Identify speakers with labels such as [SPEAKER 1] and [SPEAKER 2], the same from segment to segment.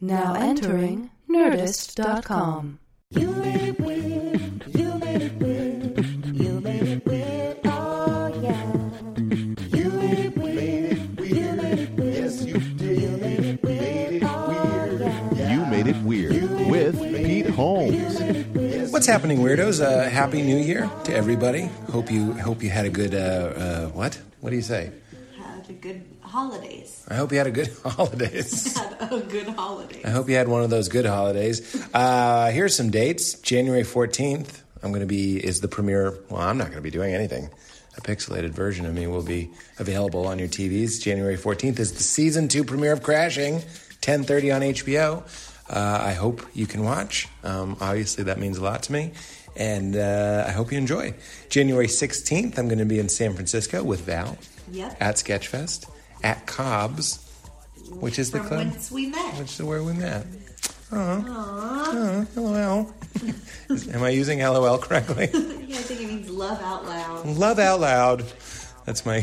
[SPEAKER 1] Now entering Nerdist.com.
[SPEAKER 2] You made it weird. You made it weird. You made it weird. Oh yeah. You made it weird. You made it weird. Yes, you did. You made it weird. Oh yeah.
[SPEAKER 3] You Made It Weird with Pete Holmes.
[SPEAKER 4] What's happening, weirdos? Uh, Happy New Year to everybody. Hope you hope you had a good uh, uh, what? What do you say?
[SPEAKER 5] Had a good holidays.
[SPEAKER 4] I hope you had a good holidays.
[SPEAKER 5] Had a good holiday.
[SPEAKER 4] I hope you had one of those good holidays. Uh, here's some dates. January 14th, I'm going to be is the premiere. Well, I'm not going to be doing anything. A pixelated version of me will be available on your TVs. January 14th is the season two premiere of Crashing, 10:30 on HBO. Uh, I hope you can watch. Um, obviously, that means a lot to me. And uh, I hope you enjoy. January 16th, I'm going to be in San Francisco with Val
[SPEAKER 5] Yep.
[SPEAKER 4] at Sketchfest, at Cobb's, which is the
[SPEAKER 5] From
[SPEAKER 4] club
[SPEAKER 5] whence we met.
[SPEAKER 4] which is where we met. Uh-huh. Oh, LOL. Is- Am I using LOL correctly?
[SPEAKER 5] Yeah, I think it means love out loud.
[SPEAKER 4] Love out loud. That's my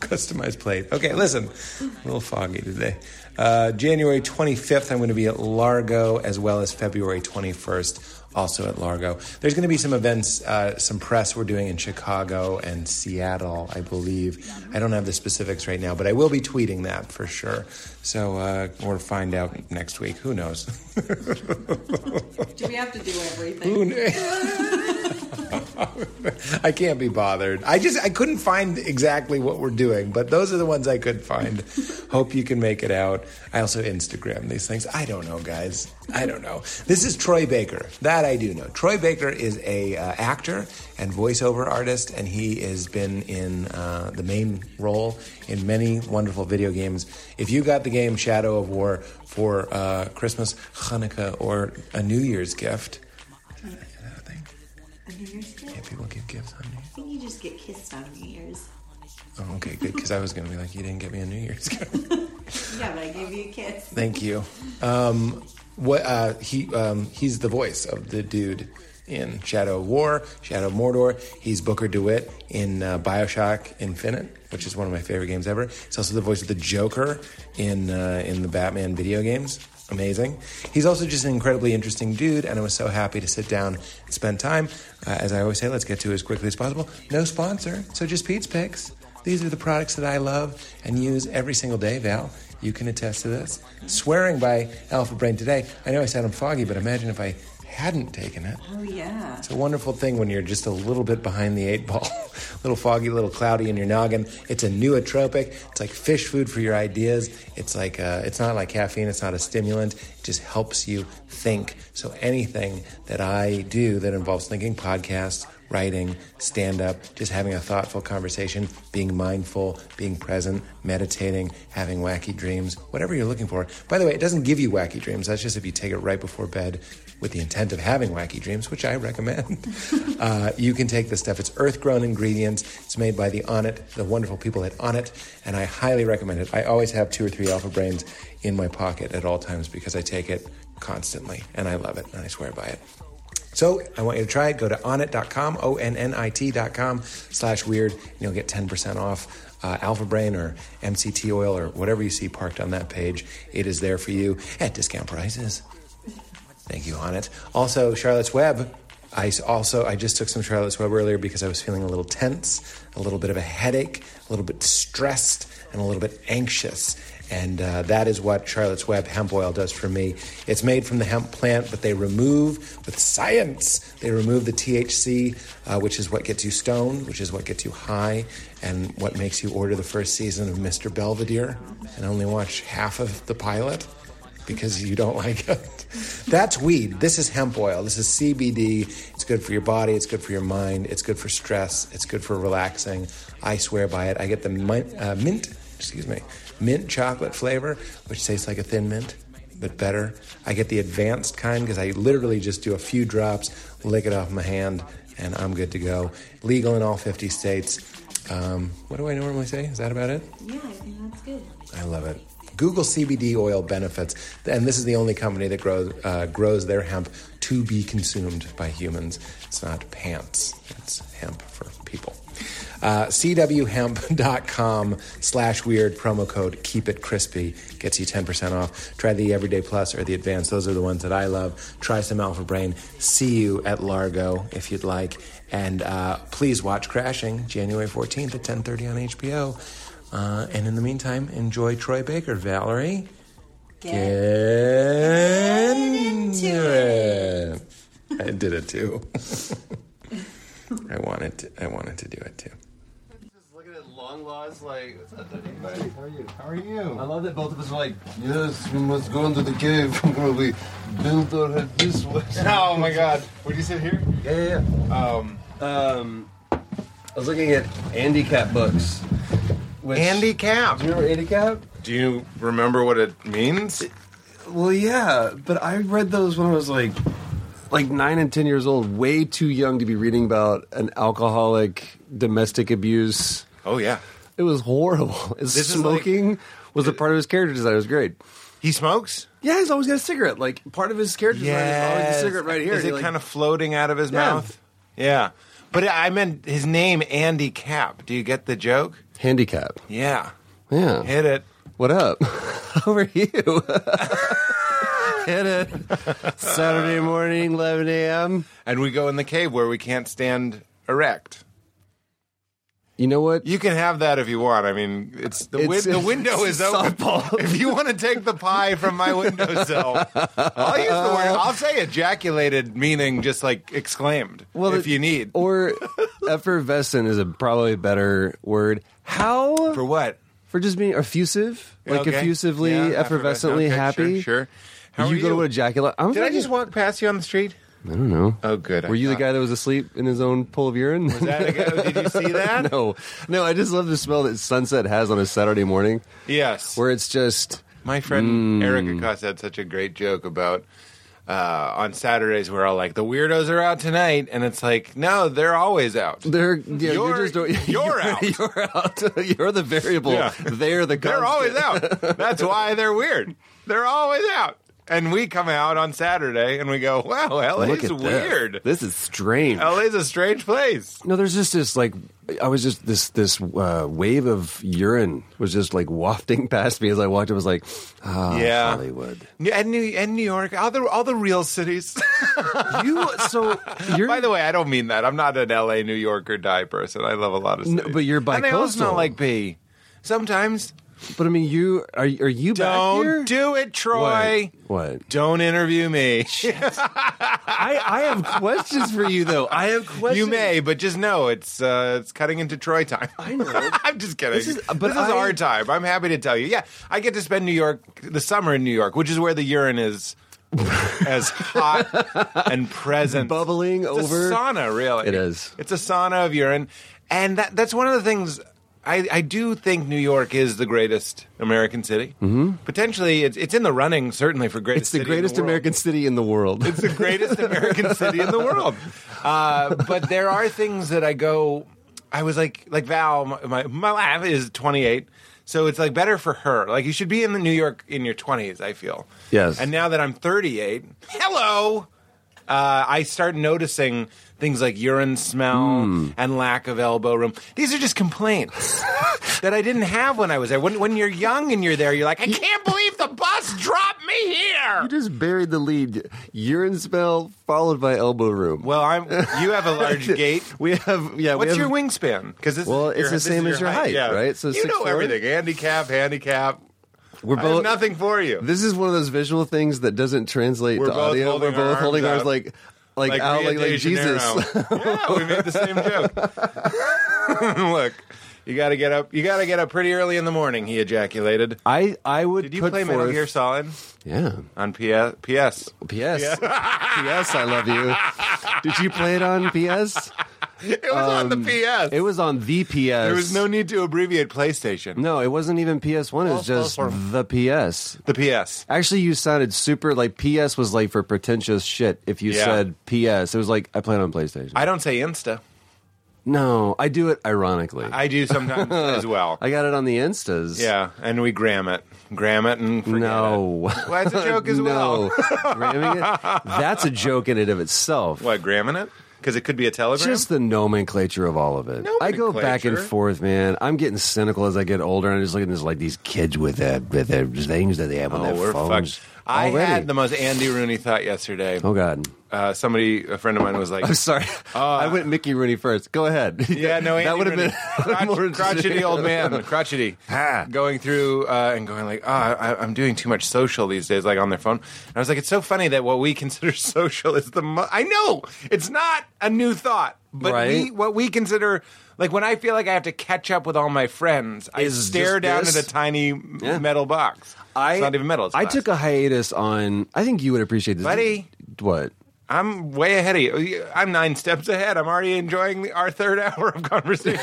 [SPEAKER 4] customized plate. Okay, listen, a little foggy today. Uh, January 25th, I'm going to be at Largo, as well as February 21st, also at Largo. There's going to be some events, uh, some press we're doing in Chicago and Seattle, I believe. I don't have the specifics right now, but I will be tweeting that for sure. So, uh, or find out next week. Who knows?
[SPEAKER 5] Do we have to do
[SPEAKER 4] Who
[SPEAKER 5] everything?
[SPEAKER 4] kn- I can't be bothered. I just I couldn't find exactly what we're doing, but those are the ones I could find. Hope you can make it out. I also Instagram these things. I don't know, guys. I don't know. This is Troy Baker. That I do know. Troy Baker is a uh, actor and voiceover artist, and he has been in uh, the main role in many wonderful video games. If you got the game Shadow of War for uh, Christmas, Hanukkah, or a New Year's gift. Is that a thing?
[SPEAKER 5] A New Year's gift?
[SPEAKER 4] Yeah, people give gifts on New Year's.
[SPEAKER 5] I think you just get kissed on New Year's.
[SPEAKER 4] Oh, okay, good. Because I was going to be like, you didn't get me a New Year's gift.
[SPEAKER 5] Yeah, but I gave you a kiss.
[SPEAKER 4] Thank you. Um, what uh, he um, he's the voice of the dude in Shadow of War, Shadow of Mordor. He's Booker DeWitt in uh, Bioshock Infinite, which is one of my favorite games ever. He's also the voice of the Joker in uh, in the Batman video games. Amazing. He's also just an incredibly interesting dude, and I was so happy to sit down and spend time. Uh, as I always say, let's get to it as quickly as possible. No sponsor, so just Pete's Picks. These are the products that I love and use every single day, Val. You can attest to this. Swearing by Alpha Brain today. I know I sound foggy, but imagine if I hadn't taken it.
[SPEAKER 5] Oh, yeah.
[SPEAKER 4] It's a wonderful thing when you're just a little bit behind the eight ball, a little foggy, a little cloudy in your noggin. It's a nootropic. It's like fish food for your ideas. It's like uh, it's not like caffeine. It's not a stimulant. It just helps you think. So anything that I do that involves thinking, podcasts, writing, stand up, just having a thoughtful conversation, being mindful, being present, meditating, having wacky dreams, whatever you're looking for. By the way, it doesn't give you wacky dreams. That's just if you take it right before bed with the intent of having wacky dreams, which I recommend. uh, you can take this stuff. It's earth grown ingredients. It's made by the Onnit, the wonderful people at Onnit, and I highly recommend it. I always have two or three alpha brains in my pocket at all times because I take it constantly and I love it and I swear by it. So I want you to try it. Go to onit.com, O-N-N-I-T.com slash weird, and you'll get 10% off uh, Alpha Brain or MCT oil or whatever you see parked on that page. It is there for you at discount prices. Thank you, Onnit. Also, Charlotte's Web. I s- also I just took some Charlotte's Web earlier because I was feeling a little tense, a little bit of a headache, a little bit stressed, and a little bit anxious. And uh, that is what Charlotte's Web hemp oil does for me. It's made from the hemp plant, but they remove with science. They remove the THC, uh, which is what gets you stoned, which is what gets you high, and what makes you order the first season of Mr. Belvedere and only watch half of the pilot because you don't like it. That's weed. This is hemp oil. This is CBD. It's good for your body. It's good for your mind. It's good for stress. It's good for relaxing. I swear by it. I get the mint, uh, mint excuse me, mint chocolate flavor, which tastes like a thin mint, but better. I get the advanced kind because I literally just do a few drops, lick it off my hand, and I'm good to go. Legal in all 50 states. Um, what do I normally say? Is that about it?
[SPEAKER 5] Yeah, I think that's good.
[SPEAKER 4] I love it. Google CBD oil benefits, and this is the only company that grows uh, grows their hemp to be consumed by humans. It's not pants; it's hemp for people. Uh, CWHemp.com slash weird promo code keep it crispy gets you 10% off. Try the Everyday Plus or the Advanced. Those are the ones that I love. Try some Alpha Brain. See you at Largo if you'd like. And uh, please watch Crashing January 14th at 10.30 on HBO. Uh, and in the meantime, enjoy Troy Baker, Valerie.
[SPEAKER 6] Get
[SPEAKER 4] into it. I did it too. I wanted to, I wanted to do it too.
[SPEAKER 7] Just looking at long laws, like, what's up, everybody? How are you? How are you?
[SPEAKER 8] Oh
[SPEAKER 7] I love that both of us are like, yes, we must go into the cave where we built our head this way.
[SPEAKER 8] Oh my god. Would you sit here?
[SPEAKER 7] Yeah, yeah, yeah. Um, um, I was looking at Andy Cap books. Which,
[SPEAKER 8] Cap.
[SPEAKER 7] Do you remember Andy Cap?
[SPEAKER 8] Do you remember what it means?
[SPEAKER 7] Well, yeah, but I read those when I was like, like nine and ten years old. Way too young to be reading about an alcoholic, domestic abuse.
[SPEAKER 8] Oh yeah.
[SPEAKER 7] It was horrible.
[SPEAKER 8] This is
[SPEAKER 7] Smoking was a part of his character design. It was great.
[SPEAKER 8] He smokes?
[SPEAKER 7] Yeah, he's always got a cigarette. Like part of his character design is always a cigarette right here.
[SPEAKER 8] Is it
[SPEAKER 7] You're like,
[SPEAKER 8] kind of floating out of his
[SPEAKER 7] Yeah.
[SPEAKER 8] mouth? Yeah. But I meant his name, Andy Cap. Do you get the joke?
[SPEAKER 7] handicap?
[SPEAKER 8] Yeah.
[SPEAKER 7] Yeah.
[SPEAKER 8] Hit it.
[SPEAKER 7] What up? How are you? Hit it. Saturday morning, 11 a.m.
[SPEAKER 8] And we go in the cave where we can't stand erect.
[SPEAKER 7] You know what?
[SPEAKER 8] You can have that if you want. I mean, it's the, win-
[SPEAKER 7] It's-
[SPEAKER 8] the window
[SPEAKER 7] it's
[SPEAKER 8] is open.
[SPEAKER 7] softball.
[SPEAKER 8] If you want to take the pie from my windowsill, I'll use the word. I'll say ejaculated, meaning just like exclaimed. if
[SPEAKER 7] it-
[SPEAKER 8] you need
[SPEAKER 7] Or effervescent is a probably better word. How?
[SPEAKER 8] for what?
[SPEAKER 7] For just being effusive? Like
[SPEAKER 8] Okay.
[SPEAKER 7] effusively,
[SPEAKER 8] Yeah,
[SPEAKER 7] effervescently
[SPEAKER 8] okay,
[SPEAKER 7] happy?
[SPEAKER 8] Sure. sure. How
[SPEAKER 7] you
[SPEAKER 8] are
[SPEAKER 7] go to ejaculate. I'm
[SPEAKER 8] Did I
[SPEAKER 7] fucking-
[SPEAKER 8] just walk past you on the street?
[SPEAKER 7] I don't know.
[SPEAKER 8] Oh, good.
[SPEAKER 7] Were
[SPEAKER 8] I
[SPEAKER 7] you the
[SPEAKER 8] thought-
[SPEAKER 7] guy that was asleep in his own pool of urine?
[SPEAKER 8] Is that a go- Did you see that?
[SPEAKER 7] no, no. I just love the smell that sunset has on a Saturday morning,
[SPEAKER 8] Yes.
[SPEAKER 7] where Mm. it's just
[SPEAKER 8] My friend Erica Cost had such a great joke about uh, on Saturdays we're all like the weirdos are out tonight, and it's like no, they're always out.
[SPEAKER 7] they're yeah, you're,
[SPEAKER 8] You're-
[SPEAKER 7] just you're,
[SPEAKER 8] you're out.
[SPEAKER 7] You're out. you're the variable.
[SPEAKER 8] Yeah.
[SPEAKER 7] They're the.
[SPEAKER 8] They're
[SPEAKER 7] constant.
[SPEAKER 8] always out. That's why they're weird. They're always out. And we come out on Saturday and we go, wow,
[SPEAKER 7] Look
[SPEAKER 8] LA's
[SPEAKER 7] at this.
[SPEAKER 8] weird. Oh.
[SPEAKER 7] This is strange.
[SPEAKER 8] LA's a strange place.
[SPEAKER 7] No, there's just this like I was just this this uh, wave of urine was just like wafting past me as I walked. I was like, ah,
[SPEAKER 8] Yeah.
[SPEAKER 7] Hollywood.
[SPEAKER 8] New- And New, and New York, all the, all the real cities.
[SPEAKER 7] You so you're
[SPEAKER 8] By the way, I don't mean that. I'm not an LA, New York, or die person. I love a lot of
[SPEAKER 7] No,
[SPEAKER 8] cities.
[SPEAKER 7] but you're
[SPEAKER 8] And I also
[SPEAKER 7] bicoastal.
[SPEAKER 8] not like B. Sometimes.
[SPEAKER 7] But I mean, you are are you back here?
[SPEAKER 8] Don't do it, Troy.
[SPEAKER 7] What? What?
[SPEAKER 8] Don't interview me.
[SPEAKER 7] I, I have questions for you though. I have questions.
[SPEAKER 8] You may, but just know it's uh, it's cutting into Troy time. I
[SPEAKER 7] know.
[SPEAKER 8] I'm just kidding.
[SPEAKER 7] This
[SPEAKER 8] This
[SPEAKER 7] is- uh,
[SPEAKER 8] is,
[SPEAKER 7] but I-
[SPEAKER 8] our time. I'm happy to tell you. Yeah, I get to spend New York the summer in New York, which is where the urine is as hot and present,
[SPEAKER 7] Bubbling
[SPEAKER 8] it's
[SPEAKER 7] over.
[SPEAKER 8] A sauna, really.
[SPEAKER 7] It is.
[SPEAKER 8] It's a sauna of urine, and that, that's one of the things. I, I do think New York is the greatest American city. Mm-hmm. Potentially, it's it's in the running certainly for greatest.
[SPEAKER 7] It's the
[SPEAKER 8] city
[SPEAKER 7] greatest
[SPEAKER 8] in the world
[SPEAKER 7] American city in the world.
[SPEAKER 8] it's the greatest American city in the world. Uh, but there are things that I go. I was like, like Val, my my, my lav is 28, so it's like better for her. Like you should be in the New York in your 20s. I feel
[SPEAKER 7] Yes.
[SPEAKER 8] And now that I'm 38, hello. Uh, I start noticing things like urine smell and lack of elbow room. These are just complaints that I didn't have when I was there. When, when you're young and you're there, you're like, I can't believe the bus dropped me here.
[SPEAKER 7] you just buried the lead. Urine smell followed by elbow room.
[SPEAKER 8] Well, I'm. You have a large gate.
[SPEAKER 7] we have yeah. we
[SPEAKER 8] What's
[SPEAKER 7] have-
[SPEAKER 8] your wingspan? Because
[SPEAKER 7] Well, it's the same as your height,
[SPEAKER 8] yeah.
[SPEAKER 7] right? So
[SPEAKER 8] you
[SPEAKER 7] six
[SPEAKER 8] know
[SPEAKER 7] four?
[SPEAKER 8] everything: handicap, handicap.
[SPEAKER 7] We're
[SPEAKER 8] I have
[SPEAKER 7] both.
[SPEAKER 8] nothing for you.
[SPEAKER 7] This is one of those visual things that doesn't translate
[SPEAKER 8] We're
[SPEAKER 7] to
[SPEAKER 8] both
[SPEAKER 7] audio.
[SPEAKER 8] holding
[SPEAKER 7] We're
[SPEAKER 8] our
[SPEAKER 7] both
[SPEAKER 8] arms
[SPEAKER 7] holding ours
[SPEAKER 8] out.
[SPEAKER 7] like like out
[SPEAKER 8] Rio
[SPEAKER 7] like,
[SPEAKER 8] de
[SPEAKER 7] like Jesus.
[SPEAKER 8] Janeiro. yeah, we made the same joke. Look, you got to get up. You got to get up pretty early in the morning. He ejaculated.
[SPEAKER 7] I I would
[SPEAKER 8] Did you
[SPEAKER 7] put
[SPEAKER 8] play
[SPEAKER 7] forth,
[SPEAKER 8] Metal Gear Solid
[SPEAKER 7] Yeah.
[SPEAKER 8] on PS? PS.
[SPEAKER 7] PS. PS. I love you. Did you play it on PS?
[SPEAKER 8] It was on the PS.
[SPEAKER 7] It was on the PS.
[SPEAKER 8] there was no need to abbreviate PlayStation.
[SPEAKER 7] No, it wasn't even PS One. It was
[SPEAKER 8] False,
[SPEAKER 7] just
[SPEAKER 8] false, false.
[SPEAKER 7] the PS.
[SPEAKER 8] The PS.
[SPEAKER 7] Actually, you sounded super like PS was like for pretentious shit. If you
[SPEAKER 8] Yeah.
[SPEAKER 7] said PS, it was like I play it on PlayStation.
[SPEAKER 8] I don't say Insta.
[SPEAKER 7] no, I do it ironically. I,
[SPEAKER 8] I do sometimes as well.
[SPEAKER 7] got it on the Instas.
[SPEAKER 8] Yeah, and we gram it, gram it, and forget it.
[SPEAKER 7] No.
[SPEAKER 8] Well, that's a joke as
[SPEAKER 7] no.
[SPEAKER 8] well.
[SPEAKER 7] Gramming it? That's a joke in and of itself.
[SPEAKER 8] What gramming it? because it could be a telegram.
[SPEAKER 7] Just the nomenclature of all of it. I go back and
[SPEAKER 8] Nomenclature.
[SPEAKER 7] forth, man. I'm getting cynical as I get older, and I just look at this like these kids with that with their things that they have on
[SPEAKER 8] oh,
[SPEAKER 7] their
[SPEAKER 8] we're
[SPEAKER 7] phones.
[SPEAKER 8] fucked. I
[SPEAKER 7] already.
[SPEAKER 8] had the most Andy Rooney thought yesterday.
[SPEAKER 7] Oh God.
[SPEAKER 8] Uh, somebody, a friend of mine, was like,
[SPEAKER 7] I'm sorry. I went Mickey Rooney first. Go ahead.
[SPEAKER 8] Uh, Yeah, no, Andy
[SPEAKER 7] that would have
[SPEAKER 8] Rooney.
[SPEAKER 7] been more Ah.
[SPEAKER 8] Crotch, crotchety
[SPEAKER 7] interesting.
[SPEAKER 8] old man, crotchety,
[SPEAKER 7] Ha.
[SPEAKER 8] going through uh, and going like, ah, I, I'm doing too much social these days, like on their phone. And I was like, it's so funny that what we consider social is the. Mo- I know it's not a new thought, but
[SPEAKER 7] Right.
[SPEAKER 8] we, what we consider. Like when I feel like I have to catch up with all my friends, I
[SPEAKER 7] Is
[SPEAKER 8] stare
[SPEAKER 7] just
[SPEAKER 8] down
[SPEAKER 7] this?
[SPEAKER 8] at a tiny
[SPEAKER 7] Yeah.
[SPEAKER 8] metal box. it's not even metal. It's
[SPEAKER 7] I
[SPEAKER 8] glass.
[SPEAKER 7] took a hiatus on. I think you would appreciate this,
[SPEAKER 8] Buddy.
[SPEAKER 7] What?
[SPEAKER 8] I'm way ahead of you. I'm nine steps ahead. I'm already enjoying the, our third hour of conversation.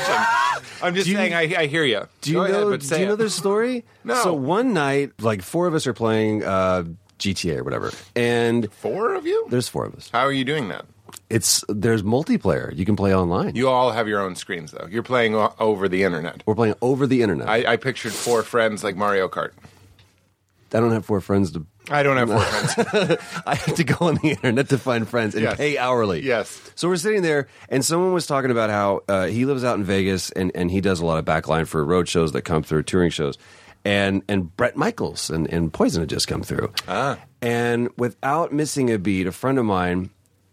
[SPEAKER 8] I'm just
[SPEAKER 7] Do you-
[SPEAKER 8] saying, I, I hear you.
[SPEAKER 7] Do you
[SPEAKER 8] Go ahead,
[SPEAKER 7] know?
[SPEAKER 8] but
[SPEAKER 7] do
[SPEAKER 8] say
[SPEAKER 7] you know
[SPEAKER 8] it.
[SPEAKER 7] their story?
[SPEAKER 8] No.
[SPEAKER 7] So one night, like four of us are playing uh, GTA or whatever, and
[SPEAKER 8] four of you?
[SPEAKER 7] there's four of us.
[SPEAKER 8] How are you doing that?
[SPEAKER 7] It's there's multiplayer. You can play online.
[SPEAKER 8] You all have your own screens, though. You're playing o- over the internet.
[SPEAKER 7] We're playing over the internet. I,
[SPEAKER 8] I, I pictured four friends like Mario Kart.
[SPEAKER 7] don't have four friends to.
[SPEAKER 8] I don't have four friends.
[SPEAKER 7] I have to go on the internet to find friends and
[SPEAKER 8] Yes.
[SPEAKER 7] pay hourly.
[SPEAKER 8] Yes.
[SPEAKER 7] So we're sitting there, and someone was talking about how uh, he lives out in Vegas, and, and he does a lot of backline for road shows that come through, touring shows, and and Brett Michaels and, and Poison had just come through, ah. and without missing a beat, a friend of mine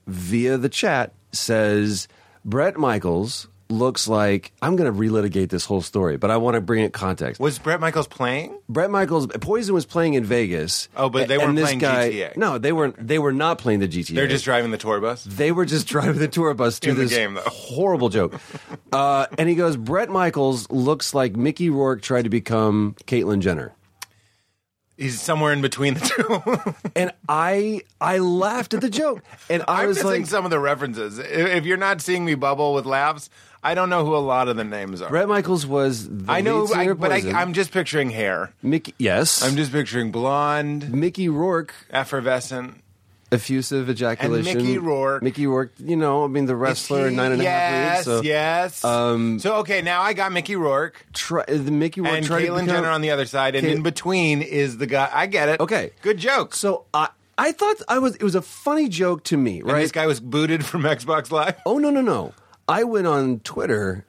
[SPEAKER 7] via the chat says Brett Michaels looks like I'm going to relitigate this whole story, but I want to bring it context.
[SPEAKER 8] Was Brett Michaels playing?
[SPEAKER 7] Brett Michaels Poison was playing in Vegas.
[SPEAKER 8] Oh, but they
[SPEAKER 7] and
[SPEAKER 8] weren't
[SPEAKER 7] this
[SPEAKER 8] playing
[SPEAKER 7] guy-
[SPEAKER 8] GTA.
[SPEAKER 7] No, they weren't. They were not playing the GTA.
[SPEAKER 8] They're just driving the tour bus.
[SPEAKER 7] They were just driving the tour bus through
[SPEAKER 8] In the
[SPEAKER 7] this
[SPEAKER 8] game, though.
[SPEAKER 7] horrible joke. Uh, and he goes, Brett Michaels looks like Mickey Rourke tried to become Caitlyn Jenner.
[SPEAKER 8] He's somewhere in between the two.
[SPEAKER 7] And I I laughed at the joke. And I
[SPEAKER 8] I'm
[SPEAKER 7] was
[SPEAKER 8] missing
[SPEAKER 7] like,
[SPEAKER 8] some of the references. If, if you're not seeing me bubble with laughs, I don't know who a lot of the names are.
[SPEAKER 7] Brett Michaels was the
[SPEAKER 8] I know,
[SPEAKER 7] lead singer
[SPEAKER 8] I,
[SPEAKER 7] of
[SPEAKER 8] but I,
[SPEAKER 7] Poison.
[SPEAKER 8] I'm just picturing hair.
[SPEAKER 7] Mickey, yes.
[SPEAKER 8] I'm just picturing blonde,
[SPEAKER 7] Mickey Rourke,
[SPEAKER 8] effervescent.
[SPEAKER 7] effusive ejaculation.
[SPEAKER 8] Mickey Rourke.
[SPEAKER 7] Mickey Rourke, you know, I mean, the wrestler,
[SPEAKER 8] Is he-
[SPEAKER 7] nine and a half
[SPEAKER 8] yes,
[SPEAKER 7] leagues, so
[SPEAKER 8] Yes,
[SPEAKER 7] Um,
[SPEAKER 8] so okay, now I got Mickey Rourke
[SPEAKER 7] try, uh, the Mickey Rourke
[SPEAKER 8] and
[SPEAKER 7] tried to
[SPEAKER 8] Caitlyn
[SPEAKER 7] become-
[SPEAKER 8] Jenner on the other side, and
[SPEAKER 7] Ca-
[SPEAKER 8] in between is the guy. I get it.
[SPEAKER 7] Okay.
[SPEAKER 8] good joke.
[SPEAKER 7] So I I thought I was it was a funny joke to me,
[SPEAKER 8] And
[SPEAKER 7] right?
[SPEAKER 8] this guy was booted from Xbox Live.
[SPEAKER 7] Oh no no no! I went on Twitter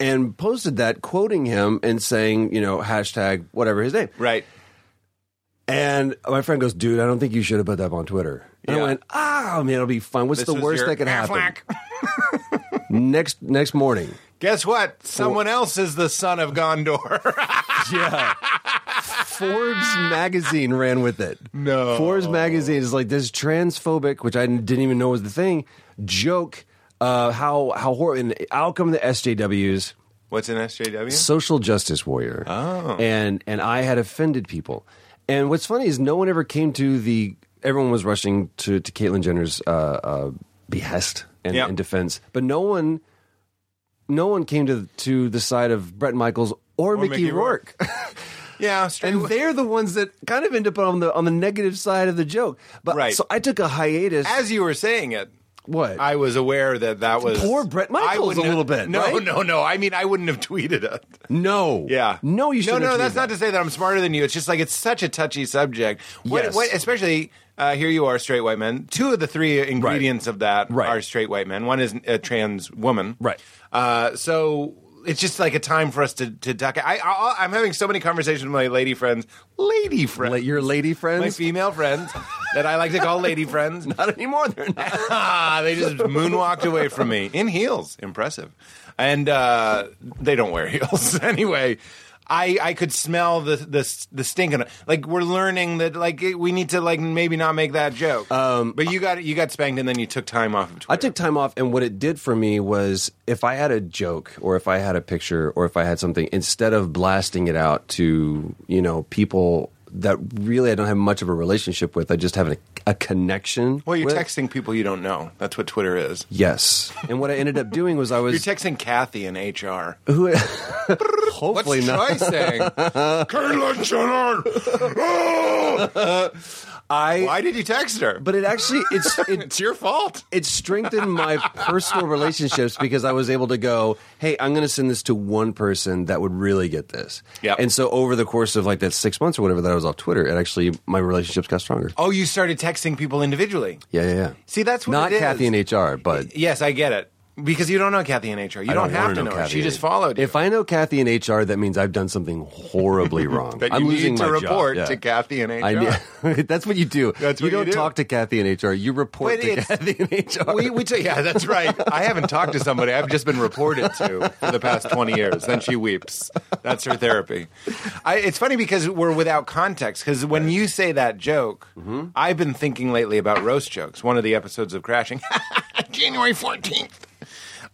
[SPEAKER 7] and posted that, quoting him and saying, you know, hashtag whatever his name.
[SPEAKER 8] Right.
[SPEAKER 7] And my friend goes, dude, I don't think you should have put that up on Twitter. And
[SPEAKER 8] Yeah.
[SPEAKER 7] I went, oh man, it'll be fun. What's
[SPEAKER 8] This
[SPEAKER 7] the
[SPEAKER 8] was
[SPEAKER 7] worst
[SPEAKER 8] your
[SPEAKER 7] that could happen?
[SPEAKER 8] Affleck.
[SPEAKER 7] Next next morning,
[SPEAKER 8] Guess what? Someone else is the son of Gondor.
[SPEAKER 7] Forbes magazine ran with it.
[SPEAKER 8] No.
[SPEAKER 7] Forbes magazine is like this transphobic, which I didn't even know was the thing. Joke. Uh, how how horrible! And out come the SJWs.
[SPEAKER 8] What's an SJW?
[SPEAKER 7] social justice warrior. Oh. And and I had offended people. And what's funny is no one ever came to the everyone was rushing to to Caitlyn Jenner's uh, uh, behest and,
[SPEAKER 8] Yep.
[SPEAKER 7] and defense, but no one no one came to to the side of Brett Michaels or, Mickey,
[SPEAKER 8] Mickey
[SPEAKER 7] Rourke.
[SPEAKER 8] Rourke. yeah, straight
[SPEAKER 7] and they're the ones that kind of end up on the on the negative side of the joke. But
[SPEAKER 8] Right.
[SPEAKER 7] so I took a hiatus
[SPEAKER 8] as you were saying it,
[SPEAKER 7] what?
[SPEAKER 8] I was aware that that was
[SPEAKER 7] Poor Bret Michaels
[SPEAKER 8] I wouldn't
[SPEAKER 7] a little
[SPEAKER 8] have-
[SPEAKER 7] bit,
[SPEAKER 8] No,
[SPEAKER 7] right?
[SPEAKER 8] no, no. I mean, I wouldn't have tweeted it.
[SPEAKER 7] no.
[SPEAKER 8] Yeah.
[SPEAKER 7] No, you
[SPEAKER 8] No,
[SPEAKER 7] shouldn't.
[SPEAKER 8] no,
[SPEAKER 7] have
[SPEAKER 8] that's
[SPEAKER 7] tweeted
[SPEAKER 8] not
[SPEAKER 7] that.
[SPEAKER 8] to say that I'm smarter than you. It's just like it's such a touchy subject. What,
[SPEAKER 7] Yes.
[SPEAKER 8] what especially uh, here you are, straight white men. Two of the three ingredients of that
[SPEAKER 7] Right.
[SPEAKER 8] are straight white men. One is a trans woman.
[SPEAKER 7] Right.
[SPEAKER 8] Uh, so it's just like a time for us to, to duck. I, I, I'm having so many conversations with my lady friends. Lady friends.
[SPEAKER 7] La- your lady
[SPEAKER 8] my
[SPEAKER 7] friends.
[SPEAKER 8] female friends that I like to call lady friends.
[SPEAKER 7] not anymore. They're not.
[SPEAKER 8] Ah, they just moonwalked away from me in heels. Impressive. And uh, they don't wear heels anyway. I, I could smell the the the stink in it. Like we're learning that like it- we need to like maybe not make that joke. Um, but you got you got spanked and then you took time off. Of Twitter.
[SPEAKER 7] I took time off, and what it did for me was if I had a joke or if I had a picture or if I had something, instead of blasting it out to, you know, people that really I don't have much of a relationship with, I just have a, a connection.
[SPEAKER 8] Well, you're
[SPEAKER 7] with.
[SPEAKER 8] texting people you don't know. That's what Twitter is.
[SPEAKER 7] Yes. And what I ended up doing was I was.
[SPEAKER 8] You're texting Kathy in HR.
[SPEAKER 7] who, Hopefully
[SPEAKER 8] What's
[SPEAKER 7] not.
[SPEAKER 8] Troy saying? Caitlyn Jenner. Oh!
[SPEAKER 7] I.
[SPEAKER 8] Why did you text her?
[SPEAKER 7] But it actually it's it
[SPEAKER 8] it's your fault.
[SPEAKER 7] it strengthened my personal relationships because I was able to go, hey, I'm going to send this to one person that would really get this.
[SPEAKER 8] Yep.
[SPEAKER 7] And so over the course of like that six months or whatever that I was off Twitter, it actually my relationships got stronger.
[SPEAKER 8] Oh, you started texting people individually.
[SPEAKER 7] Yeah, yeah, yeah.
[SPEAKER 8] See, that's what
[SPEAKER 7] not
[SPEAKER 8] it is.
[SPEAKER 7] Kathy and HR, but
[SPEAKER 8] Yes, I get it. Because you don't know Kathy in HR. You
[SPEAKER 7] I
[SPEAKER 8] don't, have
[SPEAKER 7] wanna
[SPEAKER 8] to know, her.
[SPEAKER 7] Kathy
[SPEAKER 8] She
[SPEAKER 7] and
[SPEAKER 8] just
[SPEAKER 7] HR.
[SPEAKER 8] followed you.
[SPEAKER 7] If I know Kathy in HR, that means I've done something horribly wrong.
[SPEAKER 8] That you
[SPEAKER 7] I'm
[SPEAKER 8] need
[SPEAKER 7] losing
[SPEAKER 8] to
[SPEAKER 7] my
[SPEAKER 8] report
[SPEAKER 7] job.
[SPEAKER 8] to Kathy in
[SPEAKER 7] I
[SPEAKER 8] HR.
[SPEAKER 7] mean- that's what you do.
[SPEAKER 8] That's what
[SPEAKER 7] you
[SPEAKER 8] you
[SPEAKER 7] don't
[SPEAKER 8] do.
[SPEAKER 7] talk to Kathy in HR. You report
[SPEAKER 8] But
[SPEAKER 7] to
[SPEAKER 8] it's-
[SPEAKER 7] Kathy in HR.
[SPEAKER 8] We, we t- yeah, that's right. I haven't talked to somebody. I've just been reported to for the past 20 years. Then she weeps. That's her therapy. I, it's funny because we're without context. Because when you say that joke, I've been thinking lately about roast jokes. One of the episodes of Crashing, January 14th,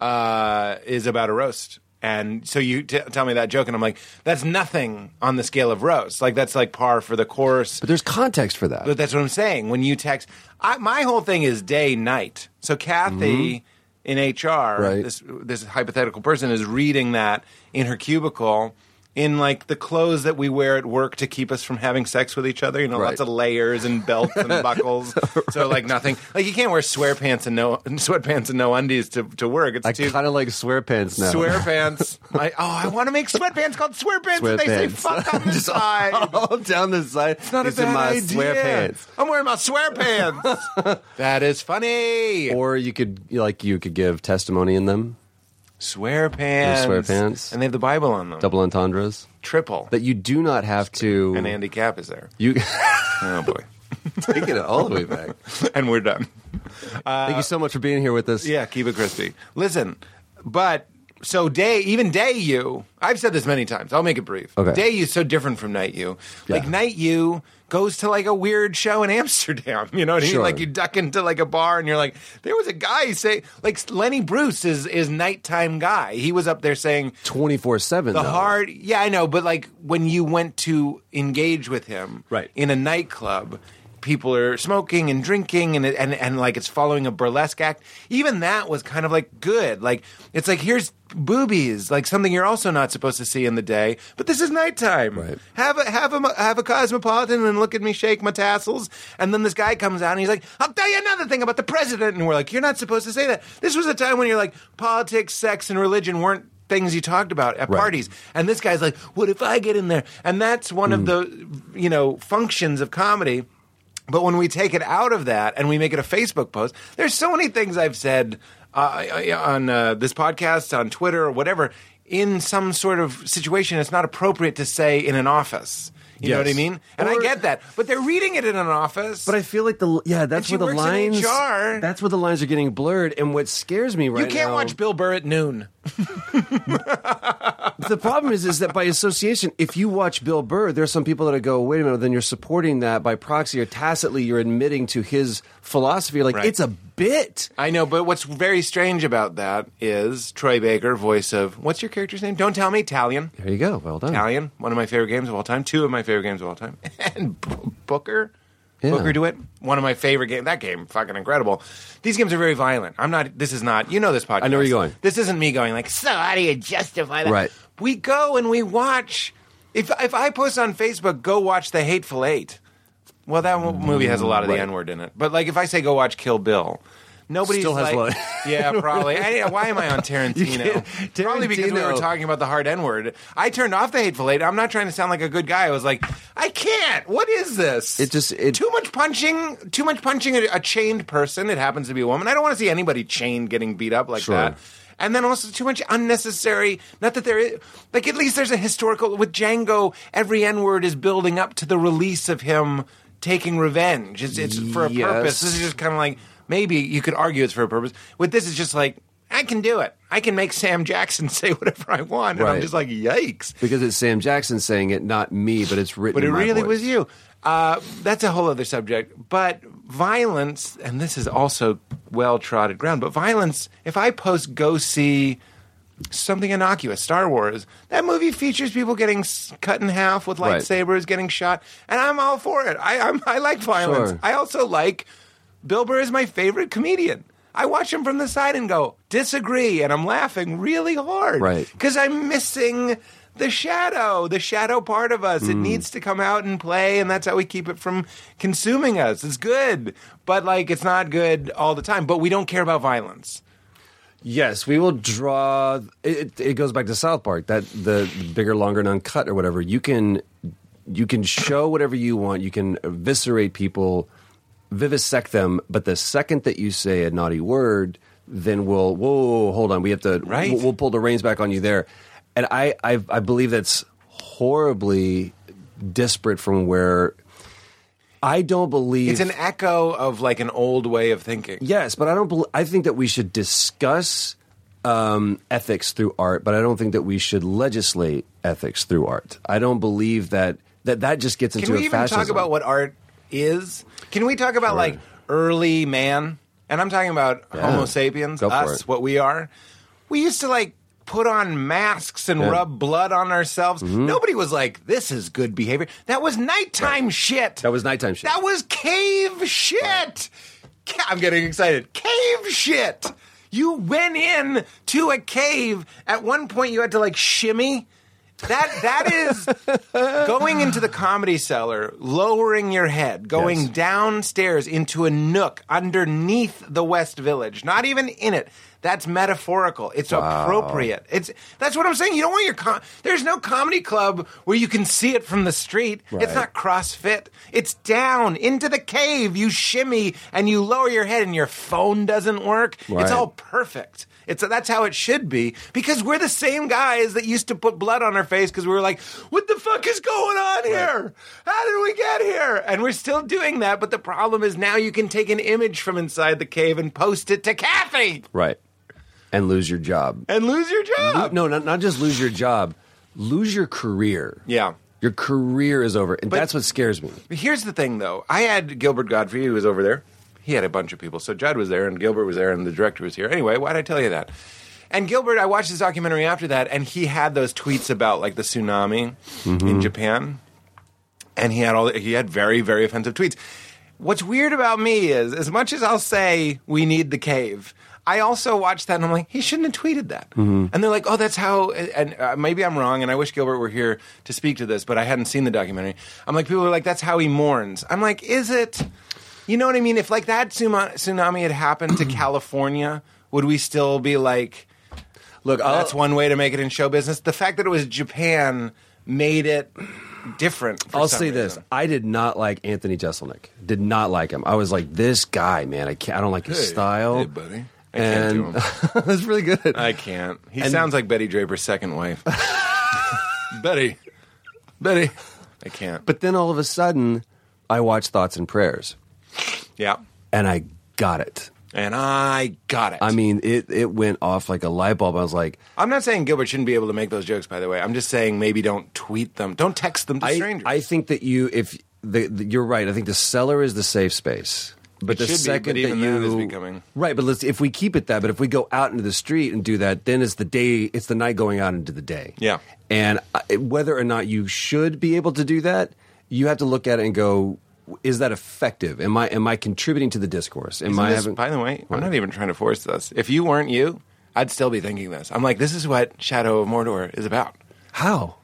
[SPEAKER 8] uh, is about a roast. And so you t- tell me that joke, and I'm like, that's nothing on the scale of roast. Like, that's like par for the course.
[SPEAKER 7] but there's context for that.
[SPEAKER 8] But that's what I'm saying. When you text, I, my whole thing is day night. So Kathy in HR,
[SPEAKER 7] Mm-hmm. Right.
[SPEAKER 8] this this hypothetical person, is reading that in her cubicle. In like the clothes that we wear at work to keep us from having sex with each other, you know,
[SPEAKER 7] Right.
[SPEAKER 8] lots of layers and belts and buckles. So like nothing, like you can't wear swear pants and no sweatpants and no undies to, to work. It's
[SPEAKER 7] I
[SPEAKER 8] too
[SPEAKER 7] kind of like swear pants now.
[SPEAKER 8] swear pants. I, oh, I want to make sweatpants called swear pants.
[SPEAKER 7] Swear
[SPEAKER 8] and they
[SPEAKER 7] pants.
[SPEAKER 8] say fuck on the
[SPEAKER 7] Just
[SPEAKER 8] side.
[SPEAKER 7] all down the side. It's
[SPEAKER 8] not
[SPEAKER 7] it's
[SPEAKER 8] a bad
[SPEAKER 7] in my
[SPEAKER 8] idea.
[SPEAKER 7] swear pants.
[SPEAKER 8] I'm wearing my swear pants. that is funny.
[SPEAKER 7] Or you could like you could give testimony in them,
[SPEAKER 8] swear pants.
[SPEAKER 7] Swear pants.
[SPEAKER 8] And they have the Bible on them.
[SPEAKER 7] double entendres.
[SPEAKER 8] Triple.
[SPEAKER 7] That you do not have to.
[SPEAKER 8] and Andy Cap is there.
[SPEAKER 7] you
[SPEAKER 8] Oh boy.
[SPEAKER 7] taking it all the way back.
[SPEAKER 8] and we're done.
[SPEAKER 7] Thank you so much for being here with us.
[SPEAKER 8] Uh, Yeah, keep it crispy. Listen, but so day, even day you, I've said this many times. I'll make it brief.
[SPEAKER 7] Okay.
[SPEAKER 8] Day you so different from night you. Like
[SPEAKER 7] Yeah.
[SPEAKER 8] night you goes to like a weird show in Amsterdam. You know what I mean?
[SPEAKER 7] Sure.
[SPEAKER 8] Like you duck into like a bar and you're like, there was a guy say like Lenny Bruce is is nighttime guy. He was up there saying
[SPEAKER 7] twenty four seven.
[SPEAKER 8] the hard, yeah, I know, but like when you went to engage with him,
[SPEAKER 7] Right.
[SPEAKER 8] in a nightclub, people are smoking and drinking, and it- and and like it's following a burlesque act. Even that was kind of like good. Like it's like here's boobies, like something you're also not supposed to see in the day, but this is nighttime.
[SPEAKER 7] Right.
[SPEAKER 8] Have a have a have a cosmopolitan and look at me shake my tassels, and then this guy comes out and he's like, "I'll tell you another thing about the president," and we're like, "You're not supposed to say that." This was a time when you're like, politics, sex, and religion weren't. Things you talked about at
[SPEAKER 7] Right.
[SPEAKER 8] parties, and this guy's like, "What if I get in there?" And that's one
[SPEAKER 7] Hmm.
[SPEAKER 8] of the you know functions of comedy. But when we take it out of that and we make it a Facebook post, there's so many things I've said uh, I- I- on uh, this podcast, on Twitter, or whatever. In some sort of situation, it's not appropriate to say in an office. You know
[SPEAKER 7] Yes.
[SPEAKER 8] what I mean? And I
[SPEAKER 7] Or-
[SPEAKER 8] get that, but they're reading it in an office.
[SPEAKER 7] But I feel like the yeah that's
[SPEAKER 8] she
[SPEAKER 7] where the
[SPEAKER 8] works in
[SPEAKER 7] lines
[SPEAKER 8] HR.
[SPEAKER 7] that's where the lines are getting blurred. And what scares me right
[SPEAKER 8] you can't
[SPEAKER 7] now-
[SPEAKER 8] watch Bill Burr at noon.
[SPEAKER 7] the problem is, is that by association, if you watch Bill Burr, there are some people that go, "Wait a minute," then you're supporting that by proxy or tacitly. You're admitting to his philosophy. Like
[SPEAKER 8] Right.
[SPEAKER 7] it's a bit.
[SPEAKER 8] I know, but what's very strange about that is Troy Baker, voice of what's your character's name? Don't tell me, Italian.
[SPEAKER 7] There you go. Well done.
[SPEAKER 8] Italian, one of my favorite games of all time, two of my favorite games of all time, and B- Booker,
[SPEAKER 7] Yeah.
[SPEAKER 8] Booker Duet, one of my favorite games. That game, fucking incredible. These games are very violent. I'm not. This is not. You know this podcast.
[SPEAKER 7] I know where you're going.
[SPEAKER 8] This isn't me going like. So how do you justify that?
[SPEAKER 7] Right.
[SPEAKER 8] We go and we watch. If if I post on Facebook, go watch The Hateful Eight. Well, that mo- movie has a lot of the
[SPEAKER 7] Right.
[SPEAKER 8] N word in it. But like, if I say go watch Kill Bill. Nobody's
[SPEAKER 7] Still has
[SPEAKER 8] like,
[SPEAKER 7] a lot of-
[SPEAKER 8] yeah, probably. I, why am I on
[SPEAKER 7] You
[SPEAKER 8] Tarantino?
[SPEAKER 7] can't-
[SPEAKER 8] Probably because we were
[SPEAKER 7] Tarantino.
[SPEAKER 8] talking talking about the hard N word. I turned off the hateful eight. I'm not trying to sound like a good guy. I was like, I can't. What is this?
[SPEAKER 7] It just- it-
[SPEAKER 8] too much punching. Too much punching a, a chained person. It happens to be a woman. I don't want to see anybody chained getting beat up like
[SPEAKER 7] Sure.
[SPEAKER 8] that. And then also too much unnecessary. Not that there is like at least there's a historical with Django. Every N word is building up to the release of him taking revenge. It's, it's for a
[SPEAKER 7] Yes.
[SPEAKER 8] purpose. This is just kind of like maybe you could argue it's for a purpose. With this, it's just like I can do it. I can make Sam Jackson say whatever I want, and I'm
[SPEAKER 7] Right.
[SPEAKER 8] just like, yikes!
[SPEAKER 7] Because it's Sam Jackson saying it, not me, but it's written.
[SPEAKER 8] But it
[SPEAKER 7] in my
[SPEAKER 8] really
[SPEAKER 7] voice.
[SPEAKER 8] was you. Uh, that's a whole other subject. But violence, and this is also well trodden ground. But violence, if I post go see something innocuous, Star Wars, that movie features people getting s- cut in half with
[SPEAKER 7] Right.
[SPEAKER 8] lightsabers, getting shot, and I'm all for it. I I'm, I like violence.
[SPEAKER 7] Sure.
[SPEAKER 8] I also like Bill Burr is my favorite comedian. I watch him from the side and go, disagree, and I'm laughing really hard.
[SPEAKER 7] Right.
[SPEAKER 8] Because I'm missing the shadow, the shadow part of us. It needs to come out and play, and that's how we keep it from consuming us. It's good, but like it's not good all the time. But we don't care about violence.
[SPEAKER 7] Yes, we will draw. It, it goes back to South Park that the bigger, longer, and uncut or whatever. You can you can show whatever you want. You can eviscerate people, vivisect them. But the second that you say a naughty word, then we'll whoa, whoa, whoa, hold on. We have to
[SPEAKER 8] Right.
[SPEAKER 7] We'll, we'll pull the reins back on you there. And I I, I believe that's horribly disparate from where. I don't believe
[SPEAKER 8] It's an echo of like an old way of thinking.
[SPEAKER 7] Yes, but I don't. bel I think that we should discuss um, ethics through art, but I don't think that we should legislate ethics through art. I don't believe that that that just gets into
[SPEAKER 8] Can we
[SPEAKER 7] a
[SPEAKER 8] even
[SPEAKER 7] fascism.
[SPEAKER 8] talk about what art is? Can we talk about like early man? And I'm talking about
[SPEAKER 7] Yeah.
[SPEAKER 8] Homo sapiens,
[SPEAKER 7] Go for
[SPEAKER 8] us,
[SPEAKER 7] it.
[SPEAKER 8] what we are. We used to like put on masks and
[SPEAKER 7] Yeah. Mm-hmm.
[SPEAKER 8] rub blood on ourselves. Nobody was like, "This is good behavior." That was nighttime shit.
[SPEAKER 7] That was nighttime shit.
[SPEAKER 8] That was cave shit. Ca- I'm getting excited. Cave shit. You went in to a cave. At one point, you had to like shimmy. That that is going into the comedy cellar, lowering your head, going
[SPEAKER 7] Yes.
[SPEAKER 8] downstairs into a nook underneath the West Village, not even in it. That's metaphorical. It's appropriate. It's that's what I'm saying. You don't want your com- there's no comedy club where you can see it from the street. It's
[SPEAKER 7] Right.
[SPEAKER 8] not CrossFit. It's down into the cave. You shimmy and you lower your head, and your phone doesn't work.
[SPEAKER 7] Right.
[SPEAKER 8] It's all perfect. It's that's how it should be because we're the same guys that used to put blood on our face because we were like, "What the fuck is going on here? How did we get here?" And we're still doing that, but the problem is now you can take an image from inside the cave and post it to Kathy
[SPEAKER 7] right and lose your job?
[SPEAKER 8] and lose your job.
[SPEAKER 7] no, not not just lose your job, lose your career.
[SPEAKER 8] Yeah.
[SPEAKER 7] your career is over, and that's what scares me.
[SPEAKER 8] But Here's the thing, though. I had Gilbert Godfrey, who was over there. He had a bunch of people. So Judd was there, and Gilbert was there, and the director was here. Anyway, why'd I tell you that? And Gilbert, I watched his documentary after that, and he had those tweets about like the tsunami in Japan, and he had all he had very very offensive tweets. What's weird about me is, as much as I'll say we need the cave, I also watched that and I'm like, he shouldn't have tweeted that. And they're like, oh, that's how. And uh, maybe I'm wrong, and I wish Gilbert were here to speak to this, but I hadn't seen the documentary. I'm like, people are like, that's how he mourns. I'm like, is it? You know what I mean? If like that tsuma- tsunami had happened to California, would we still be like?
[SPEAKER 7] Look, I'll,
[SPEAKER 8] that's one way to make it in show business. The fact that it was Japan made it different. for
[SPEAKER 7] I'll
[SPEAKER 8] some
[SPEAKER 7] say this:
[SPEAKER 8] reason.
[SPEAKER 7] I did not like Anthony Jeselnik. Did not like him. I was like, this guy, man. I can't. I don't like his
[SPEAKER 8] Hey,
[SPEAKER 7] style,
[SPEAKER 8] hey, buddy. I can't do
[SPEAKER 7] and that's really good.
[SPEAKER 8] I can't. He
[SPEAKER 7] And-
[SPEAKER 8] sounds like Betty Draper's second wife. Betty, Betty, I can't.
[SPEAKER 7] But then all of a sudden, I watched Thoughts and Prayers,
[SPEAKER 8] yeah,
[SPEAKER 7] and I got it.
[SPEAKER 8] and I got it.
[SPEAKER 7] I mean, it it went off like a light bulb. I was like,
[SPEAKER 8] I'm not saying Gilbert shouldn't be able to make those jokes. By the way, I'm just saying maybe don't tweet them, don't text them to
[SPEAKER 7] I,
[SPEAKER 8] strangers.
[SPEAKER 7] I think that you if the, the, you're right. I think the cellar is the safe space. But
[SPEAKER 8] It
[SPEAKER 7] the
[SPEAKER 8] should be, but
[SPEAKER 7] second
[SPEAKER 8] even
[SPEAKER 7] that you
[SPEAKER 8] that is becoming-
[SPEAKER 7] right, but let's if we keep it that, but if we go out into the street and do that, then it's the day, it's the night going out into the day.
[SPEAKER 8] Yeah.
[SPEAKER 7] and I, whether or not you should be able to do that, you have to look at it and go, is that effective? Am I am I contributing to the discourse? Am
[SPEAKER 8] Isn't
[SPEAKER 7] I
[SPEAKER 8] this-
[SPEAKER 7] having?
[SPEAKER 8] by the way, I'm not even trying to force this. If you weren't you, I'd still be thinking this. I'm like, this is what Shadow of Mordor is about.
[SPEAKER 7] how?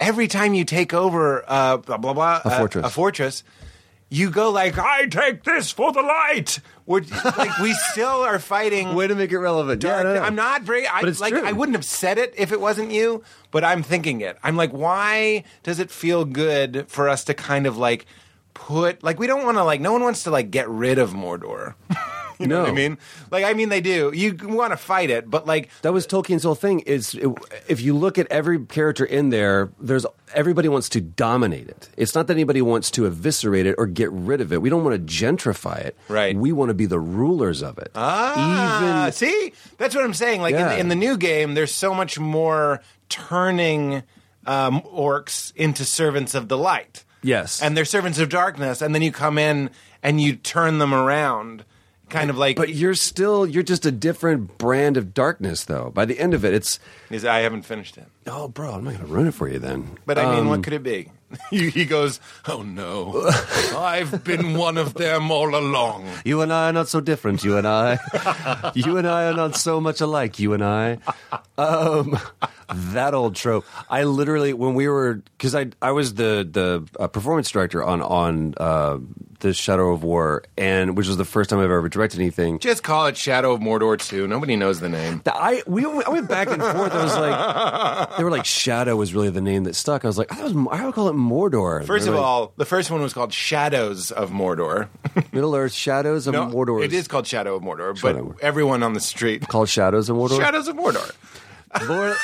[SPEAKER 8] Every time you take over uh, blah blah blah
[SPEAKER 7] A fortress.
[SPEAKER 8] a fortress, you go like, I take this for the light. We're, like we still are fighting.
[SPEAKER 7] Way to make it relevant. Yeah,
[SPEAKER 8] dark-
[SPEAKER 7] no, no.
[SPEAKER 8] I'm not very. I,
[SPEAKER 7] But it's
[SPEAKER 8] like
[SPEAKER 7] true.
[SPEAKER 8] I wouldn't have said it if it wasn't you, but I'm thinking it. I'm like, why does it feel good for us to kind of like put like we don't want to like no one wants to like get rid of Mordor. you know what I
[SPEAKER 7] No.
[SPEAKER 8] mean? Like I mean they do. You want to fight it, but like
[SPEAKER 7] That was Tolkien's whole thing. Is it, if you look at every character in there, there's everybody wants to dominate it. It's not that anybody wants to eviscerate it or get rid of it. We don't want to gentrify it.
[SPEAKER 8] Right.
[SPEAKER 7] We want to be the rulers of it.
[SPEAKER 8] Ah,
[SPEAKER 7] Even
[SPEAKER 8] see, that's what I'm saying. Like
[SPEAKER 7] Yeah.
[SPEAKER 8] in, in the new game, there's so much more turning um, orcs into servants of the light.
[SPEAKER 7] Yes.
[SPEAKER 8] and they're servants of darkness, and then you come in and you turn them around, kind of like.
[SPEAKER 7] but you're still you're just a different brand of darkness, though. By the end of it, it's
[SPEAKER 8] Is- I haven't finished it,
[SPEAKER 7] oh, bro, I'm not going to ruin it for you then.
[SPEAKER 8] but I mean,
[SPEAKER 7] Um,
[SPEAKER 8] what could it be? he he goes, "Oh no, I've been one of them all along."
[SPEAKER 7] You and I are not so different. You and I, you and I are not so much alike. You and I. Um, that old trope. I literally when we were because I I was the the uh, performance director on on uh, the Shadow of War and which was the first time I've ever directed anything.
[SPEAKER 8] Just call it Shadow of Mordor 2. Nobody knows the name.
[SPEAKER 7] I we I went back and forth. I was like, they were like Shadow was really the name that stuck. I was like, I was I would call it Mordor. And
[SPEAKER 8] First
[SPEAKER 7] they're
[SPEAKER 8] of
[SPEAKER 7] like,
[SPEAKER 8] all, the first one was called Shadows of Mordor.
[SPEAKER 7] Middle Earth Shadows of
[SPEAKER 8] No,
[SPEAKER 7] Mordor.
[SPEAKER 8] It is called Shadow of Mordor,
[SPEAKER 7] Shadow of
[SPEAKER 8] but everyone on the street
[SPEAKER 7] called Shadows of Mordor.
[SPEAKER 8] Shadows of Mordor.
[SPEAKER 7] Lord,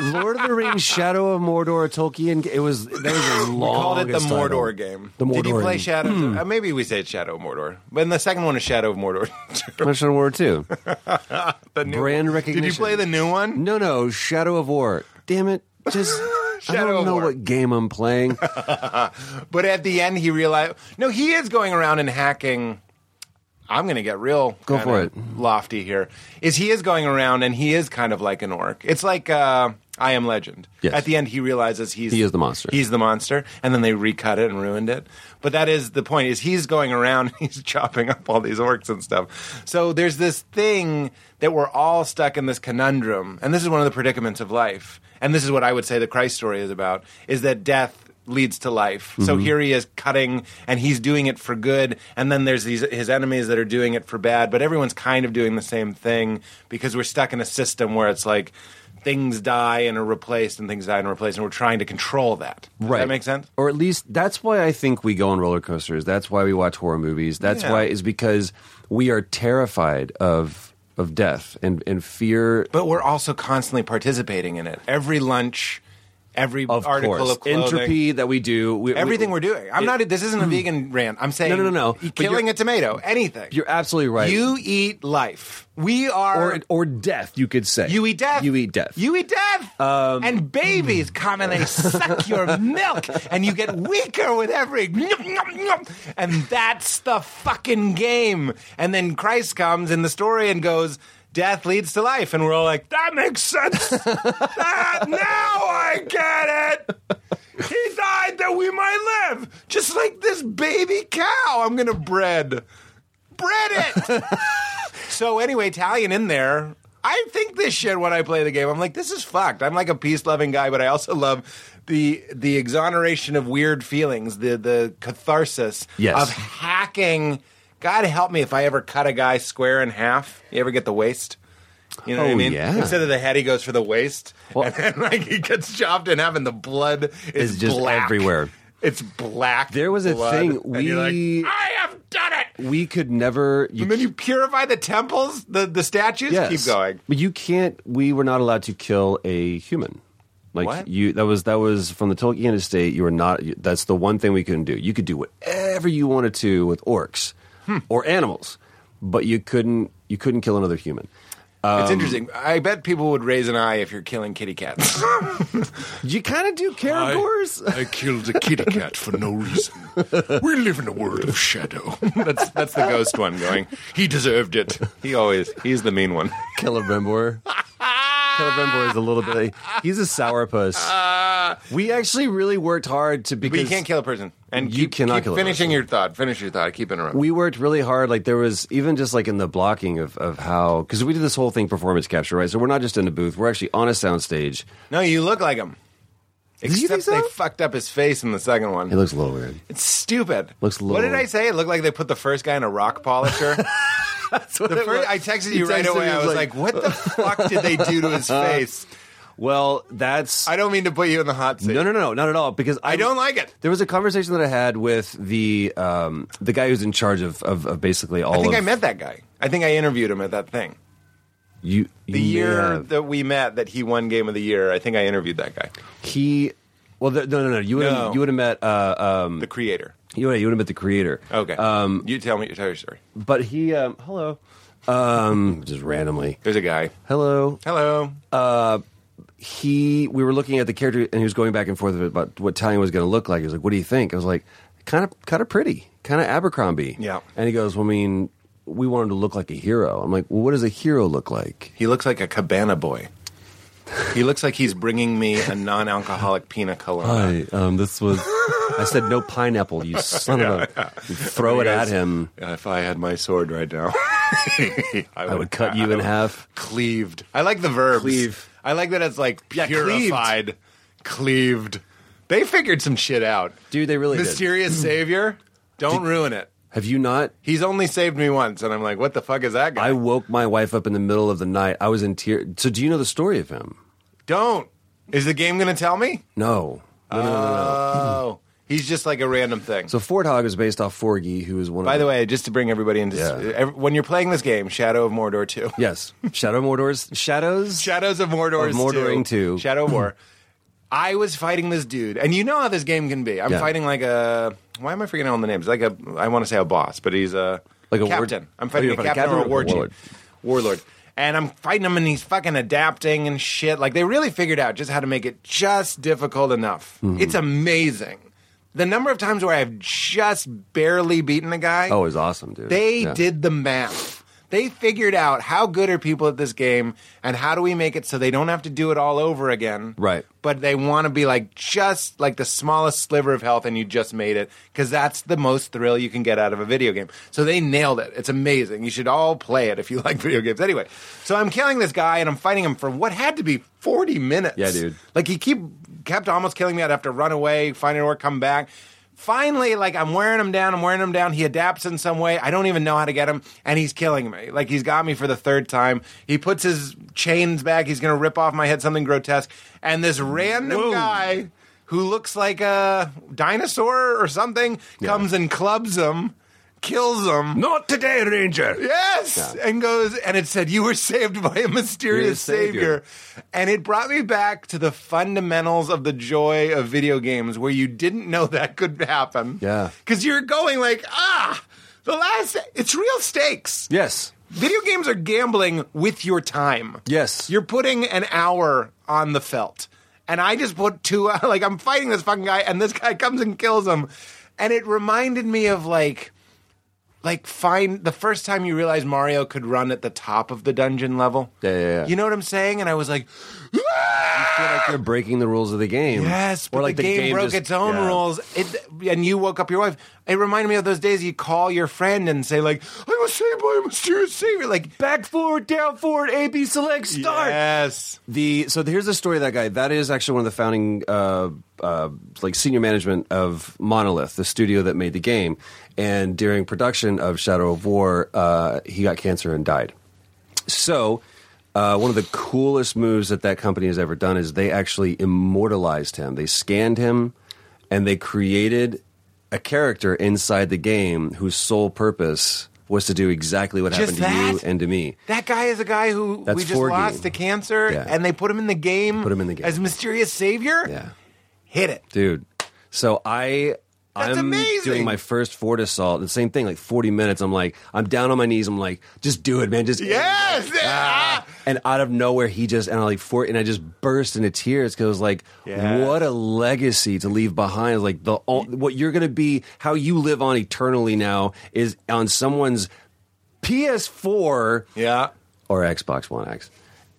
[SPEAKER 7] Lord of the Rings, Shadow of Mordor, Tolkien. It was that was a long.
[SPEAKER 8] We called it the Mordor game.
[SPEAKER 7] The Hmm. Mordor
[SPEAKER 8] Did you play
[SPEAKER 7] game.
[SPEAKER 8] Shadows? of- uh, maybe we said Shadow of Mordor, but then the second one is Shadow of Mordor.
[SPEAKER 7] Shadow of War too.
[SPEAKER 8] The new
[SPEAKER 7] Brand
[SPEAKER 8] one. Did
[SPEAKER 7] recognition. Hmm?
[SPEAKER 8] you play the new one?
[SPEAKER 7] No, no, Shadow of War. Damn it! Just I
[SPEAKER 8] Shadow
[SPEAKER 7] don't
[SPEAKER 8] of
[SPEAKER 7] know
[SPEAKER 8] War.
[SPEAKER 7] what game I'm playing.
[SPEAKER 8] But at the end, he realized. No, he is going around and hacking. I'm going to get real.
[SPEAKER 7] Go
[SPEAKER 8] kinda
[SPEAKER 7] for it.
[SPEAKER 8] Lofty here is he is going around and he is kind of like an orc. It's like uh, I Am Legend.
[SPEAKER 7] Yes.
[SPEAKER 8] At the end, he realizes he's
[SPEAKER 7] He is the monster.
[SPEAKER 8] He's the monster, and then they recut it and ruined it. But that is the point: is he's going around, he's chopping up all these orcs and stuff. So there's this thing that we're all stuck in this conundrum, and this is one of the predicaments of life. And this is what I would say the Christ story is about: is that death leads to life.
[SPEAKER 7] Mm-hmm.
[SPEAKER 8] So here he is cutting, and he's doing it for good. And then there's these his enemies that are doing it for bad. But everyone's kind of doing the same thing because we're stuck in a system where it's like. Things die and are replaced, and things die and are replaced, and we're trying to control that. Does
[SPEAKER 7] Right.
[SPEAKER 8] That makes sense.
[SPEAKER 7] Or at least that's why I think we go on roller coasters. That's why we watch horror movies. That's
[SPEAKER 8] Yeah.
[SPEAKER 7] why is because we are terrified of of death and, and fear
[SPEAKER 8] But we're also constantly participating in it. Every lunch, every
[SPEAKER 7] of
[SPEAKER 8] article
[SPEAKER 7] course
[SPEAKER 8] of clothing,
[SPEAKER 7] entropy that we do. We,
[SPEAKER 8] everything
[SPEAKER 7] we,
[SPEAKER 8] we're doing. I'm
[SPEAKER 7] it- Mm-hmm.
[SPEAKER 8] not. This isn't a vegan rant. I'm saying
[SPEAKER 7] No, no, no, no. But
[SPEAKER 8] Killing
[SPEAKER 7] you're-
[SPEAKER 8] a tomato, anything.
[SPEAKER 7] You're absolutely right.
[SPEAKER 8] You eat life. We are.
[SPEAKER 7] or or death, you could say.
[SPEAKER 8] you eat death.
[SPEAKER 7] You eat death. Um,
[SPEAKER 8] You eat death. and babies come and they suck your milk, and you get weaker with every. And that's the fucking game. And then Christ comes in the story and goes, Death leads to life. And we're all like, That makes sense. That- now I get it. He died that we might live. Just like this baby cow I'm going to bread. Bread it. so anyway, Italian in there. I think this shit when I play the game. I'm like, this is fucked. I'm like a peace loving guy, but I also love the the exoneration of weird feelings, the the catharsis
[SPEAKER 7] Yes.
[SPEAKER 8] of hacking. God help me if I ever cut a guy square in half. You ever get the waist? You know what
[SPEAKER 7] Oh,
[SPEAKER 8] I mean?
[SPEAKER 7] yeah.
[SPEAKER 8] Instead of the head, he goes for the waist,
[SPEAKER 7] Well-
[SPEAKER 8] and then like he gets chopped in half, and the blood is
[SPEAKER 7] It's just
[SPEAKER 8] black.
[SPEAKER 7] everywhere.
[SPEAKER 8] It's black.
[SPEAKER 7] There was a
[SPEAKER 8] blood,
[SPEAKER 7] thing
[SPEAKER 8] and you're
[SPEAKER 7] we-
[SPEAKER 8] like, I have done it.
[SPEAKER 7] we could never you
[SPEAKER 8] And then you purify the temples, the, the statues.
[SPEAKER 7] Yes.
[SPEAKER 8] Keep going.
[SPEAKER 7] But you can't. We were not allowed to kill a human. Like
[SPEAKER 8] What?
[SPEAKER 7] you, that was that was from the Tolkien estate. You were not. you- That's the one thing we couldn't do. You could do whatever you wanted to with orcs
[SPEAKER 8] Hmm.
[SPEAKER 7] or animals, but you couldn't. You couldn't kill another human.
[SPEAKER 8] it's interesting. I bet people would raise an eye if you're killing kitty cats.
[SPEAKER 7] You kind of do Caragors.
[SPEAKER 8] I killed a kitty cat for no reason. We live in a world of shadow. that's that's the ghost one going. He deserved it. He always he's the mean one.
[SPEAKER 7] Celebrimbor. Celebrimbor is a little bit. He's a sourpuss. We actually really worked hard to
[SPEAKER 8] But
[SPEAKER 7] because
[SPEAKER 8] you Uh, can't kill a person. And
[SPEAKER 7] You
[SPEAKER 8] keep,
[SPEAKER 7] cannot
[SPEAKER 8] keep
[SPEAKER 7] kill a
[SPEAKER 8] finishing
[SPEAKER 7] person.
[SPEAKER 8] your thought. Finish your thought. Keep interrupting.
[SPEAKER 7] we worked really hard. Like there was even just like in the blocking of, of how because we did this whole thing performance capture, right? So we're not just in a booth; we're actually on a soundstage.
[SPEAKER 8] no, you look like him. Except
[SPEAKER 7] you think so?
[SPEAKER 8] they fucked up his face in the second one.
[SPEAKER 7] It looks a little weird.
[SPEAKER 8] It's stupid.
[SPEAKER 7] Looks
[SPEAKER 8] What did
[SPEAKER 7] low.
[SPEAKER 8] I say? It looked like they put the first guy in a rock polisher. the
[SPEAKER 7] it was.
[SPEAKER 8] first, I texted
[SPEAKER 7] You
[SPEAKER 8] you right
[SPEAKER 7] texted me,
[SPEAKER 8] away.
[SPEAKER 7] I
[SPEAKER 8] I
[SPEAKER 7] was
[SPEAKER 8] was like, "What the fuck did they do to his face?"
[SPEAKER 7] Well, that's
[SPEAKER 8] I don't mean to put you in the hot seat.
[SPEAKER 7] no, no, no, not at all. Because I,
[SPEAKER 8] I don't like it.
[SPEAKER 7] There was a conversation that I had with the um, the guy who's in charge of, of, of basically all.
[SPEAKER 8] I think
[SPEAKER 7] of,
[SPEAKER 8] I met that guy. I think I interviewed him at that thing.
[SPEAKER 7] you.
[SPEAKER 8] The
[SPEAKER 7] you may
[SPEAKER 8] year
[SPEAKER 7] have.
[SPEAKER 8] that we met, that he won Game of the Year. I think I interviewed that guy,
[SPEAKER 7] he. Well, the, no, no, no. You would
[SPEAKER 8] No.
[SPEAKER 7] have you would have met uh, um,
[SPEAKER 8] the creator.
[SPEAKER 7] you would have met the creator.
[SPEAKER 8] Okay, um, you tell me. Tell your story.
[SPEAKER 7] but he um, hello, um, just randomly
[SPEAKER 8] There's a guy.
[SPEAKER 7] hello.
[SPEAKER 8] Hello.
[SPEAKER 7] he we were looking at the character and he was going back and forth about what Italian was going to look like. He was like, "What do you think?" I was like, "Kind of, kind of pretty, kind of Abercrombie."
[SPEAKER 8] Yeah.
[SPEAKER 7] And he goes, "Well, I mean, we want him to look like a hero." I'm like, "Well, what does a hero look like?"
[SPEAKER 8] he looks like a cabana boy. He looks like he's bringing me a non-alcoholic pina colada.
[SPEAKER 7] um, this was I said, no pineapple, you son of a. You throw it at
[SPEAKER 8] Because
[SPEAKER 7] him.
[SPEAKER 8] If I had my sword right now, I,
[SPEAKER 7] I would cut you in half.
[SPEAKER 8] Cleaved. I like the verbs.
[SPEAKER 7] Cleave.
[SPEAKER 8] I like that it's like
[SPEAKER 7] Yeah, cleaved.
[SPEAKER 8] purified, cleaved. They figured some shit out.
[SPEAKER 7] Dude, they really did.
[SPEAKER 8] Mysterious savior. Don't ruin it.
[SPEAKER 7] Have you not?
[SPEAKER 8] He's only saved me once, and I'm like, what the fuck is that guy?
[SPEAKER 7] I woke my wife up in the middle of the night. I was in tears. So, do you know the story of him?
[SPEAKER 8] Don't. Is the game going to tell me?
[SPEAKER 7] No. No, no, no, no.
[SPEAKER 8] Oh, he's just like a random thing.
[SPEAKER 7] So, Fort Hog is based off Forgy, who is one of
[SPEAKER 8] By the way, just to bring everybody into
[SPEAKER 7] Yeah.
[SPEAKER 8] ev- when you're playing this game, Shadow of Mordor 2.
[SPEAKER 7] Yes. Shadow Mordor's. Shadows?
[SPEAKER 8] Shadows of Mordor
[SPEAKER 7] Of
[SPEAKER 8] is
[SPEAKER 7] Mordoring
[SPEAKER 8] two.
[SPEAKER 7] two.
[SPEAKER 8] Shadow of War. I was fighting this dude, and you know how this game can be. I'm
[SPEAKER 7] Yeah.
[SPEAKER 8] fighting like a. Why am I forgetting all the names? Like a. I want to say a boss, but he's a
[SPEAKER 7] Like a ward-
[SPEAKER 8] captain. I'm
[SPEAKER 7] Oh,
[SPEAKER 8] fighting
[SPEAKER 7] you're
[SPEAKER 8] a
[SPEAKER 7] fighting a
[SPEAKER 8] captain or a
[SPEAKER 7] captain or
[SPEAKER 8] war
[SPEAKER 7] a
[SPEAKER 8] chief,
[SPEAKER 7] warlord?
[SPEAKER 8] warlord, and I'm fighting him, and he's fucking adapting and shit. Like they really figured out just how to make it just difficult enough.
[SPEAKER 7] Mm-hmm.
[SPEAKER 8] It's amazing. The number of times where I've just barely beaten a guy.
[SPEAKER 7] Oh, it was awesome, dude.
[SPEAKER 8] They
[SPEAKER 7] Yeah.
[SPEAKER 8] did the math. They figured out how good are people at this game and how do we make it so they don't have to do it all over again.
[SPEAKER 7] Right.
[SPEAKER 8] But they want to be like just like the smallest sliver of health and you just made it because that's the most thrill you can get out of a video game. So they nailed it. It's amazing. You should all play it if you like video games. Anyway, so I'm killing this guy and I'm fighting him for what had to be 40 minutes.
[SPEAKER 7] Yeah, dude.
[SPEAKER 8] Like he keep kept almost killing me. I'd have to run away, find an orc, come back. Finally, like I'm wearing him down, I'm wearing him down. He adapts in some way. I don't even know how to get him, and he's killing me. Like he's got me for the third time. He puts his chains back. He's gonna rip off my head something grotesque. And this random guy who looks like a dinosaur or something comes and clubs him, kills him.
[SPEAKER 7] Not today, Ranger.
[SPEAKER 8] Yes, and goes and it said you were saved by a mysterious
[SPEAKER 7] You're a savior.
[SPEAKER 8] savior. and it brought me back to the fundamentals of the joy of video games, where you didn't know that could happen.
[SPEAKER 7] Yeah.
[SPEAKER 8] because you're going like ah, the last it's real stakes.
[SPEAKER 7] Yes.
[SPEAKER 8] Video games are gambling with your time.
[SPEAKER 7] Yes.
[SPEAKER 8] You're putting an hour on the felt. And I just put two, like, I'm fighting this fucking guy, and this guy comes and kills him. And it reminded me of, like, like find the first time you realize Mario could run at the top of the dungeon level.
[SPEAKER 7] Yeah, yeah, yeah.
[SPEAKER 8] You know what I'm saying? And I was like, "Ah!"
[SPEAKER 7] feel like they're breaking the rules of the game.
[SPEAKER 8] Yes, but
[SPEAKER 7] or like
[SPEAKER 8] the, game, broke
[SPEAKER 7] just-
[SPEAKER 8] its own
[SPEAKER 7] yeah.
[SPEAKER 8] rules, it, and you woke up your wife. It reminded me of those days you call your friend and say like, "I was saved by a mysterious savior." Like
[SPEAKER 7] Back forward, down forward, A B select start.
[SPEAKER 8] Yes,
[SPEAKER 7] The so here's the story of that guy. That is actually one of the founding, uh, uh, like senior management of Monolith, the studio that made the game. And during production of Shadow of War, uh, he got cancer and died. So, uh, one of the coolest moves that that company has ever done is they actually immortalized him. They scanned him, and they created a character inside the game whose sole purpose was to do exactly what
[SPEAKER 8] Just
[SPEAKER 7] happened to you
[SPEAKER 8] that?
[SPEAKER 7] and to me.
[SPEAKER 8] that guy is a guy who
[SPEAKER 7] That's
[SPEAKER 8] we just
[SPEAKER 7] Forgy.
[SPEAKER 8] lost to cancer,
[SPEAKER 7] Yeah.
[SPEAKER 8] and they put him in the game.
[SPEAKER 7] Put him in the game.
[SPEAKER 8] as mysterious savior.
[SPEAKER 7] Yeah.
[SPEAKER 8] hit it.
[SPEAKER 7] dude. So I.
[SPEAKER 8] That's
[SPEAKER 7] I'm
[SPEAKER 8] amazing.
[SPEAKER 7] doing my first Ford assault. The same thing, like 40 minutes. I'm like, I'm down on my knees. I'm like, just do it, man. Just
[SPEAKER 8] Yes,
[SPEAKER 7] Ah. And out of nowhere, he just and I like for and I just burst into tears because like,
[SPEAKER 8] Yes.
[SPEAKER 7] what a legacy to leave behind. Like the all- what you're gonna be, how you live on eternally now is on someone's PS4
[SPEAKER 8] yeah.
[SPEAKER 7] or Xbox One X,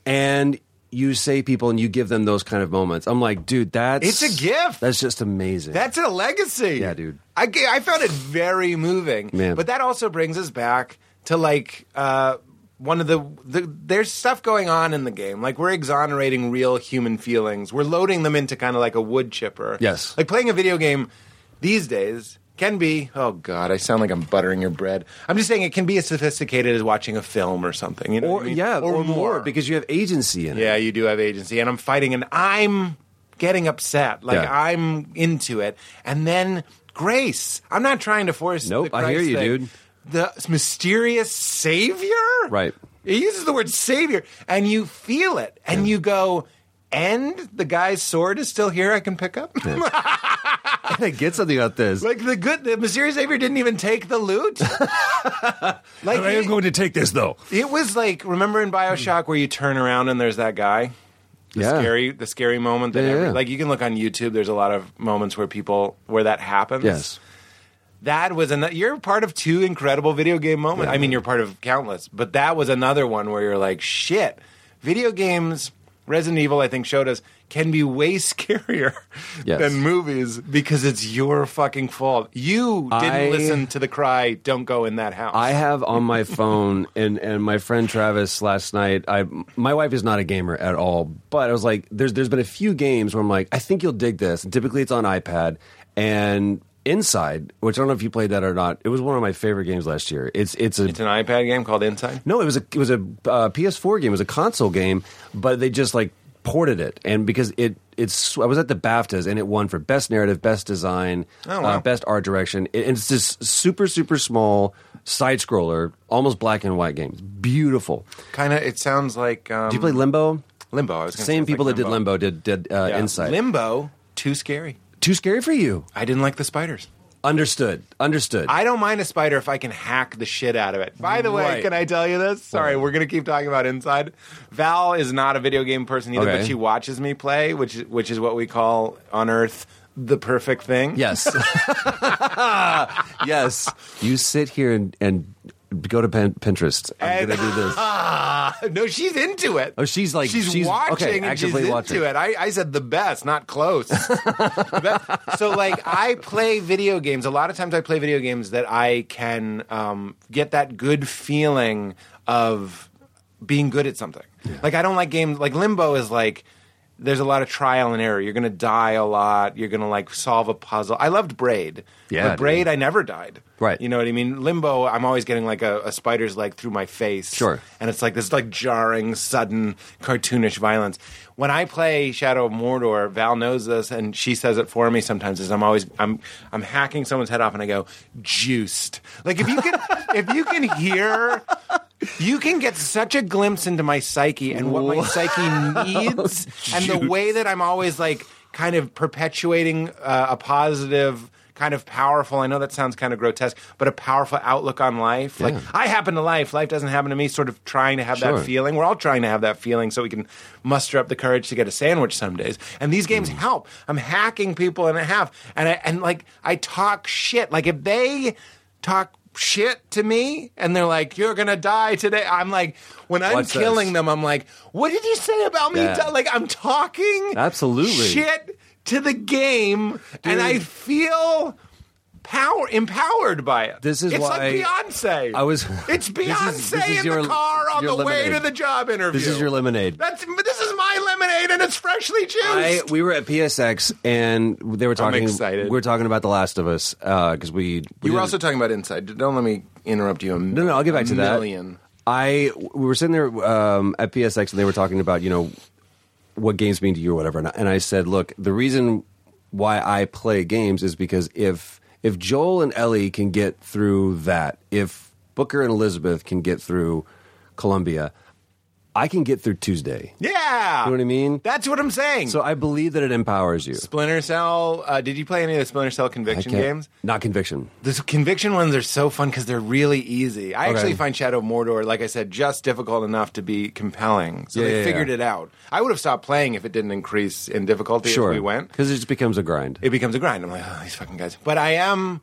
[SPEAKER 7] and you say people and you give them those kind of moments. I'm like, dude, that's
[SPEAKER 8] It's a gift.
[SPEAKER 7] That's just amazing.
[SPEAKER 8] That's a legacy.
[SPEAKER 7] Yeah, dude.
[SPEAKER 8] I, ga- I found it very moving.
[SPEAKER 7] Man.
[SPEAKER 8] But that also brings us back to like uh, one of the, the there's stuff going on in the game. Like we're exonerating real human feelings. We're loading them into kind of like a wood chipper.
[SPEAKER 7] Yes.
[SPEAKER 8] Like playing a video game these days can be oh god i sound like i'm buttering your bread i'm just saying it can be as sophisticated as watching a film or something you know
[SPEAKER 7] or
[SPEAKER 8] what I mean?
[SPEAKER 7] yeah, or, more. because you have agency in it.
[SPEAKER 8] Yeah, you do have agency, and I'm fighting, and I'm getting upset. Like
[SPEAKER 7] Yeah.
[SPEAKER 8] I'm into it, and then grace. I'm not trying to force.
[SPEAKER 7] Nope,
[SPEAKER 8] the
[SPEAKER 7] I hear
[SPEAKER 8] Christ
[SPEAKER 7] you,
[SPEAKER 8] thing.
[SPEAKER 7] dude.
[SPEAKER 8] The mysterious savior.
[SPEAKER 7] Right.
[SPEAKER 8] He uses the word savior, and you feel it, and you go. And the guy's sword is still here. I can pick up.
[SPEAKER 7] Get something about this.
[SPEAKER 8] like the good, the mysterious savior didn't even take the loot. like he-
[SPEAKER 7] to take this though.
[SPEAKER 8] it was like remember in Bioshock where you turn around and there's that guy. The
[SPEAKER 7] Yeah.
[SPEAKER 8] scary, the scary moment that
[SPEAKER 7] Yeah,
[SPEAKER 8] every,
[SPEAKER 7] yeah.
[SPEAKER 8] like you can look on YouTube. There's a lot of moments where people where that happens.
[SPEAKER 7] Yes.
[SPEAKER 8] that was an. You're part of two incredible video game moments. I mean, you're part of countless, but that was another one where you're like, shit, video games Resident Evil, I think, showed us can be way scarier
[SPEAKER 7] Yes.
[SPEAKER 8] than movies because it's your fucking fault. You didn't
[SPEAKER 7] I-
[SPEAKER 8] listen to the cry, "Don't go in that house."
[SPEAKER 7] I have on my phone, and and my friend Travis last night. I my wife is not a gamer at all, but I was like, there's there's been a few games where I'm like, I think you'll dig this. And typically, it's on iPad and Inside, which I don't know if you played that or not. It was one of my favorite games last year. It's it's a
[SPEAKER 8] it's an iPad game called Inside.
[SPEAKER 7] no, it was a it was a uh, PS4 game. It was a console game, but they just like ported it, and because it it's I was at the BAFTAs and it won for best narrative, best design,
[SPEAKER 8] Oh, wow.
[SPEAKER 7] uh, best art direction. It, and it's this super super small side scroller, almost black and white game. It's beautiful.
[SPEAKER 8] Kind of. It sounds like. Um,
[SPEAKER 7] Do you play Limbo?
[SPEAKER 8] Limbo? I was gonna say
[SPEAKER 7] Same
[SPEAKER 8] it's like
[SPEAKER 7] people that did Limbo did did uh,
[SPEAKER 8] Yeah.
[SPEAKER 7] Inside.
[SPEAKER 8] Limbo. Too scary.
[SPEAKER 7] Too scary for you.
[SPEAKER 8] I didn't like the spiders.
[SPEAKER 7] Understood. Understood.
[SPEAKER 8] I don't mind a spider if I can hack the shit out of it. By the way,
[SPEAKER 7] Right.
[SPEAKER 8] can I tell you this? Sorry, we're gonna keep talking about Inside. Val is not a video game person either,
[SPEAKER 7] Okay.
[SPEAKER 8] but she watches me play, which which is what we call on Earth the perfect thing.
[SPEAKER 7] Yes. yes. You sit here and, and go to Pen- Pinterest. I'm
[SPEAKER 8] And-
[SPEAKER 7] going to do this.
[SPEAKER 8] Ah, no, she's into it.
[SPEAKER 7] Oh, she's like-
[SPEAKER 8] she's,
[SPEAKER 7] she's-
[SPEAKER 8] watching
[SPEAKER 7] okay,
[SPEAKER 8] and
[SPEAKER 7] actively
[SPEAKER 8] she's
[SPEAKER 7] watching.
[SPEAKER 8] into it. I, I said the best, not close. The best. So like I play video games. A lot of times I play video games that I can um, get that good feeling of being good at something. Like I don't like games like Limbo is like there's a lot of trial and error. You're gonna die a lot. You're gonna like solve a puzzle. I loved Braid.
[SPEAKER 7] Yeah,
[SPEAKER 8] but Braid
[SPEAKER 7] dude.
[SPEAKER 8] I never died.
[SPEAKER 7] Right.
[SPEAKER 8] You know what I mean? Limbo, I'm always getting like a, a spider's leg through my face.
[SPEAKER 7] Sure.
[SPEAKER 8] And it's like this like jarring, sudden, cartoonish violence. When I play Shadow of Mordor, Val knows this and she says it for me sometimes is I'm always I'm I'm hacking someone's head off and I go, juiced. Like if you can if you can hear you can get such a glimpse into my psyche and what my psyche needs and the way that I'm always like kind of perpetuating uh, a positive kind of powerful i know that sounds kind of grotesque but a powerful outlook on life like
[SPEAKER 7] Yeah.
[SPEAKER 8] i happen to life life doesn't happen to me sort of trying to have
[SPEAKER 7] Sure.
[SPEAKER 8] that feeling we're all trying to have that feeling so we can muster up the courage to get a sandwich some days and these games
[SPEAKER 7] Mm.
[SPEAKER 8] help i'm hacking people in half and i and like i talk shit like if they talk shit to me and they're like you're gonna die today i'm like when i'm
[SPEAKER 7] Watch this.
[SPEAKER 8] killing them i'm like what did you say about me
[SPEAKER 7] Yeah.
[SPEAKER 8] di-" like i'm talking
[SPEAKER 7] Absolutely.
[SPEAKER 8] shit to the game, and I feel power empowered by it.
[SPEAKER 7] This is
[SPEAKER 8] it's
[SPEAKER 7] why
[SPEAKER 8] like Beyonce.
[SPEAKER 7] I was-
[SPEAKER 8] It's
[SPEAKER 7] This
[SPEAKER 8] Beyonce
[SPEAKER 7] is- this is
[SPEAKER 8] in
[SPEAKER 7] your-
[SPEAKER 8] the car on
[SPEAKER 7] your
[SPEAKER 8] the way
[SPEAKER 7] lemonade.
[SPEAKER 8] to the job interview.
[SPEAKER 7] This is your lemonade.
[SPEAKER 8] That's this is my lemonade, and it's freshly juiced.
[SPEAKER 7] I, we were at PSX and they were talking.
[SPEAKER 8] excited.
[SPEAKER 7] We were talking about The Last of Us because we, we.
[SPEAKER 8] you
[SPEAKER 7] did-
[SPEAKER 8] were also talking about inside. Don't let me interrupt you. A
[SPEAKER 7] No, no, I'll get back to that.
[SPEAKER 8] Million.
[SPEAKER 7] I we were sitting there um, at PSX and they were talking about you know what games mean to you or whatever, and I, and I said, look, the reason why I play games is because if if Joel and Ellie can get through that, if Booker and Elizabeth can get through Columbia, I can get through Tuesday.
[SPEAKER 8] Yeah,
[SPEAKER 7] You know what I mean?
[SPEAKER 8] That's what I'm saying.
[SPEAKER 7] So I believe that it empowers you.
[SPEAKER 8] Splinter Cell. Uh, did you play any of the Splinter Cell
[SPEAKER 7] I
[SPEAKER 8] Conviction
[SPEAKER 7] can't-
[SPEAKER 8] games?
[SPEAKER 7] not conviction.
[SPEAKER 8] The conviction ones are so fun because they're really easy. I
[SPEAKER 7] Okay.
[SPEAKER 8] actually find Shadow of Mordor, like I said, just difficult enough to be compelling. So
[SPEAKER 7] Yeah,
[SPEAKER 8] they
[SPEAKER 7] yeah,
[SPEAKER 8] figured
[SPEAKER 7] yeah.
[SPEAKER 8] it out. I would have stopped playing if it didn't increase in difficulty
[SPEAKER 7] Sure,
[SPEAKER 8] as we went.
[SPEAKER 7] because it just becomes a grind.
[SPEAKER 8] It becomes a grind. I'm like, oh, these fucking guys. But I am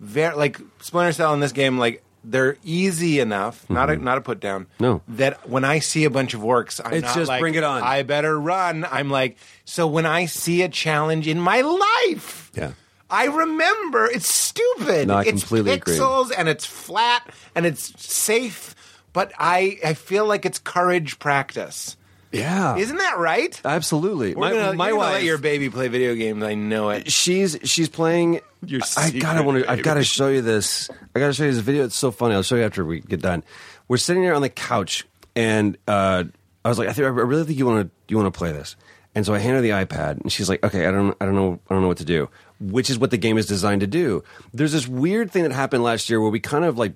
[SPEAKER 8] very like Splinter Cell in this game. Like they're easy enough, not a, not a put down.
[SPEAKER 7] Mm-hmm. No.
[SPEAKER 8] that when I see a bunch of orcs, I'm
[SPEAKER 7] It's
[SPEAKER 8] not
[SPEAKER 7] just
[SPEAKER 8] like,
[SPEAKER 7] bring it on.
[SPEAKER 8] I better run. I'm like, so when I see a challenge in my life,
[SPEAKER 7] Yeah.
[SPEAKER 8] I remember it's stupid.
[SPEAKER 7] No, I
[SPEAKER 8] it's
[SPEAKER 7] completely agree.
[SPEAKER 8] pixels and it's flat and it's safe, but I I feel like it's courage practice.
[SPEAKER 7] yeah,
[SPEAKER 8] Isn't that right?
[SPEAKER 7] absolutely.
[SPEAKER 8] We're gonna,
[SPEAKER 7] Uh, my
[SPEAKER 8] you're gonna
[SPEAKER 7] wife-
[SPEAKER 8] let your baby play video games. I know it.
[SPEAKER 7] she's she's playing.
[SPEAKER 8] Your
[SPEAKER 7] I I gotta
[SPEAKER 8] secret
[SPEAKER 7] want to. I
[SPEAKER 8] baby.
[SPEAKER 7] gotta show you this. I gotta show you this video. It's so funny. I'll show you after we get done. We're sitting here on the couch, and uh, I was like, I think I really think you want to you want to play this. And so I hand her the iPad, and she's like, Okay, I don't I don't know I don't know what to do. Which is what the game is designed to do. There's this weird thing that happened last year where we kind of like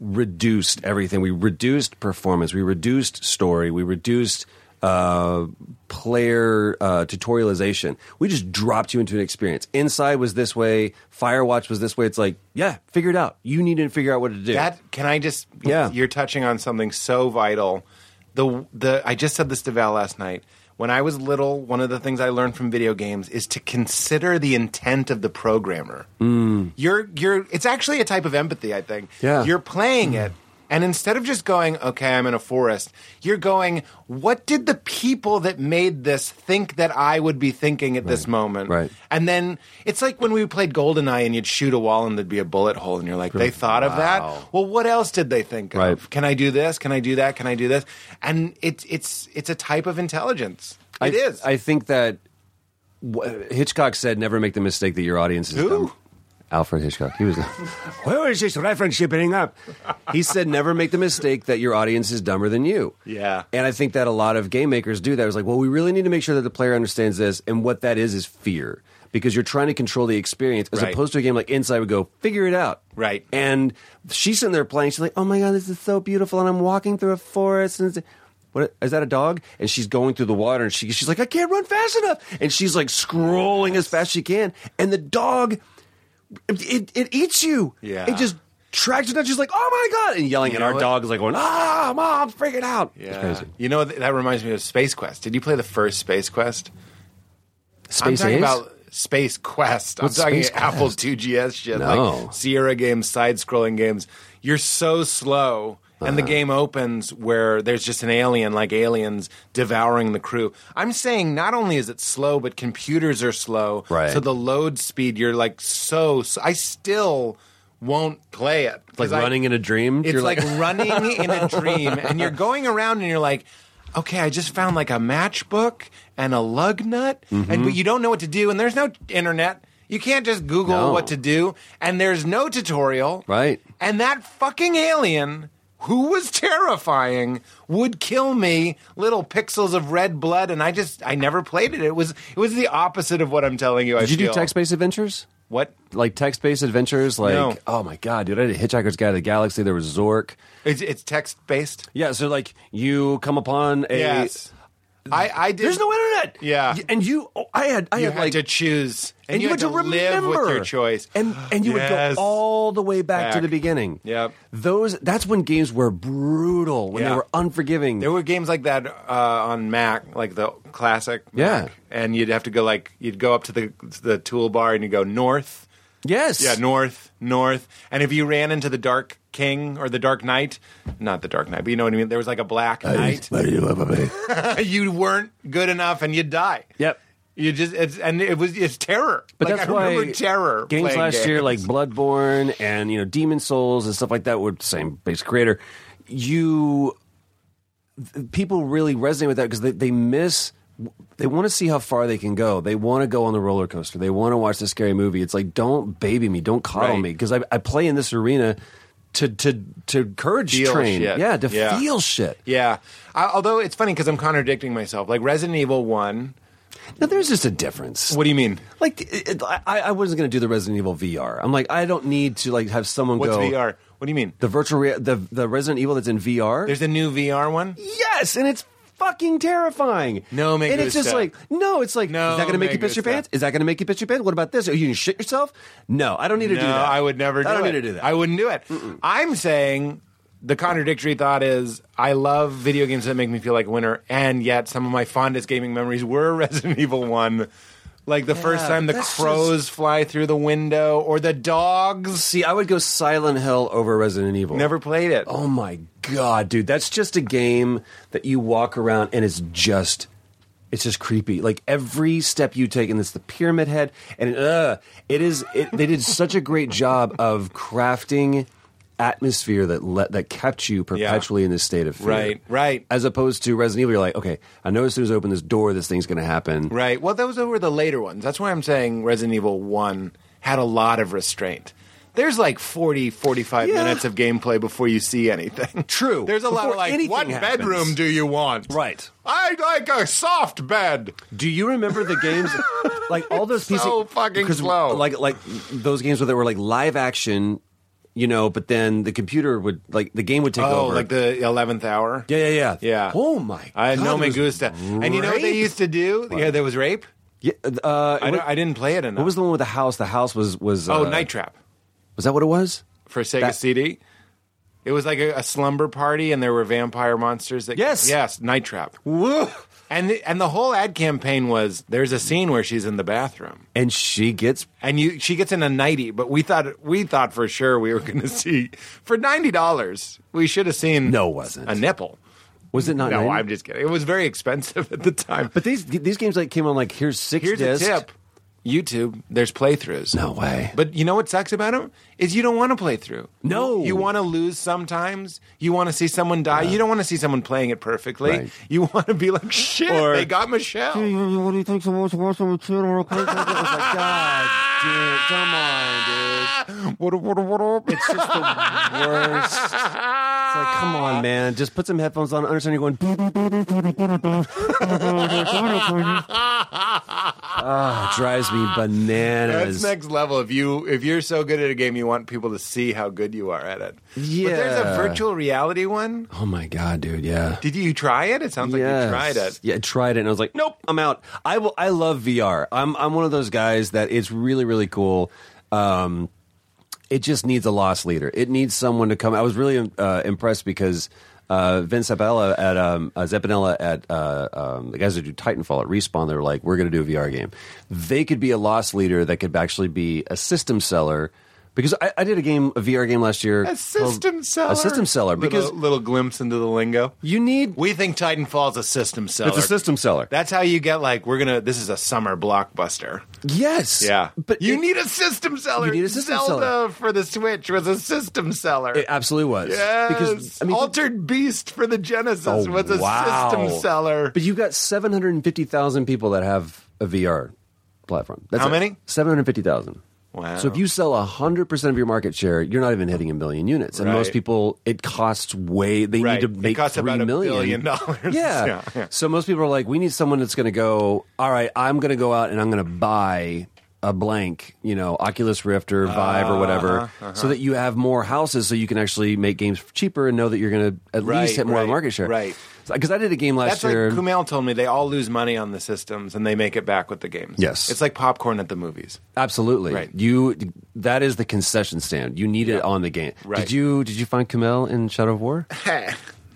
[SPEAKER 7] reduced everything. We reduced performance. We reduced story. We reduced uh, player uh, tutorialization. We just dropped you into an experience. Inside was this way. Firewatch was this way. It's like, yeah, figure it out. You need to figure out what to do.
[SPEAKER 8] That can I just?
[SPEAKER 7] Yeah.
[SPEAKER 8] you're touching on something so vital. The the I just said this to Val last night. When I was little, one of the things I learned from video games is to consider the intent of the programmer. You're you're. It's actually a type of empathy. I think.
[SPEAKER 7] Mm. Yeah.
[SPEAKER 8] You're playing it And instead of just going, okay, I'm in a forest, you're going, what did the people that made this think that I would be thinking at this moment?
[SPEAKER 7] Right.
[SPEAKER 8] And then it's like when we played GoldenEye and you'd shoot a wall and there'd be a bullet hole and you're like, they thought of
[SPEAKER 7] Wow.
[SPEAKER 8] that? Well, what else did they think
[SPEAKER 7] Right.
[SPEAKER 8] of? Can I do this? Can I do that? Can I do this? And it's it's it's a type of intelligence. It
[SPEAKER 7] I,
[SPEAKER 8] is.
[SPEAKER 7] I think that w- uh, Hitchcock said, "Never make the mistake that your audience is
[SPEAKER 8] Who?
[SPEAKER 7] dumb." Alfred Hitchcock. He was. the- Where is this reference shipping up? He said, "Never make the mistake that your audience is dumber than you."
[SPEAKER 8] Yeah.
[SPEAKER 7] and I think that a lot of game makers do that. It's like, well, we really need to make sure that the player understands this, and what that is is fear, because you're trying to control the experience, as
[SPEAKER 8] Right.
[SPEAKER 7] opposed to a game like Inside would go, "Figure it out."
[SPEAKER 8] Right.
[SPEAKER 7] And she's sitting there playing. She's like, "Oh my god, this is so beautiful!" And I'm walking through a forest, and it's- what is that? A dog? And she's going through the water, and she, she's like, "I can't run fast enough!" And she's like scrolling as fast as she can, and the dog, it, it eats you.
[SPEAKER 8] Yeah.
[SPEAKER 7] It just tracks you down. She's like, "Oh my god!" and yelling,
[SPEAKER 8] You
[SPEAKER 7] and
[SPEAKER 8] know
[SPEAKER 7] our
[SPEAKER 8] what?
[SPEAKER 7] dog is like going, "Ah, mom, I'm freaking out." It's
[SPEAKER 8] Yeah.
[SPEAKER 7] crazy.
[SPEAKER 8] You know, th- that reminds me of Space Quest. Did you play the first Space Quest? I'm
[SPEAKER 7] Space
[SPEAKER 8] talking
[SPEAKER 7] Ace?
[SPEAKER 8] about Space Quest. I'm
[SPEAKER 7] What's
[SPEAKER 8] talking
[SPEAKER 7] Space
[SPEAKER 8] Apple
[SPEAKER 7] Quest?
[SPEAKER 8] 2GS shit,
[SPEAKER 7] No.
[SPEAKER 8] like Sierra games, side scrolling games. You're so slow. And
[SPEAKER 7] Uh-huh.
[SPEAKER 8] the game opens where there's just an alien, like aliens, devouring the crew. I'm saying not only is it slow, but computers are slow.
[SPEAKER 7] Right.
[SPEAKER 8] So the load speed, you're like so. s I I still won't play it.
[SPEAKER 7] like
[SPEAKER 8] 'Cause I-
[SPEAKER 7] running in a dream.
[SPEAKER 8] it's
[SPEAKER 7] You're
[SPEAKER 8] like, running in a dream, and you're going around and you're like, okay, I just found like a matchbook and a lug nut,
[SPEAKER 7] Mm-hmm.
[SPEAKER 8] and but you don't know what to do, and there's no internet. You can't just Google
[SPEAKER 7] No.
[SPEAKER 8] what to do, and there's no tutorial.
[SPEAKER 7] Right.
[SPEAKER 8] And that fucking alien who was terrifying would kill me little pixels of red blood and i just i never played it it was it was the opposite of what i'm telling you I
[SPEAKER 7] Did you do
[SPEAKER 8] feel.
[SPEAKER 7] text based adventures?
[SPEAKER 8] what
[SPEAKER 7] Like text based adventures? Like,
[SPEAKER 8] No.
[SPEAKER 7] oh my God, dude, I did Hitchhiker's Guide to the Galaxy. There was Zork.
[SPEAKER 8] it's, it's text based
[SPEAKER 7] Yeah, so like you come upon a.
[SPEAKER 8] yes i i did
[SPEAKER 7] There's no internet.
[SPEAKER 8] Yeah.
[SPEAKER 7] Y- and you, oh, I had, I
[SPEAKER 8] you
[SPEAKER 7] had
[SPEAKER 8] had
[SPEAKER 7] like,
[SPEAKER 8] to choose, and, you,
[SPEAKER 7] had
[SPEAKER 8] had, to, live with your choice.
[SPEAKER 7] and and you would
[SPEAKER 8] Yes.
[SPEAKER 7] go all the way back, to
[SPEAKER 8] Back.
[SPEAKER 7] the beginning.
[SPEAKER 8] Yep.
[SPEAKER 7] those that's when games were brutal, when they
[SPEAKER 8] Yeah.
[SPEAKER 7] were unforgiving.
[SPEAKER 8] there were games like that uh, on Mac, like the classic. Mac,
[SPEAKER 7] Yeah.
[SPEAKER 8] and you'd have to go like you'd go up to the to the toolbar and you go north.
[SPEAKER 7] yes,
[SPEAKER 8] Yeah, north, north. And if you ran into the Dark King or the Dark Knight, not the Dark Knight, but you know what I mean. There was like a black knight. you weren't good enough, and you'd die.
[SPEAKER 7] Yep.
[SPEAKER 8] You just it's, and it was it's terror.
[SPEAKER 7] But
[SPEAKER 8] Like,
[SPEAKER 7] that's
[SPEAKER 8] I
[SPEAKER 7] why
[SPEAKER 8] remember terror
[SPEAKER 7] games
[SPEAKER 8] playing
[SPEAKER 7] last
[SPEAKER 8] games.
[SPEAKER 7] year like Bloodborne and you know Demon Souls and stuff like that were the same base creator. You th- people really resonate with that because they, they miss. They want to see how far they can go. They want to go on the roller coaster. They want to watch the scary movie. It's like don't baby me, don't coddle
[SPEAKER 8] Right.
[SPEAKER 7] me because I, I play in this arena to to to courage
[SPEAKER 8] Feel
[SPEAKER 7] train.
[SPEAKER 8] shit.
[SPEAKER 7] Yeah, to
[SPEAKER 8] Yeah.
[SPEAKER 7] feel shit.
[SPEAKER 8] Yeah. I, although it's funny because I'm contradicting myself. Like Resident Evil 1.
[SPEAKER 7] Now there's just a difference.
[SPEAKER 8] What do you mean?
[SPEAKER 7] Like it, it- I, I wasn't going to do the Resident Evil VR. I'm like I don't need to like have someone
[SPEAKER 8] What's
[SPEAKER 7] go.
[SPEAKER 8] VR? What do you mean?
[SPEAKER 7] The virtual rea- the the Resident Evil that's in VR.
[SPEAKER 8] There's a new VR one?
[SPEAKER 7] yes, and it's fucking terrifying.
[SPEAKER 8] No me
[SPEAKER 7] and it's just
[SPEAKER 8] gusta.
[SPEAKER 7] like no. It's like
[SPEAKER 8] No
[SPEAKER 7] is that going to make
[SPEAKER 8] me
[SPEAKER 7] you piss your
[SPEAKER 8] gusta.
[SPEAKER 7] pants? Is that going to make you piss your pants? What about this? Are you going to shit yourself? No, I don't need to do
[SPEAKER 8] no,
[SPEAKER 7] that.
[SPEAKER 8] I would never do
[SPEAKER 7] I don't
[SPEAKER 8] it.
[SPEAKER 7] need to do that.
[SPEAKER 8] I wouldn't do it. I'm saying the contradictory thought is I love video games that make me feel like a winner, and yet some of my fondest gaming memories were Resident Evil 1. Like the first
[SPEAKER 7] Yeah,
[SPEAKER 8] time the
[SPEAKER 7] that's
[SPEAKER 8] crows fly through the window or the dogs.
[SPEAKER 7] see. I would go Silent Hill over Resident Evil.
[SPEAKER 8] Never played it.
[SPEAKER 7] Oh my god, dude, that's just a game that you walk around and it's just it's just creepy. Like every step you take, and it's the pyramid head, and uh, it is. It, they did such a great job of crafting atmosphere that let that kept you perpetually in this state of fear.
[SPEAKER 8] Right, right.
[SPEAKER 7] As opposed to Resident Evil, you're like, okay, I know as soon as I open this door, this thing's going to happen.
[SPEAKER 8] Right. Well, those were the later ones. That's why I'm saying Resident Evil 1 had a lot of restraint. There's like 40, 45
[SPEAKER 7] Yeah.
[SPEAKER 8] minutes of gameplay before you see anything.
[SPEAKER 7] True.
[SPEAKER 8] There's a lot
[SPEAKER 7] Before
[SPEAKER 8] of like,
[SPEAKER 7] anything
[SPEAKER 8] what
[SPEAKER 7] happens.
[SPEAKER 8] bedroom do you want?
[SPEAKER 7] Right.
[SPEAKER 8] I like a soft bed.
[SPEAKER 7] Do you remember the games like all those pieces
[SPEAKER 8] So fucking
[SPEAKER 7] 'cause
[SPEAKER 8] slow.
[SPEAKER 7] Like like those games where they were like live action, you know, but then the computer would like the game would take
[SPEAKER 8] Oh,
[SPEAKER 7] over.
[SPEAKER 8] like the 11th hour?
[SPEAKER 7] yeah, yeah, yeah,
[SPEAKER 8] Yeah.
[SPEAKER 7] Oh my!
[SPEAKER 8] I
[SPEAKER 7] God,
[SPEAKER 8] no
[SPEAKER 7] there
[SPEAKER 8] me
[SPEAKER 7] was
[SPEAKER 8] gusta. And you know what they
[SPEAKER 7] rape?
[SPEAKER 8] used to do? Yeah, there was rape.
[SPEAKER 7] Yeah, uh,
[SPEAKER 8] I,
[SPEAKER 7] what,
[SPEAKER 8] don't, I didn't play it enough.
[SPEAKER 7] what was the one with the house? The house was was
[SPEAKER 8] Oh,
[SPEAKER 7] uh,
[SPEAKER 8] Night Trap
[SPEAKER 7] Was that what it was?
[SPEAKER 8] for Sega
[SPEAKER 7] that-
[SPEAKER 8] CD. It was like a, a slumber party, and there were vampire monsters. That,
[SPEAKER 7] Yes.
[SPEAKER 8] yes, Night Trap.
[SPEAKER 7] Woo!
[SPEAKER 8] And the, and the whole ad campaign was there's a scene where she's in the bathroom
[SPEAKER 7] and she gets
[SPEAKER 8] and you she gets in a nighty, but we thought we thought for sure we were going to see for ninety dollars we should have seen
[SPEAKER 7] No, it wasn't.
[SPEAKER 8] a nipple.
[SPEAKER 7] was it not?
[SPEAKER 8] No,
[SPEAKER 7] nine?
[SPEAKER 8] I'm just kidding. It was very expensive at the time.
[SPEAKER 7] But these these games like came on like here's six
[SPEAKER 8] Here's
[SPEAKER 7] discs.
[SPEAKER 8] a tip: YouTube, there's playthroughs.
[SPEAKER 7] No way.
[SPEAKER 8] But you know what sucks about them is you don't want to play through.
[SPEAKER 7] No.
[SPEAKER 8] you want to lose sometimes. You want to see someone die. you don't want to see someone playing it perfectly.
[SPEAKER 7] Right.
[SPEAKER 8] You want to be like, shit,
[SPEAKER 7] Or-
[SPEAKER 8] they got Michelle.
[SPEAKER 7] what do you think so much watching with children real quick? I was like, God damn, come on, dude.
[SPEAKER 8] What up, what up, what up?
[SPEAKER 7] It's just the worst. It's like, come on, man. Just put some headphones on. Understand you're going. Ah, drives me
[SPEAKER 8] That's
[SPEAKER 7] bananas.
[SPEAKER 8] next level. If you if you're so good at a game, you want people to see how good you are at it. But there's
[SPEAKER 7] Yeah.
[SPEAKER 8] a virtual reality one.
[SPEAKER 7] oh my god, dude. Yeah.
[SPEAKER 8] Did you try it? It sounds like you
[SPEAKER 7] Yes.
[SPEAKER 8] tried it.
[SPEAKER 7] Yeah, I tried it, and I was like, nope, I'm out. I will. I love VR. I'm I'm one of those guys that it's really really cool. Um, it just needs a loss leader. It needs someone to come. I was really uh, impressed because uh, Vince Zappella at um, uh, Zeppanella at uh, um, the guys that do Titanfall at Respawn, they were like, we're going to do a VR game. They could be a loss leader that could actually be a system seller. Because I, I did a game, a VR game last year.
[SPEAKER 8] A
[SPEAKER 7] called-
[SPEAKER 8] system seller.
[SPEAKER 7] A system seller. Because
[SPEAKER 8] little, little glimpse into the lingo.
[SPEAKER 7] you need.
[SPEAKER 8] We think Titanfall's a system seller.
[SPEAKER 7] It's a system seller.
[SPEAKER 8] That's how you get like we're gonna. This is a summer blockbuster.
[SPEAKER 7] Yes.
[SPEAKER 8] but you
[SPEAKER 7] it-
[SPEAKER 8] need a system seller.
[SPEAKER 7] You need a system
[SPEAKER 8] Zelda
[SPEAKER 7] seller.
[SPEAKER 8] for the Switch was a system seller.
[SPEAKER 7] It absolutely was.
[SPEAKER 8] yes,
[SPEAKER 7] Because I mean,
[SPEAKER 8] Altered Beast for the Genesis
[SPEAKER 7] Oh,
[SPEAKER 8] was a
[SPEAKER 7] wow.
[SPEAKER 8] system seller.
[SPEAKER 7] But you've got seven hundred and fifty thousand people that have a VR platform. That's
[SPEAKER 8] How many?
[SPEAKER 7] Seven hundred fifty thousand.
[SPEAKER 8] Wow.
[SPEAKER 7] So if you sell hundred percent of your market share, you're not even hitting a million units. And
[SPEAKER 8] Right.
[SPEAKER 7] most people, it costs way. They
[SPEAKER 8] Right.
[SPEAKER 7] need to
[SPEAKER 8] It
[SPEAKER 7] make
[SPEAKER 8] costs
[SPEAKER 7] three
[SPEAKER 8] about a
[SPEAKER 7] million.
[SPEAKER 8] billion dollars.
[SPEAKER 7] Yeah.
[SPEAKER 8] Yeah, yeah.
[SPEAKER 7] So most people are like, we need someone that's going to go. All right, I'm going to go out and I'm going to buy a blank, you know, Oculus Rift or Vive or whatever,
[SPEAKER 8] Uh-huh,
[SPEAKER 7] so that you have more houses, so you can actually make games cheaper and know that you're going to at
[SPEAKER 8] Right,
[SPEAKER 7] least hit more of the
[SPEAKER 8] right,
[SPEAKER 7] market share.
[SPEAKER 8] right.
[SPEAKER 7] Because I did a game last
[SPEAKER 8] That's like
[SPEAKER 7] year.
[SPEAKER 8] Kumail told me. They all lose money on the systems, and they make it back with the games.
[SPEAKER 7] Yes.
[SPEAKER 8] it's like popcorn at the movies.
[SPEAKER 7] Absolutely,
[SPEAKER 8] Right.
[SPEAKER 7] you. That is the concession stand. You need it on the game.
[SPEAKER 8] Right.
[SPEAKER 7] Did you Did you find Kamel in Shadow of War?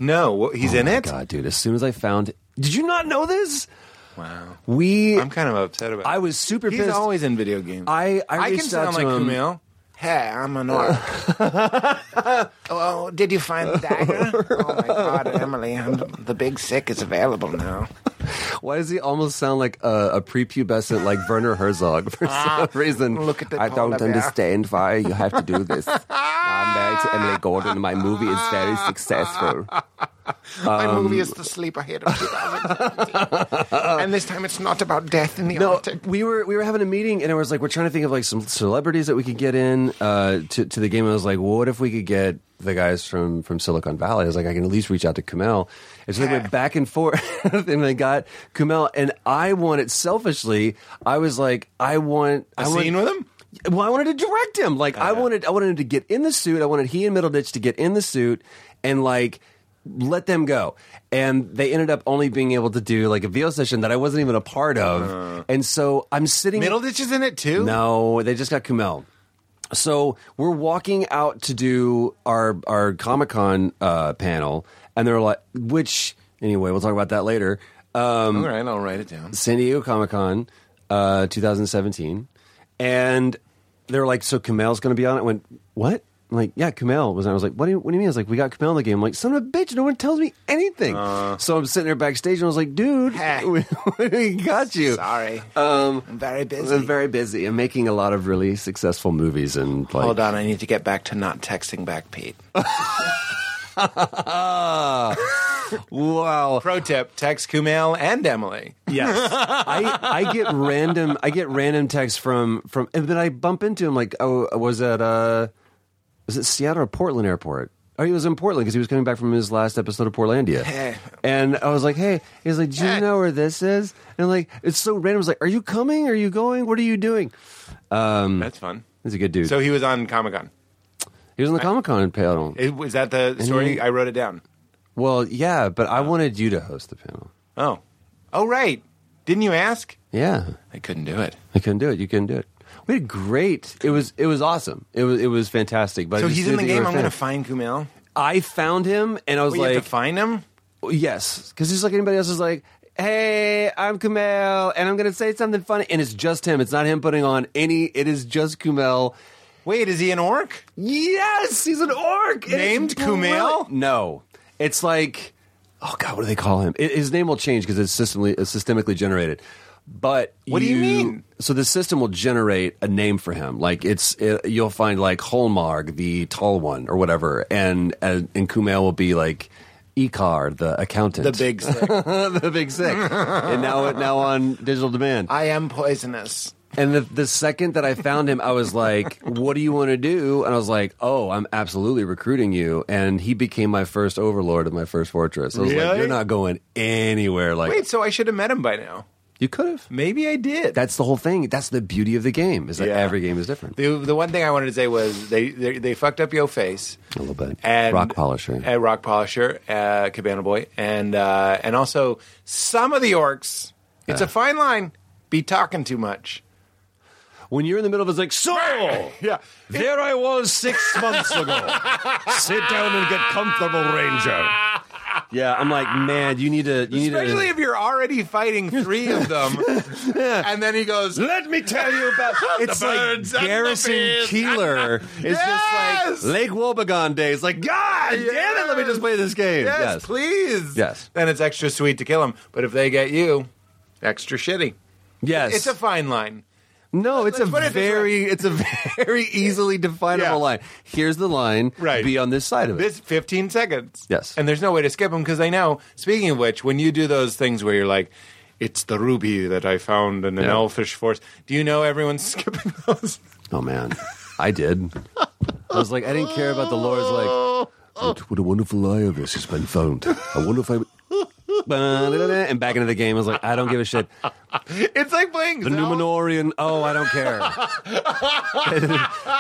[SPEAKER 8] no, wh- he's in
[SPEAKER 7] Oh my
[SPEAKER 8] it.
[SPEAKER 7] God, dude! As soon as I found, did you not know this?
[SPEAKER 8] Wow,
[SPEAKER 7] We.
[SPEAKER 8] I'm kind of upset about.
[SPEAKER 7] I
[SPEAKER 8] it.
[SPEAKER 7] was super
[SPEAKER 8] He's
[SPEAKER 7] pissed.
[SPEAKER 8] always in video games.
[SPEAKER 7] I- I
[SPEAKER 8] can
[SPEAKER 7] reached out
[SPEAKER 8] sound
[SPEAKER 7] to
[SPEAKER 8] like
[SPEAKER 7] him.
[SPEAKER 8] Kumail. Hey, I'm an orc. oh, did you find the dagger? oh my god, Emily, I'm, the big sick is available now.
[SPEAKER 7] Why does he almost sound like a, a prepubescent, like Werner Herzog for some reason?
[SPEAKER 8] Ah, look at the
[SPEAKER 7] I don't
[SPEAKER 8] polar bear.
[SPEAKER 7] understand why you have to do this. I'm married to Emily Gordon. My movie is very successful.
[SPEAKER 8] My movie is The Sleeper Hit of 2017. and this time it's not about death in the
[SPEAKER 7] No, we were we were having a meeting, and I was like, we're trying to think of like some celebrities that we could get in uh, to to the game. And I was like, well, what if we could get the guys from from Silicon Valley? I was like, I can at least reach out to Kumail. And so they went back and forth, and they got Kumail. And I wanted selfishly, I was like, I want I
[SPEAKER 8] A
[SPEAKER 7] want-
[SPEAKER 8] scene with him?
[SPEAKER 7] Well, I wanted to direct him. Like I wanted, I wanted him to get in the suit. I wanted he and Middleditch to get in the suit and like let them go. And they ended up only being able to do like a VO session that I wasn't even a part of. and so I'm sitting.
[SPEAKER 8] Middleditch is in it too?
[SPEAKER 7] No, they just got Kumel. So we're walking out to do our our Comic Con uh, panel, and they're like, which anyway, we'll talk about that later. Um,
[SPEAKER 8] All right, I'll write it down.
[SPEAKER 7] San Diego Comic Con, uh, 2017, and they were like, "So Kumail's going to be on it." I went, "What?" I'm like, "Yeah, Kumail was." on it." I was like, "What do you What do you mean?" I was like, "We got Kumail in the game." I'm like, "Son of a bitch! No one tells me anything."
[SPEAKER 8] Uh.
[SPEAKER 7] so I'm sitting there backstage, and I was like, "Dude, we, we got you."
[SPEAKER 8] Sorry. Um, I'm very busy.
[SPEAKER 7] I'm very busy. I'm making a lot of really successful movies, and like,
[SPEAKER 8] Hold on, I need to get back to not texting back Pete.
[SPEAKER 7] wow,
[SPEAKER 8] Pro tip text Kumail and Emily.
[SPEAKER 7] Yes, I, I get random I get random texts from from and then I bump into him like oh I was at uh was it Seattle or Portland airport oh he was in Portland because he was coming back from his last episode of Portlandia and I was like hey he's like do you know where this is and like it's so random I was like are you coming are you going what are you doing
[SPEAKER 8] That's fun.
[SPEAKER 7] he's a good dude
[SPEAKER 8] So he was on Comic Con.
[SPEAKER 7] he was on the Comic Con panel
[SPEAKER 8] It- Was that the story?
[SPEAKER 7] he-
[SPEAKER 8] I wrote it down.
[SPEAKER 7] well yeah but I wanted you to host the panel
[SPEAKER 8] Oh. Oh, right. Didn't you ask?
[SPEAKER 7] yeah
[SPEAKER 8] I couldn't do it.
[SPEAKER 7] I couldn't do it you couldn't do it. We had great. It was it was awesome. It was it was fantastic. But I
[SPEAKER 8] So
[SPEAKER 7] just
[SPEAKER 8] he's
[SPEAKER 7] knew
[SPEAKER 8] in the
[SPEAKER 7] that you were
[SPEAKER 8] game.
[SPEAKER 7] a
[SPEAKER 8] I'm going to
[SPEAKER 7] fan.
[SPEAKER 8] find Kumail.
[SPEAKER 7] I found him and I was
[SPEAKER 8] Well, you
[SPEAKER 7] like,
[SPEAKER 8] have to find him?
[SPEAKER 7] yes, because he's like anybody else is like, "Hey, I'm Kumail, and I'm going to say something funny," and it's just him. It's not him putting on any. It is just Kumail.
[SPEAKER 8] Wait, is he an orc?
[SPEAKER 7] Yes, he's an orc. It is
[SPEAKER 8] Named
[SPEAKER 7] brilliant.
[SPEAKER 8] Kumail?
[SPEAKER 7] No, it's like, oh god, what do they call him? It, his name will change because it's systemically, it's systemically generated. But
[SPEAKER 8] What do you mean?
[SPEAKER 7] So the system will generate a name for him. Like it's uh you'll find like Holmarg, the tall one, or whatever, and and, and Kumail will be like. Ikar, the accountant,
[SPEAKER 8] The big stick.
[SPEAKER 7] the big sick, and now now on digital demand.
[SPEAKER 8] I am poisonous.
[SPEAKER 7] And the, the second that I found him, I was like, "What do you want to do?" And I was like, "Oh, I'm absolutely recruiting you." And he became my first overlord of my first fortress. I was like,
[SPEAKER 8] Really?
[SPEAKER 7] "You're not going anywhere." Like
[SPEAKER 8] Wait, so I should have met him by now.
[SPEAKER 7] you could have.
[SPEAKER 8] Maybe I did.
[SPEAKER 7] That's the whole thing. That's the beauty of the game is that
[SPEAKER 8] Yeah.
[SPEAKER 7] every game is different.
[SPEAKER 8] the, the one thing I wanted to say was they they, they fucked up your face
[SPEAKER 7] A little bit.
[SPEAKER 8] and
[SPEAKER 7] Rock polisher.
[SPEAKER 8] and rock polisher, uh, Cabana Boy, and uh, and also some of the orcs. It's
[SPEAKER 7] Uh.
[SPEAKER 8] a fine line. Be talking too much.
[SPEAKER 7] When you're in the middle of it, it's like, so
[SPEAKER 8] Yeah.
[SPEAKER 7] there I was six months ago. Sit down and get comfortable, Ranger. Yeah, I'm like, man, you need to. You
[SPEAKER 8] Especially
[SPEAKER 7] need to,
[SPEAKER 8] if you're already fighting three of them, and then he goes,
[SPEAKER 7] Let me tell you about it's
[SPEAKER 8] The birds
[SPEAKER 7] like
[SPEAKER 8] and the
[SPEAKER 7] Garrison
[SPEAKER 8] bees.
[SPEAKER 7] Keeler. It's
[SPEAKER 8] Yes!
[SPEAKER 7] just like Lake Wobegon days. Like God damn it! Let me just play this game.
[SPEAKER 8] "Yes, please."
[SPEAKER 7] Yes.
[SPEAKER 8] Then it's extra sweet to kill him. But if they get you, extra shitty.
[SPEAKER 7] yes.
[SPEAKER 8] It's a fine line.
[SPEAKER 7] no. It's a
[SPEAKER 8] let's put it this way.
[SPEAKER 7] very it's a very easily definable
[SPEAKER 8] Yeah.
[SPEAKER 7] line. Here's the line.
[SPEAKER 8] Right.
[SPEAKER 7] Be on this side of it.
[SPEAKER 8] This 15 seconds.
[SPEAKER 7] Yes.
[SPEAKER 8] And there's no way to skip them because they know. Speaking of which, when you do those things where you're like, it's the ruby that I found in an
[SPEAKER 7] Yeah.
[SPEAKER 8] elfish forest, do you know everyone's skipping those?
[SPEAKER 7] oh man, I did. I was like, I didn't care about the lords. Like, what, what a wonderful eye of this has been found. I wonder if I. And back into the game, I was like, I don't give a shit.
[SPEAKER 8] It's like playing
[SPEAKER 7] The
[SPEAKER 8] Zelda.
[SPEAKER 7] Numenorian. Oh, I don't care.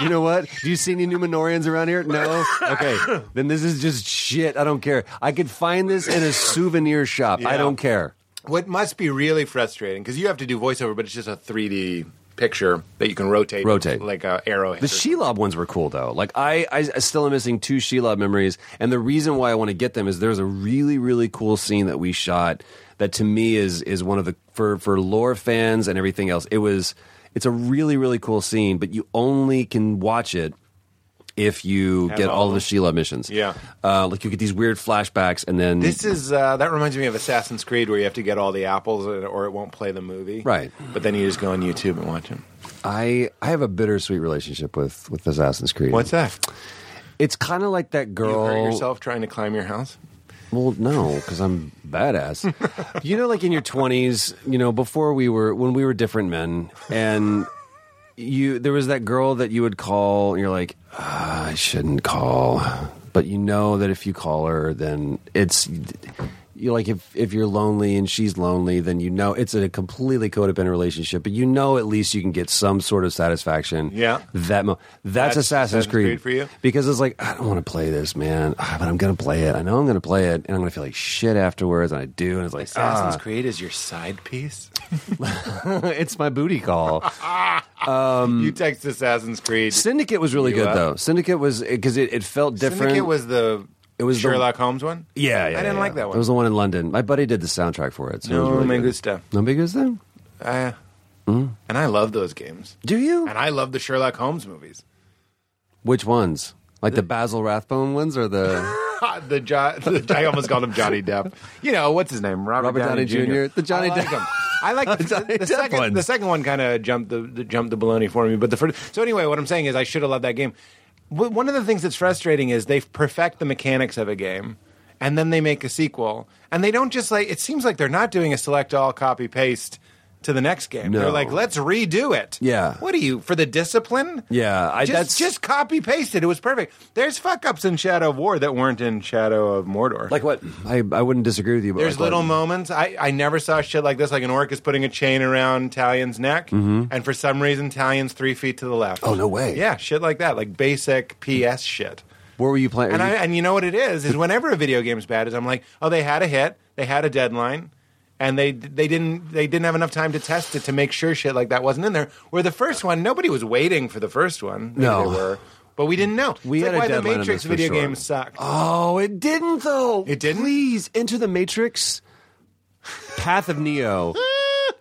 [SPEAKER 7] you know what? Do you see any Numenorians around here? No. Okay. Then this is just shit. I don't care. I could find this in a souvenir shop. I
[SPEAKER 8] Yeah.
[SPEAKER 7] don't care.
[SPEAKER 8] What must be really frustrating because you have to do voiceover, but it's just a 3D picture that you can rotate,
[SPEAKER 7] Rotate.
[SPEAKER 8] like a arrowhead.
[SPEAKER 7] The Shelob ones were cool though. Like I, I, I still am missing two Shelob memories, and the reason why I want to get them is there's a really, really cool scene that we shot that to me is is one of the for for lore fans and everything else. It was it's a really, really cool scene, but you only can watch it if you get
[SPEAKER 8] all
[SPEAKER 7] all
[SPEAKER 8] of
[SPEAKER 7] the Shelob missions.
[SPEAKER 8] Yeah.
[SPEAKER 7] uh, like you get these weird flashbacks, and then
[SPEAKER 8] This is uh, that reminds me of Assassin's Creed, where you have to get all the apples, or or it won't play the movie.
[SPEAKER 7] Right.
[SPEAKER 8] But then you just go on YouTube and watch them.
[SPEAKER 7] I I have a bittersweet relationship with with Assassin's Creed.
[SPEAKER 8] What's that? Oh.
[SPEAKER 7] It's kind of like that
[SPEAKER 8] You
[SPEAKER 7] girl.
[SPEAKER 8] hurt yourself trying to climb your house?
[SPEAKER 7] Well, no, because I'm badass. you know, like in your 20s, you know, before we were, when we were different men, and you, there was that girl that you would call, and you're like, ah, I shouldn't call. But you know that if you call her, then it's, you like, if, if you're lonely and she's lonely, then you know it's a completely codependent relationship, but you know at least you can get some sort of satisfaction.
[SPEAKER 8] Yeah.
[SPEAKER 7] That, mo- that's,
[SPEAKER 8] That's
[SPEAKER 7] Assassin's
[SPEAKER 8] Assassin's
[SPEAKER 7] Creed.
[SPEAKER 8] Creed for you?
[SPEAKER 7] Because it's like, I don't want to play this, man, Ah, but I'm going to play it. I know I'm going to play it, and I'm going to feel like shit afterwards, and I do, and it's like,
[SPEAKER 8] Assassin's Creed is your side piece.
[SPEAKER 7] ah, it's my booty call. Mm.
[SPEAKER 8] you text Assassin's Creed.
[SPEAKER 7] Syndicate was really
[SPEAKER 8] You
[SPEAKER 7] good,
[SPEAKER 8] up?
[SPEAKER 7] though. Syndicate was, because it, it felt different.
[SPEAKER 8] Syndicate was the
[SPEAKER 7] It was the-
[SPEAKER 8] Sherlock Holmes one.
[SPEAKER 7] Yeah, yeah.
[SPEAKER 8] I didn't
[SPEAKER 7] yeah,
[SPEAKER 8] like
[SPEAKER 7] yeah.
[SPEAKER 8] that one.
[SPEAKER 7] It was the one in London. My buddy did the soundtrack for it. So it was
[SPEAKER 8] No
[SPEAKER 7] really Mm.
[SPEAKER 8] me
[SPEAKER 7] good.
[SPEAKER 8] gusta.
[SPEAKER 7] No me gusta?
[SPEAKER 8] Uh, And I love those games.
[SPEAKER 7] Do you?
[SPEAKER 8] And I love the Sherlock Holmes movies.
[SPEAKER 7] Which ones? Like the Basil Rathbone ones or the
[SPEAKER 8] the, jo- the I almost called him Johnny Depp. You know what's his name? Robert,
[SPEAKER 7] Robert Downey Jr. The Johnny
[SPEAKER 8] I like
[SPEAKER 7] Depp.
[SPEAKER 8] Him. I like the,
[SPEAKER 7] Johnny
[SPEAKER 8] the,
[SPEAKER 7] Depp
[SPEAKER 8] second.
[SPEAKER 7] ones.
[SPEAKER 8] The second one kind of jumped the, the jumped the baloney for me. But the first. So anyway, what I'm saying is I should have loved that game. W- One of the things that's frustrating is they perfect the mechanics of a game, and then they make a sequel, and they don't just like. It seems like they're not doing a select all copy paste. To the next game,
[SPEAKER 7] No.
[SPEAKER 8] they're like, "Let's redo it."
[SPEAKER 7] Yeah.
[SPEAKER 8] What are you for the discipline?
[SPEAKER 7] Yeah, I-
[SPEAKER 8] just,
[SPEAKER 7] that's-
[SPEAKER 8] just copy pasted. It was perfect. There's fuck ups in Shadow of War that weren't in Shadow of Mordor.
[SPEAKER 7] like what? I, I wouldn't disagree with you. But
[SPEAKER 8] there's
[SPEAKER 7] like what?
[SPEAKER 8] little moments. I, I never saw shit like this. Like an orc is putting a chain around Talion's neck, and for some reason Talion's three feet to the left.
[SPEAKER 7] Mm-hmm. Oh, no way.
[SPEAKER 8] Yeah, shit like that. Like basic PS shit.
[SPEAKER 7] Where were you playing?
[SPEAKER 8] And
[SPEAKER 7] Are
[SPEAKER 8] I
[SPEAKER 7] you-
[SPEAKER 8] and you know what it is is whenever a video game's bad is I'm like, oh, they had a hit, they had a deadline, and they they didn't they didn't have enough time to test it to make sure shit like that wasn't in there. Where the first one, nobody was waiting for the first one. Maybe
[SPEAKER 7] No.
[SPEAKER 8] they were, but we didn't know.
[SPEAKER 7] We
[SPEAKER 8] it's
[SPEAKER 7] had a
[SPEAKER 8] like why the
[SPEAKER 7] deadline on
[SPEAKER 8] Matrix
[SPEAKER 7] this for
[SPEAKER 8] video
[SPEAKER 7] sure.
[SPEAKER 8] game sucked.
[SPEAKER 7] Oh, it Oh, didn't though.
[SPEAKER 8] It didn't?
[SPEAKER 7] Please enter the Matrix. Path of Neo.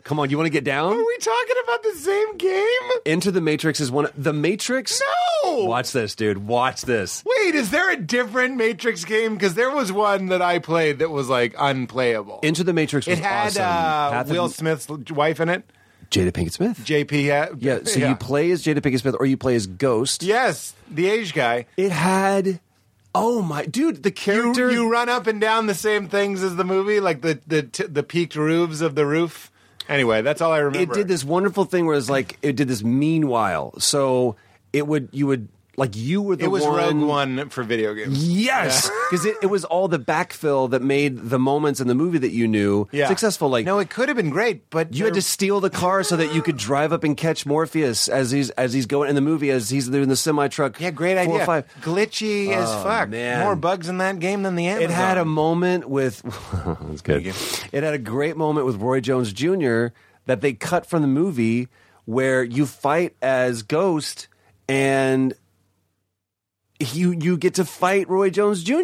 [SPEAKER 7] Come on, you want to get down?
[SPEAKER 8] Are we talking about the same game?
[SPEAKER 7] Into the Matrix is one. The Matrix.
[SPEAKER 8] No!
[SPEAKER 7] Watch this, dude. Watch this.
[SPEAKER 8] Wait, is there a different Matrix game? Because there was one that I played that was like unplayable.
[SPEAKER 7] Into the Matrix was
[SPEAKER 8] it had
[SPEAKER 7] awesome.
[SPEAKER 8] uh,
[SPEAKER 7] Path
[SPEAKER 8] Will
[SPEAKER 7] of,
[SPEAKER 8] Smith's wife in it.
[SPEAKER 7] Jada Pinkett Smith.
[SPEAKER 8] JP. uh,
[SPEAKER 7] yeah. So you play as Jada Pinkett Smith, or you play as Ghost.
[SPEAKER 8] Yes, the age guy.
[SPEAKER 7] It had. Oh my, dude! The
[SPEAKER 8] You,
[SPEAKER 7] character.
[SPEAKER 8] you run up and down the same things as the movie, like the the t- the peaked roofs of the roof. Anyway, that's all I remember.
[SPEAKER 7] It did this wonderful thing where it's like it did this meanwhile. So it would you would like you were the
[SPEAKER 8] It was
[SPEAKER 7] one.
[SPEAKER 8] Rogue One for video games.
[SPEAKER 7] Yes, because it, it was all the backfill that made the moments in the movie that you knew
[SPEAKER 8] Yeah.
[SPEAKER 7] successful. Like
[SPEAKER 8] no, it could have been great, but
[SPEAKER 7] you had to steal the car so that you could drive up and catch Morpheus as he's as he's going in the movie as he's in the semi truck.
[SPEAKER 8] Yeah, great
[SPEAKER 7] four or
[SPEAKER 8] idea.
[SPEAKER 7] five.
[SPEAKER 8] Glitchy as
[SPEAKER 7] Oh,
[SPEAKER 8] fuck.
[SPEAKER 7] man.
[SPEAKER 8] More bugs in that game than the Amazon.
[SPEAKER 7] It had a moment with. that's good.
[SPEAKER 8] Thank
[SPEAKER 7] It had a great moment with Roy Jones Jr. that they cut from the movie where you fight as Ghost and you you get to fight Roy Jones Jr.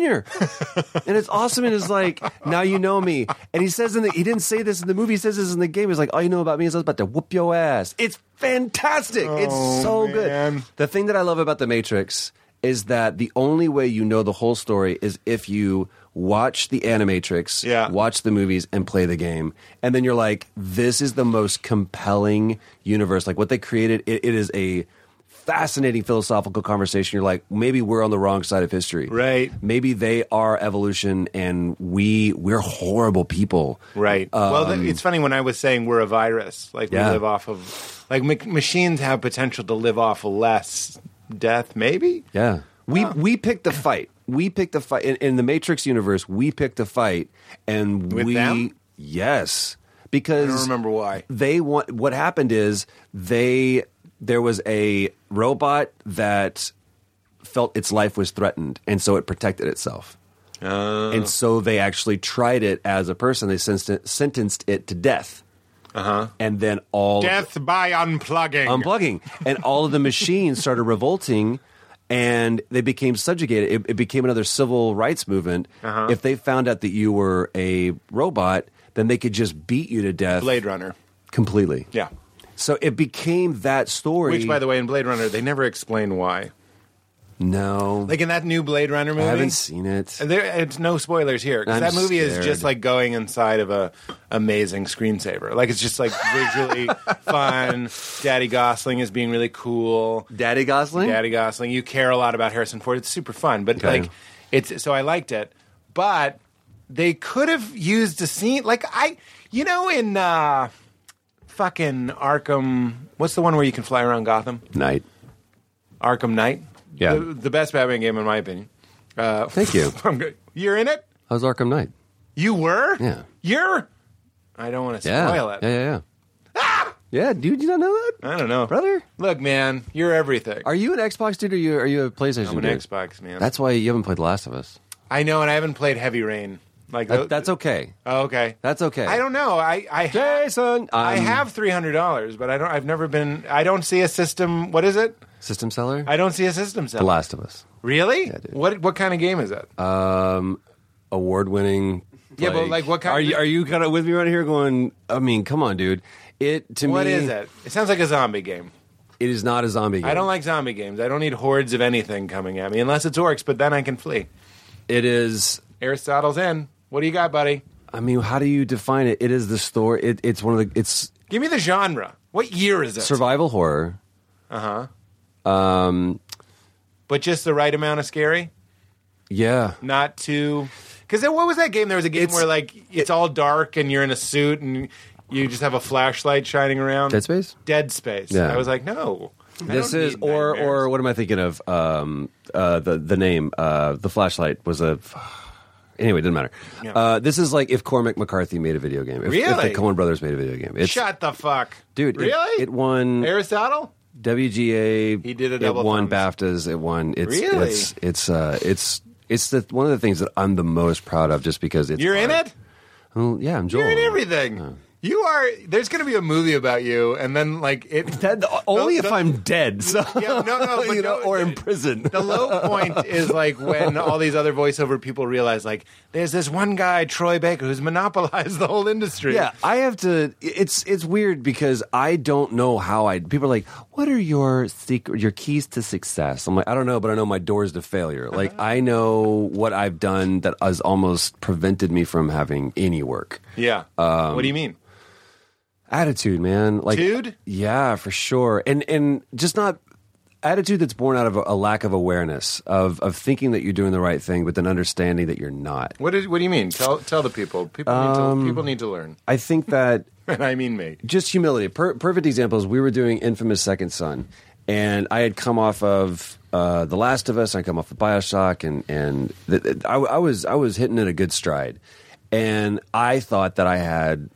[SPEAKER 7] and it's awesome. And it's like now you know me. And he says in the he didn't say this in the movie. He says this in the game. He's like all you know about me is I was about to whoop your ass. It's fantastic. it's so
[SPEAKER 8] Oh, man.
[SPEAKER 7] good. The thing that I love about The Matrix is that the only way you know the whole story is if you watch the Animatrix,
[SPEAKER 8] Yeah.
[SPEAKER 7] watch the movies, and play the game. And then you're like, this is the most compelling universe. Like what they created, it, it is a fascinating philosophical conversation. You're like, maybe we're on the wrong side of history.
[SPEAKER 8] Right.
[SPEAKER 7] Maybe they are evolution and we we're horrible people.
[SPEAKER 8] Right.
[SPEAKER 7] Um,
[SPEAKER 8] well, th- it's funny when I was saying we're a virus, like
[SPEAKER 7] Yeah.
[SPEAKER 8] we live off of, like ma- machines have potential to live off less death, maybe.
[SPEAKER 7] Yeah. We we picked the fight. We picked the fight in, in the Matrix universe. We picked the fight, and
[SPEAKER 8] With
[SPEAKER 7] we
[SPEAKER 8] them?
[SPEAKER 7] yes
[SPEAKER 8] I
[SPEAKER 7] because
[SPEAKER 8] don't remember why.
[SPEAKER 7] they want what happened is they there was a robot that felt its life was threatened and so it protected itself
[SPEAKER 8] Uh.
[SPEAKER 7] and so they actually tried it as a person they sen- sentenced it to death uh-huh and then all
[SPEAKER 8] Death by unplugging.
[SPEAKER 7] unplugging and all of the machines started revolting and they became subjugated it, it became another civil rights movement
[SPEAKER 8] Uh-huh.
[SPEAKER 7] if they found out that you were a robot then they could just beat you to death
[SPEAKER 8] Blade Runner.
[SPEAKER 7] completely
[SPEAKER 8] Yeah.
[SPEAKER 7] so it became that story.
[SPEAKER 8] Which, by the way, in Blade Runner, they never explain why.
[SPEAKER 7] no,
[SPEAKER 8] Like in that new Blade Runner
[SPEAKER 7] I
[SPEAKER 8] movie,
[SPEAKER 7] haven't seen it.
[SPEAKER 8] There, it's no spoilers here because
[SPEAKER 7] I'm
[SPEAKER 8] that movie is
[SPEAKER 7] scared.
[SPEAKER 8] just like going inside of a amazing screensaver. Like it's just like visually fun. Daddy Gosling is being really cool.
[SPEAKER 7] Daddy Gosling.
[SPEAKER 8] Daddy Gosling. You care a lot about Harrison Ford. It's super fun, but
[SPEAKER 7] Okay.
[SPEAKER 8] like it's so I liked it. But they could have used a scene like I, you know, in uh, fucking Arkham. What's the one where you can fly around Gotham?
[SPEAKER 7] Night.
[SPEAKER 8] Arkham Knight.
[SPEAKER 7] Yeah.
[SPEAKER 8] the, the best Batman game in my opinion. Uh,
[SPEAKER 7] Thank you.
[SPEAKER 8] I'm good. You're in it.
[SPEAKER 7] How's Arkham Knight?
[SPEAKER 8] You were?
[SPEAKER 7] Yeah.
[SPEAKER 8] You're? I don't want to
[SPEAKER 7] Yeah.
[SPEAKER 8] spoil it. Ah!
[SPEAKER 7] Yeah, yeah, yeah. Yeah, dude, you not know that,
[SPEAKER 8] I don't know.
[SPEAKER 7] brother?
[SPEAKER 8] Look, man, you're everything.
[SPEAKER 7] Are you an Xbox dude or you are you a PlayStation?
[SPEAKER 8] I'm an
[SPEAKER 7] dude?
[SPEAKER 8] Xbox, man.
[SPEAKER 7] That's why you haven't played The Last of Us.
[SPEAKER 8] I know, and I haven't played Heavy Rain. Like tho-
[SPEAKER 7] That, that's okay.
[SPEAKER 8] Oh, okay.
[SPEAKER 7] That's okay.
[SPEAKER 8] I don't know. I I ha-
[SPEAKER 7] Jason,
[SPEAKER 8] I
[SPEAKER 7] I'm-
[SPEAKER 8] have three hundred dollars, but I don't. I've never been. I don't see a system. What is it?
[SPEAKER 7] System seller.
[SPEAKER 8] I don't see a system set.
[SPEAKER 7] the Last of Us.
[SPEAKER 8] Really?
[SPEAKER 7] dude.
[SPEAKER 8] what what kind of game is that?
[SPEAKER 7] Um, award-winning.
[SPEAKER 8] Yeah, but, like, what kind
[SPEAKER 7] Are
[SPEAKER 8] of-
[SPEAKER 7] you are you kind of with me right here? Going, I mean, come on, dude. It to
[SPEAKER 8] What
[SPEAKER 7] me,
[SPEAKER 8] is it? It sounds like a zombie game.
[SPEAKER 7] It is not a zombie. game.
[SPEAKER 8] I don't like zombie games. I don't need hordes of anything coming at me unless it's orcs. But then I can flee.
[SPEAKER 7] It is
[SPEAKER 8] Aristotle's in. What do you got, buddy?
[SPEAKER 7] I mean, how do you define it? It is the story. It, it's one of the. It's
[SPEAKER 8] Give me the genre. What year is it?
[SPEAKER 7] survival horror.
[SPEAKER 8] But just the right amount of scary,
[SPEAKER 7] Yeah,
[SPEAKER 8] not too. Because what was that game? There was a game
[SPEAKER 7] It's-
[SPEAKER 8] where like it's all dark and you're in a suit and you just have a flashlight shining around.
[SPEAKER 7] Dead Space?
[SPEAKER 8] Dead Space.
[SPEAKER 7] Yeah.
[SPEAKER 8] I was like, no. I
[SPEAKER 7] this
[SPEAKER 8] don't
[SPEAKER 7] is
[SPEAKER 8] need
[SPEAKER 7] or
[SPEAKER 8] nightmares.
[SPEAKER 7] or what am I thinking of? Um, uh, the the name, uh, the flashlight was a. Anyway, it doesn't matter.
[SPEAKER 8] Yeah.
[SPEAKER 7] Uh, this is like if Cormac McCarthy made a video game. If, if the
[SPEAKER 8] Really?
[SPEAKER 7] Coen Brothers made a video game. It's,
[SPEAKER 8] Shut the fuck,
[SPEAKER 7] dude. it-
[SPEAKER 8] Really?
[SPEAKER 7] It, won
[SPEAKER 8] Aristotle.
[SPEAKER 7] WGA.
[SPEAKER 8] He did a double
[SPEAKER 7] It won
[SPEAKER 8] thumbs.
[SPEAKER 7] BAFTAs. It won. It's
[SPEAKER 8] Really?
[SPEAKER 7] it's it's uh, it's it's the one of the things that I'm the most proud of, just because it's
[SPEAKER 8] You're in
[SPEAKER 7] art.
[SPEAKER 8] it.
[SPEAKER 7] Well, yeah, I'm Joel.
[SPEAKER 8] You're in everything. You are. There's going to be a movie about you, and then like it.
[SPEAKER 7] That, only
[SPEAKER 8] No,
[SPEAKER 7] if
[SPEAKER 8] no.
[SPEAKER 7] I'm dead, so
[SPEAKER 8] Yeah, no, no, but
[SPEAKER 7] you know,
[SPEAKER 8] no,
[SPEAKER 7] or
[SPEAKER 8] the-
[SPEAKER 7] in prison.
[SPEAKER 8] the low point is like when all these other voiceover people realize like there's this one guy Troy Baker who's monopolized the whole industry.
[SPEAKER 7] Yeah, I have to. It's it's weird because I don't know how I. People are like, "What are your secret, your keys to success?" I'm like, I don't know, but I know my doors to failure. Like, I know what I've done that has almost prevented me from having any work.
[SPEAKER 8] Yeah. what do you mean?
[SPEAKER 7] Attitude, man. Like,
[SPEAKER 8] Dude?
[SPEAKER 7] yeah, for sure, and and just not attitude that's born out of a, a lack of awareness of of thinking that you're doing the right thing, but then understanding that you're not.
[SPEAKER 8] What is? What do you mean? Tell tell the people. People need to, people need to learn,
[SPEAKER 7] I think that.
[SPEAKER 8] and I mean me.
[SPEAKER 7] just humility. Per- perfect example is we were doing Infamous Second Son, and I had come off of uh, The Last of Us, I come off of Bioshock, and and th- th- I, I was I was hitting it a good stride, and I thought that I had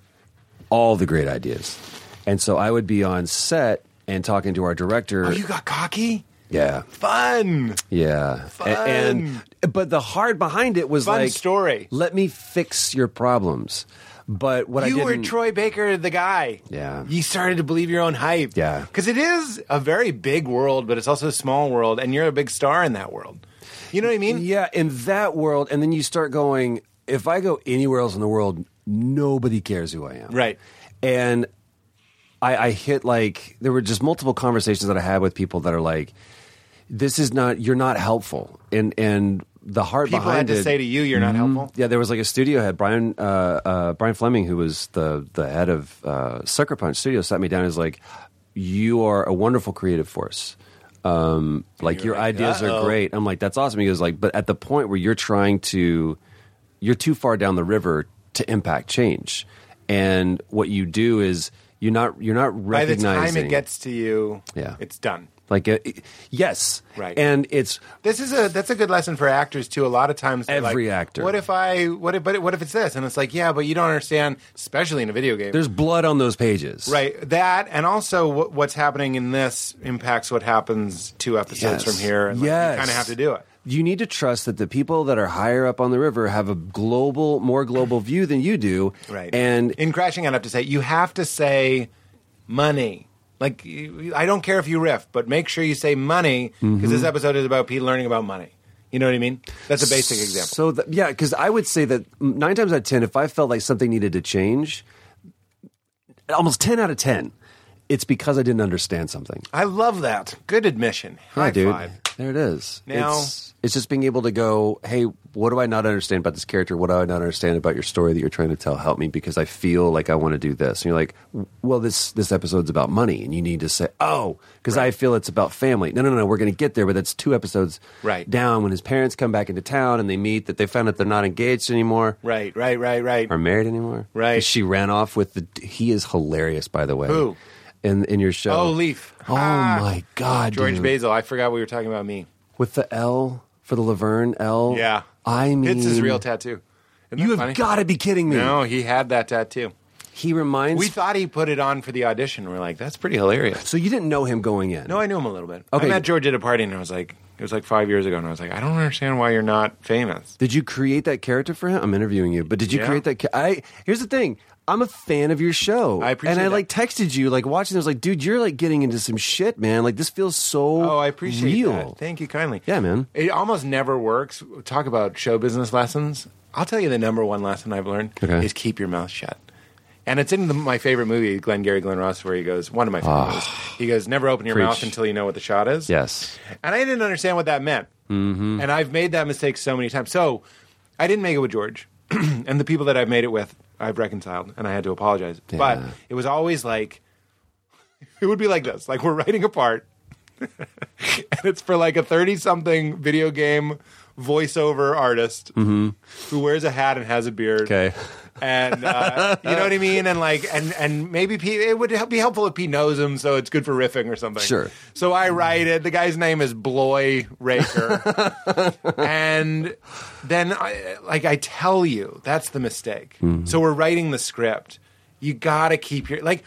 [SPEAKER 7] all the great ideas, and so I would be on set and talking to our director.
[SPEAKER 8] Oh, you got cocky.
[SPEAKER 7] yeah,
[SPEAKER 8] Fun.
[SPEAKER 7] yeah, A- and, but the heart behind it was
[SPEAKER 8] Fun
[SPEAKER 7] like
[SPEAKER 8] story.
[SPEAKER 7] Let me fix your problems. But what I
[SPEAKER 8] you were
[SPEAKER 7] didn't,
[SPEAKER 8] Troy Baker, the guy.
[SPEAKER 7] Yeah.
[SPEAKER 8] You started to believe your own hype.
[SPEAKER 7] Yeah.
[SPEAKER 8] Because it is a very big world, but it's also a small world, and you're a big star in that world. You know what I mean?
[SPEAKER 7] Yeah, in that world, and then you start going. If I go anywhere else in the world, nobody cares who I am.
[SPEAKER 8] Right.
[SPEAKER 7] And I, I hit like there were just multiple conversations that I had with people that are like, "This is not. You're not helpful." And and the heart
[SPEAKER 8] People
[SPEAKER 7] behind
[SPEAKER 8] had to
[SPEAKER 7] it. Mm-hmm.
[SPEAKER 8] say to you, you're not helpful.
[SPEAKER 7] yeah, there was like a studio head, Brian uh, uh, Brian Fleming, who was the the head of uh, Sucker Punch Studio, sat me down and was like, "You are a wonderful creative force. Um, like your ideas are great." I'm like, "That's awesome." He goes like, "But at the point where you're trying to, you're too far down the river to impact change, and what you do is you're not you're not
[SPEAKER 8] By the
[SPEAKER 7] recognizing
[SPEAKER 8] time it gets to you,
[SPEAKER 7] Yeah.
[SPEAKER 8] it's done.
[SPEAKER 7] like uh, yes,
[SPEAKER 8] Right.
[SPEAKER 7] and it's
[SPEAKER 8] This is a that's a good lesson for actors too. A lot of times, they're
[SPEAKER 7] Every
[SPEAKER 8] like,
[SPEAKER 7] actor.
[SPEAKER 8] What if I? What if? But what if it's this? And it's like, yeah, but you don't understand, especially in a video game.
[SPEAKER 7] there's blood on those pages,
[SPEAKER 8] Right. That and also what, what's happening in this impacts what happens two episodes
[SPEAKER 7] Yes.
[SPEAKER 8] from here. And like,
[SPEAKER 7] Yes.
[SPEAKER 8] you kind of have to do it.
[SPEAKER 7] you need to trust that the people that are higher up on the river have a global, more global view than you do.
[SPEAKER 8] Right.
[SPEAKER 7] And
[SPEAKER 8] in crashing, I'd have to say you have to say money. Like you- you- I don't care if you riff, but make sure you say money because
[SPEAKER 7] Mm-hmm.
[SPEAKER 8] this episode is about Pete learning about money. You know what I mean? That's a basic example.
[SPEAKER 7] so, th- yeah, because I would say that nine times out of 10, if I felt like something needed to change, almost 10 out of 10, it's because I didn't understand something.
[SPEAKER 8] I love that. Good admission. High
[SPEAKER 7] Yeah, dude.
[SPEAKER 8] five.
[SPEAKER 7] There it is.
[SPEAKER 8] Now-
[SPEAKER 7] it's, it's just being able to go, hey, what do I not understand about this character? What do I not understand about your story that you're trying to tell? Help me because I feel like I want to do this. And you're like, well, this this episode's about money, and you need to say, oh, because I feel it's about family. No, no, no, we're going to get there, but that's two episodes
[SPEAKER 8] Right.
[SPEAKER 7] down when his parents come back into town and they meet that they found out they're not engaged anymore
[SPEAKER 8] Right. Right. Right. Right.
[SPEAKER 7] or married anymore.
[SPEAKER 8] Right.
[SPEAKER 7] She ran off with the. He is hilarious, by the way.
[SPEAKER 8] Who?
[SPEAKER 7] In in your show?
[SPEAKER 8] Oh, Leaf.
[SPEAKER 7] Oh
[SPEAKER 8] Ah.
[SPEAKER 7] my God,
[SPEAKER 8] George
[SPEAKER 7] dude
[SPEAKER 8] Basil. I forgot we were talking about me.
[SPEAKER 7] with the L for the Laverne L.
[SPEAKER 8] Yeah.
[SPEAKER 7] I mean,
[SPEAKER 8] it's his real tattoo. Isn't that
[SPEAKER 7] You
[SPEAKER 8] funny?
[SPEAKER 7] have got to be kidding me.
[SPEAKER 8] No, he had that tattoo.
[SPEAKER 7] He reminds.
[SPEAKER 8] We thought he put it on for the audition. We're like, that's pretty hilarious.
[SPEAKER 7] so you didn't know him going in.
[SPEAKER 8] No, I knew him a little bit.
[SPEAKER 7] Okay.
[SPEAKER 8] I met George at a party, and I was like, it was like five years ago, and I was like, I don't understand why you're not famous.
[SPEAKER 7] Did you create that character for him? I'm interviewing you, but did you
[SPEAKER 8] Yeah.
[SPEAKER 7] create that? Ca- I here's the thing. I'm a fan of your show.
[SPEAKER 8] I appreciate
[SPEAKER 7] And I
[SPEAKER 8] that.
[SPEAKER 7] like texted you, like watching. I was like, dude, you're like getting into some shit, man. Like this feels so.
[SPEAKER 8] Oh, I appreciate
[SPEAKER 7] real.
[SPEAKER 8] that. Thank you kindly.
[SPEAKER 7] Yeah, man.
[SPEAKER 8] It almost never works. Talk about show business lessons. I'll tell you the number one lesson I've learned
[SPEAKER 7] Okay.
[SPEAKER 8] is keep your mouth shut. And it's in the, my favorite movie, Glenn Gary Glenn Ross, where he goes, one of my favorite movies. He goes, never open your
[SPEAKER 7] Preach.
[SPEAKER 8] mouth until you know what the shot is.
[SPEAKER 7] Yes.
[SPEAKER 8] And I didn't understand what that meant. Mm-hmm. And I've made that mistake so many times. So I didn't make it with George. and the people that I've made it with, I've reconciled and I had to apologize. But
[SPEAKER 7] Yeah.
[SPEAKER 8] it was always like, it would be like this like we're writing a part, and it's for like a 30 something video game voiceover artist who wears a hat and has a beard
[SPEAKER 7] Mm-hmm. Okay.
[SPEAKER 8] and uh, you know what I mean, and like, and and maybe Pete, it would help- be helpful if Pete knows him, so it's good for riffing or something.
[SPEAKER 7] Sure.
[SPEAKER 8] So I write it. The guy's name is Bloy Raker, and then I, like I tell you, that's the mistake. So we're writing the script. You gotta keep your like.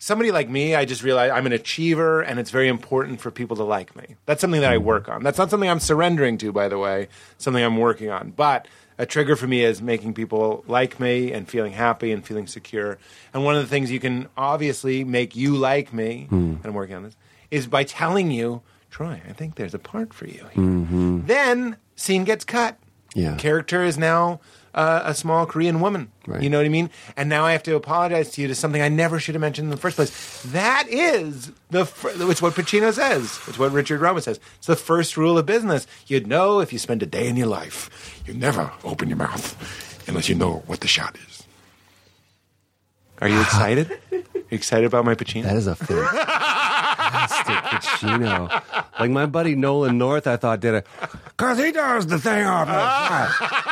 [SPEAKER 8] Somebody like me, I just realize I'm an achiever, and it's very important for people to like me. That's something that I work on. That's not something I'm surrendering to, by the way. Something I'm working on, but. a trigger for me is making people like me and feeling happy and feeling secure. And one of the things you can obviously make you like me, and I'm working on this, is by telling you, Troy, I think there's a part for you. Here. Then scene gets cut.
[SPEAKER 7] Yeah.
[SPEAKER 8] Character is now uh, a small Korean woman.
[SPEAKER 7] Right.
[SPEAKER 8] You know what I mean? And now I have to apologize to you to something I never should have mentioned in the first place. That is the fir- it's what Pacino says. It's what Richard Rama says. It's the first rule of business. You'd know if you spend a day in your life, you never open your mouth unless you know what the shot is. Are you excited? Are you excited about my Pacino?
[SPEAKER 7] That is a fantastic Pacino. Like my buddy Nolan North, I thought did it because he does the thing off. Like,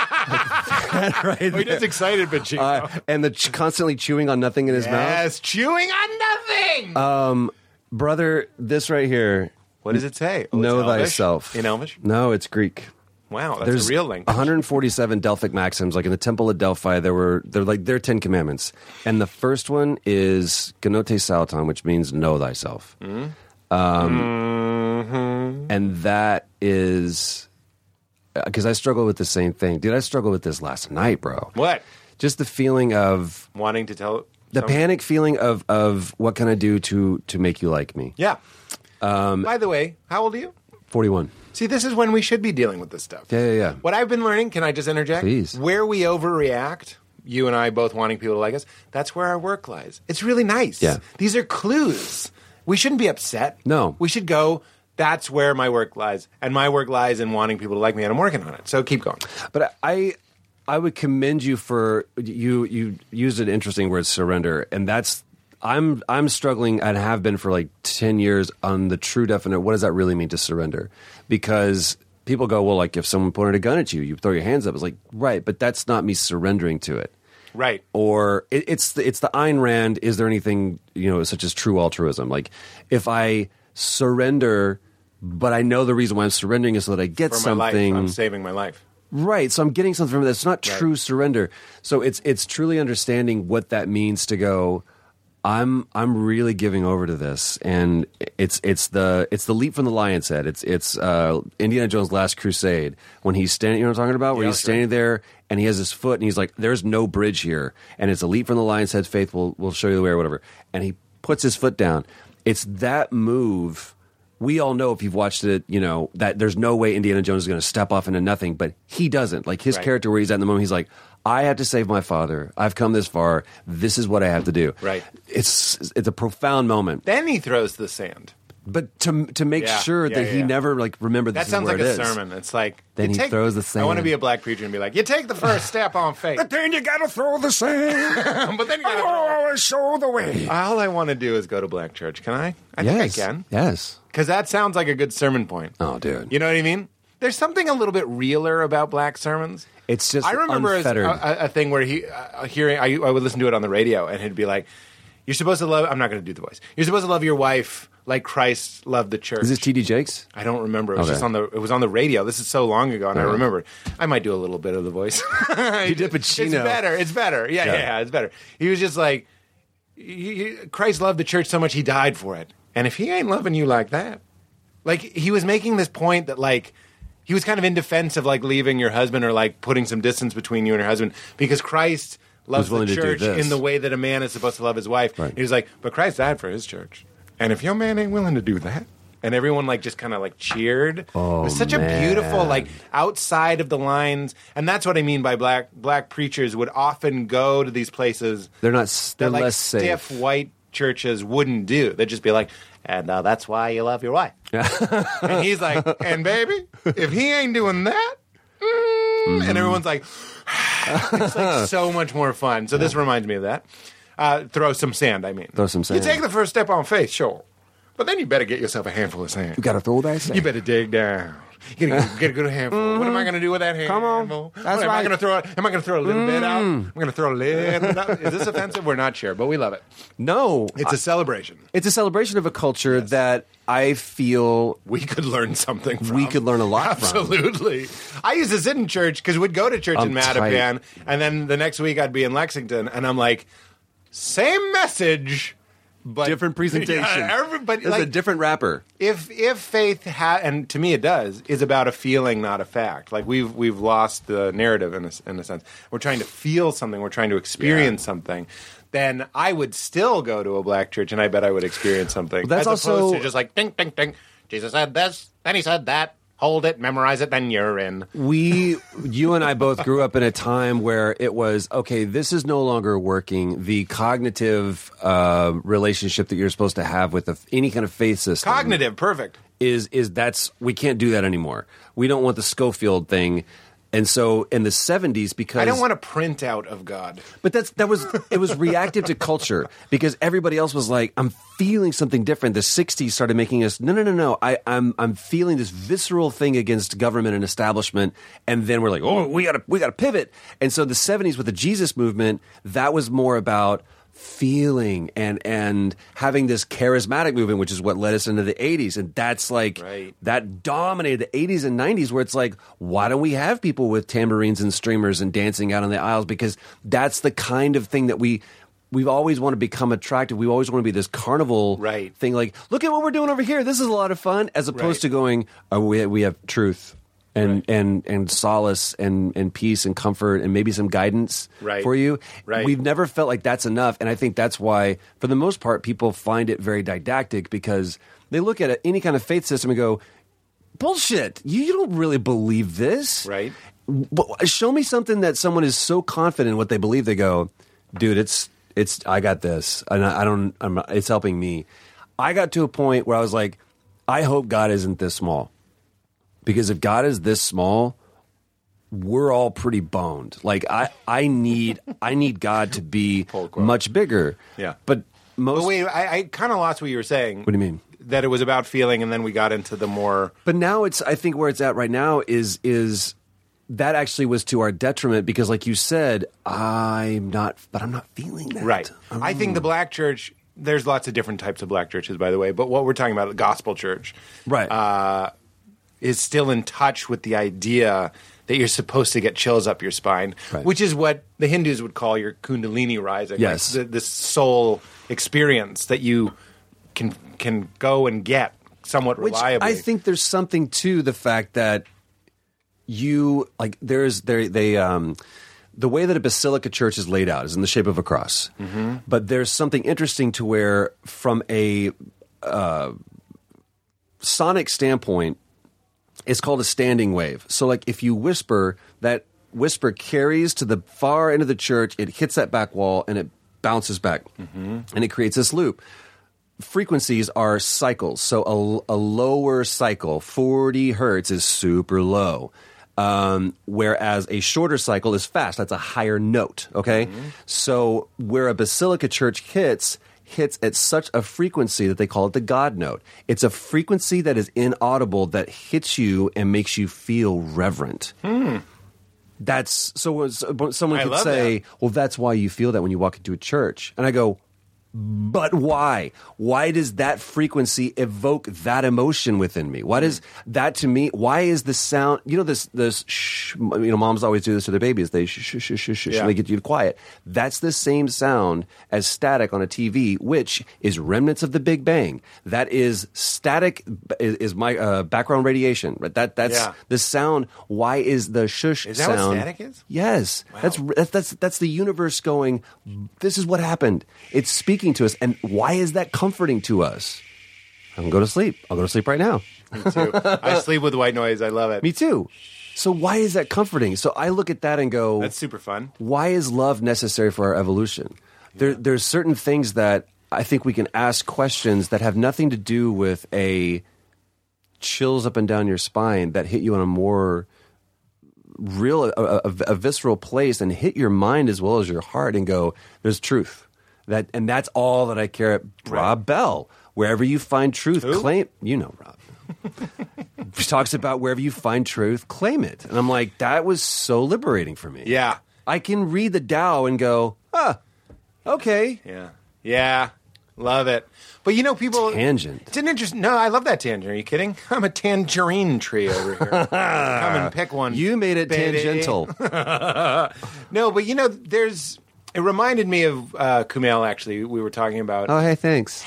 [SPEAKER 7] that right
[SPEAKER 8] oh, he
[SPEAKER 7] there.
[SPEAKER 8] gets excited, Pacino.
[SPEAKER 7] Uh, and the ch- constantly chewing on nothing in his mouth.
[SPEAKER 8] yes, chewing on nothing.
[SPEAKER 7] Brother, this right here.
[SPEAKER 8] what does it say? Oh, it's
[SPEAKER 7] know
[SPEAKER 8] Elvish?
[SPEAKER 7] thyself.
[SPEAKER 8] In Elvish?
[SPEAKER 7] No, it's Greek.
[SPEAKER 8] Wow, that's
[SPEAKER 7] There's
[SPEAKER 8] a real language.
[SPEAKER 7] 147 Delphic maxims. Like in the Temple of Delphi, there were they're like their Ten Commandments, and the first one is Genote Salaton, which means know thyself. Um,
[SPEAKER 8] Mm-hmm.
[SPEAKER 7] And that is because I struggle with the same thing, dude. I struggled with this last night, bro.
[SPEAKER 8] What?
[SPEAKER 7] Just the feeling of
[SPEAKER 8] Wanting to tell
[SPEAKER 7] the
[SPEAKER 8] someone?
[SPEAKER 7] panic feeling of of what can I do to to make you like me?
[SPEAKER 8] Yeah.
[SPEAKER 7] Um,
[SPEAKER 8] By the way, how old are you?
[SPEAKER 7] 41.
[SPEAKER 8] See, this is when we should be dealing with this stuff.
[SPEAKER 7] Yeah, yeah, yeah.
[SPEAKER 8] What I've been learning, can I just interject?
[SPEAKER 7] Please.
[SPEAKER 8] Where we overreact, you and I both wanting people to like us, that's where our work lies. It's really nice.
[SPEAKER 7] Yeah.
[SPEAKER 8] These are clues. We shouldn't be upset.
[SPEAKER 7] No.
[SPEAKER 8] We should go, that's where my work lies. And my work lies in wanting people to like me, and I'm working on it. So keep going.
[SPEAKER 7] But I I would commend you for you you used an interesting word surrender and that's I'm I'm struggling and have been for like 10 years on the true definite what does that really mean to surrender? Because people go well like if someone pointed a gun at you you throw your hands up it's like right but that's not me surrendering to it.
[SPEAKER 8] Right.
[SPEAKER 7] Or it, it's the, it's the Ayn Rand is there anything you know such as true altruism like if I surrender but I know the reason why I'm surrendering is so that I get
[SPEAKER 8] For my life,
[SPEAKER 7] something
[SPEAKER 8] I'm saving my life.
[SPEAKER 7] Right. So I'm getting something from it that's not
[SPEAKER 8] Right.
[SPEAKER 7] true surrender. So it's it's truly understanding what that means to go. I'm I'm really giving over to this, and it's it's the it's the leap from the lion's head. It's it's uh, Indiana Jones' Last Crusade when he's standing. You know what I'm talking about? Where
[SPEAKER 8] Yeah,
[SPEAKER 7] he's
[SPEAKER 8] sure.
[SPEAKER 7] standing there and he has his foot, and he's like, "There's no bridge here," and it's a leap from the lion's head. Faith will will show you the way, or whatever. And he puts his foot down. It's that move we all know if you've watched it, you know, that there's no way Indiana Jones is going to step off into nothing, but he doesn't. Like his
[SPEAKER 8] Right.
[SPEAKER 7] character where he's at in the moment, he's like, I have to save my father. I've come this far. This is what I have to do.
[SPEAKER 8] Right.
[SPEAKER 7] It's it's a profound moment.
[SPEAKER 8] Then he throws the sand.
[SPEAKER 7] But to to make
[SPEAKER 8] Yeah,
[SPEAKER 7] sure
[SPEAKER 8] yeah,
[SPEAKER 7] that he
[SPEAKER 8] yeah.
[SPEAKER 7] never like remembered
[SPEAKER 8] That
[SPEAKER 7] this
[SPEAKER 8] sounds
[SPEAKER 7] is where
[SPEAKER 8] like
[SPEAKER 7] it
[SPEAKER 8] a
[SPEAKER 7] is.
[SPEAKER 8] sermon. It's like
[SPEAKER 7] Then
[SPEAKER 8] you
[SPEAKER 7] he
[SPEAKER 8] take-
[SPEAKER 7] throws the
[SPEAKER 8] I want to
[SPEAKER 7] sand.
[SPEAKER 8] be a black preacher and be like, you take the first step on faith,
[SPEAKER 7] Then you gotta throw the sand.
[SPEAKER 8] but then you gotta
[SPEAKER 7] Oh. show the way.
[SPEAKER 8] All I want to do is go to black church. Can I? I
[SPEAKER 7] yes.
[SPEAKER 8] think I can.
[SPEAKER 7] Yes.
[SPEAKER 8] Because that sounds like a good sermon point.
[SPEAKER 7] Oh, dude.
[SPEAKER 8] You know what I mean? There's something a little bit realer about black sermons.
[SPEAKER 7] It's just
[SPEAKER 8] I remember as a,
[SPEAKER 7] unfettered.
[SPEAKER 8] a, a thing where he uh, hearing I, I would listen to it on the radio and he'd be like, "You're supposed to love." I'm not going to do the voice. You're supposed to love your wife like Christ loved the church.
[SPEAKER 7] Is this T.D. Jakes?
[SPEAKER 8] I don't remember. It was
[SPEAKER 7] Okay.
[SPEAKER 8] just on the. It was on the radio. This is so long ago, and I
[SPEAKER 7] Alright.
[SPEAKER 8] remember. I might do a little bit of the voice. you
[SPEAKER 7] did Pacino.
[SPEAKER 8] It's better. It's better. Yeah, yeah,
[SPEAKER 7] Yeah.
[SPEAKER 8] yeah, it's better. He was just like, he- he- Christ loved the church so much he died for it, and if he ain't loving you like that, like he was making this point that like. He was kind of in defense of like leaving your husband or like putting some distance between you and your husband because Christ loves the
[SPEAKER 7] willing to do
[SPEAKER 8] church
[SPEAKER 7] this.
[SPEAKER 8] in the way that a man is supposed to love his wife.
[SPEAKER 7] Right.
[SPEAKER 8] He was like, but Christ died for his church. And if your man ain't willing to do that, and everyone like just kind of like cheered. it was such a beautiful
[SPEAKER 7] Oh, man.
[SPEAKER 8] like outside of the lines, and that's what I mean by black black preachers would often go to these places
[SPEAKER 7] They're not. s- They're
[SPEAKER 8] that like
[SPEAKER 7] less safe.
[SPEAKER 8] stiff white churches wouldn't do. They'd just be like, and uh, that's why you love your wife. and he's like, and baby, if he ain't doing that, mm,"
[SPEAKER 7] Mm-hmm.
[SPEAKER 8] and everyone's like, it's like so much more fun. So this reminds me of that. Uh, throw some sand. I mean,
[SPEAKER 7] Throw some sand.
[SPEAKER 8] You take the first step on faith, sure, but then you better get yourself a handful of sand.
[SPEAKER 7] You gotta throw that sand.
[SPEAKER 8] You Mm-hmm. better dig down. You gotta get a good handful. What am I gonna do with that handful?
[SPEAKER 7] Come on.
[SPEAKER 8] What,
[SPEAKER 7] That's
[SPEAKER 8] am I
[SPEAKER 7] right.
[SPEAKER 8] gonna throw? Am I gonna throw a little bit out? I'm gonna throw a little. bit out. Is this offensive? We're not sure, but we love it.
[SPEAKER 7] No,
[SPEAKER 8] It's a celebration.
[SPEAKER 7] It's a celebration of a culture that I feel
[SPEAKER 8] We could learn something. from.
[SPEAKER 7] we could learn a lot from.
[SPEAKER 8] Absolutely. I used to sit in church because we'd go to church in
[SPEAKER 7] Uptight.
[SPEAKER 8] Mattapan, and then the next week I'd be in Lexington, and I'm like, same message. But
[SPEAKER 7] different presentation.
[SPEAKER 8] Yeah, everybody,
[SPEAKER 7] This is a
[SPEAKER 8] like,
[SPEAKER 7] different rapper.
[SPEAKER 8] if if faith ha- and to me it does is about a feeling not a fact like we've we've lost the narrative in a, s- in a sense we're trying to feel something we're trying to experience something then I would still go to a black church and I bet I would experience something
[SPEAKER 7] that's
[SPEAKER 8] as opposed
[SPEAKER 7] also-
[SPEAKER 8] to just like ding ding ding Jesus said this then he said that hold it memorize it then you're in
[SPEAKER 7] we you and i both grew up in a time where it was okay this is no longer working the cognitive uh, relationship that you're supposed to have with the, any kind of faith system
[SPEAKER 8] cognitive perfect
[SPEAKER 7] is is that's we can't do that anymore we don't want the schofield thing and so in the 70s because
[SPEAKER 8] I don't want a printout of God
[SPEAKER 7] but that's that was it was reactive to culture because everybody else was like, I'm feeling something different. The '60s started making us no, no, no, no. I, I'm I'm feeling this visceral thing against government and establishment, and then we're like, oh, we gotta we gotta pivot. And so the '70s with the Jesus movement, that was more about feeling and and having this charismatic movement which is what led us into the 80s and that's like
[SPEAKER 8] Right.
[SPEAKER 7] that dominated the 80s and 90s where it's like why don't we have people with tambourines and streamers and dancing out on the aisles because that's the kind of thing that we we've always want to become attractive we always want to be this carnival
[SPEAKER 8] Right.
[SPEAKER 7] thing like look at what we're doing over here this is a lot of fun as opposed
[SPEAKER 8] Right.
[SPEAKER 7] to going oh, we, we have truth and, and and solace and, and peace and comfort and maybe some guidance
[SPEAKER 8] Right.
[SPEAKER 7] for you.
[SPEAKER 8] Right.
[SPEAKER 7] We've never felt like that's enough. And I think that's why, for the most part, people find it very didactic because they look at any kind of faith system and go, bullshit, you, you don't really believe this.
[SPEAKER 8] Right.
[SPEAKER 7] But show me something that someone is so confident in what they believe, they go, dude, it's, it's, I got this. And I, I don't, I'm, not- it's helping me. I got to a point where I was like, I hope God isn't this small. Because if God is this small, we're all pretty boned. Like I, I need, I need God to be
[SPEAKER 8] quote.
[SPEAKER 7] much bigger.
[SPEAKER 8] Yeah.
[SPEAKER 7] but most.
[SPEAKER 8] but wait I, I kind of lost what you were saying
[SPEAKER 7] what do you mean?
[SPEAKER 8] that it was about feeling and then we got into the more
[SPEAKER 7] But now it's, I think where it's at right now is, is that actually was to our detriment because, like you said, I'm not, but I'm not feeling that.
[SPEAKER 8] Right. I think the black church. There's lots of different types of black churches, by the way. But what we're talking about, the gospel church,
[SPEAKER 7] Right.
[SPEAKER 8] uh, is still in touch with the idea that you're supposed to get chills up your spine,
[SPEAKER 7] Right.
[SPEAKER 8] which is what the Hindus would call your kundalini rising.
[SPEAKER 7] Yes.
[SPEAKER 8] like the, this soul experience that you can can go and get somewhat
[SPEAKER 7] Which
[SPEAKER 8] reliably.
[SPEAKER 7] I think there's something to the fact that you like there's there they um the way that a basilica church is laid out is in the shape of a cross.
[SPEAKER 8] Mm-hmm.
[SPEAKER 7] But there's something interesting to where from a uh, sonic standpoint it's called a standing wave. So like if you whisper, that whisper carries to the far end of the church, it hits that back wall and it bounces back.
[SPEAKER 8] Mm-hmm.
[SPEAKER 7] And it creates this loop. Frequencies are cycles. So a, a lower cycle, 40 hertz, is super low. Um, whereas a shorter cycle is fast. That's a higher note. Okay.
[SPEAKER 8] Mm-hmm.
[SPEAKER 7] So where a basilica church hits, hits at such a frequency that they call it the God note. It's a frequency that is inaudible that hits you and makes you feel reverent. That's so. when s- when
[SPEAKER 8] Hmm.
[SPEAKER 7] Someone
[SPEAKER 8] I
[SPEAKER 7] could
[SPEAKER 8] love
[SPEAKER 7] say, "Well, that's why you feel that when you walk into a church," and I go. But why? Why does that frequency evoke that emotion within me? Why does that to me? Why is the sound? You know this. This. Shh, you know, moms always do this to their babies. They shh, shh, shh, shh, shh.
[SPEAKER 8] Yeah.
[SPEAKER 7] and They get you quiet. That's the same sound as static on a TV, which is remnants of the Big Bang. That is static. Is, is my uh, background radiation? Right. That. That's
[SPEAKER 8] Yeah.
[SPEAKER 7] the sound. Why is the shush
[SPEAKER 8] Is that what
[SPEAKER 7] sound-
[SPEAKER 8] static is?
[SPEAKER 7] Yes, that's, that's that's that's the universe going. This is what happened. It's speaking to us, and why is that comforting to us? I can go to sleep. I'll go to sleep right now.
[SPEAKER 8] too. I sleep with white noise. I love it.
[SPEAKER 7] Me too. So why is that comforting? So I look at that and go,
[SPEAKER 8] That's super fun.
[SPEAKER 7] Why is love necessary for our evolution? There, there's certain things that I think we can ask questions that have nothing to do with a chills up and down your spine that hit you on a more real, a, a, a visceral place and hit your mind as well as your heart and go, there's truth. That and that's all that I care. Rob Bell, wherever you find truth, claim you know Rob. He talks about wherever you find truth, claim it. And I'm like, that was so liberating for me.
[SPEAKER 8] Yeah.
[SPEAKER 7] I can read the Tao and go, huh, okay.
[SPEAKER 8] Yeah. Yeah. Love it. But you know, people.
[SPEAKER 7] Tangent.
[SPEAKER 8] It's an interesting. No, I love that tangent. Are you kidding? I'm a tangerine tree over here. Come and pick one.
[SPEAKER 7] You made it
[SPEAKER 8] baby.
[SPEAKER 7] tangential.
[SPEAKER 8] No, but you know, there's. It reminded me of uh, Kumail. Actually, we were talking about
[SPEAKER 7] Oh, hey, thanks.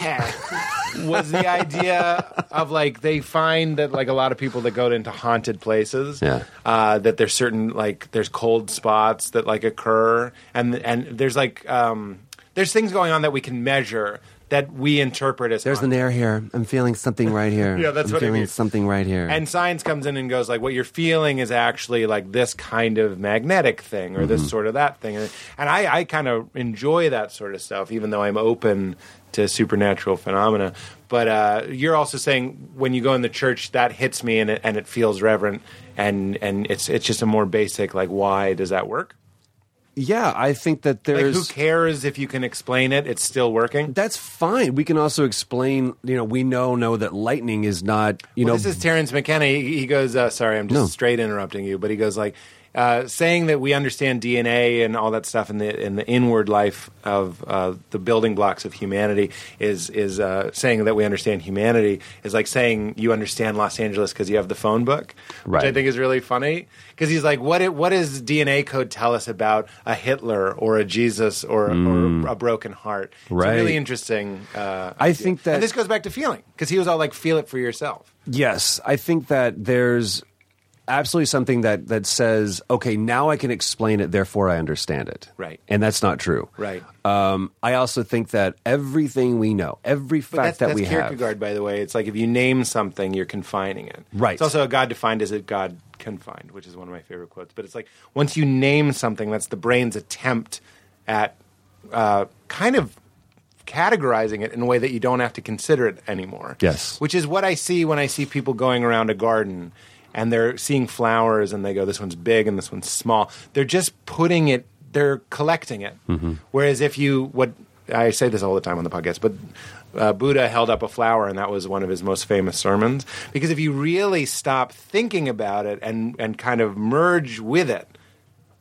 [SPEAKER 8] was the idea of like they find that like a lot of people that go into haunted places,
[SPEAKER 7] Yeah.
[SPEAKER 8] uh, that there's certain like there's cold spots that like occur, and and there's like um, there's things going on that we can measure that we interpret as
[SPEAKER 7] There's an
[SPEAKER 8] haunted.
[SPEAKER 7] air here. I'm feeling something right here.
[SPEAKER 8] Yeah, that's
[SPEAKER 7] I'm
[SPEAKER 8] what I
[SPEAKER 7] feeling
[SPEAKER 8] mean.
[SPEAKER 7] something right here.
[SPEAKER 8] And science comes in and goes like, what you're feeling is actually like this kind of magnetic thing or this sort of that thing. And, and I, I kind of enjoy that sort of stuff, even though I'm open to supernatural phenomena. But uh, you're also saying when you go in the church, that hits me and it, and it feels reverent. And, and it's, it's just a more basic, like, why does that work?
[SPEAKER 7] yeah, I think that
[SPEAKER 8] Like,
[SPEAKER 7] there's
[SPEAKER 8] who cares if you can explain it? It's still working.
[SPEAKER 7] that's fine. We can also explain. You know, we know know that lightning is not. You
[SPEAKER 8] Well,
[SPEAKER 7] know,
[SPEAKER 8] this is Terrence McKenna. He, he goes, uh, sorry, I'm just
[SPEAKER 7] No.
[SPEAKER 8] straight interrupting you, but he goes like, uh, saying that we understand DNA and all that stuff in the in the inward life of uh, the building blocks of humanity is is uh, saying that we understand humanity is like saying you understand Los Angeles because you have the phone book, which I
[SPEAKER 7] Right.
[SPEAKER 8] think is really funny because he's like, what it, what does DNA code tell us about a Hitler or a Jesus or, or a broken heart?
[SPEAKER 7] Mm. Right.
[SPEAKER 8] It's a really interesting. Uh,
[SPEAKER 7] I think that
[SPEAKER 8] and this goes back to feeling because he was all like, feel it for yourself.
[SPEAKER 7] Yes, I think that there's absolutely something that that says, okay, now I can explain it, therefore I understand it.
[SPEAKER 8] Right.
[SPEAKER 7] and that's not true.
[SPEAKER 8] Right.
[SPEAKER 7] Um, I also think that everything we know, every fact
[SPEAKER 8] that's,
[SPEAKER 7] that
[SPEAKER 8] that's
[SPEAKER 7] we
[SPEAKER 8] Kierkegaard,
[SPEAKER 7] have,
[SPEAKER 8] by the way. It's like if you name something, you're confining it.
[SPEAKER 7] Right.
[SPEAKER 8] It's also a God defined as a God confined, which is one of my favorite quotes. But it's like once you name something, that's the brain's attempt at uh, kind of categorizing it in a way that you don't have to consider it anymore.
[SPEAKER 7] Yes.
[SPEAKER 8] Which is what I see when I see people going around a garden and they're seeing flowers and they go, this one's big and this one's small. They're just putting it, they're collecting it. Whereas if you, what I say this all the time on the podcast, but uh, Buddha held up a flower and that was one of his most famous sermons. Because if you really stop thinking about it and, and kind of merge with it,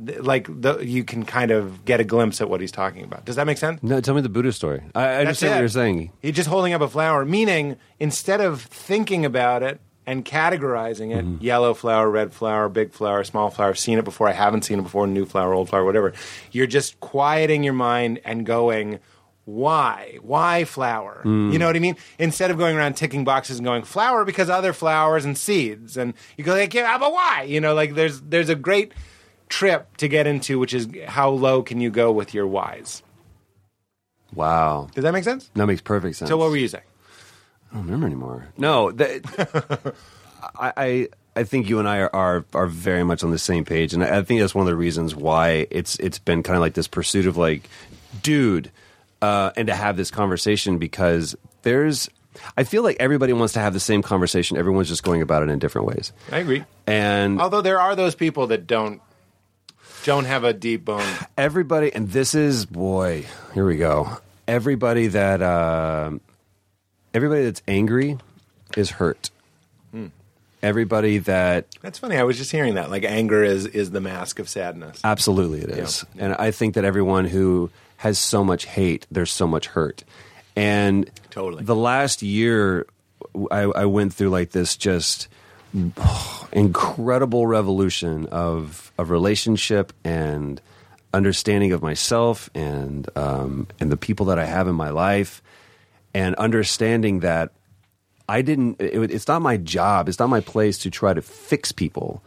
[SPEAKER 8] th- like the, you can kind of get a glimpse at what he's talking about. Does that make sense?
[SPEAKER 7] no, tell me the Buddha story. I, I
[SPEAKER 8] That's
[SPEAKER 7] understand what
[SPEAKER 8] it.
[SPEAKER 7] you're saying.
[SPEAKER 8] You're just holding up a flower, meaning instead of thinking about it and categorizing it,
[SPEAKER 7] Mm-hmm.
[SPEAKER 8] yellow flower, red flower, big flower, small flower, I've seen it before, I haven't seen it before, new flower, old flower, whatever. You're just quieting your mind and going, why? Why flower?
[SPEAKER 7] Mm.
[SPEAKER 8] You know what I mean? Instead of going around ticking boxes and going flower because other flowers and seeds, and you go like, yeah, but why? You know, like there's there's a great trip to get into, which is how low can you go with your whys?
[SPEAKER 7] Wow,
[SPEAKER 8] Does that make sense?
[SPEAKER 7] that makes perfect sense.
[SPEAKER 8] So what were you saying?
[SPEAKER 7] I don't remember anymore. No, that, I, I I think you and I are, are are very much on the same page, and I, I think that's one of the reasons why it's it's been kind of like this pursuit of like, dude, uh, and to have this conversation because there's. I feel like everybody wants to have the same conversation. Everyone's just going about it in different ways.
[SPEAKER 8] I agree.
[SPEAKER 7] And
[SPEAKER 8] Although there are those people that don't don't have a deep bone.
[SPEAKER 7] everybody and this is boy here we go everybody that um everybody that's angry is hurt everybody that
[SPEAKER 8] That's funny. I was just hearing that. Like anger is is the mask of sadness.
[SPEAKER 7] absolutely it is and i think that everyone who has so much hate there's so much hurt and
[SPEAKER 8] Totally.
[SPEAKER 7] the last year i, I went through like this just incredible revolution of of relationship and understanding of myself and um, and the people that I have in my life, and understanding that I didn't. It, it's not my job. It's not my place to try to fix people,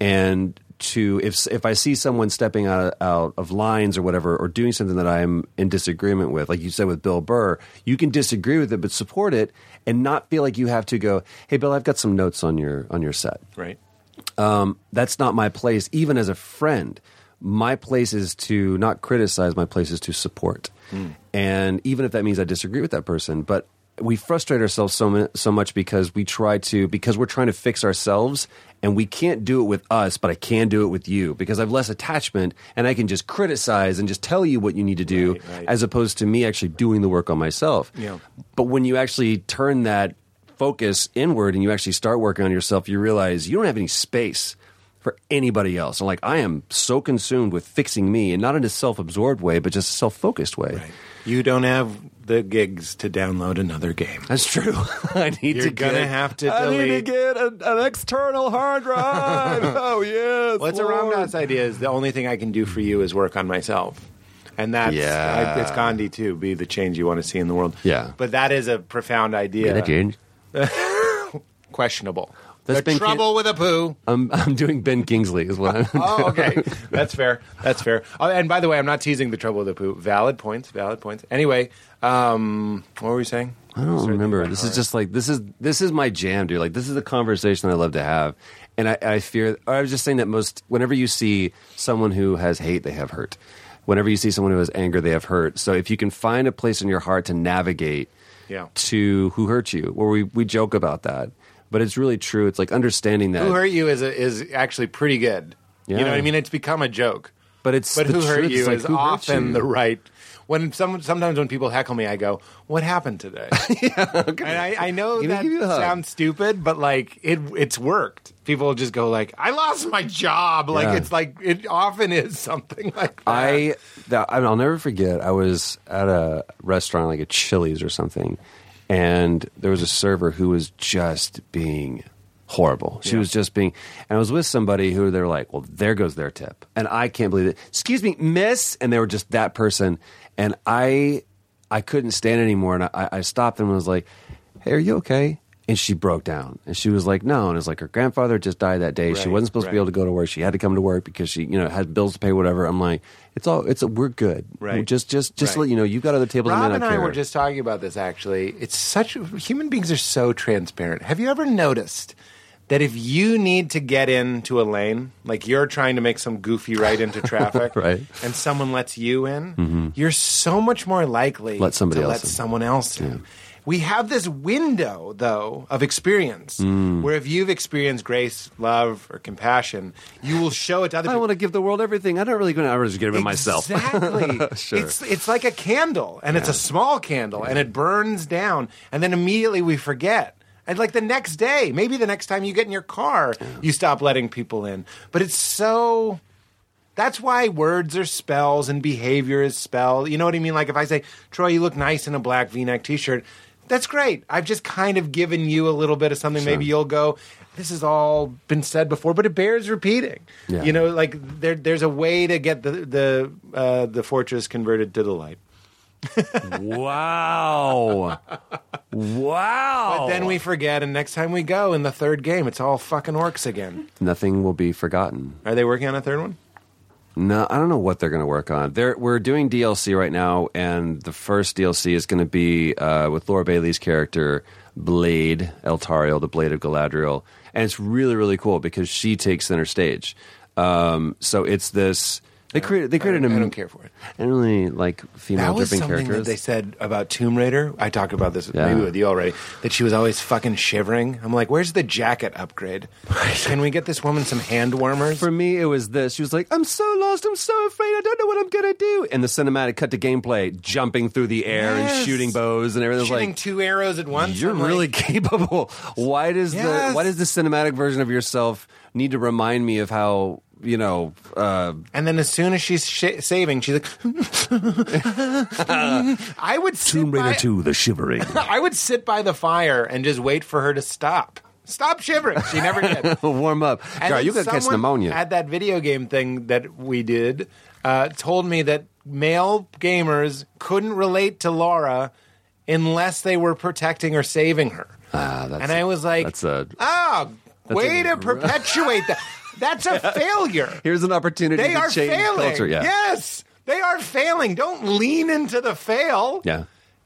[SPEAKER 7] and to if if I see someone stepping out out of lines or whatever, or doing something that I'm in disagreement with, like you said with Bill Burr, you can disagree with it, but support it, and not feel like you have to go. Hey, Bill, I've got some notes on your on your set
[SPEAKER 8] Right.
[SPEAKER 7] that's not my place even as a friend my place is to not criticize my place is to support
[SPEAKER 8] Hmm.
[SPEAKER 7] and even if that means i disagree with that person but we frustrate ourselves so, mu- so much because we try to because we're trying to fix ourselves and we can't do it with us but i can do it with you because i've less attachment and i can just criticize and just tell you what you need to do
[SPEAKER 8] Right, right.
[SPEAKER 7] as opposed to me actually doing the work on myself
[SPEAKER 8] Yeah.
[SPEAKER 7] but when you actually turn that focus inward and you actually start working on yourself, you realize you don't have any space for anybody else. And like, I am so consumed with fixing me and not in a self absorbed way, but just a self focused way.
[SPEAKER 8] You don't have the gigs to download another game.
[SPEAKER 7] That's true. I need
[SPEAKER 8] You're
[SPEAKER 7] to
[SPEAKER 8] gonna
[SPEAKER 7] get,
[SPEAKER 8] have to
[SPEAKER 7] I need to
[SPEAKER 8] delete-
[SPEAKER 7] get an, an external hard drive. oh yes.
[SPEAKER 8] Well, it's a
[SPEAKER 7] Lord.
[SPEAKER 8] Ramdas idea is the only thing I can do for you is work on myself. And that's
[SPEAKER 7] Yeah.
[SPEAKER 8] I, it's Gandhi too. Be the change you want to see in the world.
[SPEAKER 7] Yeah.
[SPEAKER 8] but that is a profound idea. Questionable.
[SPEAKER 7] That's
[SPEAKER 8] the
[SPEAKER 7] been-
[SPEAKER 8] trouble with a poo.
[SPEAKER 7] I'm, I'm doing Ben Kingsley is what I'm
[SPEAKER 8] Oh, okay. That's fair. That's fair. Oh, and by the way, I'm not teasing the trouble with the poo. Valid points. Valid points. Anyway, um, what were we saying?
[SPEAKER 7] I don't remember. This is just like this is this is my jam, dude. Like this is the conversation I love to have, and I, I fear. I was just saying that most whenever you see someone who has hate, they have hurt. Whenever you see someone who has anger, they have hurt. So if you can find a place in your heart to navigate
[SPEAKER 8] Yeah.
[SPEAKER 7] to who hurt you, where we we joke about that, but it's really true. It's like understanding that.
[SPEAKER 8] Who hurt you is a, is actually pretty good. You
[SPEAKER 7] Yeah.
[SPEAKER 8] know what I mean? It's become a joke.
[SPEAKER 7] But it's
[SPEAKER 8] but
[SPEAKER 7] the
[SPEAKER 8] who hurt
[SPEAKER 7] truth.
[SPEAKER 8] you
[SPEAKER 7] It's like,
[SPEAKER 8] is
[SPEAKER 7] who hurt
[SPEAKER 8] often
[SPEAKER 7] you?
[SPEAKER 8] the right. When some sometimes when people heckle me, I go, "What happened today?" And I, I know
[SPEAKER 7] Give me-
[SPEAKER 8] that
[SPEAKER 7] give you a hug.
[SPEAKER 8] sounds stupid, but like it, it's worked. People just go like, "I lost my job." Like
[SPEAKER 7] Yeah.
[SPEAKER 8] it's like it often is something like that.
[SPEAKER 7] I that, I mean, I'll never forget. I was at a restaurant, like a Chili's or something, and there was a server who was just being horrible. She was just being, and I was with somebody who they were like, "Well, there goes their tip," and I can't believe it. Excuse me, miss, and they were just that person, and I, I couldn't stand it anymore, and I, I stopped them and was like, "Hey, are you okay?" And she broke down, and she was like, "No," and it's like her grandfather just died that day. she
[SPEAKER 8] Right,
[SPEAKER 7] wasn't supposed to be able
[SPEAKER 8] right.
[SPEAKER 7] to go go to work. She had to come to work because she, you know, had bills to pay, whatever. I'm like, it's all, it's we're good.
[SPEAKER 8] Right.
[SPEAKER 7] Just, just, just
[SPEAKER 8] Right.
[SPEAKER 7] let you know, you've got other tables.
[SPEAKER 8] Rob and
[SPEAKER 7] and,
[SPEAKER 8] I were just talking about this actually. It's such human beings are so transparent. Have you ever noticed that if you need to get into a lane, like you're trying to make some goofy right into traffic,
[SPEAKER 7] Right. Mm-hmm.
[SPEAKER 8] and someone lets you in, you're so much more likely
[SPEAKER 7] Let somebody
[SPEAKER 8] to
[SPEAKER 7] else
[SPEAKER 8] let
[SPEAKER 7] in.
[SPEAKER 8] someone else in. We have this window, though, of experience
[SPEAKER 7] Mm.
[SPEAKER 8] where if you've experienced grace, love, or compassion, you will show it to other
[SPEAKER 7] I
[SPEAKER 8] people.
[SPEAKER 7] want to give the world everything. I don't really going to ever just give it myself.
[SPEAKER 8] Exactly.
[SPEAKER 7] Sure.
[SPEAKER 8] It's it's like a candle, and it's a small candle, and it burns down, and then immediately we forget. And like the next day, maybe the next time you get in your car, you stop letting people in. But it's so. That's why words are spells and behavior is spell. You know what I mean? Like if I say, Troy, you look nice in a black V-neck T-shirt. That's great. I've just kind of given you a little bit of something. Maybe you'll go. This has all been said before, but it bears repeating.
[SPEAKER 7] Yeah.
[SPEAKER 8] You know, like there, there's a way to get the the uh, the fortress converted to the light.
[SPEAKER 7] wow. wow.
[SPEAKER 8] But then we forget, and next time we go in the third game, it's all fucking orcs again.
[SPEAKER 7] nothing will be forgotten.
[SPEAKER 8] Are they working on a third one?
[SPEAKER 7] No, I don't know what they're going to work on. They're, we're doing DLC right now, and the first DLC is going to be uh, with Laura Bailey's character, Blade Eltariel, the Blade of Galadriel, and it's really really cool because she takes center stage. Um, so it's this. They created. They created.
[SPEAKER 8] I don't,
[SPEAKER 7] a,
[SPEAKER 8] I don't care for it.
[SPEAKER 7] I don't really like female
[SPEAKER 8] That was
[SPEAKER 7] dripping
[SPEAKER 8] something
[SPEAKER 7] characters.
[SPEAKER 8] that they said about Tomb Raider. I talked about this
[SPEAKER 7] Yeah.
[SPEAKER 8] maybe with you already. That she was always fucking shivering. I'm like, where's the jacket upgrade? Can we get this woman some hand warmers?
[SPEAKER 7] for me, it was this. She was like, "I'm so lost. I'm so afraid. I don't know what I'm gonna do." And the cinematic cut to gameplay, jumping through the air
[SPEAKER 8] Yes.
[SPEAKER 7] and shooting bows and everything. It was
[SPEAKER 8] Shooting
[SPEAKER 7] like,
[SPEAKER 8] two arrows at once.
[SPEAKER 7] You're
[SPEAKER 8] I'm like,
[SPEAKER 7] really capable. Why does
[SPEAKER 8] Yes.
[SPEAKER 7] the why does the cinematic version of yourself need to remind me of how you know? Uh,
[SPEAKER 8] and then as soon as she's sh- saving, she's like, I would sit by-
[SPEAKER 7] the shivering.
[SPEAKER 8] I would sit by the fire and just wait for her to stop. Stop shivering. She never did.
[SPEAKER 7] Warm up,
[SPEAKER 8] And
[SPEAKER 7] Girl,
[SPEAKER 8] then
[SPEAKER 7] You gonna catch
[SPEAKER 8] someone
[SPEAKER 7] pneumonia.
[SPEAKER 8] At that video game thing that we did, uh, told me that male gamers couldn't relate to Laura unless they were protecting or saving her.
[SPEAKER 7] Ah, that's-
[SPEAKER 8] and I was like,
[SPEAKER 7] that's a-
[SPEAKER 8] "Oh,
[SPEAKER 7] that's
[SPEAKER 8] way
[SPEAKER 7] a
[SPEAKER 8] to
[SPEAKER 7] gr-
[SPEAKER 8] perpetuate that. That's a failure.
[SPEAKER 7] Here's an opportunity
[SPEAKER 8] they
[SPEAKER 7] to
[SPEAKER 8] are
[SPEAKER 7] change
[SPEAKER 8] failing.
[SPEAKER 7] culture. Yeah,
[SPEAKER 8] Yes, they are failing. Don't lean into the fail.
[SPEAKER 7] yeah.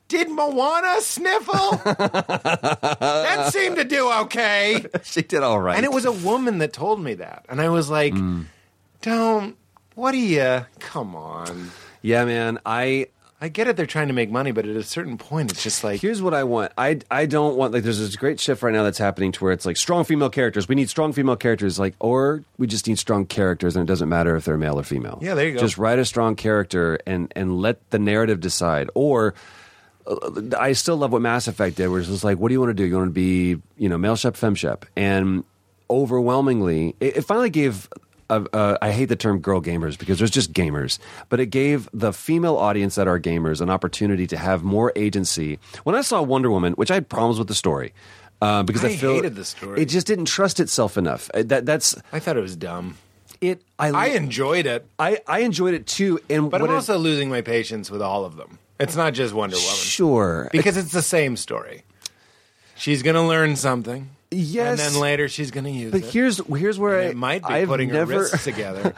[SPEAKER 8] Did Moana sniffle? that seemed to do okay.
[SPEAKER 7] She did all right.
[SPEAKER 8] And it was a woman that told me that. And I was like,
[SPEAKER 7] Hmm.
[SPEAKER 8] don't, what do you, come on.
[SPEAKER 7] yeah, man. I
[SPEAKER 8] I get it, they're trying to make money, but at a certain point, it's just like,
[SPEAKER 7] Here's what I want. I I don't want like there's this great shift right now that's happening to where it's like strong female characters. We need strong female characters, like or we just need strong characters, and it doesn't matter if they're male or female.
[SPEAKER 8] Yeah, there you go.
[SPEAKER 7] Just write a strong character and and let the narrative decide. Or uh, I still love what Mass Effect did, where it's just like, what do you want to do? You want to be you know male shep, femme shep, and overwhelmingly, it, it finally gave. Uh, uh, I hate the term girl gamers because there's just gamers, but it gave the female audience that are gamers an opportunity to have more agency. When I saw Wonder Woman, which I had problems with the story, uh, because I,
[SPEAKER 8] I
[SPEAKER 7] feel
[SPEAKER 8] hated the story.
[SPEAKER 7] It just didn't trust itself enough. Uh, That that's
[SPEAKER 8] I thought it was dumb.
[SPEAKER 7] it I
[SPEAKER 8] I enjoyed it,
[SPEAKER 7] I, I enjoyed it too. And
[SPEAKER 8] but
[SPEAKER 7] what
[SPEAKER 8] I'm
[SPEAKER 7] it-
[SPEAKER 8] also losing my patience with all of them. It's not just Wonder Woman.
[SPEAKER 7] sure
[SPEAKER 8] because it's the same story. She's going to learn something.
[SPEAKER 7] Yes.
[SPEAKER 8] And then later she's going to use
[SPEAKER 7] But
[SPEAKER 8] it.
[SPEAKER 7] here's here's where I
[SPEAKER 8] it might be
[SPEAKER 7] I've
[SPEAKER 8] putting
[SPEAKER 7] never,
[SPEAKER 8] her wrists together.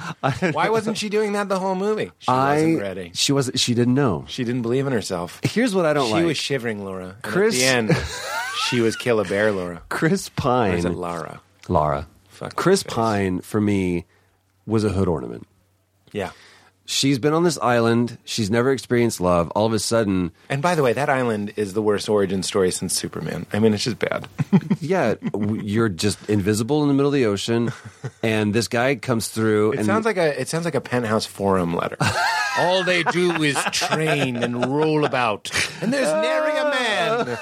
[SPEAKER 8] Why wasn't she doing that the whole movie? She
[SPEAKER 7] I
[SPEAKER 8] wasn't ready.
[SPEAKER 7] she was she didn't know.
[SPEAKER 8] She didn't believe in herself.
[SPEAKER 7] Here's what I don't
[SPEAKER 8] she
[SPEAKER 7] like.
[SPEAKER 8] was shivering, Laura. And
[SPEAKER 7] Chris-
[SPEAKER 8] At the end, she was kill a bear, Laura.
[SPEAKER 7] Chris
[SPEAKER 8] Or is it
[SPEAKER 7] Pine,
[SPEAKER 8] Lara?
[SPEAKER 7] Lara,
[SPEAKER 8] Fuck
[SPEAKER 7] Chris
[SPEAKER 8] face.
[SPEAKER 7] Pine for me was a hood ornament.
[SPEAKER 8] Yeah.
[SPEAKER 7] She's been on this island. She's never experienced love. All of a sudden,
[SPEAKER 8] And by the way, that island is the worst origin story since Superman. I mean, it's just bad.
[SPEAKER 7] yeah, w- you're just invisible in the middle of the ocean, and this guy comes through.
[SPEAKER 8] It
[SPEAKER 7] and
[SPEAKER 8] sounds like a it sounds like a penthouse forum letter. All they do is train and roll about, and there's nary a man.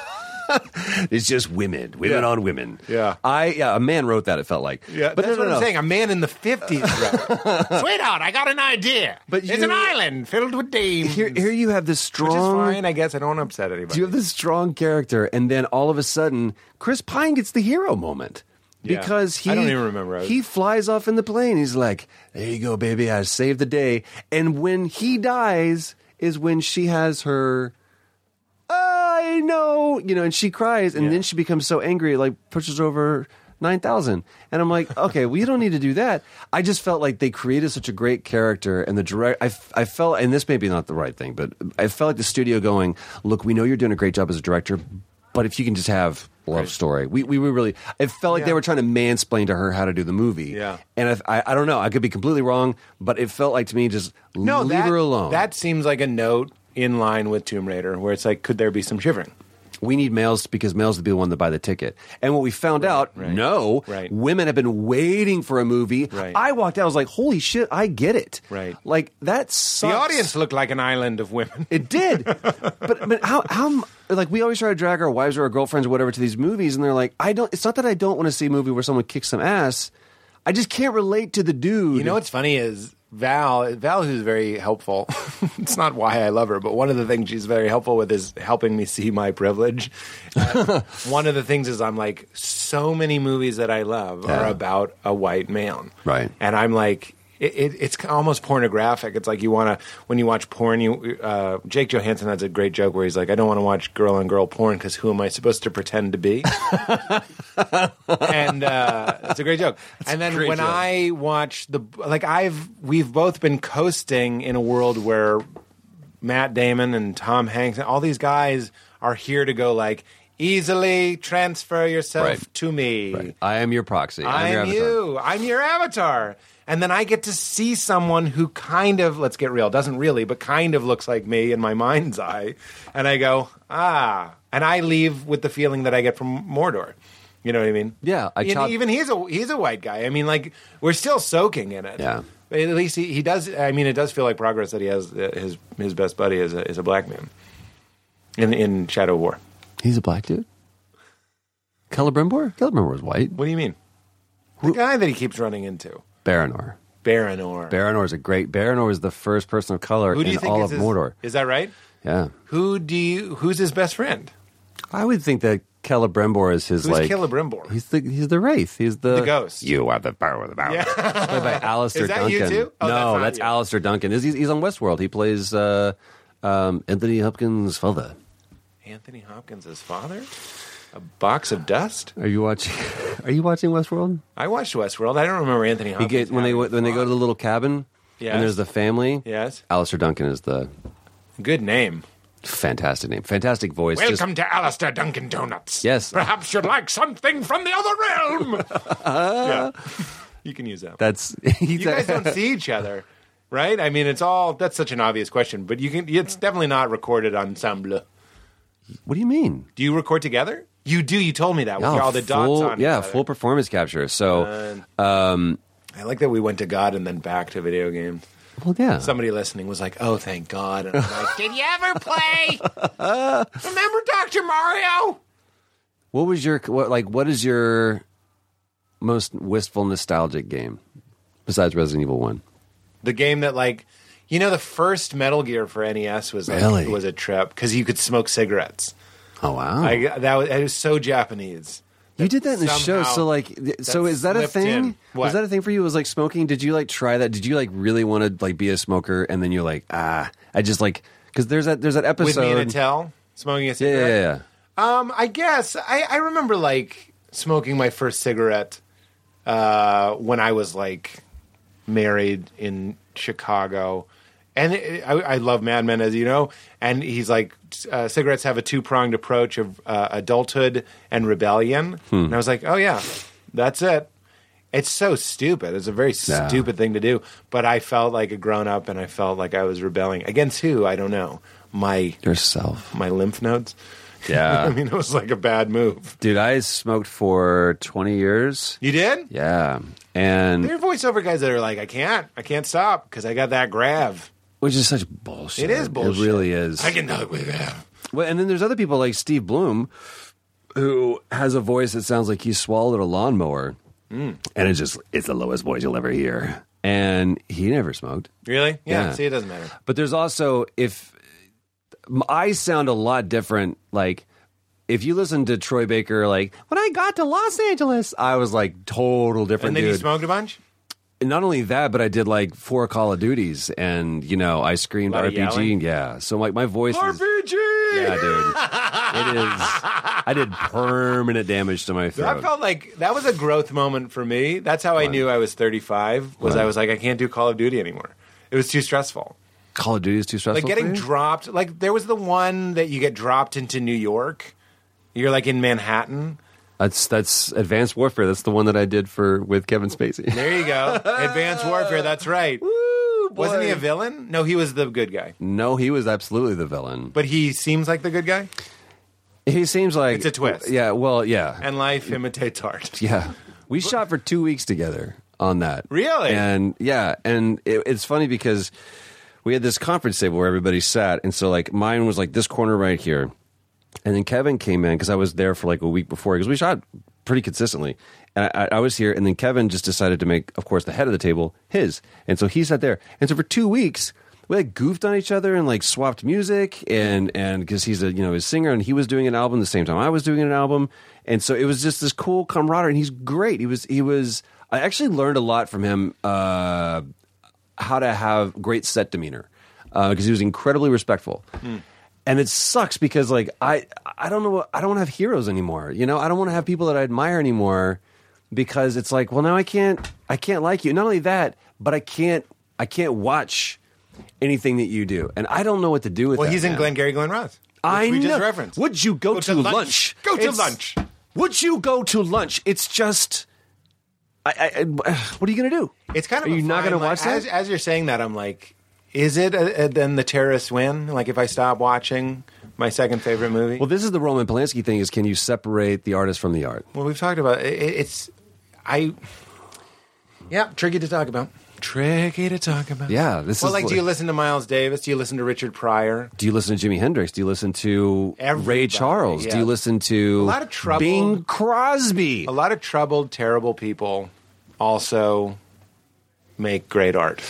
[SPEAKER 7] it's just women, women
[SPEAKER 8] Yeah.
[SPEAKER 7] on women.
[SPEAKER 8] Yeah.
[SPEAKER 7] I yeah, a man wrote that. It felt like,
[SPEAKER 8] Yeah,
[SPEAKER 7] but
[SPEAKER 8] that's
[SPEAKER 7] no, no,
[SPEAKER 8] what
[SPEAKER 7] no.
[SPEAKER 8] I'm saying. A man in the fifties, sweetheart. I got an idea.
[SPEAKER 7] But
[SPEAKER 8] it's an
[SPEAKER 7] you-
[SPEAKER 8] island filled with dames.
[SPEAKER 7] Here, here you have this
[SPEAKER 8] which is
[SPEAKER 7] strong.
[SPEAKER 8] fine, I guess. I don't upset anybody.
[SPEAKER 7] you have this strong character, and then all of a sudden, Chris Pine gets the hero moment
[SPEAKER 8] Yeah.
[SPEAKER 7] because he
[SPEAKER 8] I don't even remember.
[SPEAKER 7] He flies off in the plane. He's like, "There you go, baby. I saved the day." And when he dies, is when she has her. I know, you know, and she cries, and
[SPEAKER 8] Yeah.
[SPEAKER 7] then she becomes so angry, like pushes over nine thousand. And I'm like, okay, well, you don't need to do that. I just felt like they created such a great character, and the direct. I, f- I felt, and this may be not the right thing, but I felt like the studio going, look, we know you're doing a great job as a director, but if you can just have a love story, we we were really. It felt like they
[SPEAKER 8] Yeah.
[SPEAKER 7] were trying to mansplain to her how to do the movie.
[SPEAKER 8] Yeah.
[SPEAKER 7] and I, I, I don't know, I could be completely wrong, but it felt like to me just
[SPEAKER 8] no,
[SPEAKER 7] leave
[SPEAKER 8] that,
[SPEAKER 7] her alone.
[SPEAKER 8] That seems like a note in line with Tomb Raider, where it's like, could there be some shivering?
[SPEAKER 7] we need males because males would be the one that buy the ticket. And what we found out, no,
[SPEAKER 8] right.
[SPEAKER 7] women have been waiting for a movie.
[SPEAKER 8] Right.
[SPEAKER 7] I walked out, I was like, holy shit, I get it.
[SPEAKER 8] Right.
[SPEAKER 7] Like, that sucks.
[SPEAKER 8] The audience looked like an island of women.
[SPEAKER 7] It did. but, but how, how, m- like, we always try to drag our wives or our girlfriends or whatever to these movies, and they're like, I don't, it's not that I don't want to see a movie where someone kicks some ass. I just can't relate to the dude.
[SPEAKER 8] You know what's funny is Val, Val, who's very helpful. it's not why I love her, but one of the things she's very helpful with is helping me see my privilege. Uh, one of the things is I'm like, so many movies that I love are
[SPEAKER 7] Yeah.
[SPEAKER 8] about a white man,
[SPEAKER 7] Right.
[SPEAKER 8] And I'm like. It, it, it's almost pornographic. It's like you want to when you watch porn. You uh, Jake Johansson has a great joke where he's like, "I don't want to watch girl on girl porn because who am I supposed to pretend to be?" and uh, it's a great joke. and then when I watch the like, I've we've both been coasting in a world where Matt Damon and Tom Hanks and all these guys are here to go like easily transfer yourself
[SPEAKER 7] Right.
[SPEAKER 8] to me.
[SPEAKER 7] I am your proxy. I'm, your
[SPEAKER 8] I'm
[SPEAKER 7] avatar.
[SPEAKER 8] you. I'm your avatar. And then I get to see someone who kind of, let's get real, doesn't really, but kind of looks like me in my mind's eye. And I go, ah. And I leave with the feeling that I get from Mordor. You know what I mean?
[SPEAKER 7] Yeah, I
[SPEAKER 8] And
[SPEAKER 7] chop-
[SPEAKER 8] even he's a he's a white guy. I mean, like we're still soaking in it.
[SPEAKER 7] Yeah.
[SPEAKER 8] But at least he, he does. I mean, it does feel like progress that he has uh, his his best buddy is a, is a black man in in Shadow of War.
[SPEAKER 7] He's a black dude. Celebrimbor? Celebrimbor was white.
[SPEAKER 8] What do you mean? The guy that he keeps running into,
[SPEAKER 7] Baranor.
[SPEAKER 8] Baranor.
[SPEAKER 7] Baranor is a great. Baranor is the first person of color
[SPEAKER 8] Who do you
[SPEAKER 7] in
[SPEAKER 8] think
[SPEAKER 7] all
[SPEAKER 8] is
[SPEAKER 7] of
[SPEAKER 8] his,
[SPEAKER 7] Mordor.
[SPEAKER 8] Is that right?
[SPEAKER 7] yeah,
[SPEAKER 8] Who do you? Who's his best friend?
[SPEAKER 7] I would think that Celebrimbor is his
[SPEAKER 8] Who's
[SPEAKER 7] like.
[SPEAKER 8] Celebrimbor?
[SPEAKER 7] He's the he's the wraith. He's the,
[SPEAKER 8] The ghost.
[SPEAKER 7] Uh, You are the power of the power.
[SPEAKER 8] Yeah.
[SPEAKER 7] Played by Alistair
[SPEAKER 8] Is that
[SPEAKER 7] Duncan.
[SPEAKER 8] you too? Oh, that's
[SPEAKER 7] no,
[SPEAKER 8] not
[SPEAKER 7] that's,
[SPEAKER 8] you.
[SPEAKER 7] Alistair Duncan. He's, he's on Westworld. He plays uh, um, Anthony Hopkins' father.
[SPEAKER 8] Anthony Hopkins' his father. A box of dust.
[SPEAKER 7] Are you watching? Are you watching Westworld?
[SPEAKER 8] I watched Westworld. I don't remember Anthony
[SPEAKER 7] He
[SPEAKER 8] Hopkins.
[SPEAKER 7] get when they
[SPEAKER 8] having
[SPEAKER 7] when they go to
[SPEAKER 8] father.
[SPEAKER 7] the little cabin.
[SPEAKER 8] Yes.
[SPEAKER 7] And there's the family.
[SPEAKER 8] Yes.
[SPEAKER 7] Alistair Duncan is the
[SPEAKER 8] Good name.
[SPEAKER 7] fantastic name. Fantastic voice. Just-
[SPEAKER 8] Welcome to Alistair Dunkin' Donuts.
[SPEAKER 7] Yes.
[SPEAKER 8] Perhaps you'd like something from the other realm. yeah. You can use that.
[SPEAKER 7] that's he's
[SPEAKER 8] you guys don't see each other, right? I mean, it's all that's such an obvious question, but you can. It's definitely not recorded ensemble.
[SPEAKER 7] What do you mean?
[SPEAKER 8] Do you record together? You do. You told me that with
[SPEAKER 7] Yeah,
[SPEAKER 8] all the
[SPEAKER 7] Oh, full-
[SPEAKER 8] dots on. each
[SPEAKER 7] Yeah,
[SPEAKER 8] other. Uh,
[SPEAKER 7] full performance capture. So,
[SPEAKER 8] I like that we went to God and then back to video games.
[SPEAKER 7] well, yeah.
[SPEAKER 8] Somebody listening was like, "Oh, thank God!" And I'm like, "Did you ever play? Remember Doctor Mario?"
[SPEAKER 7] what was your what, like? What is your most wistful nostalgic game besides Resident Evil One?
[SPEAKER 8] The game that like. You know, the first Metal Gear for NES was like,
[SPEAKER 7] Really?
[SPEAKER 8] was a trip because you could smoke cigarettes.
[SPEAKER 7] Oh wow!
[SPEAKER 8] I, that was, it was so Japanese.
[SPEAKER 7] You did that in the show,
[SPEAKER 8] somehow
[SPEAKER 7] so like, th- so is that a
[SPEAKER 8] slipped
[SPEAKER 7] thing?
[SPEAKER 8] in. What?
[SPEAKER 7] Was that a thing for you? Was like smoking? Did you like try that? Did you like really want to like be a smoker? And then you're like, ah, I just like because there's that there's that
[SPEAKER 8] with
[SPEAKER 7] episode.
[SPEAKER 8] me in a tell smoking a
[SPEAKER 7] yeah,
[SPEAKER 8] cigarette.
[SPEAKER 7] yeah, yeah.
[SPEAKER 8] Um, I guess I, I remember like smoking my first cigarette uh, when I was like married in Chicago, and it, I, I love Mad Men as you know. And he's like, uh, cigarettes have a two pronged approach of uh, adulthood and rebellion. And I was like, oh yeah, that's it. It's so stupid. It's a very
[SPEAKER 7] Yeah.
[SPEAKER 8] stupid thing to do. But I felt like a grown up, and I felt like I was rebelling against who? I don't know. My
[SPEAKER 7] Yourself,
[SPEAKER 8] my lymph nodes.
[SPEAKER 7] Yeah.
[SPEAKER 8] I mean, it was like a bad move.
[SPEAKER 7] dude. I smoked for 20 years.
[SPEAKER 8] You did?
[SPEAKER 7] Yeah, and
[SPEAKER 8] There are voiceover guys that are like, I can't, I can't stop because I got that grav.
[SPEAKER 7] which is such bullshit.
[SPEAKER 8] It is bullshit.
[SPEAKER 7] It really is.
[SPEAKER 8] I can do it with that.
[SPEAKER 7] Well, and then there's other people like Steve Bloom, who has a voice that sounds like he swallowed a lawnmower,
[SPEAKER 8] Hmm.
[SPEAKER 7] and it just it's the lowest voice you'll ever hear. And he never smoked.
[SPEAKER 8] Really? Yeah.
[SPEAKER 7] Yeah.
[SPEAKER 8] See, it doesn't matter.
[SPEAKER 7] But there's also if I sound a lot different. Like if you listen to Troy Baker, like when I got to Los Angeles, I was like total different.
[SPEAKER 8] And then you
[SPEAKER 7] dude.
[SPEAKER 8] smoked a bunch.
[SPEAKER 7] And not only that, but I did like four Call of Duties, and you know I screamed
[SPEAKER 8] Lot of
[SPEAKER 7] RPG.
[SPEAKER 8] yelling?
[SPEAKER 7] yeah, so like my voice is.
[SPEAKER 8] RPG.
[SPEAKER 7] Yeah, dude. It is. I did permanent damage to my
[SPEAKER 8] I
[SPEAKER 7] throat.
[SPEAKER 8] felt like that was a growth moment for me. That's how I knew I was 35. Was
[SPEAKER 7] Right.
[SPEAKER 8] I was like, I can't do Call of Duty anymore. It was too stressful.
[SPEAKER 7] Call of Duty is too stressful.
[SPEAKER 8] Like getting
[SPEAKER 7] for you?
[SPEAKER 8] dropped. Like there was the one that you get dropped into New York. You're like in Manhattan.
[SPEAKER 7] that's that's Advanced Warfare. That's the one that I did for with Kevin Spacey.
[SPEAKER 8] There you go. Advanced Warfare. That's right.
[SPEAKER 7] Woo, boy.
[SPEAKER 8] Wasn't he a villain? No, he was the good guy.
[SPEAKER 7] No, he was absolutely the villain.
[SPEAKER 8] But he seems like the good guy.
[SPEAKER 7] He seems like
[SPEAKER 8] It's a twist.
[SPEAKER 7] Yeah. Well, yeah,
[SPEAKER 8] And life imitates art.
[SPEAKER 7] yeah. We shot for two weeks together on that.
[SPEAKER 8] Really?
[SPEAKER 7] And yeah, and it, it's funny because we had this conference table where everybody sat, and so like mine was like this corner right here. And then Kevin came in because I was there for like a week before because we shot pretty consistently. And I, I was here, and then Kevin just decided to make, of course, the head of the table his. And so he sat there. And so for two weeks, we like goofed on each other and like swapped music and and because he's a you know his singer and he was doing an album the same time I was doing an album and so it was just this cool camaraderie and he's great he was he was I actually learned a lot from him uh, how to have great set demeanor because he was incredibly respectful.
[SPEAKER 8] Hmm.
[SPEAKER 7] And it sucks because like I I don't know what- I don't want to have heroes anymore. You know I don't want to have people that I admire anymore because it's like well now I can't I can't like you. Not only that, but I can't I can't watch anything that you do, and I don't know what to do with.
[SPEAKER 8] Well,
[SPEAKER 7] that,
[SPEAKER 8] he's in
[SPEAKER 7] man.
[SPEAKER 8] Glengarry Glen Ross. which
[SPEAKER 7] I
[SPEAKER 8] we just
[SPEAKER 7] know.
[SPEAKER 8] referenced.
[SPEAKER 7] Would you go, to, lunch?
[SPEAKER 8] Go to
[SPEAKER 7] It's-
[SPEAKER 8] lunch.
[SPEAKER 7] Would you go to lunch? It's just. I, I, I- what are you gonna do?
[SPEAKER 8] It's kind of
[SPEAKER 7] Are
[SPEAKER 8] a
[SPEAKER 7] you not
[SPEAKER 8] fine
[SPEAKER 7] gonna
[SPEAKER 8] line.
[SPEAKER 7] watch that?
[SPEAKER 8] As, as you're saying that, I'm like, is it a, a, then the terrorists win? Like if I stop watching my second favorite movie?
[SPEAKER 7] Well,
[SPEAKER 8] Well,
[SPEAKER 7] this is the Roman Polanski thing: is can you separate the artist from the art?
[SPEAKER 8] we've talked about it. It- It's I. Yeah, tricky to talk about. Tricky to talk about.
[SPEAKER 7] Yeah, this
[SPEAKER 8] Well,
[SPEAKER 7] is.
[SPEAKER 8] like, do you listen to Miles Davis? Do you listen to Richard Pryor?
[SPEAKER 7] do you listen to Jimi Hendrix? Do you listen to Ray
[SPEAKER 8] Everybody,
[SPEAKER 7] Charles? Do
[SPEAKER 8] yeah.
[SPEAKER 7] you listen
[SPEAKER 8] A
[SPEAKER 7] to
[SPEAKER 8] lot of trouble.
[SPEAKER 7] Bing Crosby?
[SPEAKER 8] A lot of troubled, terrible people also make great art.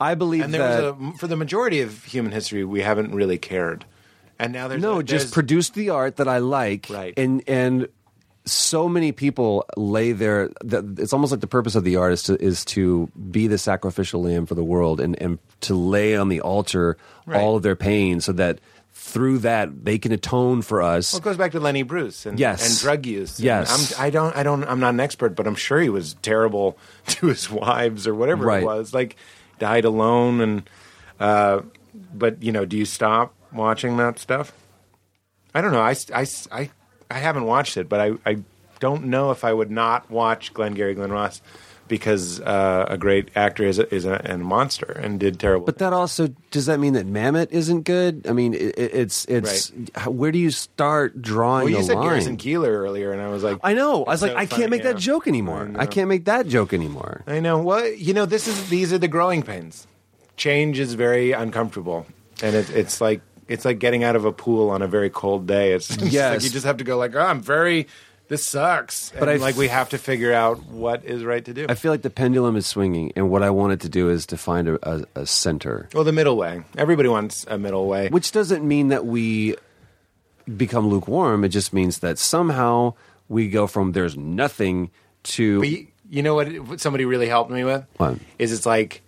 [SPEAKER 7] I believe
[SPEAKER 8] And there
[SPEAKER 7] that
[SPEAKER 8] was a, for the majority of human history, we haven't really cared. And now there's
[SPEAKER 7] no,
[SPEAKER 8] a-
[SPEAKER 7] just
[SPEAKER 8] there's-
[SPEAKER 7] produce the art that I like,
[SPEAKER 8] Right.
[SPEAKER 7] And and so many people lay their. The, it's almost like the purpose of the art is to is to be the sacrificial lamb for the world and and to lay on the altar
[SPEAKER 8] Right.
[SPEAKER 7] all of their pain, so that through that they can atone for us.
[SPEAKER 8] Well, it goes back to Lenny Bruce and
[SPEAKER 7] Yes.
[SPEAKER 8] and drug use. And
[SPEAKER 7] Yes.
[SPEAKER 8] I'm, I don't, I don't, I'm not an expert, but I'm sure he was terrible to his wives or whatever
[SPEAKER 7] Right.
[SPEAKER 8] it was. Like died alone, and uh, but you know, do you stop watching that stuff? I don't know. I, s- I s- I- I haven't watched it, but I, I don't know if I would not watch Glengarry Glen Ross because uh, a great actor is a, is a, and a monster and did terrible.
[SPEAKER 7] But that also does that mean that Mammoth isn't good? I mean, it, it- it's it's how- where do you start drawing
[SPEAKER 8] well, you
[SPEAKER 7] the
[SPEAKER 8] said
[SPEAKER 7] line?
[SPEAKER 8] Garrison Keeler earlier, and I was like,
[SPEAKER 7] I know. I was
[SPEAKER 8] It's
[SPEAKER 7] like,
[SPEAKER 8] so
[SPEAKER 7] I
[SPEAKER 8] funny,
[SPEAKER 7] can't make
[SPEAKER 8] yeah.
[SPEAKER 7] that joke anymore. I,
[SPEAKER 8] know.
[SPEAKER 7] can't make that joke anymore.
[SPEAKER 8] I know. Well, you know, this is these are the growing pains. Change is very uncomfortable, and it, it's like it's like getting out of a pool on a very cold day. It's, it's
[SPEAKER 7] Yes.
[SPEAKER 8] like you just have to go like, oh, I'm very. This sucks. But
[SPEAKER 7] But I
[SPEAKER 8] like
[SPEAKER 7] f-
[SPEAKER 8] we have to figure out what is right to do.
[SPEAKER 7] I feel like the pendulum is swinging, and what I wanted to do is to find a, a, a center,
[SPEAKER 8] well, the middle way. Everybody wants a middle way.
[SPEAKER 7] which doesn't mean that we become lukewarm. It just means that somehow we go from there's nothing to
[SPEAKER 8] But you, you know what? what Somebody really helped me with
[SPEAKER 7] What?
[SPEAKER 8] is it's like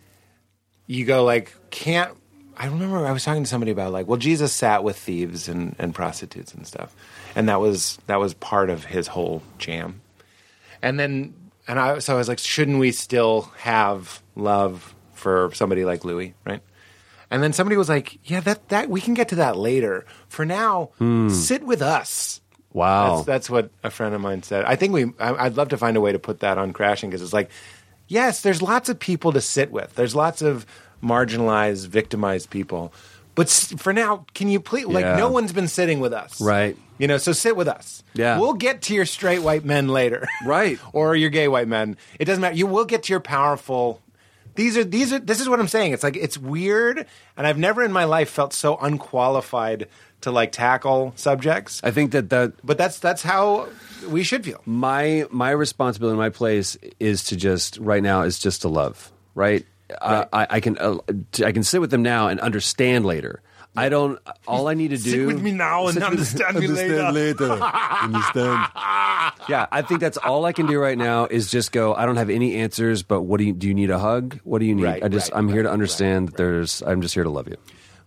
[SPEAKER 8] you go like can't. I remember I was talking to somebody about like, well, Jesus sat with thieves and, and prostitutes and stuff, and that was that was part of his whole jam. And then and I so I was like, shouldn't we still have love for somebody like Louis, right? And then somebody was like, yeah, that that we can get to that later. For now, sit with us.
[SPEAKER 7] wow.
[SPEAKER 8] That's, that's what a friend of mine said. I think we. I, I'd love to find a way to put that on crashing because it's like, yes, there's lots of people to sit with. There's lots of marginalized, victimized people, but s- for now, can you please? Like,
[SPEAKER 7] Yeah.
[SPEAKER 8] no one's been sitting with us,
[SPEAKER 7] Right.
[SPEAKER 8] You know, so sit with us.
[SPEAKER 7] Yeah.
[SPEAKER 8] we'll get to your straight white men later,
[SPEAKER 7] Right.
[SPEAKER 8] or your gay white men. It doesn't matter. You will get to your powerful. These are these are this is what I'm saying. It's like it's weird, and I've never in my life felt so unqualified to like tackle subjects
[SPEAKER 7] I think that that
[SPEAKER 8] but that's that's how we should feel.
[SPEAKER 7] my my responsibility, my place is to just right now is just to love, right? I I, I can uh, I can sit with them now and understand later. I don't. All I need to do Sit with-
[SPEAKER 3] understand.
[SPEAKER 7] Yeah, I think that's all I can do right now is just go. I don't have any answers, but what do you do? You need a hug? What do you need?
[SPEAKER 8] Right,
[SPEAKER 7] I just
[SPEAKER 8] right,
[SPEAKER 7] I'm here to
[SPEAKER 8] right,
[SPEAKER 7] understand
[SPEAKER 8] right,
[SPEAKER 7] that there's. I'm just here to love you.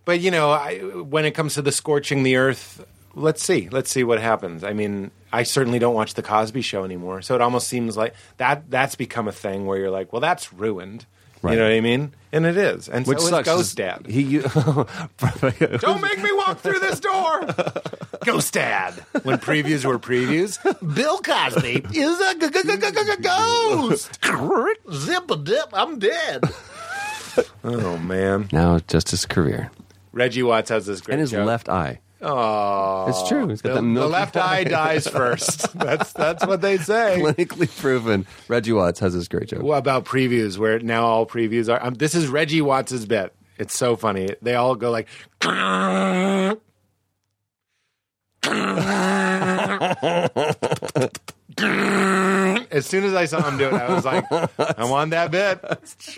[SPEAKER 8] But you know, I, when it comes to the scorching the earth, let's see, let's see what happens. I mean, I certainly don't watch the Cosby Show anymore, so it almost seems like that that's become a thing where you're like, well, that's ruined.
[SPEAKER 7] Right.
[SPEAKER 8] You know what I mean? And it is. And
[SPEAKER 7] Which
[SPEAKER 8] so
[SPEAKER 7] sucks.
[SPEAKER 8] is
[SPEAKER 7] is
[SPEAKER 8] Ghost Dad.
[SPEAKER 7] He. You,
[SPEAKER 8] Don't make me walk through this door. Ghost Dad. When previews were previews, Bill Cosby is a g- g- g- g- g- ghost. Zip a dip. I'm dead. Oh man.
[SPEAKER 7] now just his career
[SPEAKER 8] Reggie Watts has this great
[SPEAKER 7] and his
[SPEAKER 8] joke.
[SPEAKER 7] left eye. Oh, it's true. He's got
[SPEAKER 8] the,
[SPEAKER 7] that
[SPEAKER 8] the
[SPEAKER 7] milky
[SPEAKER 8] left eye dies first. That's that's what they say.
[SPEAKER 7] clinically proven. Reggie Watts has this great joke.
[SPEAKER 8] What about previews? Where now all previews are. Um, this is Reggie Watts's bit. It's so funny. They all go like. As soon as I saw him do it, I was like, "I want that bit.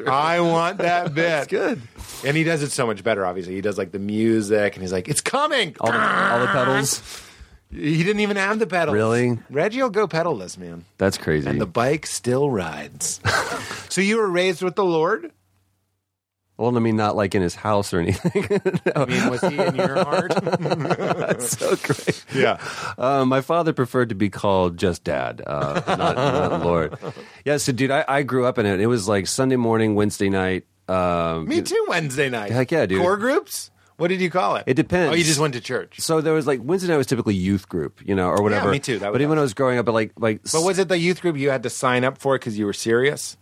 [SPEAKER 8] I want that bit." That's
[SPEAKER 7] good.
[SPEAKER 8] And he does it so much better. Obviously, he does like the music, and he's like, "It's coming."
[SPEAKER 7] All the, all the pedals.
[SPEAKER 8] He didn't even have the pedals.
[SPEAKER 7] Really?
[SPEAKER 8] Reggie will go pedalless, man.
[SPEAKER 7] That's crazy.
[SPEAKER 8] And the bike still rides. so you were raised with the Lord?
[SPEAKER 7] well, I mean, not like in his house or anything.
[SPEAKER 8] I mean, was he in your heart?
[SPEAKER 7] That's so great.
[SPEAKER 8] yeah.
[SPEAKER 7] Uh, my father preferred to be called just dad, uh, not, not Lord. Yeah, so dude, I, I grew up in it. It was like Sunday morning, Wednesday night. Um,
[SPEAKER 8] Me too, Wednesday night.
[SPEAKER 7] Heck yeah, dude.
[SPEAKER 8] Core groups? What did you call it?
[SPEAKER 7] It depends.
[SPEAKER 8] Oh, you just went to church.
[SPEAKER 7] so there was like Wednesday night was typically youth group, you know, or whatever.
[SPEAKER 8] me too. That
[SPEAKER 7] but
[SPEAKER 8] was
[SPEAKER 7] even when
[SPEAKER 8] us.
[SPEAKER 7] I was growing up, but like like
[SPEAKER 8] But was it the youth group you had to sign up for because you were serious?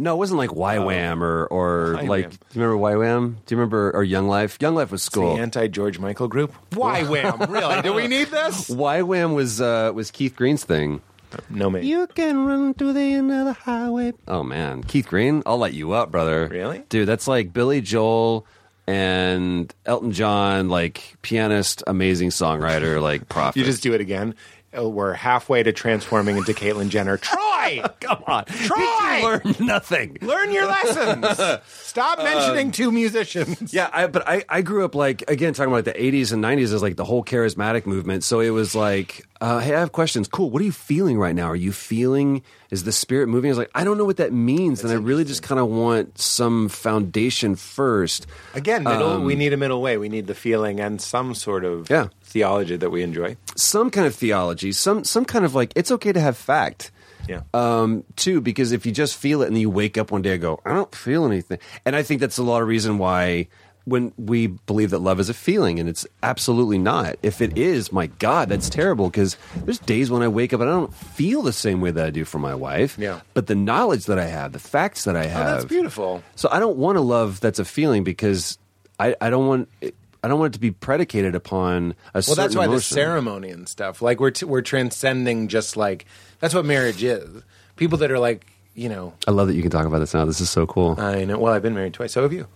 [SPEAKER 7] no, it wasn't like YWAM or or
[SPEAKER 8] YWAM.
[SPEAKER 7] like do you remember YWAM? Do you remember or Young Life? Young Life was
[SPEAKER 8] The
[SPEAKER 7] school.
[SPEAKER 8] anti George Michael group? Why wham? Really? Do we need this?
[SPEAKER 7] YWAM was uh, was Keith Green's thing.
[SPEAKER 8] No, mate.
[SPEAKER 7] You can run through the another highway. Oh man, Keith Green, I'll light you up, brother.
[SPEAKER 8] Really?
[SPEAKER 7] dude? That's like Billy Joel and Elton John, like pianist, amazing songwriter, like prophet.
[SPEAKER 8] You just do it again. Uh, We're halfway to transforming into Caitlyn Jenner. Troy!
[SPEAKER 7] come on,
[SPEAKER 8] Try!
[SPEAKER 7] learn nothing.
[SPEAKER 8] Learn your lessons. Stop
[SPEAKER 7] Um,
[SPEAKER 8] mentioning two musicians.
[SPEAKER 7] Yeah, I, but I, I grew up like again talking about like, the '80s and '90s is like the whole charismatic movement. So it was like, uh, hey, I have questions. Cool. What are you feeling right now? Are you feeling? Is the spirit moving? I was like, I don't know what that means, and I really just kind of want some foundation first.
[SPEAKER 8] Again, middle, we need a middle way. We need the feeling and some sort of
[SPEAKER 7] Um, Yeah.
[SPEAKER 8] theology that we enjoy.
[SPEAKER 7] some kind of theology, some some kind of like it's okay to have fact.
[SPEAKER 8] Yeah.
[SPEAKER 7] Um, too, because if you just feel it and then you wake up one day and go, I don't feel anything. And I think that's a lot of reason why when we believe that love is a feeling and it's absolutely not. If it is, my God, that's terrible because there's days when I wake up and I don't feel the same way that I do for my wife.
[SPEAKER 8] Yeah. Oh,
[SPEAKER 7] But the knowledge that I have, the facts that I have.
[SPEAKER 8] that's beautiful.
[SPEAKER 7] So I don't want a love that's a feeling because I, I don't want it, I don't want it to be predicated upon a
[SPEAKER 8] Well,
[SPEAKER 7] certain
[SPEAKER 8] that's why the
[SPEAKER 7] emotion.
[SPEAKER 8] ceremony and stuff. Like we're t- we're transcending just like that's what marriage is. People that are like, you know,
[SPEAKER 7] I love that you can talk about this now. This is so cool.
[SPEAKER 8] I know. Well, I've been married twice. So have you.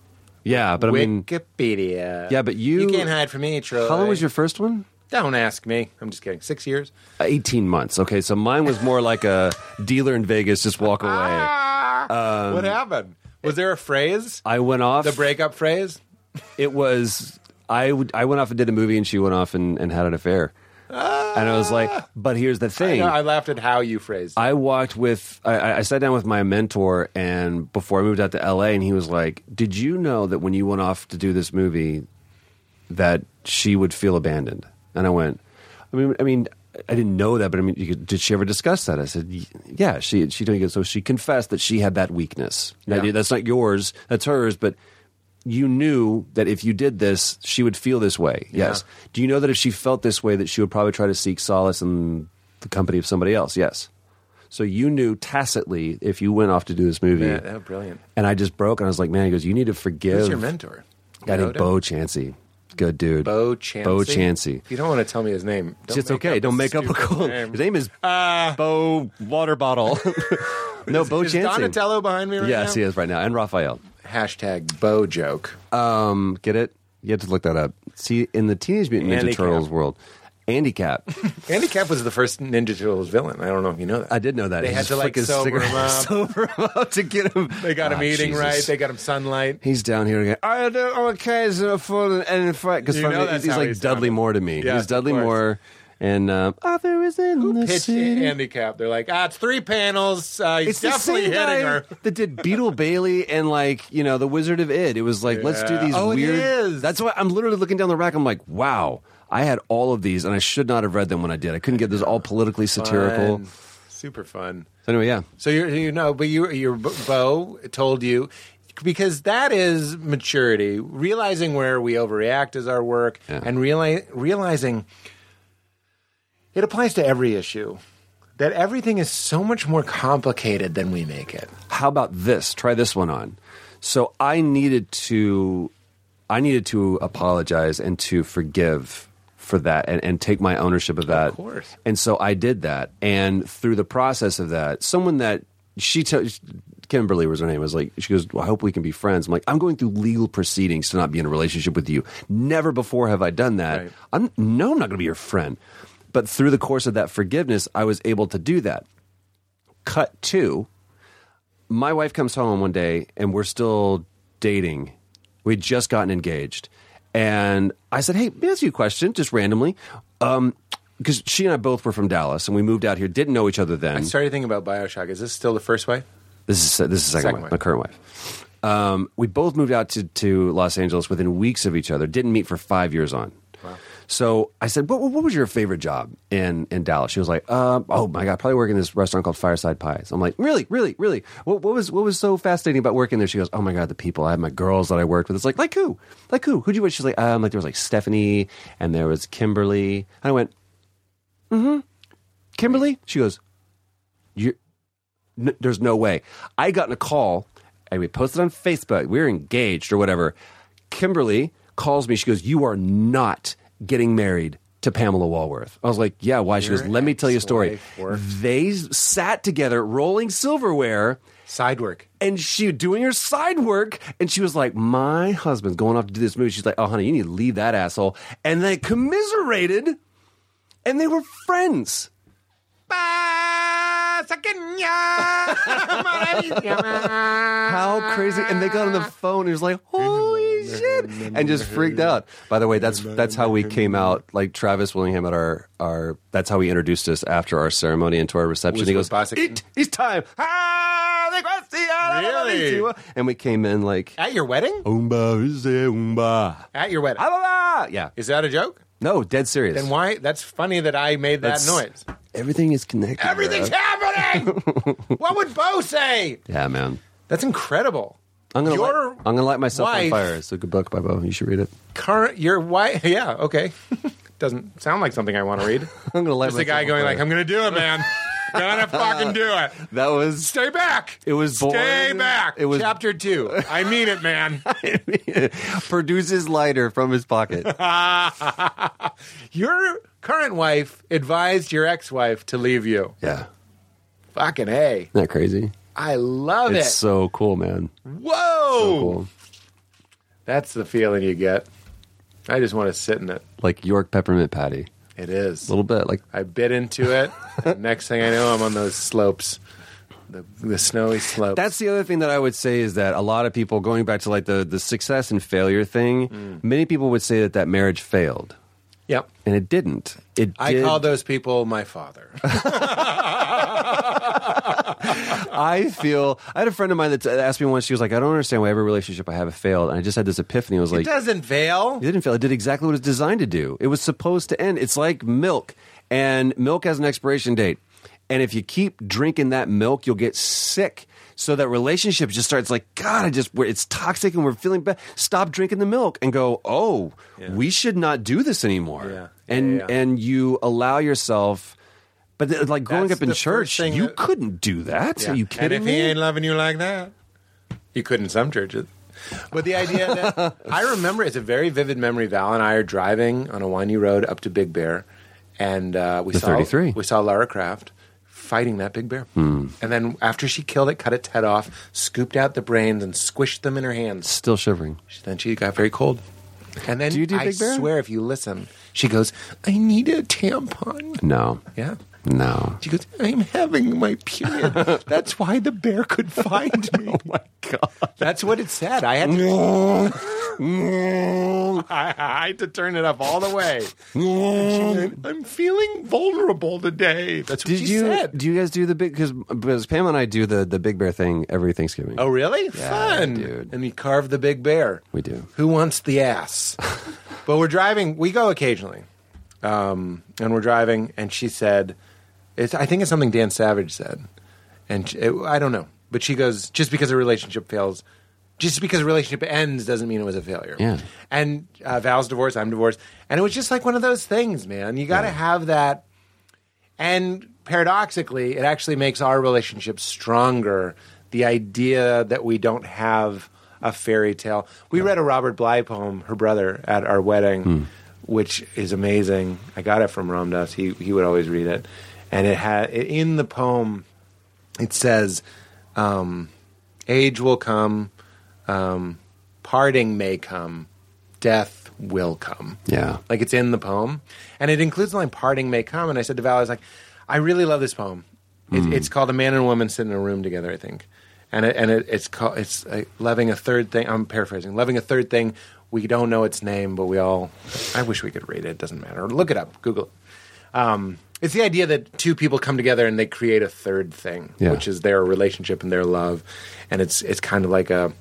[SPEAKER 7] yeah, but I mean,
[SPEAKER 8] Wikipedia.
[SPEAKER 7] yeah, but you.
[SPEAKER 8] you can't hide from me, Troy.
[SPEAKER 7] How long was your first one?
[SPEAKER 8] Don't ask me. I'm just kidding. Six years.
[SPEAKER 7] Eighteen months. Okay, so mine was more like a dealer in Vegas, just walk away.
[SPEAKER 8] Ah,
[SPEAKER 7] Um,
[SPEAKER 8] what happened? Was there a phrase?
[SPEAKER 7] I went off.
[SPEAKER 8] The breakup phrase?
[SPEAKER 7] It was I. would- I went off and did a movie, and she went off and, and had an affair. and I was like, but here's the
[SPEAKER 8] I,
[SPEAKER 7] thing.
[SPEAKER 8] know, I laughed at how you phrased. it.
[SPEAKER 7] I walked with I- I, I sat down with my mentor and before I moved out to LA and he was like, "Did you know that when you went off to do this movie that she would feel abandoned?" And I went, "I mean, I mean, I didn't know that, but I mean, you could, did she ever discuss that?" I said, "Y- "Yeah, she she didn't get so she confessed that she had that weakness. That-
[SPEAKER 8] Yeah.
[SPEAKER 7] that's not yours, that's hers, but you knew that if you did this, she would feel this way. Yes. Do you know that if she felt this way, that she would probably try to seek solace in the company of somebody else? Yes. So you knew tacitly if you went off to do this movie.
[SPEAKER 8] Yeah, that was brilliant.
[SPEAKER 7] And I just broke and I was like, man, he goes, you need to forgive.
[SPEAKER 8] Who's your mentor?
[SPEAKER 7] Guy named
[SPEAKER 8] Yoda?
[SPEAKER 7] Bo Chansey. Good dude.
[SPEAKER 8] Bo Chansey.
[SPEAKER 7] Bo Chansey.
[SPEAKER 8] If you don't want to tell me his name, don't
[SPEAKER 7] it's
[SPEAKER 8] make
[SPEAKER 7] okay.
[SPEAKER 8] up
[SPEAKER 7] Don't
[SPEAKER 8] a
[SPEAKER 7] make up a
[SPEAKER 8] stupid Uh,
[SPEAKER 7] cool. His name is Bo Water Bottle. no, Bo
[SPEAKER 8] Is
[SPEAKER 7] Chansey.
[SPEAKER 8] Donatello behind me right now?
[SPEAKER 7] yes, he is right now, and Raphael.
[SPEAKER 8] Hashtag Bo joke.
[SPEAKER 7] Um, get it? You have to look that up. See, in the Teenage Mutant Ninja
[SPEAKER 8] Handicap.
[SPEAKER 7] Turtles world, handicap.
[SPEAKER 8] Andy Cap was the first Ninja Turtles villain. I don't know if you know that.
[SPEAKER 7] I did know that
[SPEAKER 8] They
[SPEAKER 7] He
[SPEAKER 8] had
[SPEAKER 7] just
[SPEAKER 8] to, like,
[SPEAKER 7] flick his
[SPEAKER 8] sober
[SPEAKER 7] cigarette-
[SPEAKER 8] him up.
[SPEAKER 7] sober him up to get him.
[SPEAKER 8] They got
[SPEAKER 7] Ah,
[SPEAKER 8] him eating
[SPEAKER 7] Jesus.
[SPEAKER 8] right. They got him sunlight.
[SPEAKER 7] He's down here again. I don't okay, is it full and in fact because
[SPEAKER 8] You know that's
[SPEAKER 7] he's, he's
[SPEAKER 8] how
[SPEAKER 7] like
[SPEAKER 8] he sounded.
[SPEAKER 7] Dudley Moore to me.
[SPEAKER 8] Yeah,
[SPEAKER 7] he's Dudley
[SPEAKER 8] of course.
[SPEAKER 7] Moore, and um, Arthur is in the
[SPEAKER 8] Pitch
[SPEAKER 7] city.
[SPEAKER 8] Andy Cap. They're like, ah, it's three panels. Uh, he's
[SPEAKER 7] It's the
[SPEAKER 8] definitely
[SPEAKER 7] same
[SPEAKER 8] hitting
[SPEAKER 7] guy
[SPEAKER 8] her.
[SPEAKER 7] that did Beetle Bailey and like you know the Wizard of Id. It was like let's do
[SPEAKER 8] Yeah.
[SPEAKER 7] these
[SPEAKER 8] Oh, it
[SPEAKER 7] weird.
[SPEAKER 8] is.
[SPEAKER 7] That's why I'm literally looking down the rack. I'm like, wow, I had all of these, and I should not have read them when I did. I couldn't get this all politically satirical.
[SPEAKER 8] Fun. Super fun.
[SPEAKER 7] So anyway, yeah,
[SPEAKER 8] So you you know, but you your Bo told you because that is maturity, realizing where we overreact is our work,
[SPEAKER 7] Yeah.
[SPEAKER 8] and reali- realizing it applies to every issue. That everything is so much more complicated than we make it.
[SPEAKER 7] how about this? Try this one on. So I needed to, I needed to apologize and to forgive for that and, and take my ownership of that. Of
[SPEAKER 8] course.
[SPEAKER 7] And so I did that. And through the process of that, someone that she told, Kimberly was her name, was like, she goes, well, I hope we can be friends. I'm like, I'm going through legal proceedings to not be in a relationship with you. Never before have I done that.
[SPEAKER 8] Right.
[SPEAKER 7] I'm, no, I'm not going to be your friend. But through the course of that forgiveness, I was able to do that. Cut two, my wife comes home one day and we're still dating. We'd just gotten engaged. And I said, Hey, let me ask you a question just randomly. Um, because she and I both were from Dallas and we moved out here, didn't know each other then.
[SPEAKER 8] I started thinking about Bioshock. Is this still the first way?
[SPEAKER 7] This is this is second,
[SPEAKER 8] Second
[SPEAKER 7] wife,
[SPEAKER 8] wife.
[SPEAKER 7] my current wife. Um, we both moved out to, to Los Angeles within weeks of each other. Didn't meet for five years on. So I said, what, "What was your favorite job in in Dallas?" She was like, um, "Oh my god, probably working in this restaurant called Fireside Pies." I'm like, "Really, really, really? What, what was what was so fascinating about working there?" She goes, "Oh my god, the people. I had my girls that I worked with. It's like like who, like who? Who'd you with?" She's like, um, "Like there was like Stephanie and there was Kimberly." And I went, Kimberly? She goes, you n- there's no way. I got in a call and we posted on Facebook. We were engaged or whatever. Kimberly calls me. She goes, you are not getting married to Pamela Walworth. I was like, yeah, why? She goes,
[SPEAKER 8] Your
[SPEAKER 7] let me tell you a story.
[SPEAKER 8] ex-wife worked.
[SPEAKER 7] They sat together rolling silverware
[SPEAKER 8] Side work.
[SPEAKER 7] and she doing her side work and she was like my husband's going off to do this movie she's like oh honey you need to leave that asshole and they commiserated and they were friends How crazy! And they got on the phone. He was like, "Holy shit!" and just freaked out. By the way, that's that's how we came out. Like Travis Willingham at our our that's how he introduced us after our ceremony and to our reception.
[SPEAKER 8] Was
[SPEAKER 7] he
[SPEAKER 8] it
[SPEAKER 7] goes,
[SPEAKER 8] Bossick?
[SPEAKER 7] "It is time!"
[SPEAKER 8] Really?
[SPEAKER 7] And we came in like,
[SPEAKER 8] At your wedding?
[SPEAKER 7] "Umba is a umba."
[SPEAKER 8] At your wedding.
[SPEAKER 7] Ah, Yeah.
[SPEAKER 8] Is that a joke?
[SPEAKER 7] No, dead serious.
[SPEAKER 8] Then why? That's funny that I made that
[SPEAKER 7] That's-
[SPEAKER 8] noise.
[SPEAKER 7] Everything is connected.
[SPEAKER 8] Everything's
[SPEAKER 7] bro.
[SPEAKER 8] happening! what would Bo say?
[SPEAKER 7] Yeah, man.
[SPEAKER 8] That's incredible.
[SPEAKER 7] I'm gonna
[SPEAKER 8] Your
[SPEAKER 7] light, I'm gonna light myself on
[SPEAKER 8] wife-
[SPEAKER 7] fire. It's a good book by Bo. You should read it.
[SPEAKER 8] Current, your wife. Yeah, okay. Doesn't sound like something I want to read.
[SPEAKER 7] I'm gonna light
[SPEAKER 8] Just a guy
[SPEAKER 7] myself on
[SPEAKER 8] going like,
[SPEAKER 7] fire.
[SPEAKER 8] "I'm gonna do it, man. Gonna fucking do it.
[SPEAKER 7] That was
[SPEAKER 8] Stay back.
[SPEAKER 7] It was
[SPEAKER 8] Stay
[SPEAKER 7] boring.
[SPEAKER 8] back.
[SPEAKER 7] It was-
[SPEAKER 8] chapter two. I mean it, man.
[SPEAKER 7] produces lighter from his pocket.
[SPEAKER 8] your current wife advised your ex-wife to leave you.
[SPEAKER 7] yeah,
[SPEAKER 8] Fucking hey,
[SPEAKER 7] not crazy.
[SPEAKER 8] I love
[SPEAKER 7] It's
[SPEAKER 8] it.
[SPEAKER 7] so cool, man.
[SPEAKER 8] Whoa,
[SPEAKER 7] Cool.
[SPEAKER 8] that's the feeling you get. I just want to sit in it.
[SPEAKER 7] Like York peppermint patty,
[SPEAKER 8] It is.
[SPEAKER 7] a little bit. Like
[SPEAKER 8] I bit into it. and next thing I know, I'm on those slopes, the, the snowy slopes.
[SPEAKER 7] that's the other thing that I would say is that a lot of people
[SPEAKER 8] Mm.
[SPEAKER 7] going back to like the the success and failure thing. Many people would say that that marriage failed.
[SPEAKER 8] Yep.
[SPEAKER 7] and it didn't. It
[SPEAKER 8] I
[SPEAKER 7] did-
[SPEAKER 8] call those people my father.
[SPEAKER 7] I feel. I had a friend of mine that asked me once. She was like, "I don't understand why every relationship I have failed." And I just had this epiphany. I was
[SPEAKER 8] it
[SPEAKER 7] like,
[SPEAKER 8] doesn't fail.
[SPEAKER 7] It didn't fail. It did exactly what it was designed to do. It was supposed to end. It's like milk, and milk has an expiration date. And if you keep drinking that milk, you'll get sick. So that relationship just starts like, God, I just, we're, it's toxic and we're feeling bad. Stop drinking the milk and go, oh, we should not do this anymore.
[SPEAKER 8] Yeah.
[SPEAKER 7] And
[SPEAKER 8] Yeah, yeah.
[SPEAKER 7] and you allow yourself, but th- like growing
[SPEAKER 8] That's
[SPEAKER 7] up in
[SPEAKER 8] the
[SPEAKER 7] church,
[SPEAKER 8] first thing
[SPEAKER 7] you
[SPEAKER 8] that-
[SPEAKER 7] couldn't do that.
[SPEAKER 8] Yeah.
[SPEAKER 7] Are you
[SPEAKER 8] and
[SPEAKER 7] kidding
[SPEAKER 8] if
[SPEAKER 7] me?
[SPEAKER 8] he ain't loving you like that, you could in some churches. But the idea that I remember it's a very vivid memory. Val and I are driving on a windy road up to Big Bear, and uh, we
[SPEAKER 7] The
[SPEAKER 8] saw
[SPEAKER 7] 33.
[SPEAKER 8] we saw Lara Croft fighting that big bear.
[SPEAKER 7] Hmm.
[SPEAKER 8] And then after she killed it, cut its head off, scooped out the brains, and squished them in her hands.
[SPEAKER 7] Still shivering.
[SPEAKER 8] Then she got very cold. And then
[SPEAKER 7] Do you do
[SPEAKER 8] I
[SPEAKER 7] Big Bear?
[SPEAKER 8] swear, if you listen, she goes, "I need a tampon."
[SPEAKER 7] No.
[SPEAKER 8] Yeah.
[SPEAKER 7] No.
[SPEAKER 8] She goes, I'm having my period. That's why the bear could find me. oh my God. That's what it said. I had to, I, I had to turn it up all the way. She went, I'm feeling vulnerable today. That's what
[SPEAKER 7] Did
[SPEAKER 8] she
[SPEAKER 7] you
[SPEAKER 8] said.
[SPEAKER 7] do you guys do the big because because Pam and I do the the Big Bear thing every Thanksgiving?
[SPEAKER 8] oh, really?
[SPEAKER 7] Yeah,
[SPEAKER 8] Fun.
[SPEAKER 7] dude.
[SPEAKER 8] And we carve the big bear.
[SPEAKER 7] We do.
[SPEAKER 8] Who wants the ass? but we're driving. We go occasionally. Um, and we're driving, and she said, it's, I think it's something Dan Savage said. And she, it, I don't know. But she goes, just because a relationship fails, just because a relationship ends doesn't mean it was a failure.
[SPEAKER 7] Yeah.
[SPEAKER 8] And uh, Val's divorced, I'm divorced. And it was just like one of those things, man. You got to have that. And paradoxically, it actually makes our relationship stronger. The idea that we don't have a fairy tale. We read a Robert Bly poem, her brother, at our wedding, which is amazing. I got it from Ram Dass. He he would always read it, and it had in the poem. It says, um, "Age will come, um, parting may come, death will come."
[SPEAKER 7] Yeah.
[SPEAKER 8] Like it's in the poem. And it includes the line parting may come. And I said to Val, I was like, I really love this poem. It, It's called A Man and a Woman Sit in a Room Together, I think. And it, and it, it's called, it's uh, loving a third thing. I'm paraphrasing. Loving a third thing. We don't know its name, but we all, I wish we could read it. It doesn't matter. Look it up. Google it. Um, it's the idea that two people come together and they create a third thing,
[SPEAKER 7] Yeah.
[SPEAKER 8] which is their relationship and their love. And it's, it's kind of like a,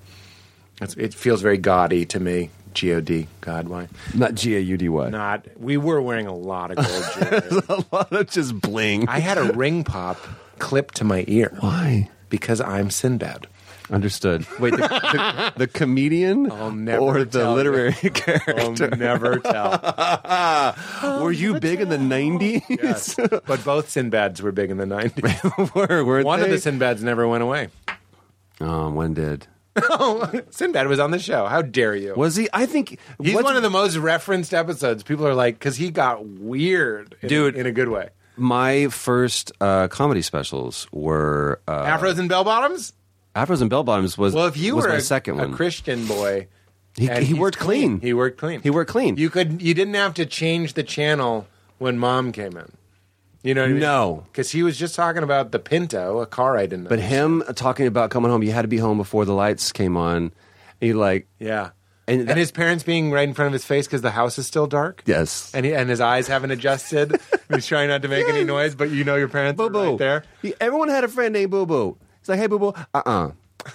[SPEAKER 8] it's, it feels very gaudy to me. G O D, God, why?
[SPEAKER 7] Not G A U D Y.
[SPEAKER 8] not. We were wearing a lot of gold jewelry.
[SPEAKER 7] a lot of just bling.
[SPEAKER 8] I had a ring pop clipped to my ear
[SPEAKER 7] Why?
[SPEAKER 8] because I'm Sinbad.
[SPEAKER 7] Understood. Wait, the, the, the comedian
[SPEAKER 8] never
[SPEAKER 7] or the
[SPEAKER 8] tell you.
[SPEAKER 7] literary
[SPEAKER 8] I'll
[SPEAKER 7] character?
[SPEAKER 8] never tell.
[SPEAKER 7] Were you big in the nineties?
[SPEAKER 8] Yes. But both Sinbads were big in the 90s.
[SPEAKER 7] were, were
[SPEAKER 8] One of
[SPEAKER 7] they?
[SPEAKER 8] the Sinbads never went away.
[SPEAKER 7] oh, one did.
[SPEAKER 8] Sinbad was on the show. How dare you?
[SPEAKER 7] Was he? I think
[SPEAKER 8] He's
[SPEAKER 7] what's-
[SPEAKER 8] one of the most referenced episodes. People are like, because he got weird, in,
[SPEAKER 7] Dude.
[SPEAKER 8] in a good way.
[SPEAKER 7] my first uh, comedy specials were uh,
[SPEAKER 8] Afros and bell bottoms.
[SPEAKER 7] Afros and Bell Bottoms. Was
[SPEAKER 8] Well, if you
[SPEAKER 7] was
[SPEAKER 8] were
[SPEAKER 7] my
[SPEAKER 8] a,
[SPEAKER 7] second
[SPEAKER 8] a
[SPEAKER 7] one,
[SPEAKER 8] Christian boy,
[SPEAKER 7] He-
[SPEAKER 8] and
[SPEAKER 7] he
[SPEAKER 8] he's
[SPEAKER 7] worked clean.
[SPEAKER 8] He worked clean.
[SPEAKER 7] He worked clean.
[SPEAKER 8] You could you didn't have to change the channel when mom came in. You know what I mean?
[SPEAKER 7] No.
[SPEAKER 8] because he was just talking about the Pinto, a car I didn't.
[SPEAKER 7] But
[SPEAKER 8] know.
[SPEAKER 7] him talking about coming home, you had to be home before the lights came on. He like,
[SPEAKER 8] yeah,
[SPEAKER 7] And
[SPEAKER 8] and,
[SPEAKER 7] that-
[SPEAKER 8] his parents being right in front of his face because the house is still dark.
[SPEAKER 7] yes,
[SPEAKER 8] and he, and his eyes haven't adjusted. He's trying not to make any noise, but you know your parents
[SPEAKER 7] Boo
[SPEAKER 8] are
[SPEAKER 7] Boo
[SPEAKER 8] right there.
[SPEAKER 7] He- everyone had a friend named Boo Boo. He's like, hey Boo Boo, uh uh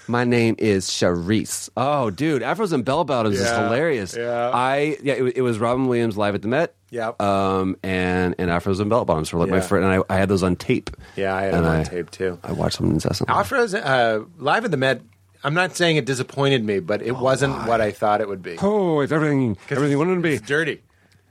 [SPEAKER 7] My name is Charisse. Oh, dude, Afros and Bell Bottoms is
[SPEAKER 8] Yeah,
[SPEAKER 7] hilarious.
[SPEAKER 8] yeah.
[SPEAKER 7] I yeah, it, wa- it was Robin Williams live at the Met.
[SPEAKER 8] Yep.
[SPEAKER 7] Um, and and Afros and Bell Bottoms were like my
[SPEAKER 8] Yeah.
[SPEAKER 7] friend, and I, I had those on tape.
[SPEAKER 8] Yeah, I had
[SPEAKER 7] And
[SPEAKER 8] him on tape too.
[SPEAKER 7] I watched them incessantly.
[SPEAKER 8] Afro's uh, live at the Met. I'm not saying it disappointed me, but it wasn't what I thought it would be.
[SPEAKER 7] oh, it's everything, everything you wanted to be.
[SPEAKER 8] It's Oh. dirty.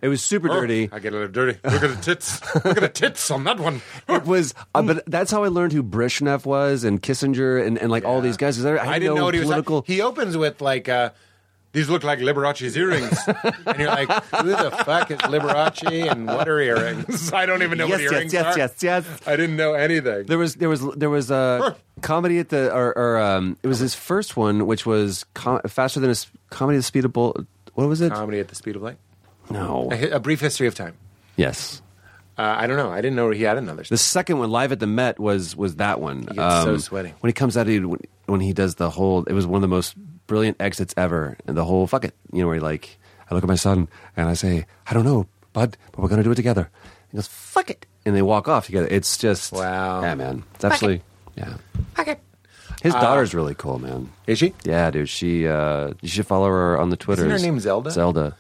[SPEAKER 7] It was super dirty.
[SPEAKER 8] I get a little dirty. Look at the tits. Look at the tits on that one.
[SPEAKER 7] It was, uh,
[SPEAKER 8] Hmm.
[SPEAKER 7] but that's how I learned who Brezhnev was and Kissinger and, and like all these guys. 'Cause I, I, had
[SPEAKER 8] I didn't
[SPEAKER 7] no
[SPEAKER 8] know what he was.
[SPEAKER 7] political.
[SPEAKER 8] Like. He opens with like, uh, "These look like Liberace's earrings," and you're like, "Who the fuck is Liberace and what are earrings?" I don't even know
[SPEAKER 7] yes,
[SPEAKER 8] what
[SPEAKER 7] yes,
[SPEAKER 8] earrings
[SPEAKER 7] yes,
[SPEAKER 8] are.
[SPEAKER 7] yes, yes.
[SPEAKER 8] I didn't know anything.
[SPEAKER 7] There was there was there was a comedy at the or, or um it was his first one which was com- faster than a s- comedy at the speed of bull what was it
[SPEAKER 8] Comedy at the speed of light.
[SPEAKER 7] no
[SPEAKER 8] A, a brief history of time.
[SPEAKER 7] yes
[SPEAKER 8] Uh, I don't know. I didn't know he had another.
[SPEAKER 7] the second one live at the Met was was that one he
[SPEAKER 8] gets so sweaty.
[SPEAKER 7] when he comes out he, when, when he does the whole it was one of the most brilliant exits ever and the whole fuck it you know where he like I look at my son and I say I don't know bud, but we're going to do it together. He goes, fuck it. And they walk off together. It's just,
[SPEAKER 8] Wow. Uh,
[SPEAKER 7] Yeah, man. It's absolutely, yeah. His daughter's really cool, man.
[SPEAKER 8] Is she?
[SPEAKER 7] Yeah, dude. She, uh, you should follow her on the Twitter.
[SPEAKER 8] her name Zelda?
[SPEAKER 7] Zelda.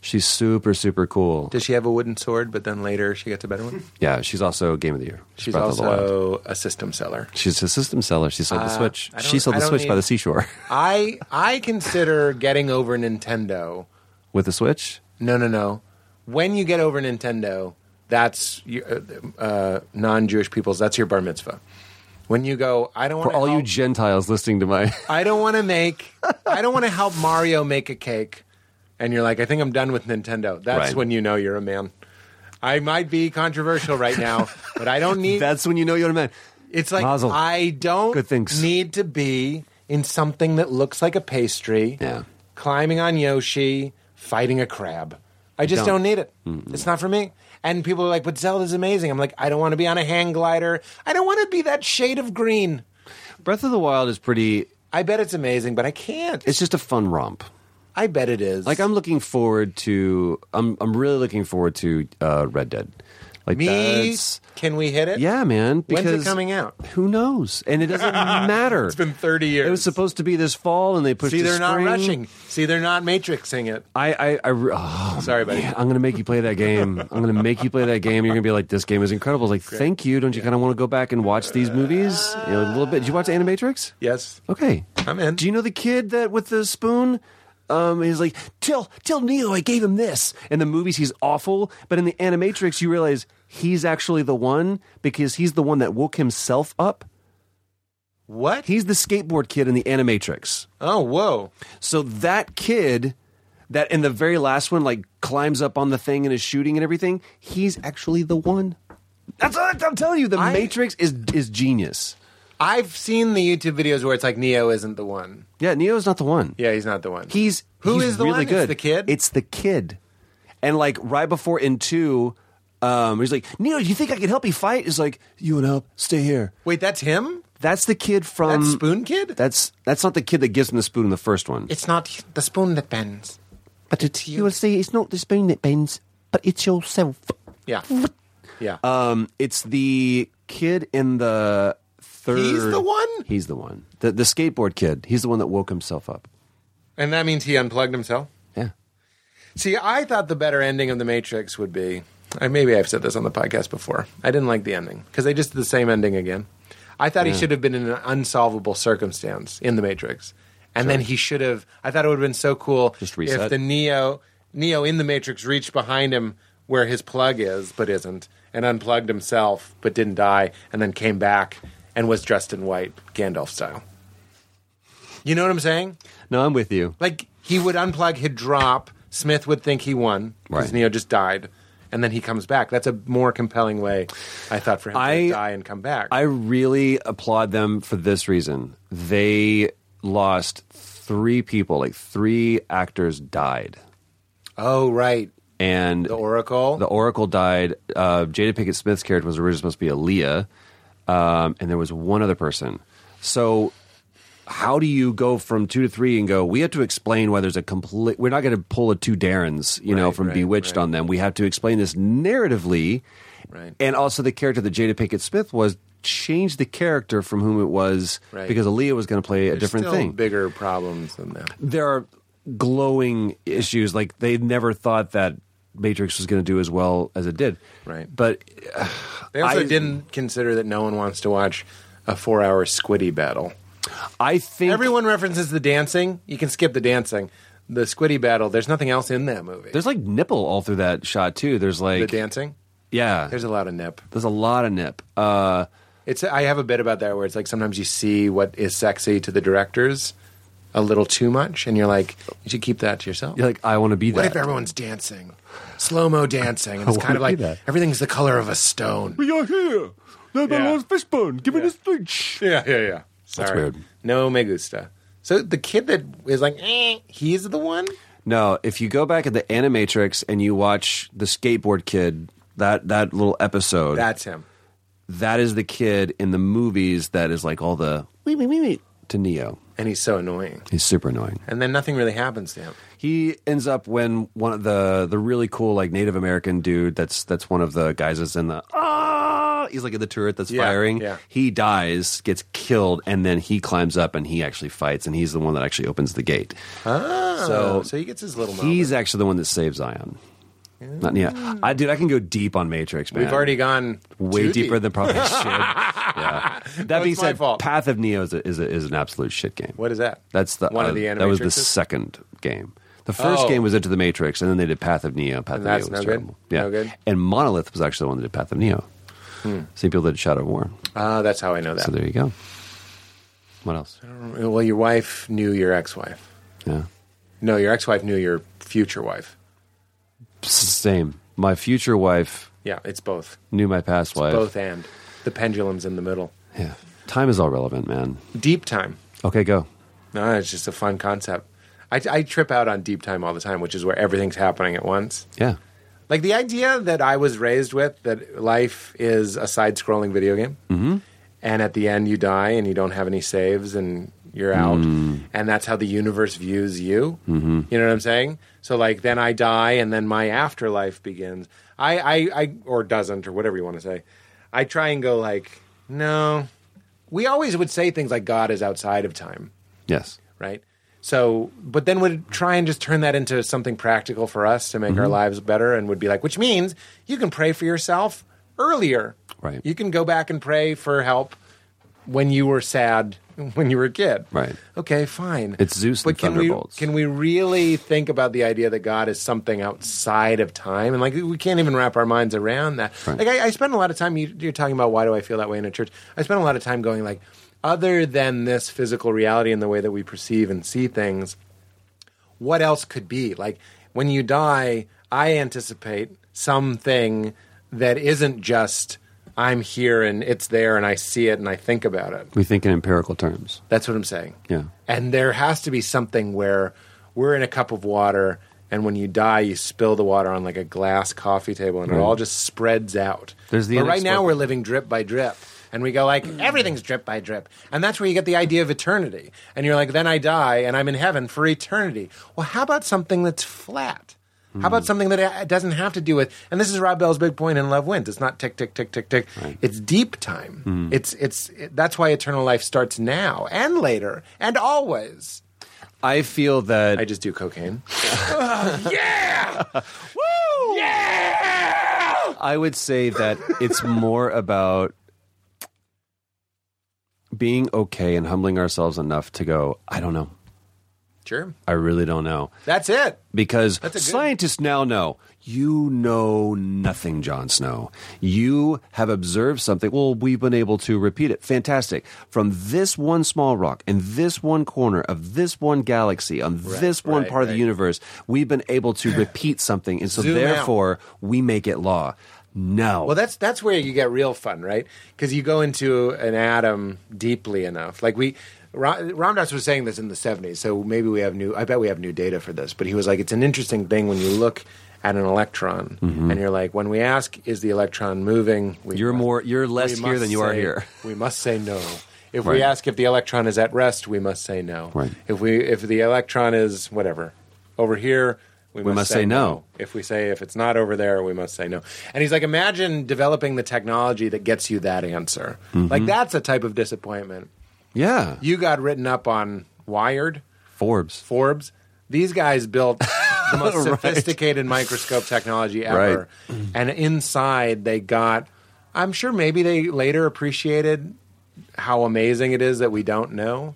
[SPEAKER 7] She's super, super cool.
[SPEAKER 8] Does she have a wooden sword, but then later she gets a better one?
[SPEAKER 7] yeah, she's also Game of the Year.
[SPEAKER 8] She's
[SPEAKER 7] Breath of the Wild.
[SPEAKER 8] also a system seller.
[SPEAKER 7] She's a system seller. She sold the Switch.
[SPEAKER 8] Uh, I don't-
[SPEAKER 7] She sold
[SPEAKER 8] I
[SPEAKER 7] the
[SPEAKER 8] don't
[SPEAKER 7] Switch by
[SPEAKER 8] need-
[SPEAKER 7] the seashore.
[SPEAKER 8] I I consider getting over Nintendo.
[SPEAKER 7] With the Switch?
[SPEAKER 8] No, no, no. When you get over Nintendo, that's your, uh, uh, non-Jewish people's. That's your bar mitzvah. When you go, I don't want
[SPEAKER 7] For all you Gentiles listening to my.
[SPEAKER 8] I don't want to make. I don't want to help Mario make a cake. And you're like, I think I'm done with Nintendo. That's
[SPEAKER 7] Right.
[SPEAKER 8] when you know you're a man. I might be controversial right now, but I don't need.
[SPEAKER 7] That's when you know you're a man.
[SPEAKER 8] It's like
[SPEAKER 7] Mazel.
[SPEAKER 8] I don't
[SPEAKER 7] Good things.
[SPEAKER 8] need to be in something that looks like a pastry,
[SPEAKER 7] Yeah.
[SPEAKER 8] climbing on Yoshi, fighting a crab. I just don't,
[SPEAKER 7] Don't.
[SPEAKER 8] need it. It's not for me. And people are like, but Zelda's amazing. I'm like, I don't want to be on a hang glider. I don't want to be that shade of green.
[SPEAKER 7] Breath of the Wild is pretty.
[SPEAKER 8] I bet it's amazing, but I can't.
[SPEAKER 7] It's just a fun romp.
[SPEAKER 8] I bet it is.
[SPEAKER 7] Like I'm looking forward to. I'm I'm really looking forward to uh, Red Dead. Like
[SPEAKER 8] me.
[SPEAKER 7] that's-
[SPEAKER 8] Can we hit it?
[SPEAKER 7] Yeah, man.
[SPEAKER 8] When's
[SPEAKER 7] Because
[SPEAKER 8] it coming out?
[SPEAKER 7] Who knows? And it doesn't matter.
[SPEAKER 8] It's been 30 years.
[SPEAKER 7] It was supposed to be this fall, and they pushed.
[SPEAKER 8] See,
[SPEAKER 7] to
[SPEAKER 8] they're not
[SPEAKER 7] spring.
[SPEAKER 8] rushing. See, they're not matrixing it.
[SPEAKER 7] I, I, I re- oh,
[SPEAKER 8] Sorry, buddy.
[SPEAKER 7] man, I'm gonna make you play that game. I'm gonna make you play that game. You're gonna be like, this game is incredible. It's like, thank you. Don't you kind of want to go back and watch these movies You know, a little bit? Did you watch Animatrix?
[SPEAKER 8] Yes.
[SPEAKER 7] Okay,
[SPEAKER 8] I'm in.
[SPEAKER 7] Do you know the kid that with the spoon? Um, he's like, tell tell Neo I gave him this. In the movies, he's awful, but in the Animatrix, you realize he's actually the one because he's the one that woke himself up.
[SPEAKER 8] What?
[SPEAKER 7] He's the skateboard kid in the Animatrix.
[SPEAKER 8] oh, whoa.
[SPEAKER 7] So that kid that in the very last one like climbs up on the thing and is shooting and everything, he's actually the one. That's what I'm telling you. The
[SPEAKER 8] I-
[SPEAKER 7] Matrix is is genius.
[SPEAKER 8] I've seen the YouTube videos where it's like Neo isn't the one.
[SPEAKER 7] Yeah, Neo's not the one.
[SPEAKER 8] Yeah, he's not the one.
[SPEAKER 7] He's
[SPEAKER 8] Who
[SPEAKER 7] he's
[SPEAKER 8] is the
[SPEAKER 7] really
[SPEAKER 8] one? It's
[SPEAKER 7] good.
[SPEAKER 8] the kid?
[SPEAKER 7] It's the kid. And like right before in two, um, he's like, Neo, you think I can help you fight? Is like, you and help, stay here.
[SPEAKER 8] wait. That's him.
[SPEAKER 7] That's the kid from
[SPEAKER 8] That's Spoon Kid.
[SPEAKER 7] That's that's not the kid that gives him the spoon in the first one.
[SPEAKER 8] it's not the spoon that bends.
[SPEAKER 7] but it's you will see, it's not the spoon that bends, but it's yourself.
[SPEAKER 8] Yeah. Yeah.
[SPEAKER 7] Um, it's the kid in the third.
[SPEAKER 8] He's the one?
[SPEAKER 7] He's the one. The the skateboard kid. He's the one that woke himself up.
[SPEAKER 8] and that means he unplugged himself.
[SPEAKER 7] Yeah.
[SPEAKER 8] See, I thought the better ending of The Matrix would be. I, maybe I've said this on the podcast before. I didn't like the ending because they just did the same ending again. I thought he should have been in an unsolvable circumstance in The Matrix, and then he should have. I thought it would have been so cool
[SPEAKER 7] Just reset.
[SPEAKER 8] if the Neo Neo in The Matrix reached behind him where his plug is, but isn't, and unplugged himself, but didn't die, and then came back and was dressed in white, Gandalf style. You know what I'm saying?
[SPEAKER 7] No, I'm with you.
[SPEAKER 8] Like he would unplug, he'd drop. Smith would think he won because
[SPEAKER 7] Right.
[SPEAKER 8] Neo just died, and then he comes back. That's a more compelling way, I thought, for him
[SPEAKER 7] I-
[SPEAKER 8] to die and come back.
[SPEAKER 7] I really applaud them for this reason. They lost three people. Like three actors died,
[SPEAKER 8] oh right,
[SPEAKER 7] and
[SPEAKER 8] the Oracle.
[SPEAKER 7] The Oracle died. Uh, Jada Pinkett Smith's character was originally supposed to be Aaliyah, um, and there was one other person. So, how do you go from two to three and go? We have to explain why there's a complete. We're not going to pull a two Darrens, you know,
[SPEAKER 8] Right,
[SPEAKER 7] from
[SPEAKER 8] right,
[SPEAKER 7] Bewitched
[SPEAKER 8] right.
[SPEAKER 7] on them. We have to explain this narratively,
[SPEAKER 8] Right.
[SPEAKER 7] and also the character that Jada Pinkett Smith was changed the character from whom it was
[SPEAKER 8] Right.
[SPEAKER 7] because Aaliyah was going to play a different
[SPEAKER 8] Still
[SPEAKER 7] thing
[SPEAKER 8] Bigger problems than that.
[SPEAKER 7] there are glowing issues. Like they never thought that Matrix was going to do as well as it did.
[SPEAKER 8] Right.
[SPEAKER 7] But
[SPEAKER 8] They also
[SPEAKER 7] I-
[SPEAKER 8] didn't consider that no one wants to watch a four-hour Squiddy battle.
[SPEAKER 7] I think
[SPEAKER 8] Everyone references the dancing. You can skip the dancing. The Squiddy battle. There's nothing else in that movie.
[SPEAKER 7] there's like nipple all through that shot too. There's
[SPEAKER 8] the
[SPEAKER 7] like
[SPEAKER 8] dancing.
[SPEAKER 7] yeah. There's
[SPEAKER 8] There's
[SPEAKER 7] a,
[SPEAKER 8] a lot of nip.
[SPEAKER 7] lot of nip. Uh,
[SPEAKER 8] It's I have a bit about that where it's like sometimes you see what is sexy to the directors a little too much, and you're like, you should keep that to yourself.
[SPEAKER 7] you're like I want to be
[SPEAKER 8] what
[SPEAKER 7] that.
[SPEAKER 8] if everyone's dancing, slow mo dancing, and it's kind
[SPEAKER 7] wanna
[SPEAKER 8] of
[SPEAKER 7] be
[SPEAKER 8] like
[SPEAKER 7] that.
[SPEAKER 8] everything's the color of a stone?
[SPEAKER 7] you're here. Not
[SPEAKER 8] Yeah. last
[SPEAKER 7] fishbone. Give
[SPEAKER 8] Yeah.
[SPEAKER 7] speech.
[SPEAKER 8] Yeah, yeah, yeah. Sorry.
[SPEAKER 7] weird.
[SPEAKER 8] No me gusta. So the kid that is like, eh, he's the one.
[SPEAKER 7] No, if you go back at the Animatrix and you watch the skateboard kid, that that little episode,
[SPEAKER 8] That's him.
[SPEAKER 7] that is the kid in the movies that is like all the wait, wait, wait, wait to Neo.
[SPEAKER 8] and he's so annoying.
[SPEAKER 7] He's super annoying.
[SPEAKER 8] And then nothing really happens to him.
[SPEAKER 7] He ends up when one of the the really cool like Native American dude that's that's one of the guys that's in the ah he's like in the turret that's
[SPEAKER 8] Yeah,
[SPEAKER 7] firing.
[SPEAKER 8] yeah.
[SPEAKER 7] He dies, gets killed, and then he climbs up and he actually fights, and he's the one that actually opens the gate.
[SPEAKER 8] Ah,
[SPEAKER 7] So-
[SPEAKER 8] so he gets his little.
[SPEAKER 7] He's
[SPEAKER 8] moment.
[SPEAKER 7] actually the one that saves Ion. Not yeah, I dude, I can go deep on Matrix, man.
[SPEAKER 8] We've already gone
[SPEAKER 7] way
[SPEAKER 8] too
[SPEAKER 7] deeper
[SPEAKER 8] deep.
[SPEAKER 7] than probably should. Yeah. That
[SPEAKER 8] That's
[SPEAKER 7] being
[SPEAKER 8] my
[SPEAKER 7] said,
[SPEAKER 8] fault.
[SPEAKER 7] Path of Neo is, a, is, a, is an absolute shit game.
[SPEAKER 8] What is that?
[SPEAKER 7] That's the uh,
[SPEAKER 8] One of the
[SPEAKER 7] that was the
[SPEAKER 8] Animatrixes?
[SPEAKER 7] second game. The first
[SPEAKER 8] Oh.
[SPEAKER 7] game was Into the Matrix, and then they did Path of Neo. Path
[SPEAKER 8] And
[SPEAKER 7] of Neo
[SPEAKER 8] that's
[SPEAKER 7] was
[SPEAKER 8] no good?
[SPEAKER 7] terrible. Yeah,
[SPEAKER 8] No good? Hmm.
[SPEAKER 7] and Monolith was actually the one that did Path of Neo. Same people that did Shadow of War.
[SPEAKER 8] Ah, that's how I know that.
[SPEAKER 7] So there you go. What else?
[SPEAKER 8] well, your wife knew your ex-wife.
[SPEAKER 7] Yeah,
[SPEAKER 8] No, your ex-wife knew your future wife.
[SPEAKER 7] same. My future wife
[SPEAKER 8] Yeah, it's both.
[SPEAKER 7] knew my past wife.
[SPEAKER 8] Both and. The pendulum's in the middle.
[SPEAKER 7] Yeah, time is all relevant, man.
[SPEAKER 8] Deep time.
[SPEAKER 7] Okay, go.
[SPEAKER 8] No, it's just a fun concept. I, I trip out on deep time all the time, which is where everything's happening at once.
[SPEAKER 7] Yeah,
[SPEAKER 8] Like the idea that I was raised with that life is a side scrolling video game. Mm-hmm. And at the end, you die and you don't have any saves and you're out. And that's how the universe views you. Mm. Mm-hmm. You know what I'm saying? So, like, then I die and then my afterlife begins. I, I, I or doesn't, or whatever you want to say. I try and go, like, no. We always would say things like God is outside of time
[SPEAKER 7] yes.
[SPEAKER 8] right? So, but then would try and just turn that into something practical for us to make our
[SPEAKER 7] Mm-hmm.
[SPEAKER 8] lives better, and would be like, which means you can pray for yourself earlier.
[SPEAKER 7] Right.
[SPEAKER 8] You can go back and pray for help when you were sad when you were a kid.
[SPEAKER 7] Right.
[SPEAKER 8] Okay, fine.
[SPEAKER 7] It's Zeus and
[SPEAKER 8] but can we,
[SPEAKER 7] Thunderbolts.
[SPEAKER 8] can we really think about the idea that God is something outside of time? And like we can't even wrap our minds around that.
[SPEAKER 7] Right.
[SPEAKER 8] Like I, I spend a lot of time. You, you're talking about why do I feel that way in a church? I spend a lot of time going like, other than this physical reality and the way that we perceive and see things, what else could be like when you die i anticipate something that isn't just i'm here and it's there and i see it and i think about it
[SPEAKER 7] We think in empirical terms.
[SPEAKER 8] that's what i'm saying
[SPEAKER 7] Yeah.
[SPEAKER 8] and there has to be something where we're in a cup of water and when you die you spill the water on like a glass coffee table and it
[SPEAKER 7] Right.
[SPEAKER 8] all just spreads out
[SPEAKER 7] There's the
[SPEAKER 8] but right now
[SPEAKER 7] inexplicable.
[SPEAKER 8] we're living drip by drip and we go like everything's drip by drip and that's where you get the idea of eternity and you're like then i die and i'm in heaven for eternity well how about something that's flat how
[SPEAKER 7] Hmm.
[SPEAKER 8] about something that uh, doesn't have to do with? And this is Rob Bell's big point in Love Wins. It's not tick tick tick tick tick. It's deep time.
[SPEAKER 7] Hmm.
[SPEAKER 8] It's it's it, that's why eternal life starts now and later and always.
[SPEAKER 7] I feel that
[SPEAKER 8] I just do cocaine. yeah. Woo. Yeah.
[SPEAKER 7] I would say that it's more about being okay and humbling ourselves enough to go, I don't know.
[SPEAKER 8] Sure.
[SPEAKER 7] I really don't know.
[SPEAKER 8] That's it.
[SPEAKER 7] Because
[SPEAKER 8] That's a good-
[SPEAKER 7] scientists now know you know nothing, Jon Snow. You have observed something. Well, we've been able to repeat it. Fantastic. From this one small rock in this one corner of this one galaxy on this one
[SPEAKER 8] right,
[SPEAKER 7] part of the
[SPEAKER 8] right.
[SPEAKER 7] universe, we've been able to repeat something. And so,
[SPEAKER 8] Zoom out.
[SPEAKER 7] therefore, we make it law. No.
[SPEAKER 8] Well, that's that's where you get real fun, right? Because you go into an atom deeply enough. Like we, Ra- Ramdas was saying this in the '70s, so maybe we have new. I bet we have new data for this. But he was like, it's an interesting thing when you look at an electron, and you're like, when we ask, is the electron moving? We
[SPEAKER 7] Mm-hmm. You're more- you're less
[SPEAKER 8] we
[SPEAKER 7] here
[SPEAKER 8] must
[SPEAKER 7] than you are
[SPEAKER 8] say-
[SPEAKER 7] here.
[SPEAKER 8] We must say no. If
[SPEAKER 7] Right.
[SPEAKER 8] we ask if the electron is at rest, we must say no.
[SPEAKER 7] Right.
[SPEAKER 8] If we if the electron is whatever over here, we, must,
[SPEAKER 7] must say no.
[SPEAKER 8] if we say if it's not over there, we must say no. And he's like, imagine developing the technology that gets you that answer.
[SPEAKER 7] Mm-hmm.
[SPEAKER 8] Like that's a type of disappointment.
[SPEAKER 7] Yeah.
[SPEAKER 8] You got written up on Wired,
[SPEAKER 7] Forbes.
[SPEAKER 8] Forbes. These guys built the most sophisticated microscope technology ever, and inside they got. I'm sure maybe they later appreciated how amazing it is that we don't know.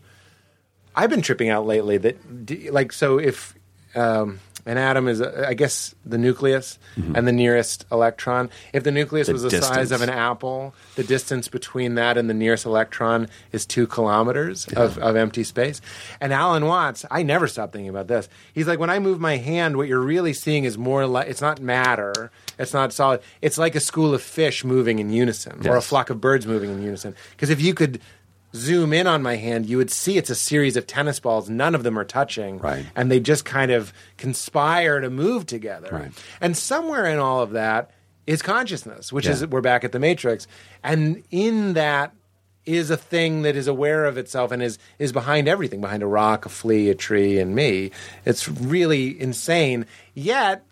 [SPEAKER 8] I've been tripping out lately that d- like so if um, an atom is uh, I guess the nucleus and the nearest electron if the nucleus
[SPEAKER 7] The
[SPEAKER 8] was the size
[SPEAKER 7] distance.
[SPEAKER 8] of an apple the distance between that and the nearest electron is 2 kilometers of, of empty space and Alan Watts I never stopped thinking about this he's like when I move my hand what you're really seeing is more like it's not matter it's not solid it's like a school of fish moving in unison or a
[SPEAKER 7] Yes.
[SPEAKER 8] flock of birds moving in unison because if you could zoom in on my hand, you would see it's a series of tennis balls. None of them are touching.
[SPEAKER 7] Right.
[SPEAKER 8] And they just kind of conspire to move together.
[SPEAKER 7] Right.
[SPEAKER 8] And somewhere in all of that is consciousness, which
[SPEAKER 7] Yeah.
[SPEAKER 8] is we're back at the Matrix. And in that is a thing that is aware of itself and is is behind everything, behind a rock, a flea, a tree, and me. It's really insane. Yet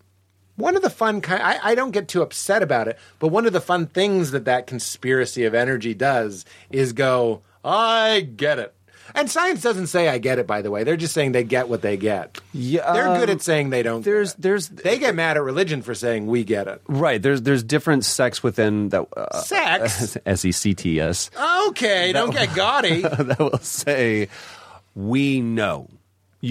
[SPEAKER 8] one of the fun kind I, I don't get too upset about it but one of the fun things that that conspiracy of energy does is go i get it and science doesn't say i get it by the way they're just saying they get what they get
[SPEAKER 7] Yeah,
[SPEAKER 8] they're good
[SPEAKER 7] um,
[SPEAKER 8] at saying they don't get
[SPEAKER 7] there's-
[SPEAKER 8] it.
[SPEAKER 7] there's-
[SPEAKER 8] they get mad at religion for saying we get it
[SPEAKER 7] Right. There's there's different sects within that. Uh,
[SPEAKER 8] Sects?
[SPEAKER 7] S e c t s.
[SPEAKER 8] okay don't get gaudy
[SPEAKER 7] That will say, we know.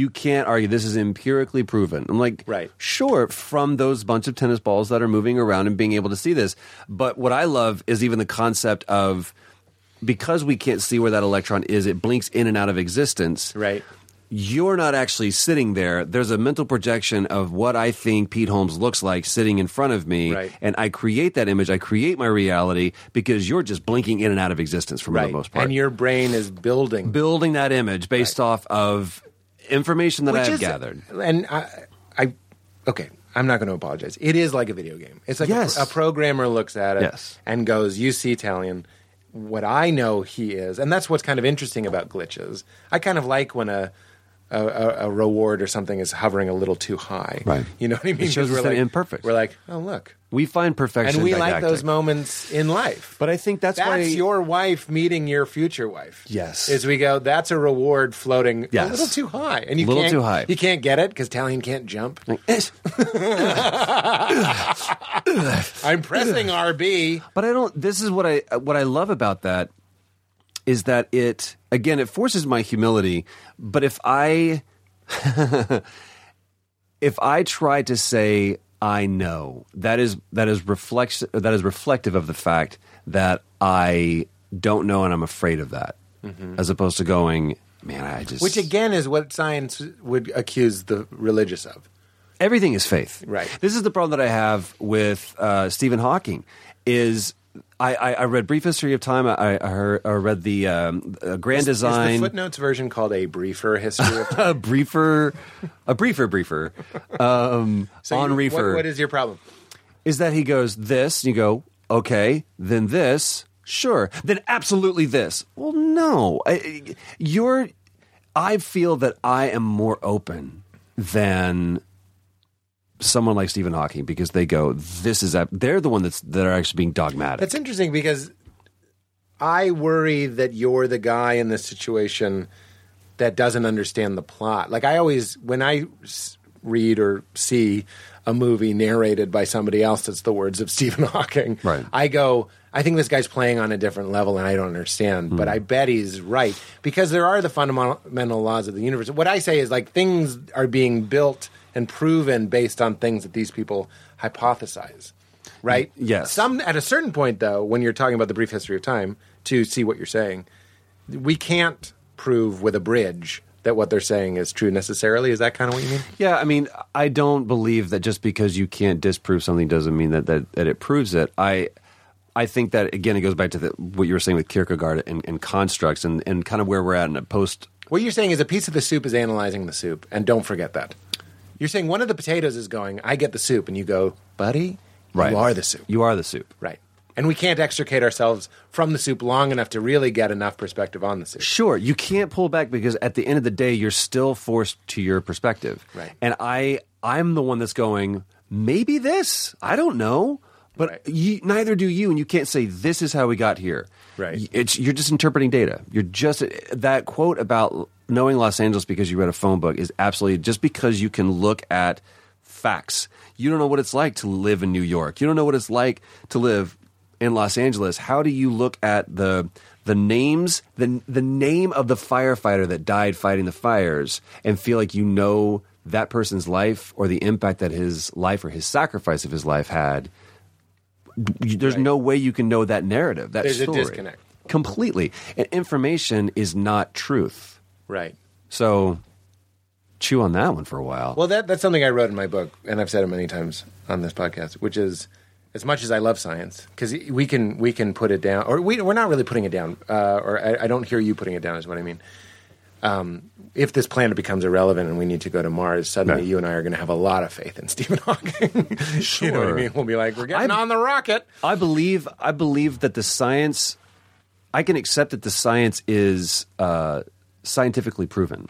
[SPEAKER 7] You can't argue. This is empirically proven. I'm like,
[SPEAKER 8] Right.
[SPEAKER 7] Sure, from those bunch of tennis balls that are moving around and being able to see this. But what I love is even the concept of because we can't see where that electron is, it blinks in and out of existence.
[SPEAKER 8] right
[SPEAKER 7] you're not actually sitting there. There's a mental projection of what I think Pete Holmes looks like sitting in front of me.
[SPEAKER 8] Right.
[SPEAKER 7] And I create that image. I create my reality because you're just blinking in and out of existence for
[SPEAKER 8] right
[SPEAKER 7] the most part.
[SPEAKER 8] and your brain is building
[SPEAKER 7] building that image based off of information that
[SPEAKER 8] Which
[SPEAKER 7] I've
[SPEAKER 8] is-
[SPEAKER 7] gathered.
[SPEAKER 8] And I, I, okay, I'm not going to apologize. It is like a video game. It's like
[SPEAKER 7] Yes.
[SPEAKER 8] a, a programmer looks at it
[SPEAKER 7] Yes.
[SPEAKER 8] and goes, "You see, Italian." What I know he is, and that's what's kind of interesting about glitches. I kind of like when a a, a, a reward or something is hovering a little too high.
[SPEAKER 7] Right.
[SPEAKER 8] You know what I mean?
[SPEAKER 7] It shows
[SPEAKER 8] 'Cause
[SPEAKER 7] us that imperfect.
[SPEAKER 8] We're like, oh look,
[SPEAKER 7] We find perfection.
[SPEAKER 8] and we like
[SPEAKER 7] didactic.
[SPEAKER 8] those moments in life.
[SPEAKER 7] But I think that's,
[SPEAKER 8] That's
[SPEAKER 7] why
[SPEAKER 8] your wife meeting your future wife.
[SPEAKER 7] Yes.
[SPEAKER 8] Is we go, that's a reward floating a
[SPEAKER 7] Yes.
[SPEAKER 8] little too high. And you
[SPEAKER 7] Little
[SPEAKER 8] can't,
[SPEAKER 7] too high.
[SPEAKER 8] You can't get it because Italian can't jump. I'm pressing RB.
[SPEAKER 7] But I don't. This is what I what I love about that is that it again it forces my humility. But if I if I try to say I know that is that is reflex that is reflective of the fact that I don't know and I'm afraid of that, as opposed to going. Man, I just
[SPEAKER 8] Mm-hmm. Which again is what science would accuse the religious of.
[SPEAKER 7] everything is faith.
[SPEAKER 8] Right.
[SPEAKER 7] This is the problem that I have with uh, Stephen Hawking. Is I, I, I read Brief History of Time. I, I, heard, I read the um, uh, Grand
[SPEAKER 8] Is- Is
[SPEAKER 7] Design.
[SPEAKER 8] the footnotes version called a briefer history of time?
[SPEAKER 7] a briefer, a briefer, briefer, um,
[SPEAKER 8] So
[SPEAKER 7] on
[SPEAKER 8] you-
[SPEAKER 7] reefer
[SPEAKER 8] what- what is your problem?
[SPEAKER 7] is that he goes this, and you go, okay, then this, sure, then absolutely this. Well, no, I, you're. I feel that I am more open than someone like Stephen Hawking because they go, this is. ab- They're the one that's that are actually being dogmatic.
[SPEAKER 8] That's interesting because I worry that you're the guy in this situation that doesn't understand the plot. Like I always, when I s- read or see a movie narrated by somebody else that's the words of Stephen Hawking,
[SPEAKER 7] Right.
[SPEAKER 8] I go, I think this guy's playing on a different level and I don't understand, but I bet he's right because there are the fundamental laws of the universe. What I say is like things are being built and proven based on things that these people hypothesize. Right?
[SPEAKER 7] yes.
[SPEAKER 8] Some at a certain point though, when you're talking about the brief history of time to see what you're saying, we can't prove with a bridge that what they're saying is true necessarily. Is that kind of what you mean?
[SPEAKER 7] Yeah, I mean, I don't believe that just because you can't disprove something doesn't mean that that, that it proves it. I I think that again, it goes back to the, what you were saying with Kierkegaard and, and constructs, and, and kind of where we're at in a post.
[SPEAKER 8] What you're saying is a piece of the soup is analyzing the soup, and don't forget that. You're saying one of the potatoes is going, I get the soup, and you go, buddy, you are the soup.
[SPEAKER 7] You are the soup.
[SPEAKER 8] right. And we can't extricate ourselves from the soup long enough to really get enough perspective on the soup.
[SPEAKER 7] Sure, you can't pull back because at the end of the day, you're still forced to your perspective.
[SPEAKER 8] Right.
[SPEAKER 7] And I I'm the one that's going. Maybe this. I don't know. But
[SPEAKER 8] Right.
[SPEAKER 7] you, neither do you, and you can't say this is how we got here.
[SPEAKER 8] Right.
[SPEAKER 7] Y- It's you're just interpreting data. You're just that quote about knowing Los Angeles because you read a phone book is absolutely just because you can look at facts. You don't know what it's like to live in New York. You don't know what it's like to live in Los Angeles. How do you look at the the names the the name of the firefighter that died fighting the fires and feel like you know that person's life or the impact that his life or his sacrifice of his life had? You- There's no way you can know that narrative. That
[SPEAKER 8] There's a
[SPEAKER 7] story.
[SPEAKER 8] disconnect.
[SPEAKER 7] completely. And information is not truth.
[SPEAKER 8] Right.
[SPEAKER 7] So chew on that one for a while.
[SPEAKER 8] Well, that, that's something I wrote in my book, and I've said it many times on this podcast, which is as much as I love science, because we can we can put it down, or we, we're not really putting it down, uh, or I, I don't hear you putting it down, is what I mean. Um, if this planet becomes irrelevant and we need to go to Mars, suddenly
[SPEAKER 7] Right.
[SPEAKER 8] you and I are going to have a lot of faith in Stephen Hawking. you know what I
[SPEAKER 7] Sure.
[SPEAKER 8] mean? We'll be like, we're getting
[SPEAKER 7] I-
[SPEAKER 8] on the rocket.
[SPEAKER 7] I believe I believe that the science I can accept that the science is uh, scientifically proven,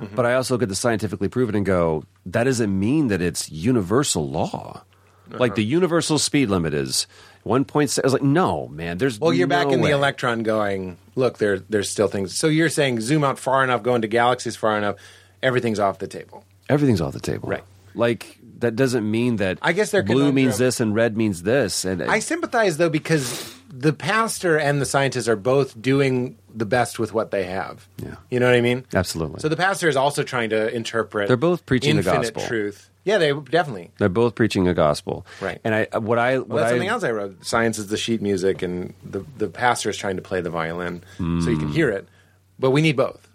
[SPEAKER 8] Mm-hmm.
[SPEAKER 7] but I also look at the scientifically proven and go, that doesn't mean that it's universal law.
[SPEAKER 8] Uh-huh.
[SPEAKER 7] Like the universal speed limit is one point six. I was like, no, man. There's
[SPEAKER 8] Well, you're back
[SPEAKER 7] no
[SPEAKER 8] in
[SPEAKER 7] way.
[SPEAKER 8] the electron going, look, there, there's still things. So you're saying zoom out far enough, go into galaxies far enough, everything's off the table.
[SPEAKER 7] Everything's off the table,
[SPEAKER 8] Right.
[SPEAKER 7] Like that doesn't mean that.
[SPEAKER 8] I guess their
[SPEAKER 7] blue means
[SPEAKER 8] conundrum-
[SPEAKER 7] this and red means this, and
[SPEAKER 8] I sympathize, though, because the pastor and the scientists are both doing the best with what they have.
[SPEAKER 7] Yeah.
[SPEAKER 8] You know what I mean?
[SPEAKER 7] Absolutely.
[SPEAKER 8] So the pastor is also trying to interpret.
[SPEAKER 7] They're both preaching the
[SPEAKER 8] infinite
[SPEAKER 7] gospel.
[SPEAKER 8] truth. Yeah, they definitely.
[SPEAKER 7] they're both preaching a gospel,
[SPEAKER 8] Right.
[SPEAKER 7] And I what I what
[SPEAKER 8] Well, that's
[SPEAKER 7] I,
[SPEAKER 8] something else I wrote. Science is the sheet music, and the the pastor is trying to play the violin, so you
[SPEAKER 7] Mm.
[SPEAKER 8] can hear it. But we need both.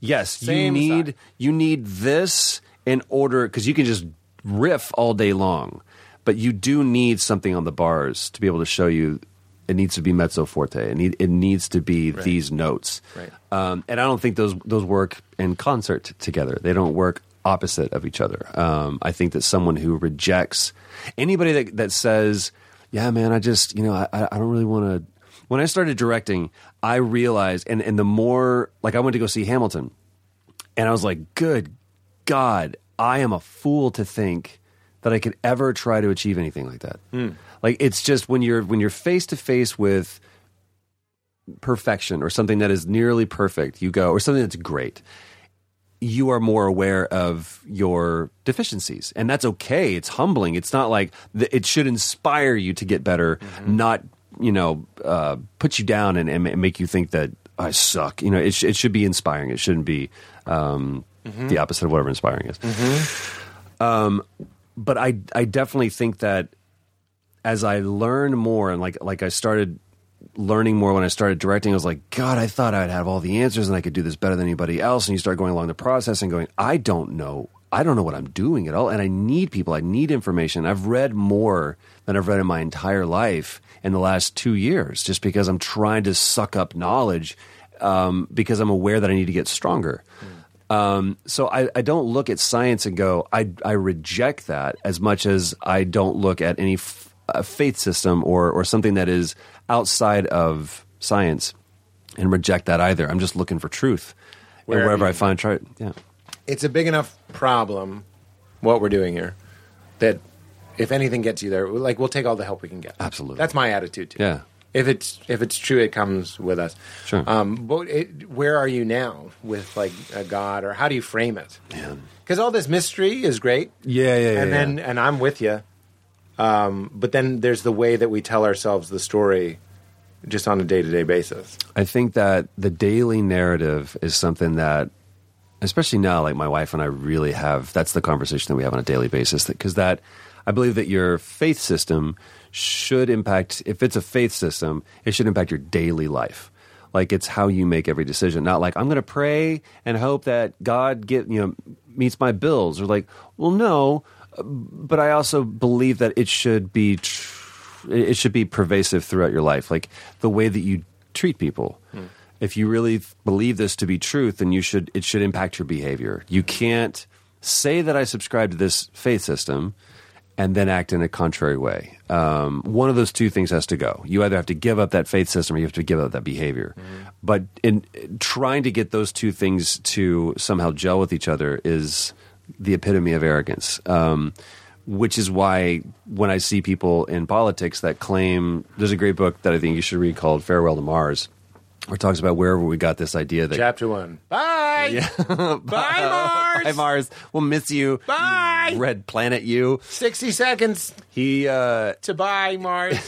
[SPEAKER 7] Yes,
[SPEAKER 8] Same
[SPEAKER 7] you need
[SPEAKER 8] side.
[SPEAKER 7] you need this in order because you can just riff all day long, but you do need something on the bars to be able to show you. It needs to be mezzo forte. It, need, it needs to be these notes.
[SPEAKER 8] Right.
[SPEAKER 7] Um, and I don't think those those work in concert together. They don't work opposite of each other. Um, I think that someone who rejects anybody that that says, "Yeah, man, I just you know I I I don't really want to." When I started directing, I realized, and and the more like I went to go see Hamilton, and I was like, good God, I am a fool to think that I could ever try to achieve anything like that. Like it's just when you're when you're face to face with perfection or something that is nearly perfect, you go or something that's great. You are more aware of your deficiencies, and that's okay. It's humbling. It's not like th- it should inspire you to get better, not you know uh, put you down and, and ma- make you think that I suck. You know, it, sh- it should be inspiring. It shouldn't be um, the opposite of whatever inspiring is. Um, but I I definitely think that as I learned more and like like I started learning more when I started directing, I was like, God, I thought I'd have all the answers and I could do this better than anybody else. And you start going along the process and going, I don't know. I don't know what I'm doing at all. And I need people. I need information. I've read more than I've read in my entire life in the last two years just because I'm trying to suck up knowledge um, because I'm aware that I need to get stronger. Um, so I, I don't look at science and go, I, I reject that as much as I don't look at any f- uh, faith system or, or something that is outside of science and reject that either. I'm just looking for truth. and
[SPEAKER 8] Wherever
[SPEAKER 7] wherever
[SPEAKER 8] you
[SPEAKER 7] I find truth, yeah.
[SPEAKER 8] It's a big enough problem. What we're doing here, that if anything gets you there, like we'll take all the help we can get.
[SPEAKER 7] Absolutely.
[SPEAKER 8] that's my attitude too.
[SPEAKER 7] Yeah.
[SPEAKER 8] If it's if it's true, it comes with us.
[SPEAKER 7] Sure.
[SPEAKER 8] Um, but it, where are you now with like a god, or how do you frame it? Because all this mystery is great.
[SPEAKER 7] Yeah, yeah,
[SPEAKER 8] and then and I'm with you. Um, but then there's the way that we tell ourselves the story, just on a day to day basis.
[SPEAKER 7] I think that the daily narrative is something that, especially now, like my wife and I really have. That's the conversation that we have on a daily basis. Because that, I believe that your faith system should impact. If it's a faith system, it should impact your daily life. Like it's how you make every decision. Not like I'm going to pray and hope that God get you know meets my bills. Or like, well, no. But I also believe that it should be. Tr- it it should be pervasive throughout your life like the way that you treat people if you really th- believe this to be truth then you should it should impact your behavior you can't say that i subscribe to this faith system and then act in a contrary way um, one of those two things has to go you either have to give up that faith system or you have to give up that behavior but in in trying to get those two things to somehow gel with each other is the epitome of arrogance um, which is why when I see people in politics that claim there's a great book that I think you should read called Farewell to Mars, where it talks about wherever we got this idea that
[SPEAKER 8] Chapter one. Bye. Bye, Mars.
[SPEAKER 7] Hi, Mars, we'll miss you,
[SPEAKER 8] Bye.
[SPEAKER 7] red planet, you.
[SPEAKER 8] Sixty seconds
[SPEAKER 7] He uh,
[SPEAKER 8] to bye, Mars.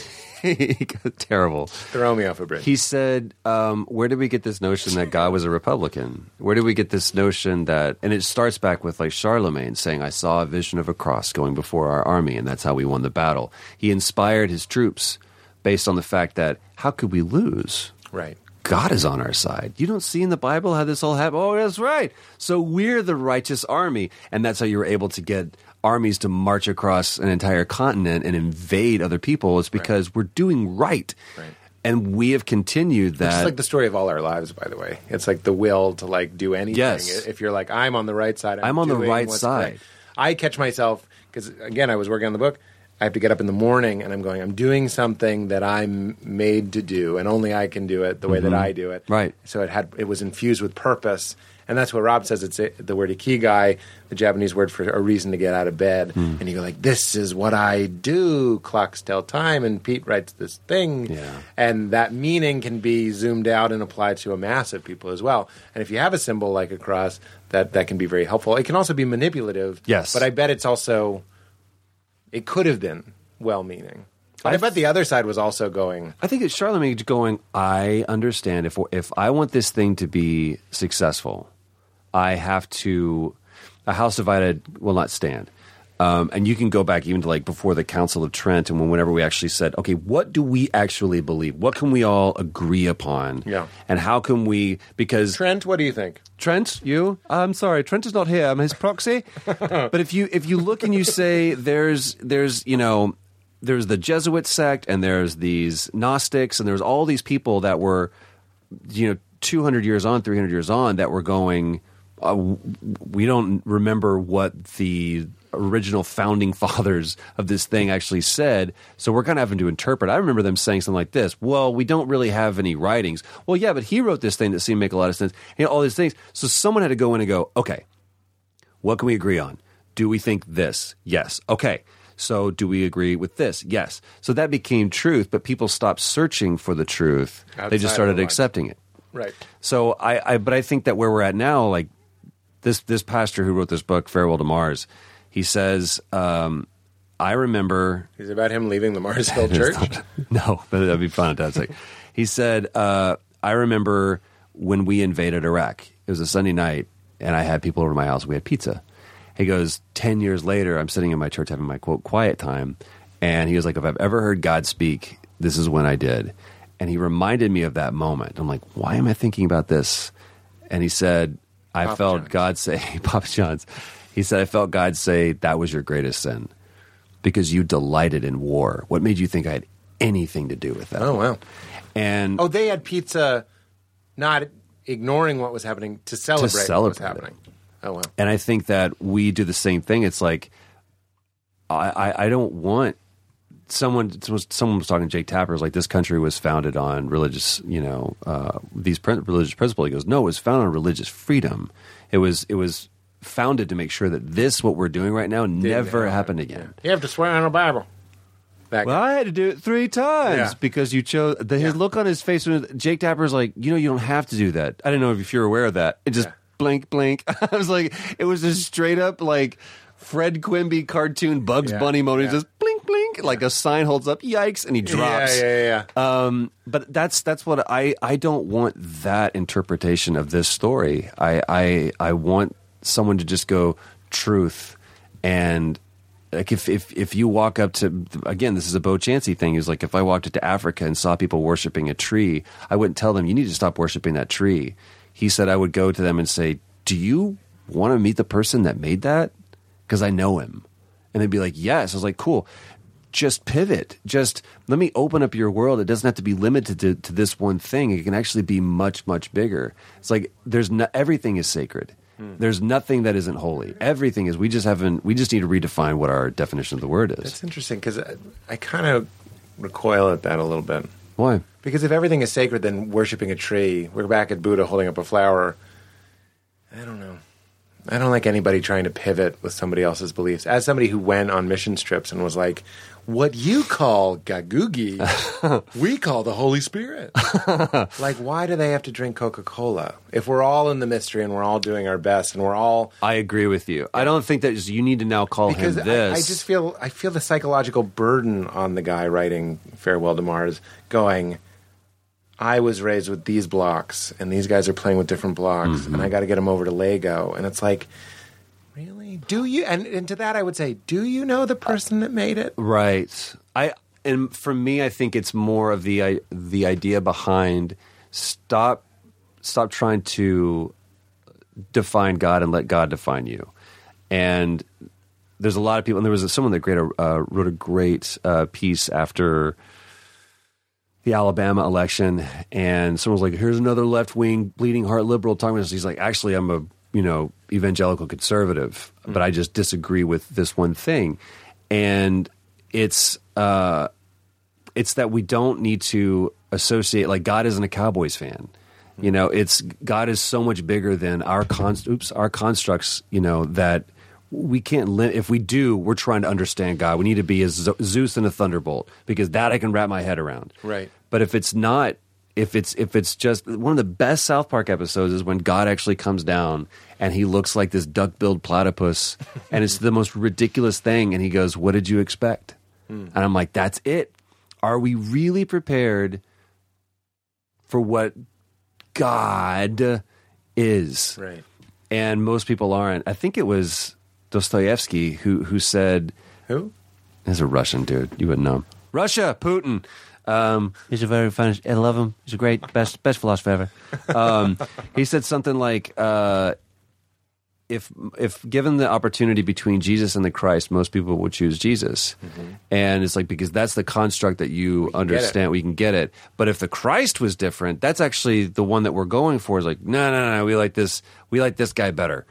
[SPEAKER 7] terrible.
[SPEAKER 8] Throw me off a bridge.
[SPEAKER 7] He said, um, "Where did we get this notion that God was a Republican? Where did we get this notion that?" And it starts back with like Charlemagne saying, "I saw a vision of a cross going before our army, and that's how we won the battle." He inspired his troops based on the fact that how could we lose?
[SPEAKER 8] right.
[SPEAKER 7] God is on our side. You don't see in the Bible how this all happened. Oh, that's right. So we're the righteous army. And that's how you were able to get armies to march across an entire continent and invade other people. It's because we're doing right.
[SPEAKER 8] Right.
[SPEAKER 7] And we have continued
[SPEAKER 8] It's
[SPEAKER 7] that.
[SPEAKER 8] like the story of all our lives, by the way. It's like the will to like do anything.
[SPEAKER 7] Yes.
[SPEAKER 8] If you're like, I'm on the right side. I'm,
[SPEAKER 7] I'm on the
[SPEAKER 8] doing
[SPEAKER 7] right
[SPEAKER 8] what's
[SPEAKER 7] side.
[SPEAKER 8] correct. I catch myself because again, I was working on the book. I have to get up in the morning and I'm going, I'm doing something that I'm made to do and only I can do it the way that I do it.
[SPEAKER 7] Mm-hmm. Right.
[SPEAKER 8] So it had it was infused with purpose. And that's what Rob says it's it, the word ikigai, the Japanese word for a reason to get out of bed.
[SPEAKER 7] Hmm.
[SPEAKER 8] And you go like, this is what I do. Clocks tell time and Pete writes this thing.
[SPEAKER 7] Yeah.
[SPEAKER 8] And that meaning can be zoomed out and applied to a mass of people as well. And if you have a symbol like a cross, that, that can be very helpful. It can also be manipulative.
[SPEAKER 7] Yes.
[SPEAKER 8] But I bet it's also, it could have been well meaning. But I,
[SPEAKER 7] I-
[SPEAKER 8] bet the other side was also going,
[SPEAKER 7] I think it's Charlemagne going. I understand if if I want this thing to be successful, I have to. A house divided will not stand. Um, and you can go back even to like before the Council of Trent and when, whenever we actually said, okay, what do we actually believe? What can we all agree upon?
[SPEAKER 8] Yeah.
[SPEAKER 7] And how can we? Because
[SPEAKER 8] Trent, what do you think?
[SPEAKER 7] Trent, you. I'm sorry, Trent is not here. I'm his proxy. but if you if you look and you say there's there's you know there's the Jesuit sect and there's these Gnostics and there's all these people that were you know 200 years on, 300 years on that were going. Uh, w- we don't remember what the original founding fathers of this thing actually said. So we're kind of having to interpret. I remember them saying something like this Well, we don't really have any writings. Well, yeah, but he wrote this thing that seemed to make a lot of sense. You know, all these things. So someone had to go in and go, Okay, what can we agree on? Do we think this? Yes. Okay. So do we agree with this? Yes. So that became truth, but people stopped searching for the truth. they
[SPEAKER 8] Outside of
[SPEAKER 7] just started
[SPEAKER 8] the line.
[SPEAKER 7] accepting it.
[SPEAKER 8] Right.
[SPEAKER 7] So I, I, but I think that where we're at now, like this this pastor who wrote this book, Farewell to Mars, he says, um, I remember
[SPEAKER 8] Is it about him leaving the Mars Hill Church?
[SPEAKER 7] no, but that'd be fantastic. he said, uh, I remember when we invaded Iraq. It was a Sunday night, and I had people over to my house. We had pizza. He goes, 10 years later, I'm sitting in my church having my quote, quiet time. And he was like, If I've ever heard God speak, this is when I did. And he reminded me of that moment. I'm like, Why am I thinking about this? And he said, I
[SPEAKER 8] Papa
[SPEAKER 7] felt
[SPEAKER 8] John's.
[SPEAKER 7] God say, Papa John's, he said, I felt God say, That was your greatest sin because you delighted in war. What made you think I had anything to do with that?
[SPEAKER 8] Oh, wow.
[SPEAKER 7] And
[SPEAKER 8] Oh, they had pizza, not ignoring what was happening to celebrate,
[SPEAKER 7] celebrate it.
[SPEAKER 8] what was happening. Oh wow!
[SPEAKER 7] and I think that we do the same thing. It's like I I, I don't want someone someone was talking to Jake Tapper. It was like this country was founded on religious you know uh, these prin- religious principles. He goes, no, it was founded on religious freedom. It was it was founded to make sure that this what we're doing right now never happened again.
[SPEAKER 8] You have to swear on a Bible. That
[SPEAKER 7] Well,
[SPEAKER 8] guy.
[SPEAKER 7] I had to do it three times
[SPEAKER 8] Yeah.
[SPEAKER 7] because you chose the, his
[SPEAKER 8] Yeah.
[SPEAKER 7] look on his face. When Jake Tapper's like, you know, you don't have to do that. I didn't know if you're aware of that. It just
[SPEAKER 8] Yeah.
[SPEAKER 7] blank, blank. I was like, it was just straight up like Fred Quimby cartoon Bugs
[SPEAKER 8] Yeah.
[SPEAKER 7] Bunny moment. It
[SPEAKER 8] Yeah.
[SPEAKER 7] was just blink, blink, like a sign holds up, yikes, and he drops.
[SPEAKER 8] Yeah, yeah, yeah.
[SPEAKER 7] Um, but that's that's what I I don't want that interpretation of this story. I I I want someone to just go truth and like if if if you walk up to again this is a Bo Chansey thing is like if I walked into Africa and saw people worshiping a tree, I wouldn't tell them you need to stop worshiping that tree. He said I would go to them and say, "Do you want to meet the person that made that? Because I know him." And they'd be like, yes. I was like, cool. Just pivot. Just let me open up your world. It doesn't have to be limited to, to this one thing. It can actually be much, much bigger. It's like there's no, everything is sacred. There's nothing that isn't holy. Everything is. We just haven't. We just need to redefine what our definition of the word is.
[SPEAKER 8] That's interesting because I, I kind of recoil at that a little bit.
[SPEAKER 7] Why?
[SPEAKER 8] Because if everything is sacred, then worshiping a tree, we're back at Buddha holding up a flower. I don't know. I don't like anybody trying to pivot with somebody else's beliefs. As somebody who went on mission trips and was like, what you call gagugi, we call the Holy Spirit. like, why do they have to drink Coca Cola? If we're all in the mystery and we're all doing our best and we're all
[SPEAKER 7] I agree with you. I don't think that is- you need to now call
[SPEAKER 8] because
[SPEAKER 7] him
[SPEAKER 8] I,
[SPEAKER 7] this.
[SPEAKER 8] I just feel I feel the psychological burden on the guy writing Farewell to Mars, going, I was raised with these blocks, and these guys are playing with different blocks, and I got to get them over to Lego, and it's like, really? Do you? And, and to that, I would say, do you know the person that made it?
[SPEAKER 7] Right. I and for me, I think it's more of the i- the idea behind stop stop trying to define God and let God define you. And there's a lot of people, and there was someone that great uh, wrote a great uh, piece after the Alabama election, and someone was like, "Here's another left wing bleeding heart liberal talking." to us." He's like, "Actually, I'm a you know evangelical conservative, but I just disagree with this one thing," and it's uh, it's that we don't need to associate like God isn't a Cowboys fan. You know, it's God is so much bigger than our const- oops, our constructs. You know that we can't lim- if we do, we're trying to understand God. We need to be a Zo- Zeus and a thunderbolt because that I can wrap my head around.
[SPEAKER 8] Right.
[SPEAKER 7] But if it's not, if it's if it's just one of the best South Park episodes is when God actually comes down and he looks like this duck-billed platypus, and it's the most ridiculous thing. And he goes, "What did you expect?" And I'm like, "That's it. Are we really prepared for what God is?"
[SPEAKER 8] Right.
[SPEAKER 7] And most people aren't. I think it was Dostoevsky who who said,
[SPEAKER 8] Who?
[SPEAKER 7] "There's a Russian dude. You wouldn't know him. Russia, Putin." Um, he's a very fun. I love him. He's a great, best, best philosopher ever. Um, he said something like, uh, "If if given the opportunity between Jesus and the Christ, most people would choose Jesus." And it's like because that's the construct that you
[SPEAKER 8] get it.
[SPEAKER 7] understand. Mm-hmm. We can get it. But if the Christ was different, that's actually the one that we're going for. Is like, no, no, no. We like this. We like this guy better.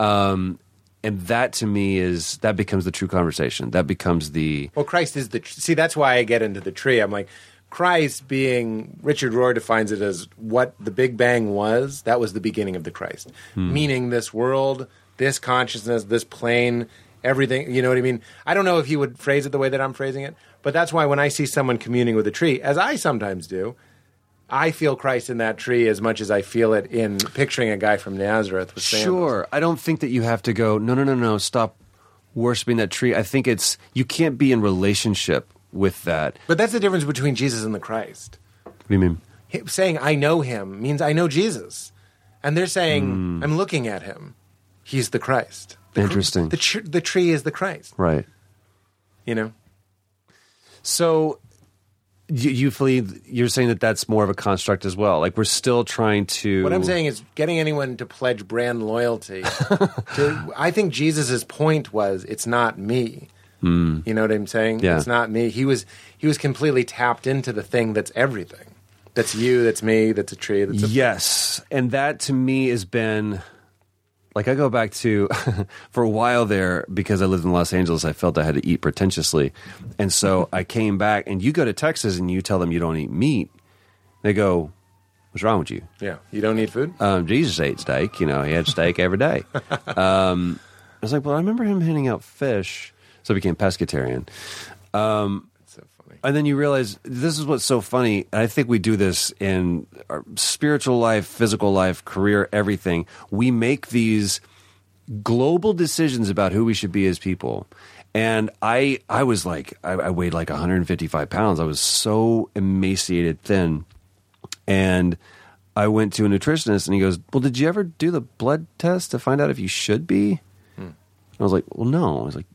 [SPEAKER 7] Um, and that to me is that becomes the true conversation. That becomes the
[SPEAKER 8] Well, Christ is the tr- see. That's why I get into the tree. I'm like Christ being Richard Rohr defines it as what the Big Bang was. That was the beginning of the Christ, meaning this world, this consciousness, this plane, everything. You know what I mean? I don't know if you would phrase it the way that I'm phrasing it, but that's why when I see someone communing with a tree, as I sometimes do. I feel Christ in that tree as much as I feel it in picturing a guy from Nazareth with sandals.
[SPEAKER 7] Sure. I don't think that you have to go, no, no, no, no, stop worshiping that tree. I think it's, you can't be in relationship with that.
[SPEAKER 8] But that's the difference between Jesus and the Christ.
[SPEAKER 7] What do you mean?
[SPEAKER 8] hi- saying I know him means I know Jesus. And they're saying I'm looking at him. He's the Christ. The cr-
[SPEAKER 7] Interesting.
[SPEAKER 8] the, tr- the tree is the Christ,
[SPEAKER 7] Right.
[SPEAKER 8] you know?
[SPEAKER 7] So you, you believe, you're saying that that's more of a construct as well. Like we're still trying to.
[SPEAKER 8] What I'm saying is getting anyone to pledge brand loyalty. to, I think Jesus' point was it's not me. You know what I'm saying?
[SPEAKER 7] Yeah.
[SPEAKER 8] It's not me. He was he was completely tapped into the thing that's everything. That's you, that's me, that's a tree, that's a
[SPEAKER 7] Yes. And that to me has been like I go back to for a while there because I lived in Los Angeles, I felt I had to eat pretentiously. And so I came back and you go to Texas and you tell them you don't eat meat. They go, "What's wrong with you?"
[SPEAKER 8] Yeah. You don't need food?
[SPEAKER 7] Um, Jesus ate steak, you know, he had steak every day. Um, I was like, "Well, I remember him handing out fish." So I became pescatarian. Um,
[SPEAKER 8] That's so funny.
[SPEAKER 7] And then you realize this is what's so funny. And I think we do this in our spiritual life, physical life, career, everything. We make these global decisions about who we should be as people. And I, I was like, I, I weighed like 155 pounds. I was so emaciated, thin. And I went to a nutritionist and he goes, Well, did you ever do the blood test to find out if you should be? And I was like, Well, no. I was like,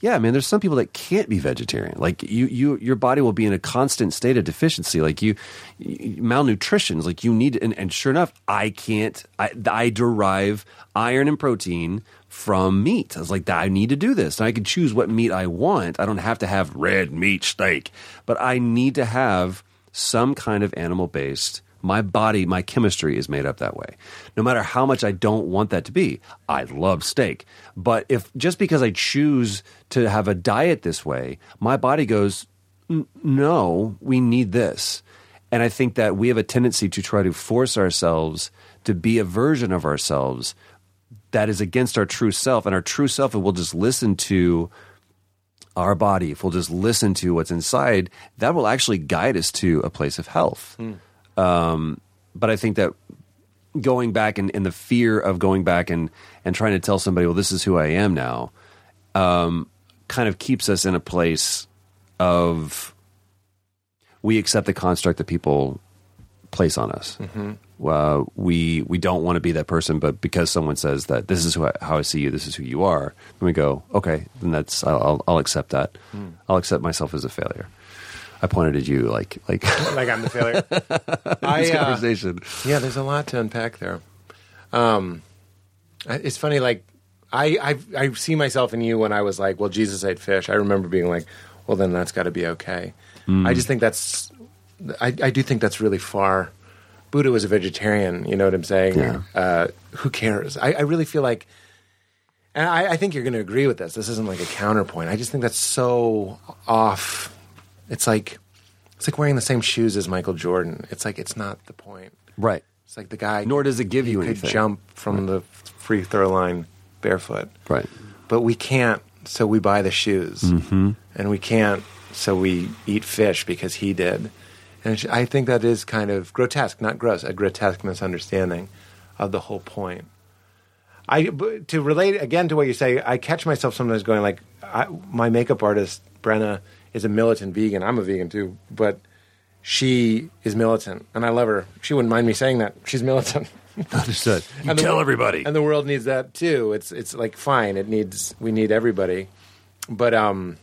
[SPEAKER 7] Yeah, man, there's some people that can't be vegetarian. Like you you your body will be in a constant state of deficiency. Like you, you malnutrition. is Like you need and, and sure enough, I can't I I derive iron and protein from meat. I was like, I need to do this. And I can choose what meat I want. I don't have to have red meat steak, but I need to have some kind of animal based. My body, my chemistry is made up that way. No matter how much I don't want that to be, I love steak. But if just because I choose to have a diet this way, my body goes, "N- no, we need this. And I think that we have a tendency to try to force ourselves to be a version of ourselves that is against our true self. And our true self, will just listen to our body, if we'll just listen to what's inside, that will actually guide us to a place of health. Um, but I think that going back and, and the fear of going back and, and trying to tell somebody, well, this is who I am now, um, kind of keeps us in a place of we accept the construct that people place on us. Uh, we we don't want to be that person, but because someone says that this is who I, how I see you, this is who you are, then we go, okay, then that's I'll, I'll, I'll accept that. I'll accept myself as a failure. I pointed at you like like
[SPEAKER 8] Like I'm the failure. I,
[SPEAKER 7] this
[SPEAKER 8] uh,
[SPEAKER 7] conversation.
[SPEAKER 8] Yeah, there's a lot to unpack there. Um, I- it's funny, like I, I I see myself in you when I was like, well, Jesus ate fish. I remember being like, well, then that's got to be okay. I just think that's, I, I do think that's really far. Buddha was a vegetarian. You know what I'm saying?
[SPEAKER 7] Yeah.
[SPEAKER 8] Uh, who cares? I, I really feel like And I, I think you're going to agree with this. This isn't like a counterpoint. I just think that's so off. It's like it's like wearing the same shoes as Michael Jordan. It's like it's not the point.
[SPEAKER 7] Right.
[SPEAKER 8] It's like the guy.
[SPEAKER 7] Nor does it give
[SPEAKER 8] he
[SPEAKER 7] you
[SPEAKER 8] could
[SPEAKER 7] anything.
[SPEAKER 8] Jump from the free throw line barefoot.
[SPEAKER 7] Right.
[SPEAKER 8] But we can't, so we buy the shoes, and we can't, so we eat fish because he did. And it's- I think that is kind of grotesque, not gross, a grotesque misunderstanding of the whole point. I but to relate again to what you say. I catch myself sometimes going like, I, my makeup artist Brenna is a militant vegan. I'm a vegan too, but she is militant, and I love her. She wouldn't mind me saying that she's militant.
[SPEAKER 7] Understood. You
[SPEAKER 8] And the
[SPEAKER 7] tell
[SPEAKER 8] wor-
[SPEAKER 7] everybody.
[SPEAKER 8] and the world needs that too. It's it's like fine. It needs we need everybody, but um,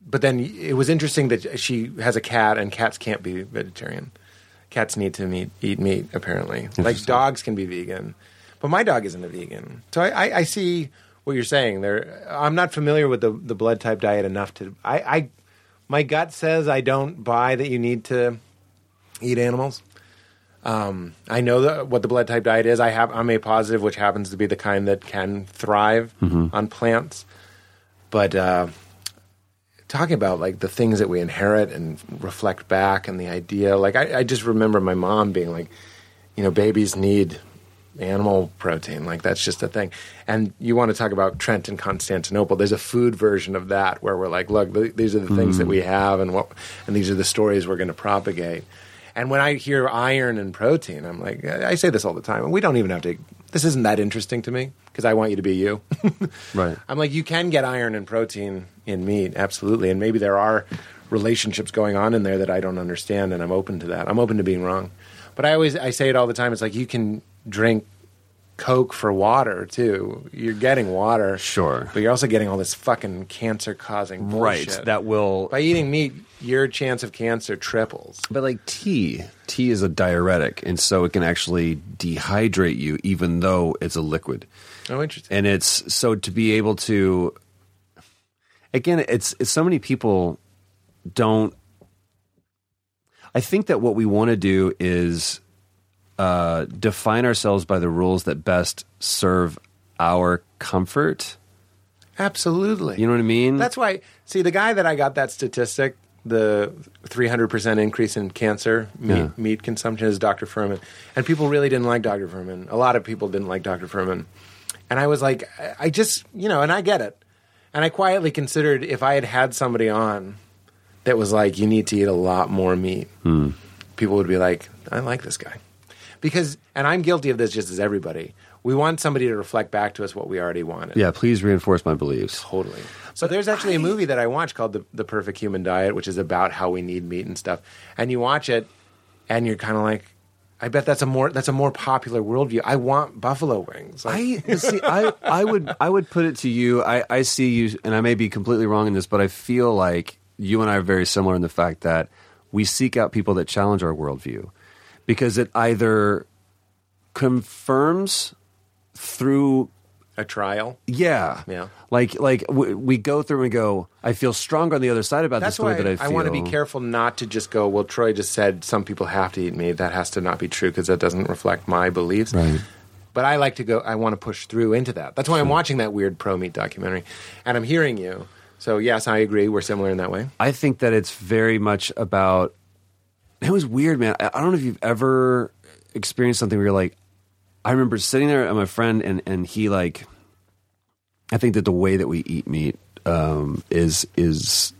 [SPEAKER 8] but then it was interesting that she has a cat, and cats can't be vegetarian. Cats need to meat, eat meat, apparently. Like dogs can be vegan, but my dog isn't a vegan. So I, I, I see what you're saying. There, I'm not familiar with the, the blood type diet enough to. I, I, my gut says I don't buy that you need to eat animals. Um, I know that what the blood type diet is. I have I'm A positive, which happens to be the kind that can thrive on plants. But uh, talking about like the things that we inherit and reflect back, and the idea, like I, I just remember my mom being like, you know, babies need animal protein. Like that's just a thing. And you want to talk about Trent and Constantinople. There's a food version of that where we're like, look, th- these are the things that we have and what and these are the stories we're going to propagate. And when I hear iron and protein, I'm like, I I say this all the time. We don't even have to this isn't that interesting to me because I want you to be you.
[SPEAKER 7] Right.
[SPEAKER 8] I'm like, you can get iron and protein in meat, absolutely. And maybe there are relationships going on in there that I don't understand, and I'm open to that. I'm open to being wrong. But I always I say it all the time. It's like you can drink Coke for water too. You're getting water,
[SPEAKER 7] Sure.
[SPEAKER 8] but you're also getting all this fucking cancer causing bullshit.
[SPEAKER 7] Right. That will.
[SPEAKER 8] by eating meat, your chance of cancer triples.
[SPEAKER 7] But like tea, tea is a diuretic, and so it can actually dehydrate you, even though it's a liquid.
[SPEAKER 8] Oh, interesting.
[SPEAKER 7] And it's so to be able to. Again, it's, it's so many people don't. I think that what we want to do is uh, define ourselves by the rules that best serve our comfort.
[SPEAKER 8] Absolutely.
[SPEAKER 7] You know what I mean?
[SPEAKER 8] That's why. See, the guy that I got that statistic, the 300% increase in cancer meat,
[SPEAKER 7] Yeah.
[SPEAKER 8] meat consumption, is Dr. Furman. And people really didn't like Dr. Furman. A lot of people didn't like Dr. Furman. And I was like, I- I just, you know, and I get it. And I quietly considered if I had had somebody on that was like, you need to eat a lot more meat,
[SPEAKER 7] Hmm.
[SPEAKER 8] people would be like, I like this guy. Because, and I'm guilty of this just as everybody. We want somebody to reflect back to us what we already wanted.
[SPEAKER 7] yeah. Please reinforce my beliefs.
[SPEAKER 8] Totally. So there's actually a movie that I watched called the, the Perfect Human Diet, which is about how we need meat and stuff. And you watch it, and you're kind of like, I bet that's a more that's a more popular worldview. I want buffalo wings. Like,
[SPEAKER 7] I see. I, I would I would put it to you. I, I see you, and I may be completely wrong in this, but I feel like you and I are very similar in the fact that we seek out people that challenge our worldview because it either confirms through
[SPEAKER 8] a trial.
[SPEAKER 7] yeah
[SPEAKER 8] Yeah.
[SPEAKER 7] like like we, we go through and go I feel stronger on the other side about
[SPEAKER 8] That's
[SPEAKER 7] this the way
[SPEAKER 8] why
[SPEAKER 7] that I feel.
[SPEAKER 8] want to be careful not to just go. Well, Troy just said some people have to eat meat. That has to not be true because that doesn't reflect my beliefs.
[SPEAKER 7] Right.
[SPEAKER 8] But I like to go. I want to push through into that. That's why I'm watching that weird pro meat documentary, and I'm hearing you. So yes, I agree. We're similar in that way.
[SPEAKER 7] I think that it's very much about. It was weird, man. I, I don't know if you've ever experienced something where you're like, I remember sitting there at my friend, and and he like, I think that the way that we eat meat um, is is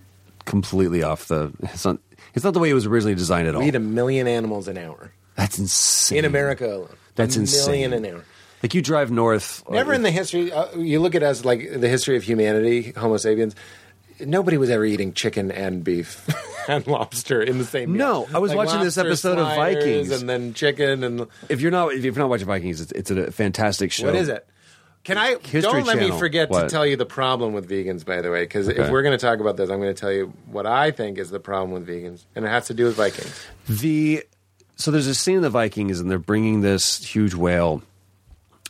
[SPEAKER 7] completely off the. It's not. It's not the way it was originally designed at all.
[SPEAKER 8] We eat a million animals an hour.
[SPEAKER 7] That's insane
[SPEAKER 8] in America alone.
[SPEAKER 7] That's
[SPEAKER 8] a
[SPEAKER 7] insane.
[SPEAKER 8] million an hour.
[SPEAKER 7] Like you drive north.
[SPEAKER 8] Never in the history, uh, you look at us like the history of humanity, Homo sapiens. Nobody was ever eating chicken and beef and lobster in the same.
[SPEAKER 7] No,
[SPEAKER 8] meal.
[SPEAKER 7] I was
[SPEAKER 8] Like
[SPEAKER 7] watching this
[SPEAKER 8] lobster
[SPEAKER 7] episode of
[SPEAKER 8] sliders
[SPEAKER 7] Vikings.
[SPEAKER 8] and then chicken and
[SPEAKER 7] If you're not if you're not watching Vikings, it's, it's a fantastic show.
[SPEAKER 8] what is it? Can I?
[SPEAKER 7] History
[SPEAKER 8] don't let
[SPEAKER 7] Channel.
[SPEAKER 8] me forget
[SPEAKER 7] What?
[SPEAKER 8] to tell you the problem with vegans, by the way, because
[SPEAKER 7] Okay.
[SPEAKER 8] if we're going to talk about this, I'm going to tell you what I think is the problem with vegans, and it has to do with Vikings.
[SPEAKER 7] the so there's a scene in the Vikings and they're bringing this huge whale,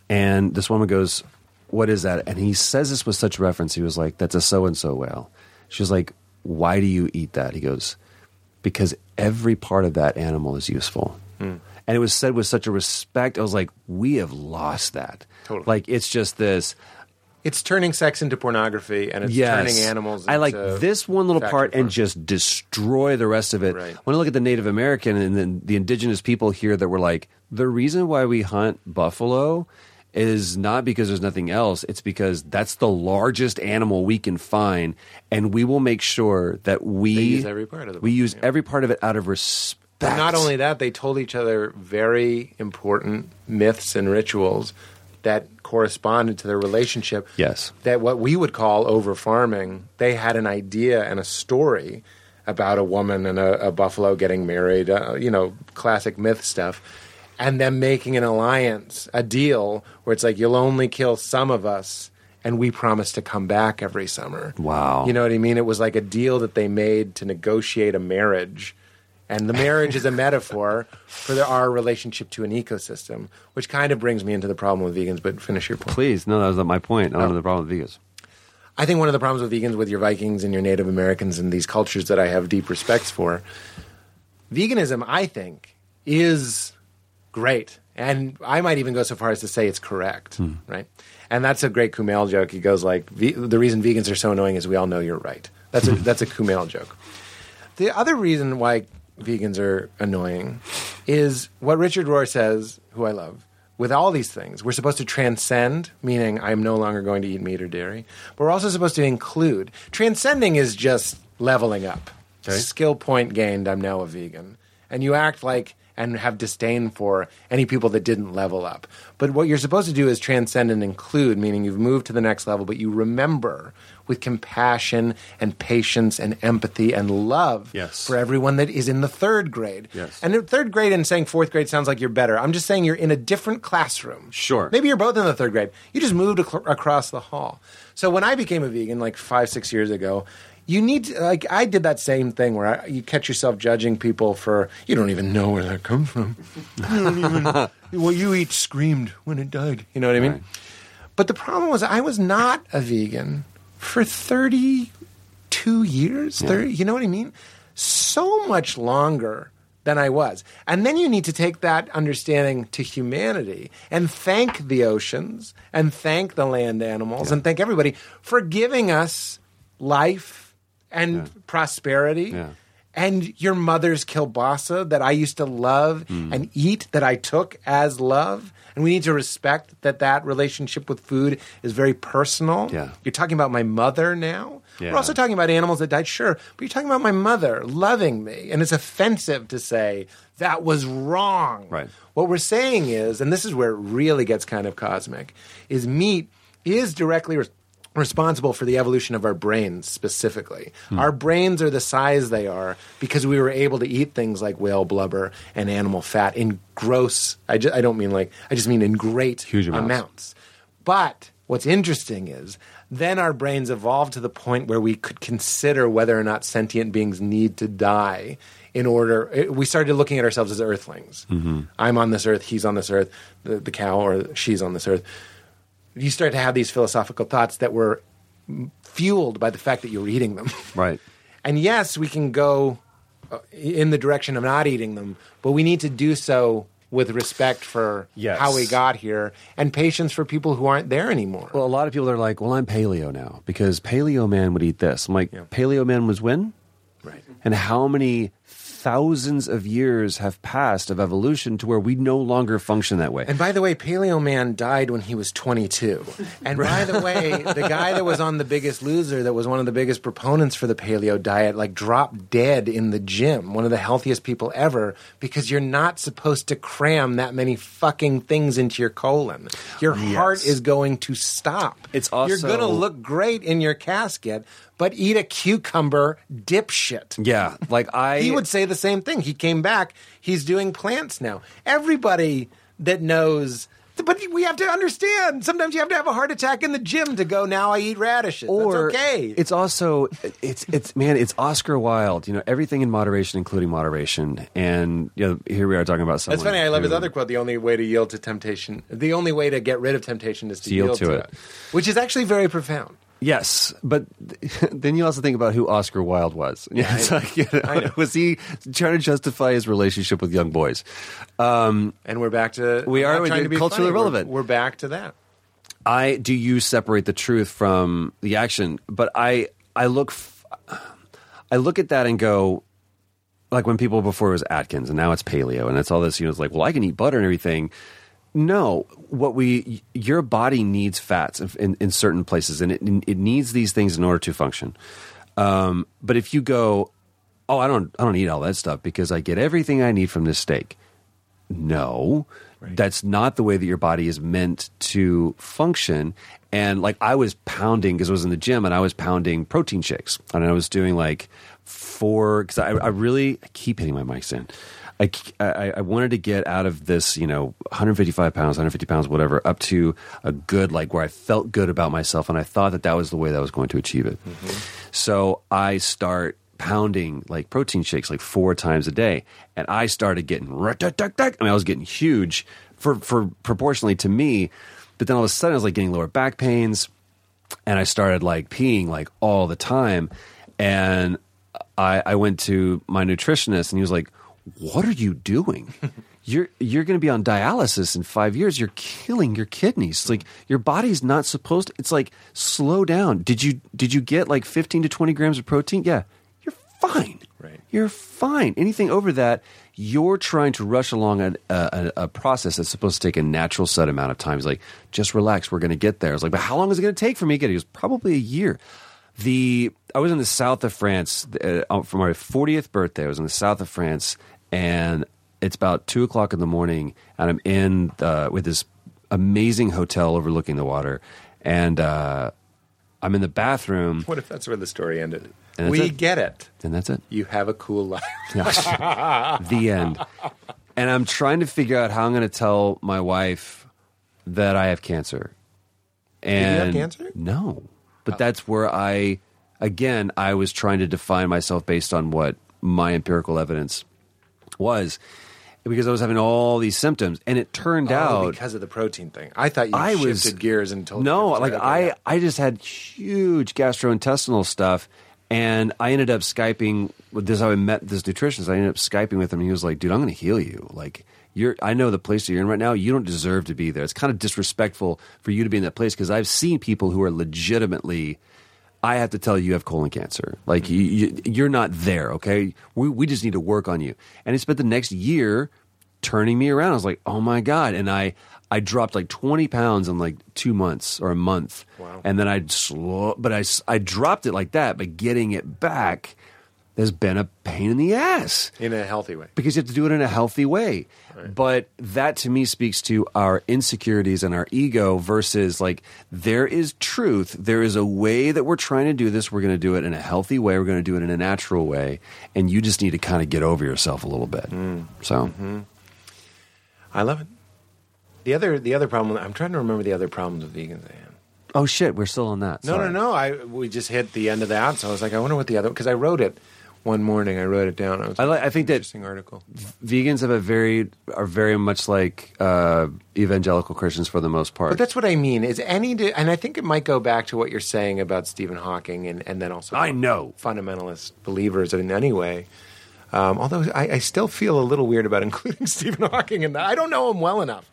[SPEAKER 7] and this woman goes, "What is that?" And he says this with such reference. He was like, "That's a so and so whale." She was like, "Why do you eat that?" He goes, "Because every part of that animal is useful." And it was said with such a respect. I was like, "We have lost that."
[SPEAKER 8] Totally.
[SPEAKER 7] Like it's just this.
[SPEAKER 8] It's turning sex into pornography and it's turning animals.
[SPEAKER 7] I like
[SPEAKER 8] into
[SPEAKER 7] this one little
[SPEAKER 8] factory
[SPEAKER 7] part and
[SPEAKER 8] farms.
[SPEAKER 7] just destroy the rest of it.
[SPEAKER 8] Right.
[SPEAKER 7] When I look at the Native American and then the indigenous people here that were like, the reason why we hunt buffalo is not because there's nothing else, it's because that's the largest animal we can find and we will make sure that we
[SPEAKER 8] They use every part of the
[SPEAKER 7] we
[SPEAKER 8] buffalo,
[SPEAKER 7] use
[SPEAKER 8] yeah.
[SPEAKER 7] every part of it out of respect.
[SPEAKER 8] And not only that, they told each other very important myths and rituals that corresponded to their relationship.
[SPEAKER 7] Yes.
[SPEAKER 8] That what we would call over farming, they had an idea and a story about a woman and a, a buffalo getting married, uh, you know, classic myth stuff. And them making an alliance, a deal where it's like, you'll only kill some of us, and we promise to come back every summer.
[SPEAKER 7] Wow.
[SPEAKER 8] You know what I mean? It was like a deal that they made to negotiate a marriage. And the marriage is a metaphor for the, our relationship to an ecosystem, which kind of brings me into the problem with vegans, but finish your point.
[SPEAKER 7] Please, no, that was not my point. I don't know the problem with vegans.
[SPEAKER 8] I think one of the problems with vegans, with your Vikings and your Native Americans and these cultures that I have deep respects for, veganism, I think, is great. And I might even go so far as to say it's correct, right? And that's a great Kumail joke. He goes like, "Ve- "The reason vegans are so annoying is we all know you're right." That's a that's a Kumail joke. The other reason why vegans are annoying is what Richard Rohr says, who I love. With all these things, we're supposed to transcend, meaning I'm no longer going to eat meat or dairy, but we're also supposed to include. Transcending is just leveling up. Skill point gained, I'm now a vegan. And you act like and have disdain for any people that didn't level up. But what you're supposed to do is transcend and include, meaning you've moved to the next level, but you remember with compassion and patience and empathy and love
[SPEAKER 7] Yes.
[SPEAKER 8] for everyone that is in the third grade.
[SPEAKER 7] Yes.
[SPEAKER 8] And in third grade and saying fourth grade sounds like you're better. I'm just saying you're in a different classroom.
[SPEAKER 7] Sure.
[SPEAKER 8] Maybe you're both in the third grade. You just moved ac- across the hall. So when I became a vegan, like five, six years ago, you need to, like I did that same thing where I, you catch yourself judging people for you don't even know where that comes from. You don't even what you eat screamed when it died. You know what I mean?
[SPEAKER 7] Right.
[SPEAKER 8] But the problem was I was not a vegan for 32 years. 30, you know what I mean? So much longer than I was. And then you need to take that understanding to humanity and thank the oceans and thank the land animals and thank everybody for giving us life and prosperity
[SPEAKER 7] Yeah.
[SPEAKER 8] and your mother's kielbasa that I used to love
[SPEAKER 7] Hmm.
[SPEAKER 8] and eat that I took as love. And we need to respect that that relationship with food is very personal.
[SPEAKER 7] Yeah.
[SPEAKER 8] You're talking about my mother now.
[SPEAKER 7] Yeah.
[SPEAKER 8] We're also talking about animals that died, sure, but you're talking about my mother loving me. And it's offensive to say that was wrong.
[SPEAKER 7] Right.
[SPEAKER 8] What we're saying is, and this is where it really gets kind of cosmic, is meat is directly res- responsible for the evolution of our brains specifically.
[SPEAKER 7] Hmm.
[SPEAKER 8] Our brains are the size they are because we were able to eat things like whale blubber and animal fat in gross, I, ju- I don't mean like, I just mean in great
[SPEAKER 7] Huge amounts.
[SPEAKER 8] amounts. But what's interesting is then our brains evolved to the point where we could consider whether or not sentient beings need to die in order it- we started looking at ourselves as earthlings
[SPEAKER 7] Mm-hmm.
[SPEAKER 8] i'm on this earth he's on this earth the, the cow or she's on this earth you start to have these philosophical thoughts that were fueled by the fact that you're eating them
[SPEAKER 7] Right.
[SPEAKER 8] And yes, we can go uh, in the direction of not eating them, but we need to do so with respect for
[SPEAKER 7] Yes.
[SPEAKER 8] how we got here and patience for people who aren't there anymore.
[SPEAKER 7] Well, a lot of people are like, well, I'm paleo now because paleo man would eat this. I'm like, paleo man was when?
[SPEAKER 8] right.
[SPEAKER 7] And how many thousands of years have passed of evolution to where we no longer function that way?
[SPEAKER 8] And by the way, Paleo Man died when he was 22. And by the way, the guy that was on The Biggest Loser, that was one of the biggest proponents for the paleo diet, like dropped dead in the gym, one of the healthiest people ever, because you're not supposed to cram that many fucking things into your colon. Your heart is going to stop.
[SPEAKER 7] It's
[SPEAKER 8] You're
[SPEAKER 7] also-
[SPEAKER 8] going to look great in your casket, but eat a cucumber dipshit.
[SPEAKER 7] yeah, like I
[SPEAKER 8] He would say the same thing. He came back. He's doing plants now. Everybody that knows, but we have to understand. Sometimes you have to have a heart attack in the gym to go. Now I eat radishes.
[SPEAKER 7] or
[SPEAKER 8] That's okay.
[SPEAKER 7] It's also it's it's man, it's Oscar Wilde. You know, everything in moderation, including moderation. And you know, here we are talking about someone.
[SPEAKER 8] That's funny. I love his
[SPEAKER 7] who-
[SPEAKER 8] other quote. The only way to yield to temptation, the only way to get rid of temptation is to yield, to, it. which is actually very profound.
[SPEAKER 7] Yes, but then you also think about who Oscar Wilde was. Yeah, it's like, you know,
[SPEAKER 8] I know.
[SPEAKER 7] was he trying to justify his relationship with young boys? Um,
[SPEAKER 8] And we're back to
[SPEAKER 7] We
[SPEAKER 8] I'm
[SPEAKER 7] are
[SPEAKER 8] not
[SPEAKER 7] with
[SPEAKER 8] trying
[SPEAKER 7] you.
[SPEAKER 8] to be
[SPEAKER 7] Culturally
[SPEAKER 8] funny. We're-
[SPEAKER 7] relevant.
[SPEAKER 8] We're, back to that.
[SPEAKER 7] I do you separate the truth from the action, but I I look f- I look at that and go like when people before it was Atkins and now it's paleo and it's all this you know it's like well I can eat butter and everything. No, what we y- your body needs fats in- in, in certain places and it it needs these things in order to function. Um, but if you go, oh I don't I don't eat all that stuff because I get everything I need from this steak. No, that's not the way that your body is meant to function. And like I was pounding because I was in the gym and I was pounding protein shakes and I was doing like four because I, I really I keep hitting my mics in. I, I, I wanted to get out of this, you know, 155 pounds, 150 pounds, whatever, up to a good, like where I felt good about myself. And I thought that that was the way that I was going to achieve it. So I start pounding like protein shakes like four times a day and i started getting I mean, i was getting huge for for proportionally to me but then all of a sudden i was like getting lower back pains and i started like peeing like all the time and i i went to my nutritionist and he was like what are you doing you're you're going to be on dialysis in 5 years you're killing your kidneys It's like your body's not supposed to, it's like slow down did you did you get like 15 to 20 grams of protein yeah you're fine.
[SPEAKER 8] Right.
[SPEAKER 7] You're fine. Anything over that, you're trying to rush along a, a, a process that's supposed to take a natural set amount of time. He's like, just relax. We're going to get there. I was like, but how long is it going to take for me to get it? He goes, probably a year. The I was in the south of France uh, for my 40th birthday. I was in the south of France, and it's about two o'clock in the morning, and I'm in uh, with this amazing hotel overlooking the water, and uh, I'm in the bathroom,
[SPEAKER 8] What if that's where the story ended?
[SPEAKER 7] And that's
[SPEAKER 8] we
[SPEAKER 7] it.
[SPEAKER 8] get it.
[SPEAKER 7] and that's it.
[SPEAKER 8] You have a cool life.
[SPEAKER 7] the end. And I'm trying to figure out how I'm going to tell my wife that I have cancer.
[SPEAKER 8] you
[SPEAKER 7] And
[SPEAKER 8] have cancer? Oh.
[SPEAKER 7] No, but that's where I, again, I was trying to define myself based on what my empirical evidence was, because I was having all these symptoms, and it turned
[SPEAKER 8] Oh,
[SPEAKER 7] out
[SPEAKER 8] because of the protein thing. I thought you
[SPEAKER 7] I
[SPEAKER 8] shifted
[SPEAKER 7] was
[SPEAKER 8] gears and told
[SPEAKER 7] no,
[SPEAKER 8] Okay,
[SPEAKER 7] like
[SPEAKER 8] okay,
[SPEAKER 7] I
[SPEAKER 8] yeah.
[SPEAKER 7] I just had huge gastrointestinal stuff, and I ended up skyping. with This is how I met this nutritionist. I ended up skyping with him, and he was like, "Dude, I'm going to heal you. Like you're, I know the place that you're in right now. You don't deserve to be there. It's kind of disrespectful for you to be in that place because I've seen people who are legitimately." I have to tell you, you have colon cancer. Like you, you, you're not there. Okay, we we just need to work on you. And he spent the next year turning me around. I was like, oh my god! And I I dropped like 20 pounds in like two months or a month. Wow. And then I slow, but I s- I dropped it like that. But getting it back has been a pain in the ass
[SPEAKER 8] in a healthy way.
[SPEAKER 7] because you have to do it in a healthy way. But that to me speaks to our insecurities and our ego versus like there is truth. There is a way that we're trying to do this. We're going to do it in a healthy way. We're going to do it in a natural way. And you just need to kind of get over yourself a little bit.
[SPEAKER 8] Mm.
[SPEAKER 7] So
[SPEAKER 8] Mm-hmm. I love it. The other the other problem I'm trying to remember the other problems with vegans I had.
[SPEAKER 7] Oh shit, we're still on that.
[SPEAKER 8] No,
[SPEAKER 7] Sorry.
[SPEAKER 8] no, no. I we just hit the end of that, so I was like, I wonder what the other because I wrote it one morning. I wrote it down. I, was
[SPEAKER 7] I
[SPEAKER 8] like,
[SPEAKER 7] li- I think that-
[SPEAKER 8] interesting article.
[SPEAKER 7] Vegans have a very are very much like uh, evangelical Christians for the most part.
[SPEAKER 8] But that's what I mean. Is any di- and I think it might go back to what you're saying about Stephen Hawking and and then also
[SPEAKER 7] I know.
[SPEAKER 8] fundamentalist believers in any way. Um, although I, I still feel a little weird about including Stephen Hawking in that. I don't know him well enough.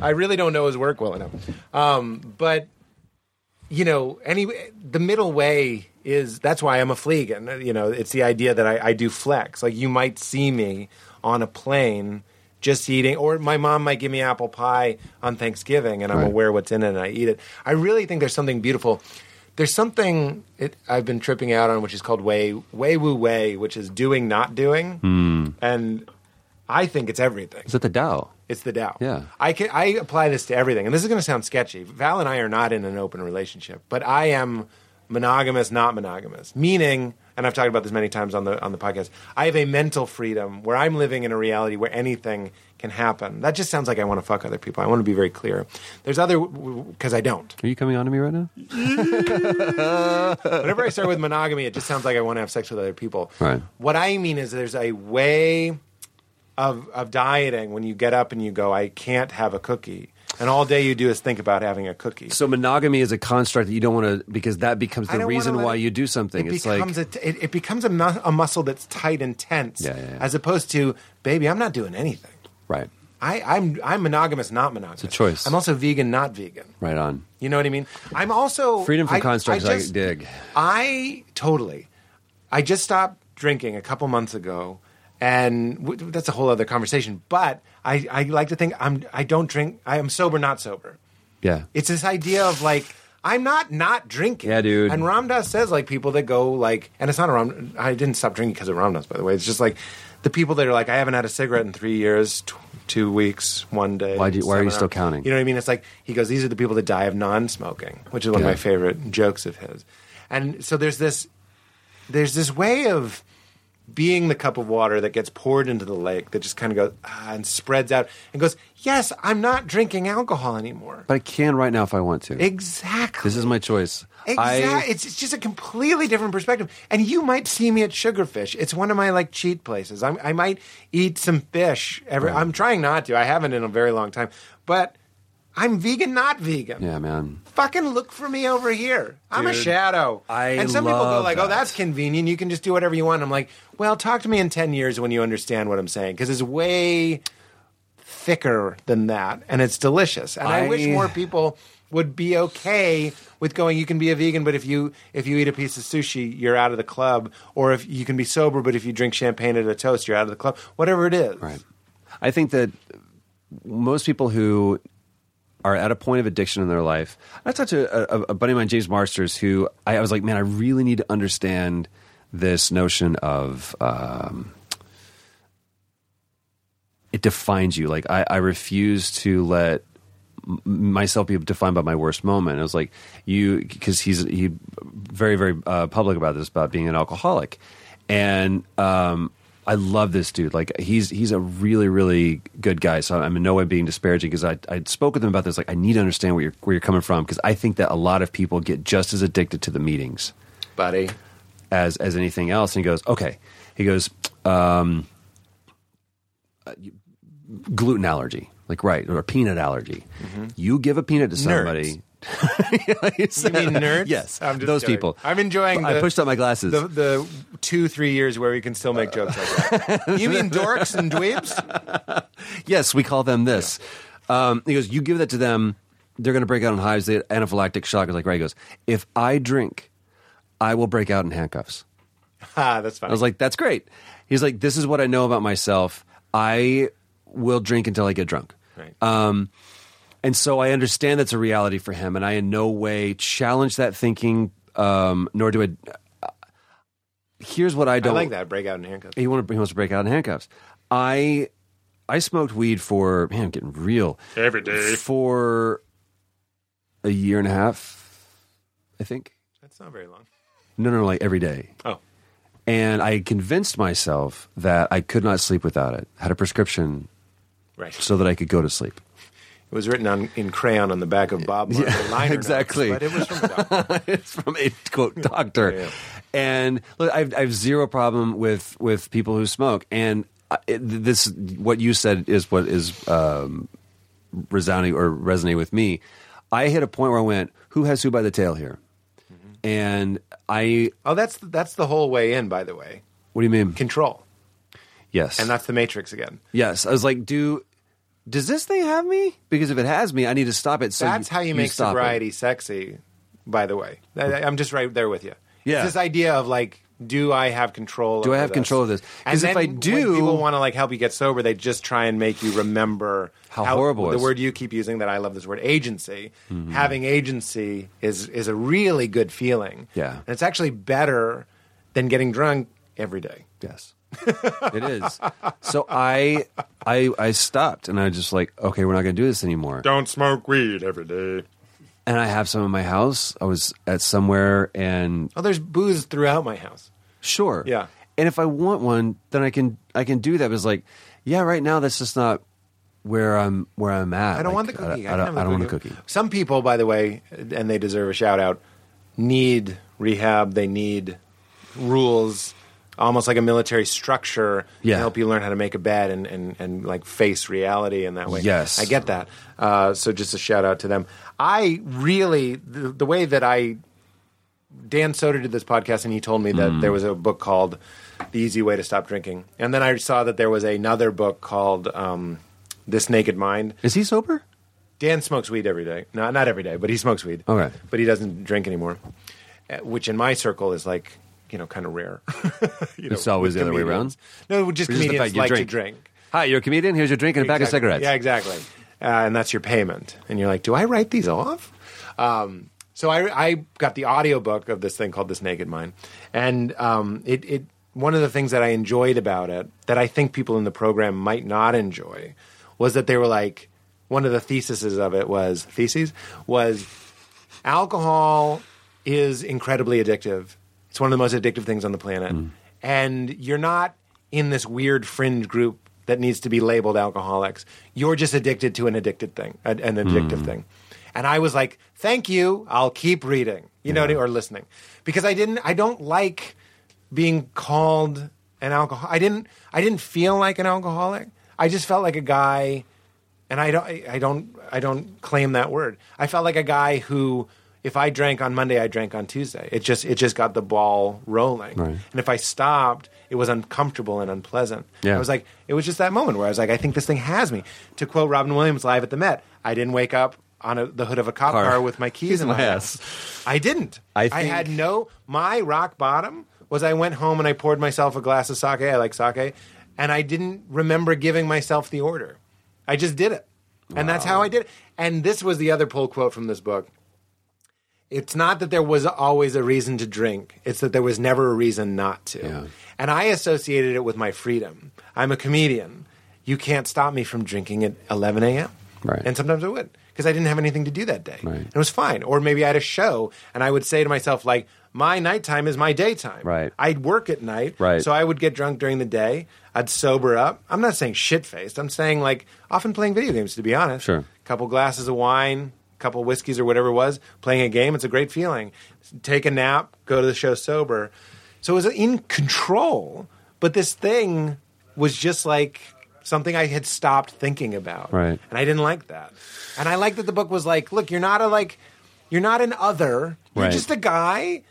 [SPEAKER 8] I really don't know his work well enough. Um, but you know, anyway, the middle way is that's why I'm a fleeg, and you know, it's the idea that I, I do flex. Like you might see me on a plane just eating, or my mom might give me apple pie on Thanksgiving, and I'm
[SPEAKER 7] Right.
[SPEAKER 8] aware what's in it, and I eat it. I really think there's something beautiful. There's something it, I've been tripping out on, which is called way way woo way, which is doing not doing, and I think it's everything.
[SPEAKER 7] Is that the Tao?
[SPEAKER 8] It's the Tao.
[SPEAKER 7] Yeah.
[SPEAKER 8] I can I apply this to everything, and this is going to sound sketchy. Val and I are not in an open relationship, but I am monogamous, not monogamous. Meaning, and I've talked about this many times on the on the podcast. I have a mental freedom where I'm living in a reality where anything can happen. That just sounds like I want to fuck other people. I want to be very clear. There's other because I don't.
[SPEAKER 7] Are you coming on to me right now?
[SPEAKER 8] Whenever I start with monogamy, it just sounds like I want to have sex with other people.
[SPEAKER 7] Right.
[SPEAKER 8] What I mean is there's a way of of dieting when you get up and you go, I can't have a cookie. And all day you do is think about having a cookie.
[SPEAKER 7] So monogamy is a construct that you don't want to because that becomes
[SPEAKER 8] I
[SPEAKER 7] the
[SPEAKER 8] don't wanna
[SPEAKER 7] reason
[SPEAKER 8] let
[SPEAKER 7] why
[SPEAKER 8] it-
[SPEAKER 7] you do something.
[SPEAKER 8] It
[SPEAKER 7] it's like
[SPEAKER 8] becomes a, it, it becomes a, mu- a muscle that's tight and tense,
[SPEAKER 7] Yeah, yeah, yeah.
[SPEAKER 8] as opposed to, baby, I'm not doing anything.
[SPEAKER 7] right.
[SPEAKER 8] I, I'm I'm monogamous, not monogamous.
[SPEAKER 7] It's a choice.
[SPEAKER 8] I'm also vegan, not vegan.
[SPEAKER 7] Right on.
[SPEAKER 8] You know what I mean? I'm also
[SPEAKER 7] Freedom from
[SPEAKER 8] I-
[SPEAKER 7] constructs I,
[SPEAKER 8] just-
[SPEAKER 7] dig.
[SPEAKER 8] I totally. I just stopped drinking a couple months ago, and w- that's a whole other conversation. But I, I like to think I'm I don't drink. I am sober, not sober.
[SPEAKER 7] Yeah.
[SPEAKER 8] It's this idea of like I'm not not drinking.
[SPEAKER 7] Yeah, dude.
[SPEAKER 8] And Ramdas says like people that go like, and it's not a Ram. I didn't stop drinking because of Ramdas, by the way. It's just like the people that are like, I haven't had a cigarette in three years, t- two weeks, one day.
[SPEAKER 7] Why do you- why are
[SPEAKER 8] seven
[SPEAKER 7] you still
[SPEAKER 8] hours.
[SPEAKER 7] counting?
[SPEAKER 8] You know what I mean? It's like he goes, these are the people that die of non-smoking, which is one
[SPEAKER 7] Yeah.
[SPEAKER 8] of my favorite jokes of his. And so there's this there's this way of being the cup of water that gets poured into the lake that just kind of goes ah, and spreads out and goes, yes, I'm not drinking alcohol anymore.
[SPEAKER 7] but I can right now if I want to.
[SPEAKER 8] Exactly.
[SPEAKER 7] This is my choice. I-
[SPEAKER 8] Exactly. It's, it's just a completely different perspective. And you might see me at Sugarfish. It's one of my like cheat places. I'm, I might eat some fish. Every, I'm trying not to. I haven't in a very long time. But I'm vegan, not vegan.
[SPEAKER 7] yeah, man.
[SPEAKER 8] Fucking look for me over here. I'm a
[SPEAKER 7] Dude,
[SPEAKER 8] shadow.
[SPEAKER 7] I
[SPEAKER 8] and some people go
[SPEAKER 7] love
[SPEAKER 8] like, "Oh,
[SPEAKER 7] that.
[SPEAKER 8] that's convenient. You can just do whatever you want." I'm like, "Well, talk to me in ten years when you understand what I'm saying, because it's way thicker than that, and it's delicious." And I,
[SPEAKER 7] I-
[SPEAKER 8] wish more people would be okay with going. You can be a vegan, but if you if you eat a piece of sushi, you're out of the club. Or if you can be sober, but if you drink champagne at a toast, you're out of the club. Whatever it is,
[SPEAKER 7] Right. I think that most people who are at a point of addiction in their life. I talked to a, a- a buddy of mine, James Marsters, who I, I was like, man, I really need to understand this notion of um, it defines you. Like, I, I refuse to let m- myself be defined by my worst moment. It was like you because he's he very very uh, public about this about being an alcoholic, and um, I love this dude. Like he's he's a really really good guy. So I'm in no way being disparaging because I I spoke with him about this. Like I need to understand where you're where you're coming from because I think that a lot of people get just as addicted to the meetings
[SPEAKER 8] buddy.
[SPEAKER 7] as as anything else. And he goes, okay. He goes, um, uh, you- gluten allergy, like right, or a peanut allergy.
[SPEAKER 8] Mm-hmm.
[SPEAKER 7] You give a peanut to somebody.
[SPEAKER 8] You mean nerds?
[SPEAKER 7] Yes,
[SPEAKER 8] I'm just
[SPEAKER 7] those
[SPEAKER 8] kidding.
[SPEAKER 7] people.
[SPEAKER 8] I'm enjoying.
[SPEAKER 7] I
[SPEAKER 8] the-
[SPEAKER 7] pushed up my glasses.
[SPEAKER 8] the, the two three years where we can still make jokes like that. You mean dorks and dweebs?
[SPEAKER 7] yes, we call them this. Um, he goes, you give that to them, they're going to break out in hives. The anaphylactic shock is like right. He goes, if I drink, I will break out in handcuffs.
[SPEAKER 8] Ah, that's funny.
[SPEAKER 7] I was like, that's great. He's like, this is what I know about myself. I will drink until I get drunk.
[SPEAKER 8] Right.
[SPEAKER 7] Um, and so I understand that's a reality for him, and I in no way challenge that thinking, um, nor do I. here's what I
[SPEAKER 8] I
[SPEAKER 7] don't
[SPEAKER 8] like that breakout in handcuffs.
[SPEAKER 7] He, wanted, he wants to break out in handcuffs. I I smoked weed for man, I'm getting real every day for a year and a half, I think.
[SPEAKER 8] That's not very long.
[SPEAKER 7] No, no, no, like every day
[SPEAKER 8] Oh,
[SPEAKER 7] and I convinced myself that I could not sleep without it. Had a prescription
[SPEAKER 8] right.
[SPEAKER 7] so that I could go to sleep.
[SPEAKER 8] It was written on in crayon on the back of Bob Marley liner notes,
[SPEAKER 7] exactly.
[SPEAKER 8] but it was from a doctor.
[SPEAKER 7] it's from a quote doctor,
[SPEAKER 8] Yeah, yeah.
[SPEAKER 7] and look, I've, I've zero problem with with people who smoke. And I, it, this, what you said, is what is um, resounding or resonating with me. I hit a point where I went, "Who has who by the tail here?"
[SPEAKER 8] Mm-hmm.
[SPEAKER 7] And I,
[SPEAKER 8] Oh, that's that's the whole way in. By the way,
[SPEAKER 7] what do you mean?
[SPEAKER 8] control,
[SPEAKER 7] yes,
[SPEAKER 8] and that's the Matrix again.
[SPEAKER 7] Yes, I was like, do does this thing have me? Because if it has me, I need to stop it. So
[SPEAKER 8] that's how you make
[SPEAKER 7] stop it.
[SPEAKER 8] sobriety sexy. By the way, I, I- I'm just right there with you.
[SPEAKER 7] Yeah.
[SPEAKER 8] It's this idea of like, do I have control?
[SPEAKER 7] Do I
[SPEAKER 8] over
[SPEAKER 7] have control of this? 'Cause
[SPEAKER 8] And
[SPEAKER 7] if
[SPEAKER 8] then
[SPEAKER 7] I
[SPEAKER 8] when
[SPEAKER 7] do-
[SPEAKER 8] people want to like help you get sober. They just try and make you remember
[SPEAKER 7] How horrible it
[SPEAKER 8] the
[SPEAKER 7] is. Mm-hmm.
[SPEAKER 8] word you keep using that I love this word agency. Having agency is is a really good feeling.
[SPEAKER 7] Yeah.
[SPEAKER 8] and it's actually better than getting drunk every day.
[SPEAKER 7] Yes, it is. So I I I stopped and I was just like, okay, we're not going to do this anymore.
[SPEAKER 8] Don't smoke weed every day.
[SPEAKER 7] And I have some in my house. I was at somewhere and
[SPEAKER 8] Oh, there's booze throughout my house.
[SPEAKER 7] sure,
[SPEAKER 8] Yeah.
[SPEAKER 7] And if I want one, then I can I can do that. But it's like, yeah, right now that's just not where I'm where I'm at.
[SPEAKER 8] I don't want the
[SPEAKER 7] Like,
[SPEAKER 8] cookie.
[SPEAKER 7] I, I
[SPEAKER 8] can
[SPEAKER 7] don't,
[SPEAKER 8] have
[SPEAKER 7] I
[SPEAKER 8] the
[SPEAKER 7] don't want a cookie.
[SPEAKER 8] Some people, by the way, and they deserve a shout out, need rehab. They need rules, almost like a military structure
[SPEAKER 7] Yeah.
[SPEAKER 8] to help you learn how to make a bed and, and, and like face reality in that way.
[SPEAKER 7] Yes.
[SPEAKER 8] I get that. Uh, so just a shout out to them. I really, the, the way that I Dan Soder did this podcast, and he told me that there was a book called "The Easy Way to Stop Drinking," and then I saw that there was another book called um, This Naked Mind.
[SPEAKER 7] Is he sober?
[SPEAKER 8] Dan smokes weed every day. No, not every day, but he smokes weed.
[SPEAKER 7] Okay.
[SPEAKER 8] But he doesn't drink anymore, uh, which in my circle is like, you know, kind of rare. you
[SPEAKER 7] It's
[SPEAKER 8] with
[SPEAKER 7] always the other way
[SPEAKER 8] comedians. No, just
[SPEAKER 7] Or just the
[SPEAKER 8] comedians
[SPEAKER 7] fact you
[SPEAKER 8] like
[SPEAKER 7] drink.
[SPEAKER 8] to drink.
[SPEAKER 7] Hi, you're a comedian. Here's your drink and a bag of
[SPEAKER 8] Exactly.
[SPEAKER 7] cigarettes.
[SPEAKER 8] Yeah, exactly. Uh, and that's your payment. And you're like, do I write these off? Um, so I, I got the audiobook of this thing called This Naked Mind. And um, it, it, one of the things that I enjoyed about it that I think people in the program might not enjoy was that they were like, one of the theses of it was, theses, was alcohol is incredibly addictive. It's one of the most addictive things on the planet. And you're not in this weird fringe group that needs to be labeled alcoholics. You're just addicted to an addicted thing, an an addictive thing. And I was like, "Thank you. I'll keep reading." You know, what I mean? or listening. Because I didn't I don't like being called an alcohol I didn't I didn't feel like an alcoholic. I just felt like a guy and I don't, I I don't, I don't claim that word. I felt like a guy who, if I drank on Monday, I drank on Tuesday. It just, it just got the ball rolling.
[SPEAKER 7] Right.
[SPEAKER 8] And if I stopped, it was uncomfortable and unpleasant.
[SPEAKER 7] Yeah.
[SPEAKER 8] I was like, it was just that moment where I was like, I think this thing has me. To quote Robin Williams live at the Met, I didn't wake up on a, the hood of a cop
[SPEAKER 7] Car.
[SPEAKER 8] car, with my keys
[SPEAKER 7] Keys
[SPEAKER 8] in my ass. I didn't.
[SPEAKER 7] I
[SPEAKER 8] I
[SPEAKER 7] think-
[SPEAKER 8] had no. My rock bottom was I went home and I poured myself a glass of sake. I like sake, and I didn't remember giving myself the order. I just did it, and that's how I did it. And this was the other pull quote from this book. It's not that there was always a reason to drink; it's that there was never a reason not to. And I associated it with my freedom. I'm a comedian. You can't stop me from drinking at 11 a.m.
[SPEAKER 7] Right.
[SPEAKER 8] And sometimes I would because I didn't have anything to do that day.
[SPEAKER 7] Right.
[SPEAKER 8] And it was fine. Or maybe I had a show and I would say to myself, like, my nighttime is my daytime.
[SPEAKER 7] Right.
[SPEAKER 8] I'd work at night.
[SPEAKER 7] Right.
[SPEAKER 8] So I would get drunk during the day. I'd sober up. I'm not saying shit faced. I'm saying like often playing video games, to be honest.
[SPEAKER 7] Sure.
[SPEAKER 8] Couple glasses of wine, couple whiskeys or whatever it was, playing a game. It's a great feeling. Take a nap, go to the show sober. So it was in control. But this thing was just like something I had stopped thinking about.
[SPEAKER 7] Right.
[SPEAKER 8] And I didn't like that. And I like that the book was like, look, you're not a like, you're not an other. You're
[SPEAKER 7] Right.
[SPEAKER 8] just a guy.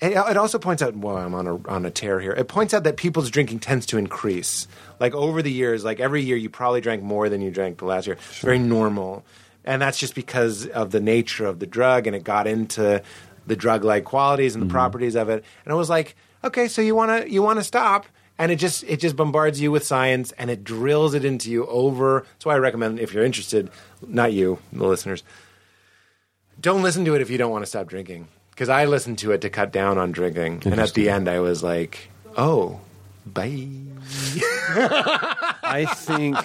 [SPEAKER 8] And It also points out. Well, I'm on a on a tear here. It points out that people's drinking tends to increase. Like over the years, like every year, you probably drank more than you drank the last year. It's very normal, and that's just because of the nature of the drug, and it got into the drug like qualities and the properties of it. And it was like, okay, so you wanna you wanna stop, and it just it just bombards you with science, and it drills it into you over. That's why I recommend if you're interested, not you, the listeners, don't listen to it if you don't want to stop drinking. Because I listened to it to cut down on drinking, and at the end I was like, "Oh, bye."
[SPEAKER 7] I think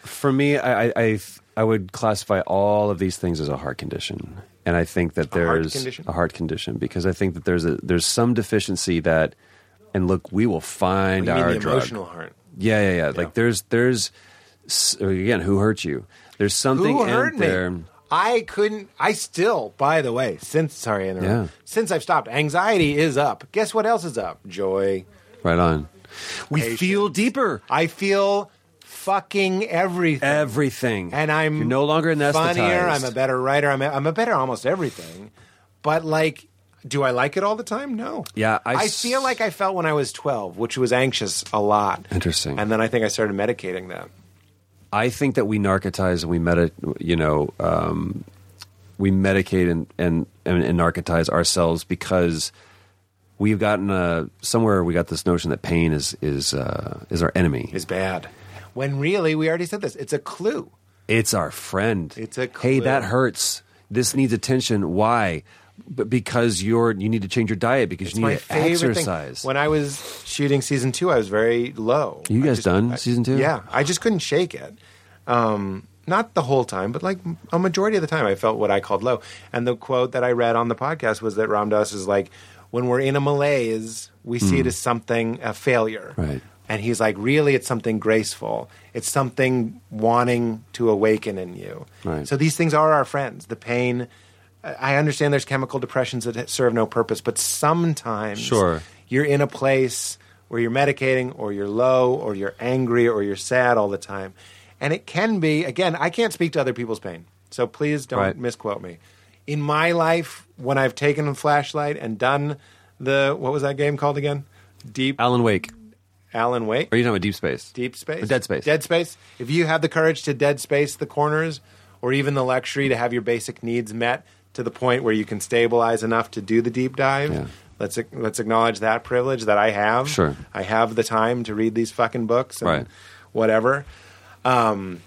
[SPEAKER 7] for me, I, I- I I would classify all of these things as a heart condition, and I think
[SPEAKER 8] heart
[SPEAKER 7] that there's
[SPEAKER 8] condition?
[SPEAKER 7] a heart condition because I think that there's a there's some deficiency that, and look, we will find
[SPEAKER 8] You mean
[SPEAKER 7] our
[SPEAKER 8] the
[SPEAKER 7] drug.
[SPEAKER 8] emotional heart?
[SPEAKER 7] Yeah, yeah, yeah, Like there's there's s- again, who hurt you? There's something
[SPEAKER 8] Who
[SPEAKER 7] in
[SPEAKER 8] hurt me?
[SPEAKER 7] there.
[SPEAKER 8] I couldn't. I still, by the way, since sorry, I interrupted.
[SPEAKER 7] Yeah.
[SPEAKER 8] since I've stopped, anxiety is up. Guess what else is up? Joy.
[SPEAKER 7] Right on. We
[SPEAKER 8] Patience.
[SPEAKER 7] feel deeper.
[SPEAKER 8] I feel fucking everything.
[SPEAKER 7] Everything,
[SPEAKER 8] and I'm
[SPEAKER 7] You're no longer anesthetized.
[SPEAKER 8] Funnier, I'm a better writer. I'm a, I'm a better almost everything. But like, do I like it all the time? No.
[SPEAKER 7] Yeah, I
[SPEAKER 8] I
[SPEAKER 7] s-
[SPEAKER 8] feel like I felt when I was 12, which was anxious a lot.
[SPEAKER 7] Interesting.
[SPEAKER 8] And then I think I started medicating that.
[SPEAKER 7] I think that we narcotize and we medit, you know, um, we medicate and, and, and, and narcotize ourselves because we've gotten uh, somewhere we got this notion that pain is is uh, is our enemy.
[SPEAKER 8] Is bad. When really, we already said this. It's a clue.
[SPEAKER 7] It's our friend.
[SPEAKER 8] It's a
[SPEAKER 7] hey,
[SPEAKER 8] clue.
[SPEAKER 7] that hurts. This needs attention. Why? B- because you're you need to change your diet because you
[SPEAKER 8] my
[SPEAKER 7] need to
[SPEAKER 8] favorite
[SPEAKER 7] exercise.
[SPEAKER 8] Thing. When I was shooting season two, I was very low.
[SPEAKER 7] You
[SPEAKER 8] I
[SPEAKER 7] guys
[SPEAKER 8] just-
[SPEAKER 7] done
[SPEAKER 8] I-
[SPEAKER 7] season two?
[SPEAKER 8] Yeah, I just couldn't shake it. Um, not the whole time, but like a majority of the time, I felt what I called low. And the quote that I read on the podcast was that Ram Dass is like, "When we're in a malaise, we see it as something a failure."
[SPEAKER 7] Hmm. Right.
[SPEAKER 8] And he's like, "Really, it's something graceful. It's something wanting to awaken in you."
[SPEAKER 7] Right.
[SPEAKER 8] So these things are our friends. The pain. I I understand there's chemical depressions that serve no purpose, but sometimes
[SPEAKER 7] Sure.
[SPEAKER 8] you're in a place where you're medicating or you're low or you're angry or you're sad all the time. And it can be, again, I can't speak to other people's pain. So please don't
[SPEAKER 7] Right.
[SPEAKER 8] misquote me. In my life, when I've taken a flashlight and done the, what was that game called again? Deep.
[SPEAKER 7] Alan Wake.
[SPEAKER 8] Alan Wake.
[SPEAKER 7] Are you talking about Deep Space?
[SPEAKER 8] Deep Space?
[SPEAKER 7] Or Dead Space.
[SPEAKER 8] Dead Space. If you have the courage to dead space the corners or even the luxury to have your basic needs met to the point where you can stabilize enough to do the deep dive,
[SPEAKER 7] Yeah.
[SPEAKER 8] let's let's acknowledge that privilege that I have.
[SPEAKER 7] Sure.
[SPEAKER 8] I have the time to read these fucking books and
[SPEAKER 7] Right.
[SPEAKER 8] whatever. Um,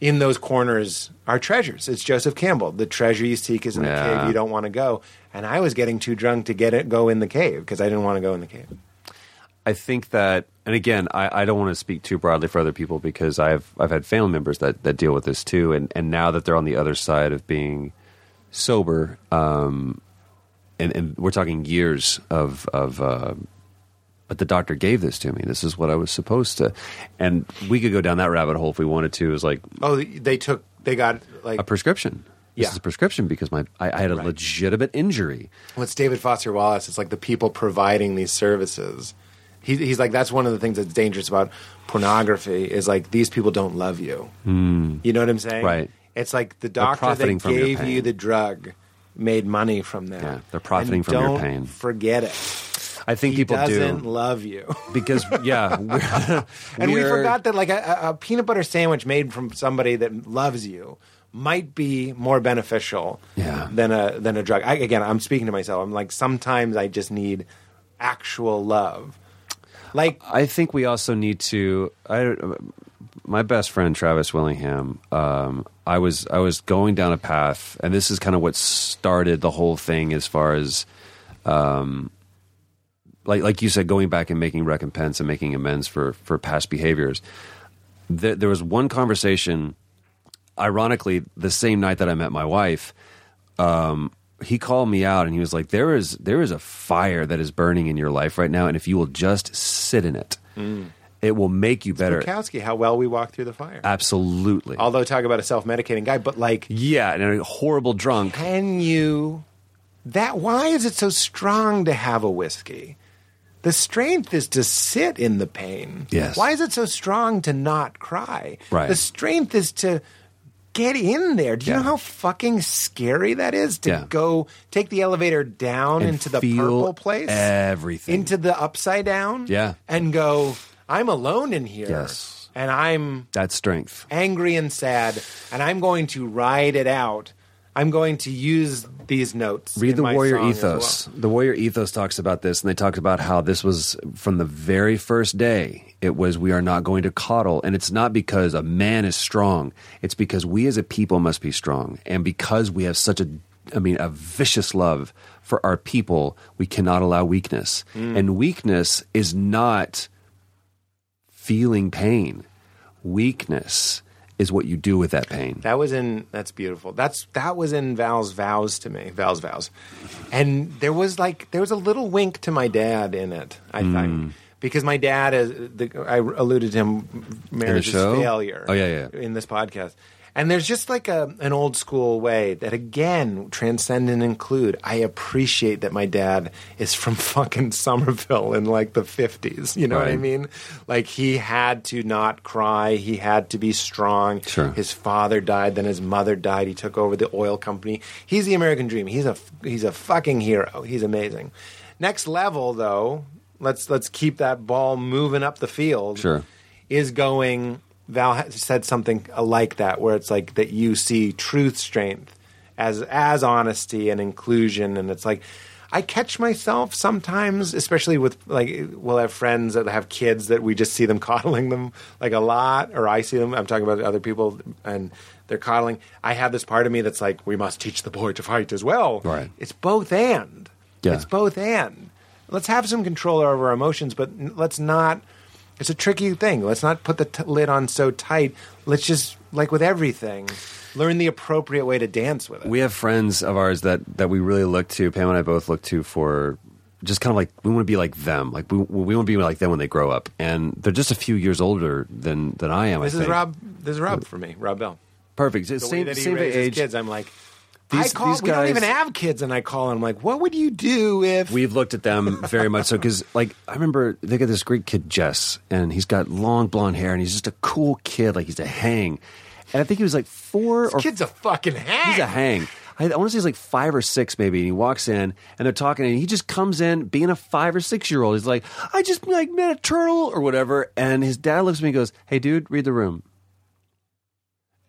[SPEAKER 8] in those corners are treasures. It's Joseph Campbell. The treasure you seek is in the
[SPEAKER 7] Yeah.
[SPEAKER 8] cave you don't want to go. And I was getting too drunk to get it go in the cave because I didn't want to go in the cave.
[SPEAKER 7] I think that, and again, I, I don't want to speak too broadly for other people because I've I've had family members that, that deal with this too, and, and now that they're on the other side of being sober, um, and, and we're talking years of of, uh, but the doctor gave this to me. This is what I was supposed to, and we could go down that rabbit hole if we wanted to. Is like
[SPEAKER 8] Oh, they took they got like
[SPEAKER 7] a prescription. This
[SPEAKER 8] Yeah.
[SPEAKER 7] is a prescription because my I, I had a legitimate injury.
[SPEAKER 8] what's David Foster Wallace? It's like the people providing these services. He, he's like that's one of the things that's dangerous about pornography is like these people don't love you. You know what I'm saying?
[SPEAKER 7] Hmm. Right.
[SPEAKER 8] It's like the
[SPEAKER 7] They're
[SPEAKER 8] doctor
[SPEAKER 7] profiting
[SPEAKER 8] that
[SPEAKER 7] from your
[SPEAKER 8] gave you
[SPEAKER 7] pain.
[SPEAKER 8] the drug made money from that.
[SPEAKER 7] Yeah, they're profiting
[SPEAKER 8] And
[SPEAKER 7] from your
[SPEAKER 8] don't
[SPEAKER 7] pain.
[SPEAKER 8] Forget it.
[SPEAKER 7] I think
[SPEAKER 8] He
[SPEAKER 7] people
[SPEAKER 8] doesn't
[SPEAKER 7] do
[SPEAKER 8] love you.
[SPEAKER 7] because yeah, we're-
[SPEAKER 8] And we
[SPEAKER 7] we're-
[SPEAKER 8] forgot that like a, a- a peanut butter sandwich made from somebody that loves you might be more beneficial
[SPEAKER 7] Yeah.
[SPEAKER 8] than a than a drug. I, again, I'm speaking to myself. I'm like sometimes I just need actual love. Like
[SPEAKER 7] I think we also need to. I, my best friend Travis Willingham. Um, I was I was going down a path, and this is kind of what started the whole thing, as far as, um, like like you said, going back and making recompense and making amends for for past behaviors. There, there was one conversation, ironically, the same night that I met my wife. Um, he called me out and he was like, "There is there is a fire that is burning in your life right now, and if you will just sit in it, it will make you better."
[SPEAKER 8] Bukowski, how well we walk through the fire.
[SPEAKER 7] Absolutely.
[SPEAKER 8] Although talk about a self medicating guy, but like
[SPEAKER 7] yeah, and a horrible drunk.
[SPEAKER 8] can you that why is it so strong to have a whiskey the strength is to sit in the pain
[SPEAKER 7] Yes.
[SPEAKER 8] why is it so strong to not cry
[SPEAKER 7] Right.
[SPEAKER 8] the strength is to get in there do you know
[SPEAKER 7] Yeah.
[SPEAKER 8] how fucking scary that is to
[SPEAKER 7] Yeah.
[SPEAKER 8] go take the elevator down
[SPEAKER 7] And
[SPEAKER 8] into the
[SPEAKER 7] feel
[SPEAKER 8] purple place
[SPEAKER 7] everything.
[SPEAKER 8] into the upside down
[SPEAKER 7] Yeah.
[SPEAKER 8] and go i'm alone in here
[SPEAKER 7] Yes.
[SPEAKER 8] and i'm
[SPEAKER 7] That's strength.
[SPEAKER 8] angry and sad, and I'm going to ride it out. I'm going to use these notes. in
[SPEAKER 7] Read the
[SPEAKER 8] my
[SPEAKER 7] Warrior
[SPEAKER 8] song as
[SPEAKER 7] Ethos.
[SPEAKER 8] well.
[SPEAKER 7] The Warrior Ethos talks about this, and they talked about how this was from the very first day. It was, we are not going to coddle. And it's not because a man is strong, it's because we as a people must be strong. And because we have such a, I mean, a vicious love for our people, we cannot allow weakness.
[SPEAKER 8] Mm.
[SPEAKER 7] And weakness is not feeling pain, weakness is what you do with that pain.
[SPEAKER 8] That was in. That's beautiful. That's that was in Val's vows to me. Val's vows, and there was like there was a little wink to my dad in it. I
[SPEAKER 7] Hmm.
[SPEAKER 8] think because my dad is. The, I alluded to him. Marriage is
[SPEAKER 7] show?
[SPEAKER 8] failure.
[SPEAKER 7] Oh, yeah, yeah.
[SPEAKER 8] In this podcast. And there's just like a, an old school way that again transcend and include. I appreciate that my dad is from fucking Somerville in like the 50s. You know what I
[SPEAKER 7] Right.
[SPEAKER 8] mean? Like he had to not cry. He had to be strong.
[SPEAKER 7] Sure.
[SPEAKER 8] His father died, then his mother died. He took over the oil company. He's the American dream. He's a he's a fucking hero. He's amazing. Next level though, let's let's keep that ball moving up the field.
[SPEAKER 7] Sure.
[SPEAKER 8] Is going Val ha- said something like that where it's like that you see truth strength as as honesty and inclusion and it's like I catch myself sometimes, especially with like we'll have friends that have kids that we just see them coddling them like a lot, or I see them. I'm talking about other people and they're coddling. I have this part of me that's like, we must teach the boy to fight as well.
[SPEAKER 7] Right.
[SPEAKER 8] It's both and.
[SPEAKER 7] Yeah.
[SPEAKER 8] It's both and. Let's have some control over our emotions, but n- let's not. It's a tricky thing. Let's not put the t- lid on so tight. Let's just like with everything, learn the appropriate way to dance with it.
[SPEAKER 7] we have friends of ours that that we really look to. Pam and I both look to for just kind of like we want to be like them. Like we we want to be like them when they grow up, and they're just a few years older than than I am. I
[SPEAKER 8] this is
[SPEAKER 7] think.
[SPEAKER 8] Rob. This is Rob for me. Rob Bell.
[SPEAKER 7] Perfect.
[SPEAKER 8] the
[SPEAKER 7] same
[SPEAKER 8] way that he
[SPEAKER 7] same
[SPEAKER 8] raises
[SPEAKER 7] age.
[SPEAKER 8] kids, I'm like,
[SPEAKER 7] These-
[SPEAKER 8] I call.
[SPEAKER 7] these
[SPEAKER 8] we don't
[SPEAKER 7] guys-
[SPEAKER 8] even have kids, and I call and I'm like, what would you do if?
[SPEAKER 7] We've looked at them very much so because, like, I remember they got this Greek kid Jess, and he's got long blonde hair, and he's just a cool kid. Like he's a hang, and I think he was like four
[SPEAKER 8] this
[SPEAKER 7] or
[SPEAKER 8] kid's a fucking hang.
[SPEAKER 7] He's a hang. I, I want to say he's like five or six, maybe. And he walks in and they're talking, and he just comes in being a five or six year old. He's like, I just like met a turtle or whatever. And his dad looks at me and goes, Hey, dude, read the room.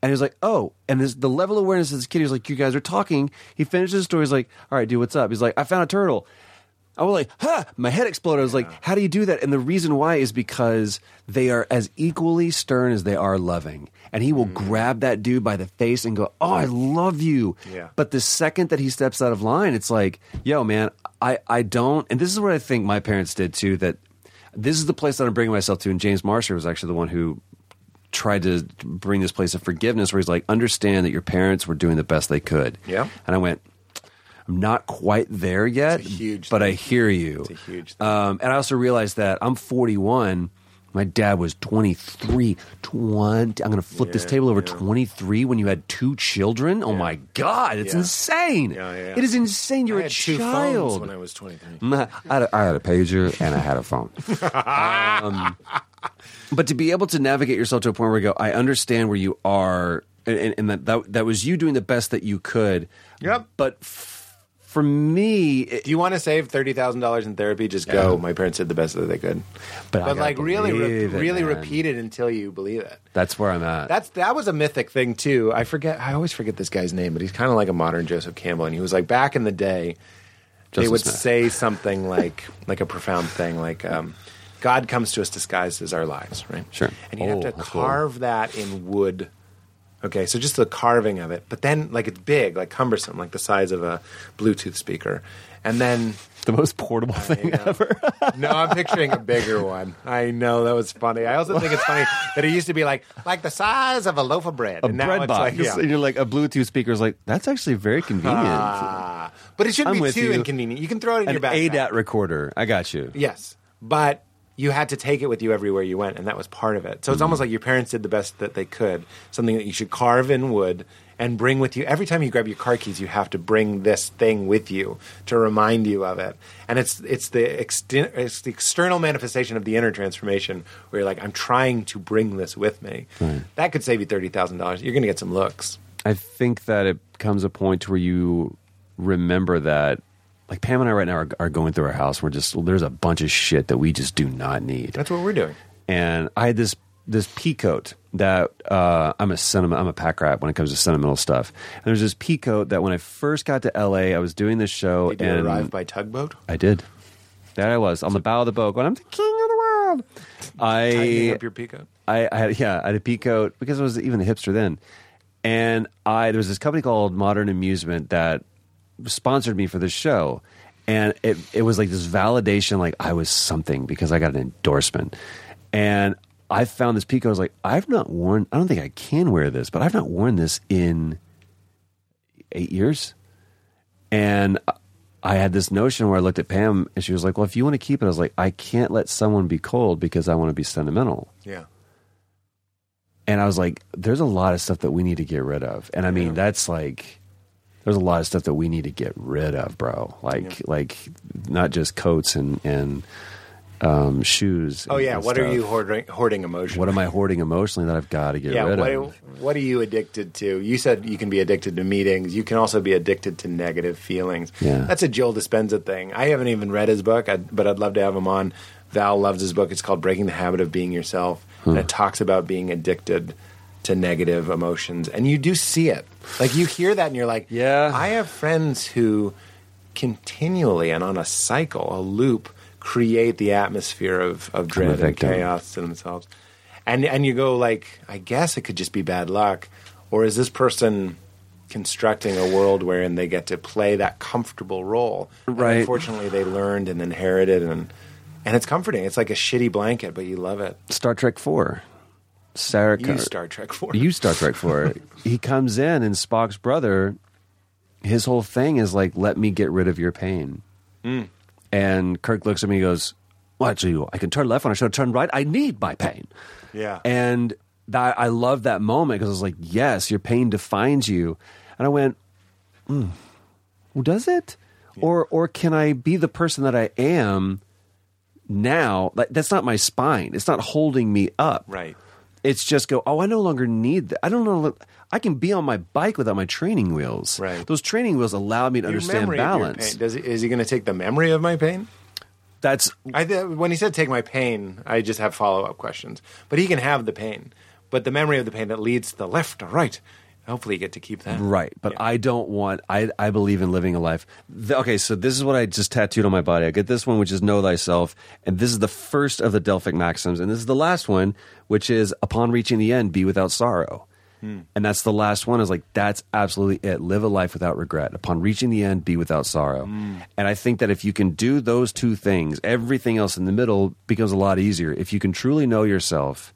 [SPEAKER 7] And he was like, oh. And this, the level of awareness of this kid, he was like, you guys are talking. He finishes the story. He's like, all right, dude, what's up? He's like, I found a turtle. I was like, huh, my head exploded. I was like, how do you do that? And the reason why is because they are as equally stern as they are loving. And he will
[SPEAKER 8] Mm.
[SPEAKER 7] grab that dude by the face and go, oh, I love you.
[SPEAKER 8] Yeah.
[SPEAKER 7] But the second that he steps out of line, it's like, yo, man, I, I don't. And this is what I think my parents did too, that this is the place that I'm bringing myself to. And James Marsher was actually the one who tried to bring this place of forgiveness where he's like, understand that your parents were doing the best they could.
[SPEAKER 8] Yeah.
[SPEAKER 7] And I went, I'm not quite there yet,
[SPEAKER 8] It's a huge
[SPEAKER 7] but
[SPEAKER 8] thing.
[SPEAKER 7] I hear you.
[SPEAKER 8] It's a huge thing.
[SPEAKER 7] Um, and I also realized that I'm 41. My dad was 23. 20, I'm going to flip this
[SPEAKER 8] Yeah,
[SPEAKER 7] table over.
[SPEAKER 8] yeah.
[SPEAKER 7] 23 when you had two children? Oh my God, it's
[SPEAKER 8] Yeah.
[SPEAKER 7] insane.
[SPEAKER 8] Yeah, yeah, yeah.
[SPEAKER 7] It is insane. You're
[SPEAKER 8] I
[SPEAKER 7] a
[SPEAKER 8] had two phones
[SPEAKER 7] child.
[SPEAKER 8] when I was 23.
[SPEAKER 7] I had, a, I had a pager and I had a phone. um, but to be able to navigate yourself to a point where you go, I understand where you are, and, and, and that, that that was you doing the best that you could.
[SPEAKER 8] Yep.
[SPEAKER 7] But f- for me, it,
[SPEAKER 8] Do you want to save thirty thousand dollars in therapy? Just go. My parents did the best that they could,
[SPEAKER 7] But I
[SPEAKER 8] but
[SPEAKER 7] gotta
[SPEAKER 8] like really, re-
[SPEAKER 7] believe it,
[SPEAKER 8] really
[SPEAKER 7] man.
[SPEAKER 8] repeat it until you believe it.
[SPEAKER 7] that's where I'm at.
[SPEAKER 8] That's that was a mythic thing too. I forget. I always forget this guy's name, but he's kind of like a modern Joseph Campbell, and he was like back in the day, they
[SPEAKER 7] Joseph
[SPEAKER 8] would
[SPEAKER 7] Smith.
[SPEAKER 8] say something like like a profound thing, like um, "God comes to us disguised as our lives," right?
[SPEAKER 7] Sure.
[SPEAKER 8] And you
[SPEAKER 7] Oh,
[SPEAKER 8] have to
[SPEAKER 7] that's cool.
[SPEAKER 8] carve that in wood. Okay, so just the carving of it, but then like it's big, like cumbersome, like the size of a Bluetooth speaker, and then
[SPEAKER 7] the most portable thing ever.
[SPEAKER 8] no, I'm picturing a bigger one. I know that was funny. I also think it's funny that it used to be like like the size of a loaf of bread.
[SPEAKER 7] A
[SPEAKER 8] and now
[SPEAKER 7] bread
[SPEAKER 8] it's
[SPEAKER 7] box.
[SPEAKER 8] Like, yeah.
[SPEAKER 7] And you're like, a Bluetooth speaker is like, that's actually very convenient.
[SPEAKER 8] Ah, but it shouldn't
[SPEAKER 7] I'm
[SPEAKER 8] be
[SPEAKER 7] with
[SPEAKER 8] too
[SPEAKER 7] you.
[SPEAKER 8] inconvenient. You can throw it in
[SPEAKER 7] An
[SPEAKER 8] your backpack.
[SPEAKER 7] ADAT recorder. I got you.
[SPEAKER 8] Yes, but you had to take it with you everywhere you went, and that was part of it. So it's almost like your parents did the best that they could. Something that you should carve in wood and bring with you every time you grab your car keys. You have to bring this thing with you to remind you of it, and it's it's the exten- it's the external manifestation of the inner transformation where you're like, I'm trying to bring this with me. That could save you thirty thousand dollars. You're going to get some looks.
[SPEAKER 7] I think that it comes a point where you remember that. Like Pam and I right now are, are going through our house. We're just there's a bunch of shit that we just do not need.
[SPEAKER 8] That's what we're doing.
[SPEAKER 7] And I had this this peacoat that uh, I'm a sentiment I'm a pack rat when it comes to sentimental stuff. And there's this peacoat that when I first got to LA, I was doing this show
[SPEAKER 8] Did you
[SPEAKER 7] and
[SPEAKER 8] arrive by tugboat?
[SPEAKER 7] I did. There I was on the bow of the boat, going, "I'm the king of the world."
[SPEAKER 8] Tightening
[SPEAKER 7] I
[SPEAKER 8] up your peacoat.
[SPEAKER 7] I, I had yeah, I had a peacoat because I was even a hipster then. And I there was this company called Modern Amusement that sponsored me for this show. And it it was like this validation, like I was something because I got an endorsement. And I found this peacoat. I was like, I've not worn I don't think I can wear this, but I've not worn this in eight years. And I had this notion where I looked at Pam and she was like, Well, if you want to keep it, I was like, I can't let someone be cold because I want to be sentimental.
[SPEAKER 8] Yeah.
[SPEAKER 7] And I was like, there's a lot of stuff that we need to get rid of. And I mean, that's like, there's a lot of stuff that we need to get rid of, bro. Like, like not just coats and, and, um, shoes.
[SPEAKER 8] Oh
[SPEAKER 7] and-
[SPEAKER 8] yeah.
[SPEAKER 7] and
[SPEAKER 8] What are
[SPEAKER 7] stuff.
[SPEAKER 8] you hoarding? Hoarding emotion.
[SPEAKER 7] What am I hoarding emotionally that I've got to get
[SPEAKER 8] yeah,
[SPEAKER 7] rid
[SPEAKER 8] what,
[SPEAKER 7] of?
[SPEAKER 8] what are you addicted to? You said you can be addicted to meetings. You can also be addicted to negative feelings.
[SPEAKER 7] Yeah.
[SPEAKER 8] That's a Joel Dispenza thing. I haven't even read his book, I, but I'd love to have him on. Val loves his book. It's called Breaking the Habit of Being Yourself. And it talks about being addicted to negative emotions. And you do see it. Like you hear that and you're like,
[SPEAKER 7] Yeah.
[SPEAKER 8] I have friends who continually and on a cycle, a loop, create the atmosphere of, of dread and
[SPEAKER 7] victim.
[SPEAKER 8] chaos thoughts to themselves. And and you go like, I guess it could just be bad luck, or is this person constructing a world wherein they get to play that comfortable role? And
[SPEAKER 7] Right.
[SPEAKER 8] unfortunately, they learned and inherited, and and it's comforting. It's like a shitty blanket, but you love it.
[SPEAKER 7] Star Trek 4. Sarah
[SPEAKER 8] You
[SPEAKER 7] Connor-
[SPEAKER 8] Star Trek for
[SPEAKER 7] You Star Trek for he comes in and Spock's brother, his whole thing is like, let me get rid of your pain. Mm. And Kirk looks at me and goes, Watch you, I can turn left when I should turn right. I need my pain.
[SPEAKER 8] Yeah.
[SPEAKER 7] And that I love that moment because I was like, Yes, your pain defines you. And I went, "Hmm, well, does it? Or or can I be the person that I am now? Like that's not my spine. It's not holding me up
[SPEAKER 8] right.
[SPEAKER 7] It's just go, oh, I no longer need that. I don't know. I can be on my bike without my training wheels.
[SPEAKER 8] Right.
[SPEAKER 7] Those training wheels allow me to
[SPEAKER 8] Your
[SPEAKER 7] understand
[SPEAKER 8] memory of your
[SPEAKER 7] balance.
[SPEAKER 8] pain. Does he, is he going to take the memory of my pain?
[SPEAKER 7] That's
[SPEAKER 8] I th- when he said take my pain, I just have follow up questions. But he can have the pain, but the memory of the pain that leads to the left or right. Hopefully, you get to keep that.
[SPEAKER 7] Right, but I don't want. I I believe in living a life. The- okay, so this is what I just tattooed on my body. I get this one, which is "Know Thyself," and this is the first of the Delphic maxims, and this is the last one, which is "Upon reaching the end, be without sorrow." And that's the last one. Is like that's absolutely it. Live a life without regret. Upon reaching the end, be without sorrow. And I think that if you can do those two things, everything else in the middle becomes a lot easier. If you can truly know yourself,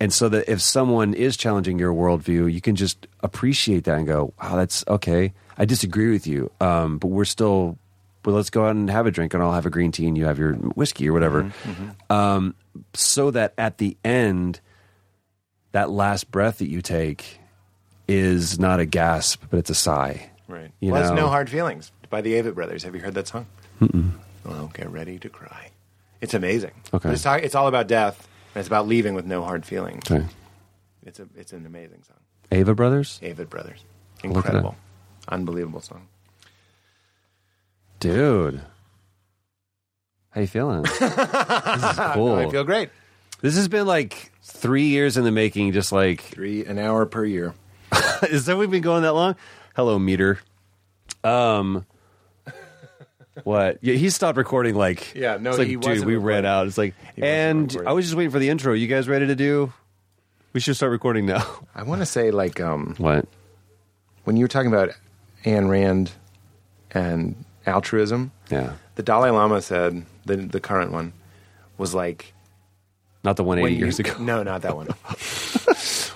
[SPEAKER 7] and so that if someone is challenging your worldview, you can just appreciate that and go, wow, that's okay. I disagree with you, um, but we're still, but let's go out and have a drink and I'll have a green tea and you have your whiskey or whatever. Um, so that at the end, that last breath that you take is not a gasp, but it's a sigh.
[SPEAKER 8] Right.
[SPEAKER 7] You
[SPEAKER 8] well, that's
[SPEAKER 7] know.
[SPEAKER 8] No Hard Feelings by the Avett Brothers. Have you heard that song? Mm-mm. Okay, Ready to Cry. It's amazing.
[SPEAKER 7] Okay.
[SPEAKER 8] But It's, talk- it's all about death, and it's about leaving with no hard feelings.
[SPEAKER 7] Okay.
[SPEAKER 8] It's, a, it's an amazing song.
[SPEAKER 7] Ava Brothers?
[SPEAKER 8] Avett Brothers.
[SPEAKER 7] it up.
[SPEAKER 8] Incredible. Unbelievable song.
[SPEAKER 7] Dude. How you feeling? this is cool.
[SPEAKER 8] I feel great.
[SPEAKER 7] This has been like three years in the making. Just like,
[SPEAKER 8] Three an hour per year.
[SPEAKER 7] is that we've been going that long? Hello, meter. Um, what? Yeah, he stopped recording. Like,
[SPEAKER 8] Yeah, no,
[SPEAKER 7] it's like,
[SPEAKER 8] he
[SPEAKER 7] dude,
[SPEAKER 8] wasn't
[SPEAKER 7] we ran
[SPEAKER 8] recording.
[SPEAKER 7] out. It's like,
[SPEAKER 8] He wasn't
[SPEAKER 7] and
[SPEAKER 8] recording.
[SPEAKER 7] I was just waiting for the intro. You guys ready to do? We should start recording now.
[SPEAKER 8] I want to say, like, um,
[SPEAKER 7] What?
[SPEAKER 8] when you were talking about Ayn Rand and altruism,
[SPEAKER 7] Yeah,
[SPEAKER 8] the Dalai Lama said, the, the current one, was like,
[SPEAKER 7] not the one
[SPEAKER 8] when
[SPEAKER 7] eighty
[SPEAKER 8] you-
[SPEAKER 7] years ago.
[SPEAKER 8] No, not that one.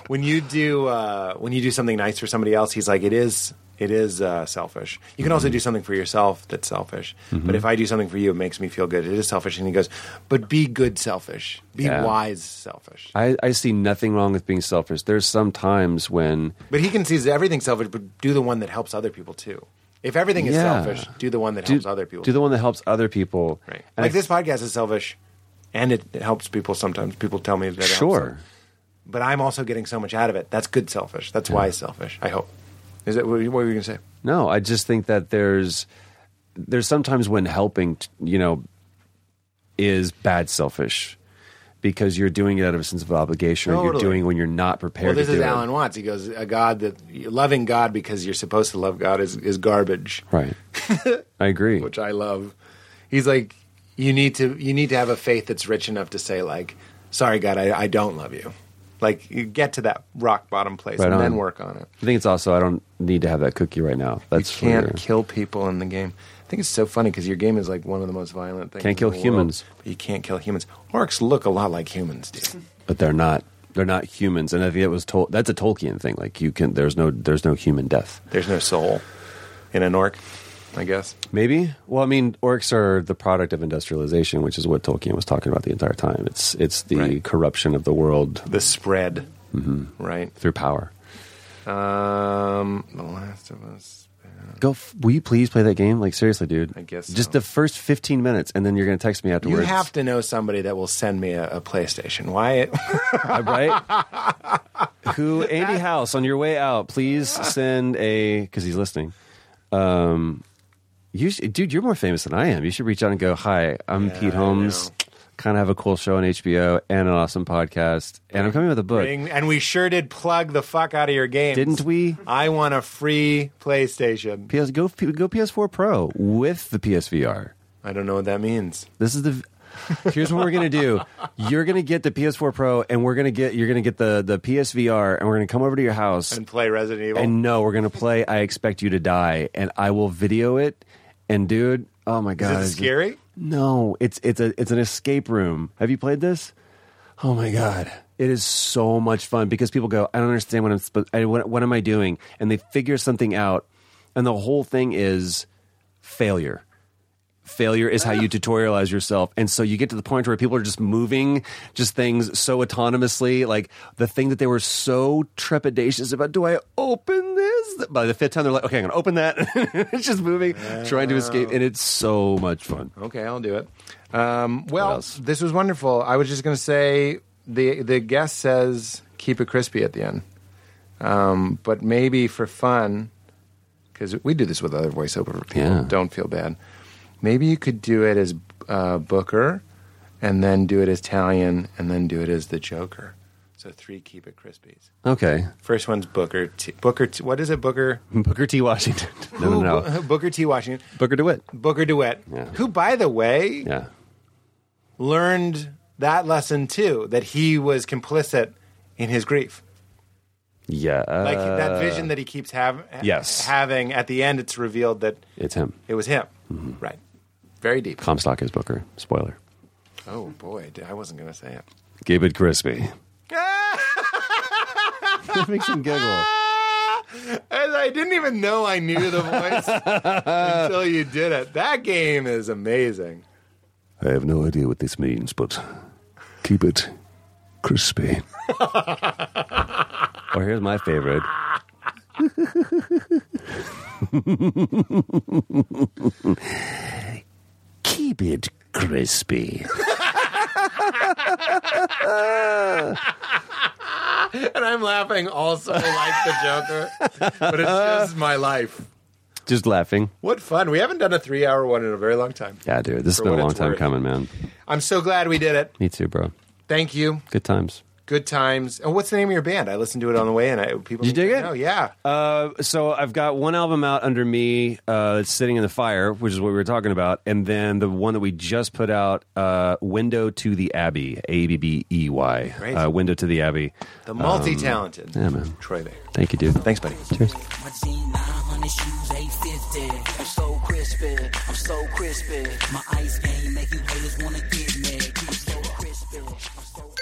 [SPEAKER 8] when you do uh, when you do something nice for somebody else, he's like, it is it is uh, selfish. You can
[SPEAKER 7] Mm-hmm.
[SPEAKER 8] also do something for yourself that's selfish. But if I do something for you, it makes me feel good. It is selfish. And he goes, but be good, selfish. Be
[SPEAKER 7] Yeah.
[SPEAKER 8] wise, selfish.
[SPEAKER 7] I, I see nothing wrong with being selfish. There's some times when
[SPEAKER 8] But he concedes everything selfish, but do the one that helps other people too. If everything is
[SPEAKER 7] Yeah.
[SPEAKER 8] selfish, do the one that
[SPEAKER 7] do,
[SPEAKER 8] helps other people.
[SPEAKER 7] do the one that helps other people.
[SPEAKER 8] right.
[SPEAKER 7] And
[SPEAKER 8] Like
[SPEAKER 7] I-
[SPEAKER 8] this podcast is selfish, and it, it helps people sometimes. People tell me that it helps them.
[SPEAKER 7] Sure.
[SPEAKER 8] but I'm also getting so much out of it. That's good selfish. That's wise selfish. I hope. Is that what what were you going to say?
[SPEAKER 7] No, I just think that there's there's sometimes when helping, t- you know, is bad selfish because you're doing it out of a sense of obligation or you're
[SPEAKER 8] Totally.
[SPEAKER 7] doing when you're not prepared
[SPEAKER 8] Well, this
[SPEAKER 7] to do
[SPEAKER 8] is
[SPEAKER 7] it.
[SPEAKER 8] Alan Watts. He goes, "A God that loving God because you're supposed to love God is is garbage,"
[SPEAKER 7] Right. I agree.
[SPEAKER 8] which I love. He's like, you need to you need to have a faith that's rich enough to say like, "Sorry, God, I, I don't love you." Like, you get to that rock bottom place
[SPEAKER 7] Right
[SPEAKER 8] and
[SPEAKER 7] on.
[SPEAKER 8] then work on it.
[SPEAKER 7] I think it's also I don't need to have that cookie right now. That's
[SPEAKER 8] you can't
[SPEAKER 7] for-
[SPEAKER 8] kill people in the game. I think it's so funny because your game is like one of the most violent things.
[SPEAKER 7] Can't
[SPEAKER 8] in
[SPEAKER 7] kill
[SPEAKER 8] the world,
[SPEAKER 7] humans.
[SPEAKER 8] but you can't kill humans. Orcs look a lot like humans, dude.
[SPEAKER 7] but they're not they're not humans and I think that was Tol- that's a Tolkien thing like you can there's no there's no human death.
[SPEAKER 8] There's no soul in an orc, I guess.
[SPEAKER 7] Maybe. Well, I mean, orcs are the product of industrialization, which is what Tolkien was talking about the entire time. It's it's the
[SPEAKER 8] Right.
[SPEAKER 7] corruption of the world
[SPEAKER 8] The spread,
[SPEAKER 7] Mm-hmm.
[SPEAKER 8] right?
[SPEAKER 7] through power.
[SPEAKER 8] Um, the Last of Us.
[SPEAKER 7] Go. F- will you please play that game? Like seriously, dude.
[SPEAKER 8] I guess
[SPEAKER 7] just
[SPEAKER 8] so.
[SPEAKER 7] the first fifteen minutes, and then you're gonna text me
[SPEAKER 8] You
[SPEAKER 7] afterwards.
[SPEAKER 8] have to know somebody that will send me a, a PlayStation. Why?
[SPEAKER 7] Uh, right? Who Andy House on your way out? Please send a because he's listening. Um, you sh- dude, you're more famous than I am. You should reach out and go, "Hi, I'm
[SPEAKER 8] Yeah,
[SPEAKER 7] Pete
[SPEAKER 8] I
[SPEAKER 7] Holmes.
[SPEAKER 8] know.
[SPEAKER 7] Kind of have a cool show on HBO and an awesome podcast, and I'm coming with a book.
[SPEAKER 8] and we sure did plug the fuck out of your game,
[SPEAKER 7] Didn't we?
[SPEAKER 8] I want a free PlayStation.
[SPEAKER 7] PS go P- go PS4 Pro with the PSVR.
[SPEAKER 8] I don't know what that means.
[SPEAKER 7] This is the. Here's what we're gonna do. You're gonna get the PS4 Pro, and we're gonna get you're gonna get the the PSVR, and we're gonna come over to your house,
[SPEAKER 8] And play Resident Evil.
[SPEAKER 7] and no, we're gonna play. I expect you to die, and I will video it. And dude, oh my god,
[SPEAKER 8] Is it
[SPEAKER 7] it's-
[SPEAKER 8] scary?
[SPEAKER 7] No, it's it's a it's an escape room. Have you played this? Oh my god, it is so much fun because people go, I don't understand what I'm supposed. I, what, what am I doing? And they figure something out, and the whole thing is failure. Failure is how you tutorialize yourself. And so you get to the point where people are just moving just things so autonomously. Like the thing that they were so trepidatious about, do I open this? By the fifth time, they're like, okay, I'm going to open that. it's just moving, trying to escape. And it's so much fun.
[SPEAKER 8] Okay, I'll do it. Um, well,
[SPEAKER 7] else?
[SPEAKER 8] this was wonderful. I was just going to say the the guest says keep it crispy at the end, um, but maybe for fun, because we do this with other voiceover people.
[SPEAKER 7] Yeah.
[SPEAKER 8] Don't feel bad. Maybe you could do it as uh, Booker, and then do it as Italian, and then do it as the Joker. So three keep it crispies.
[SPEAKER 7] Okay.
[SPEAKER 8] First one's Booker. T- Booker. T- what is it? Booker.
[SPEAKER 7] Booker T. Washington. No, no,
[SPEAKER 8] Who-
[SPEAKER 7] no.
[SPEAKER 8] Booker T. Washington.
[SPEAKER 7] Booker DeWitt.
[SPEAKER 8] Booker DeWitt.
[SPEAKER 7] Yeah.
[SPEAKER 8] Who, by the way,
[SPEAKER 7] Yeah.
[SPEAKER 8] learned that lesson too that he was complicit in his grief
[SPEAKER 7] Yeah.
[SPEAKER 8] like that vision that he keeps hav- ha-
[SPEAKER 7] yes.
[SPEAKER 8] having at the end it's revealed that
[SPEAKER 7] It's him.
[SPEAKER 8] it was him
[SPEAKER 7] Mm-hmm.
[SPEAKER 8] right very deep
[SPEAKER 7] Comstock is Booker. Spoiler.
[SPEAKER 8] oh boy i wasn't going to say it
[SPEAKER 7] Keep it crispy. that makes him giggle.
[SPEAKER 8] I didn't even know I knew the voice until you did it. That game is amazing.
[SPEAKER 7] I have no idea what this means, but keep it crispy. or here's my favorite. keep it crispy.
[SPEAKER 8] And I'm laughing also like the Joker, but it's just my life.
[SPEAKER 7] Just laughing.
[SPEAKER 8] What fun. We haven't done a three hour one in a very long time.
[SPEAKER 7] Yeah, dude, this has
[SPEAKER 8] For
[SPEAKER 7] been a
[SPEAKER 8] what
[SPEAKER 7] long
[SPEAKER 8] it's
[SPEAKER 7] time
[SPEAKER 8] worth.
[SPEAKER 7] coming, man.
[SPEAKER 8] I'm so glad we did it.
[SPEAKER 7] Me too, bro.
[SPEAKER 8] Thank you.
[SPEAKER 7] Good times.
[SPEAKER 8] Good times. And what's the name of your band? I listened to it on the way in. I, people
[SPEAKER 7] You dig it?
[SPEAKER 8] Oh, yeah.
[SPEAKER 7] Uh, so I've got one album out under me uh, that's sitting in the fire, which is what we were talking about, and then the one that we just put out, uh, "Window to the Abbey," A B B E Y,
[SPEAKER 8] Great.
[SPEAKER 7] uh, "Window to the Abbey."
[SPEAKER 8] The multi talented
[SPEAKER 7] um, yeah, man.
[SPEAKER 8] Troy Baker.
[SPEAKER 7] Thank you, dude.
[SPEAKER 8] Thanks, buddy.
[SPEAKER 9] My jean 900 shoes 850. I'm so crispy. I'm so crispy. My ice game make you haters wanna get mad. I'm so crispy. I'm so crispy.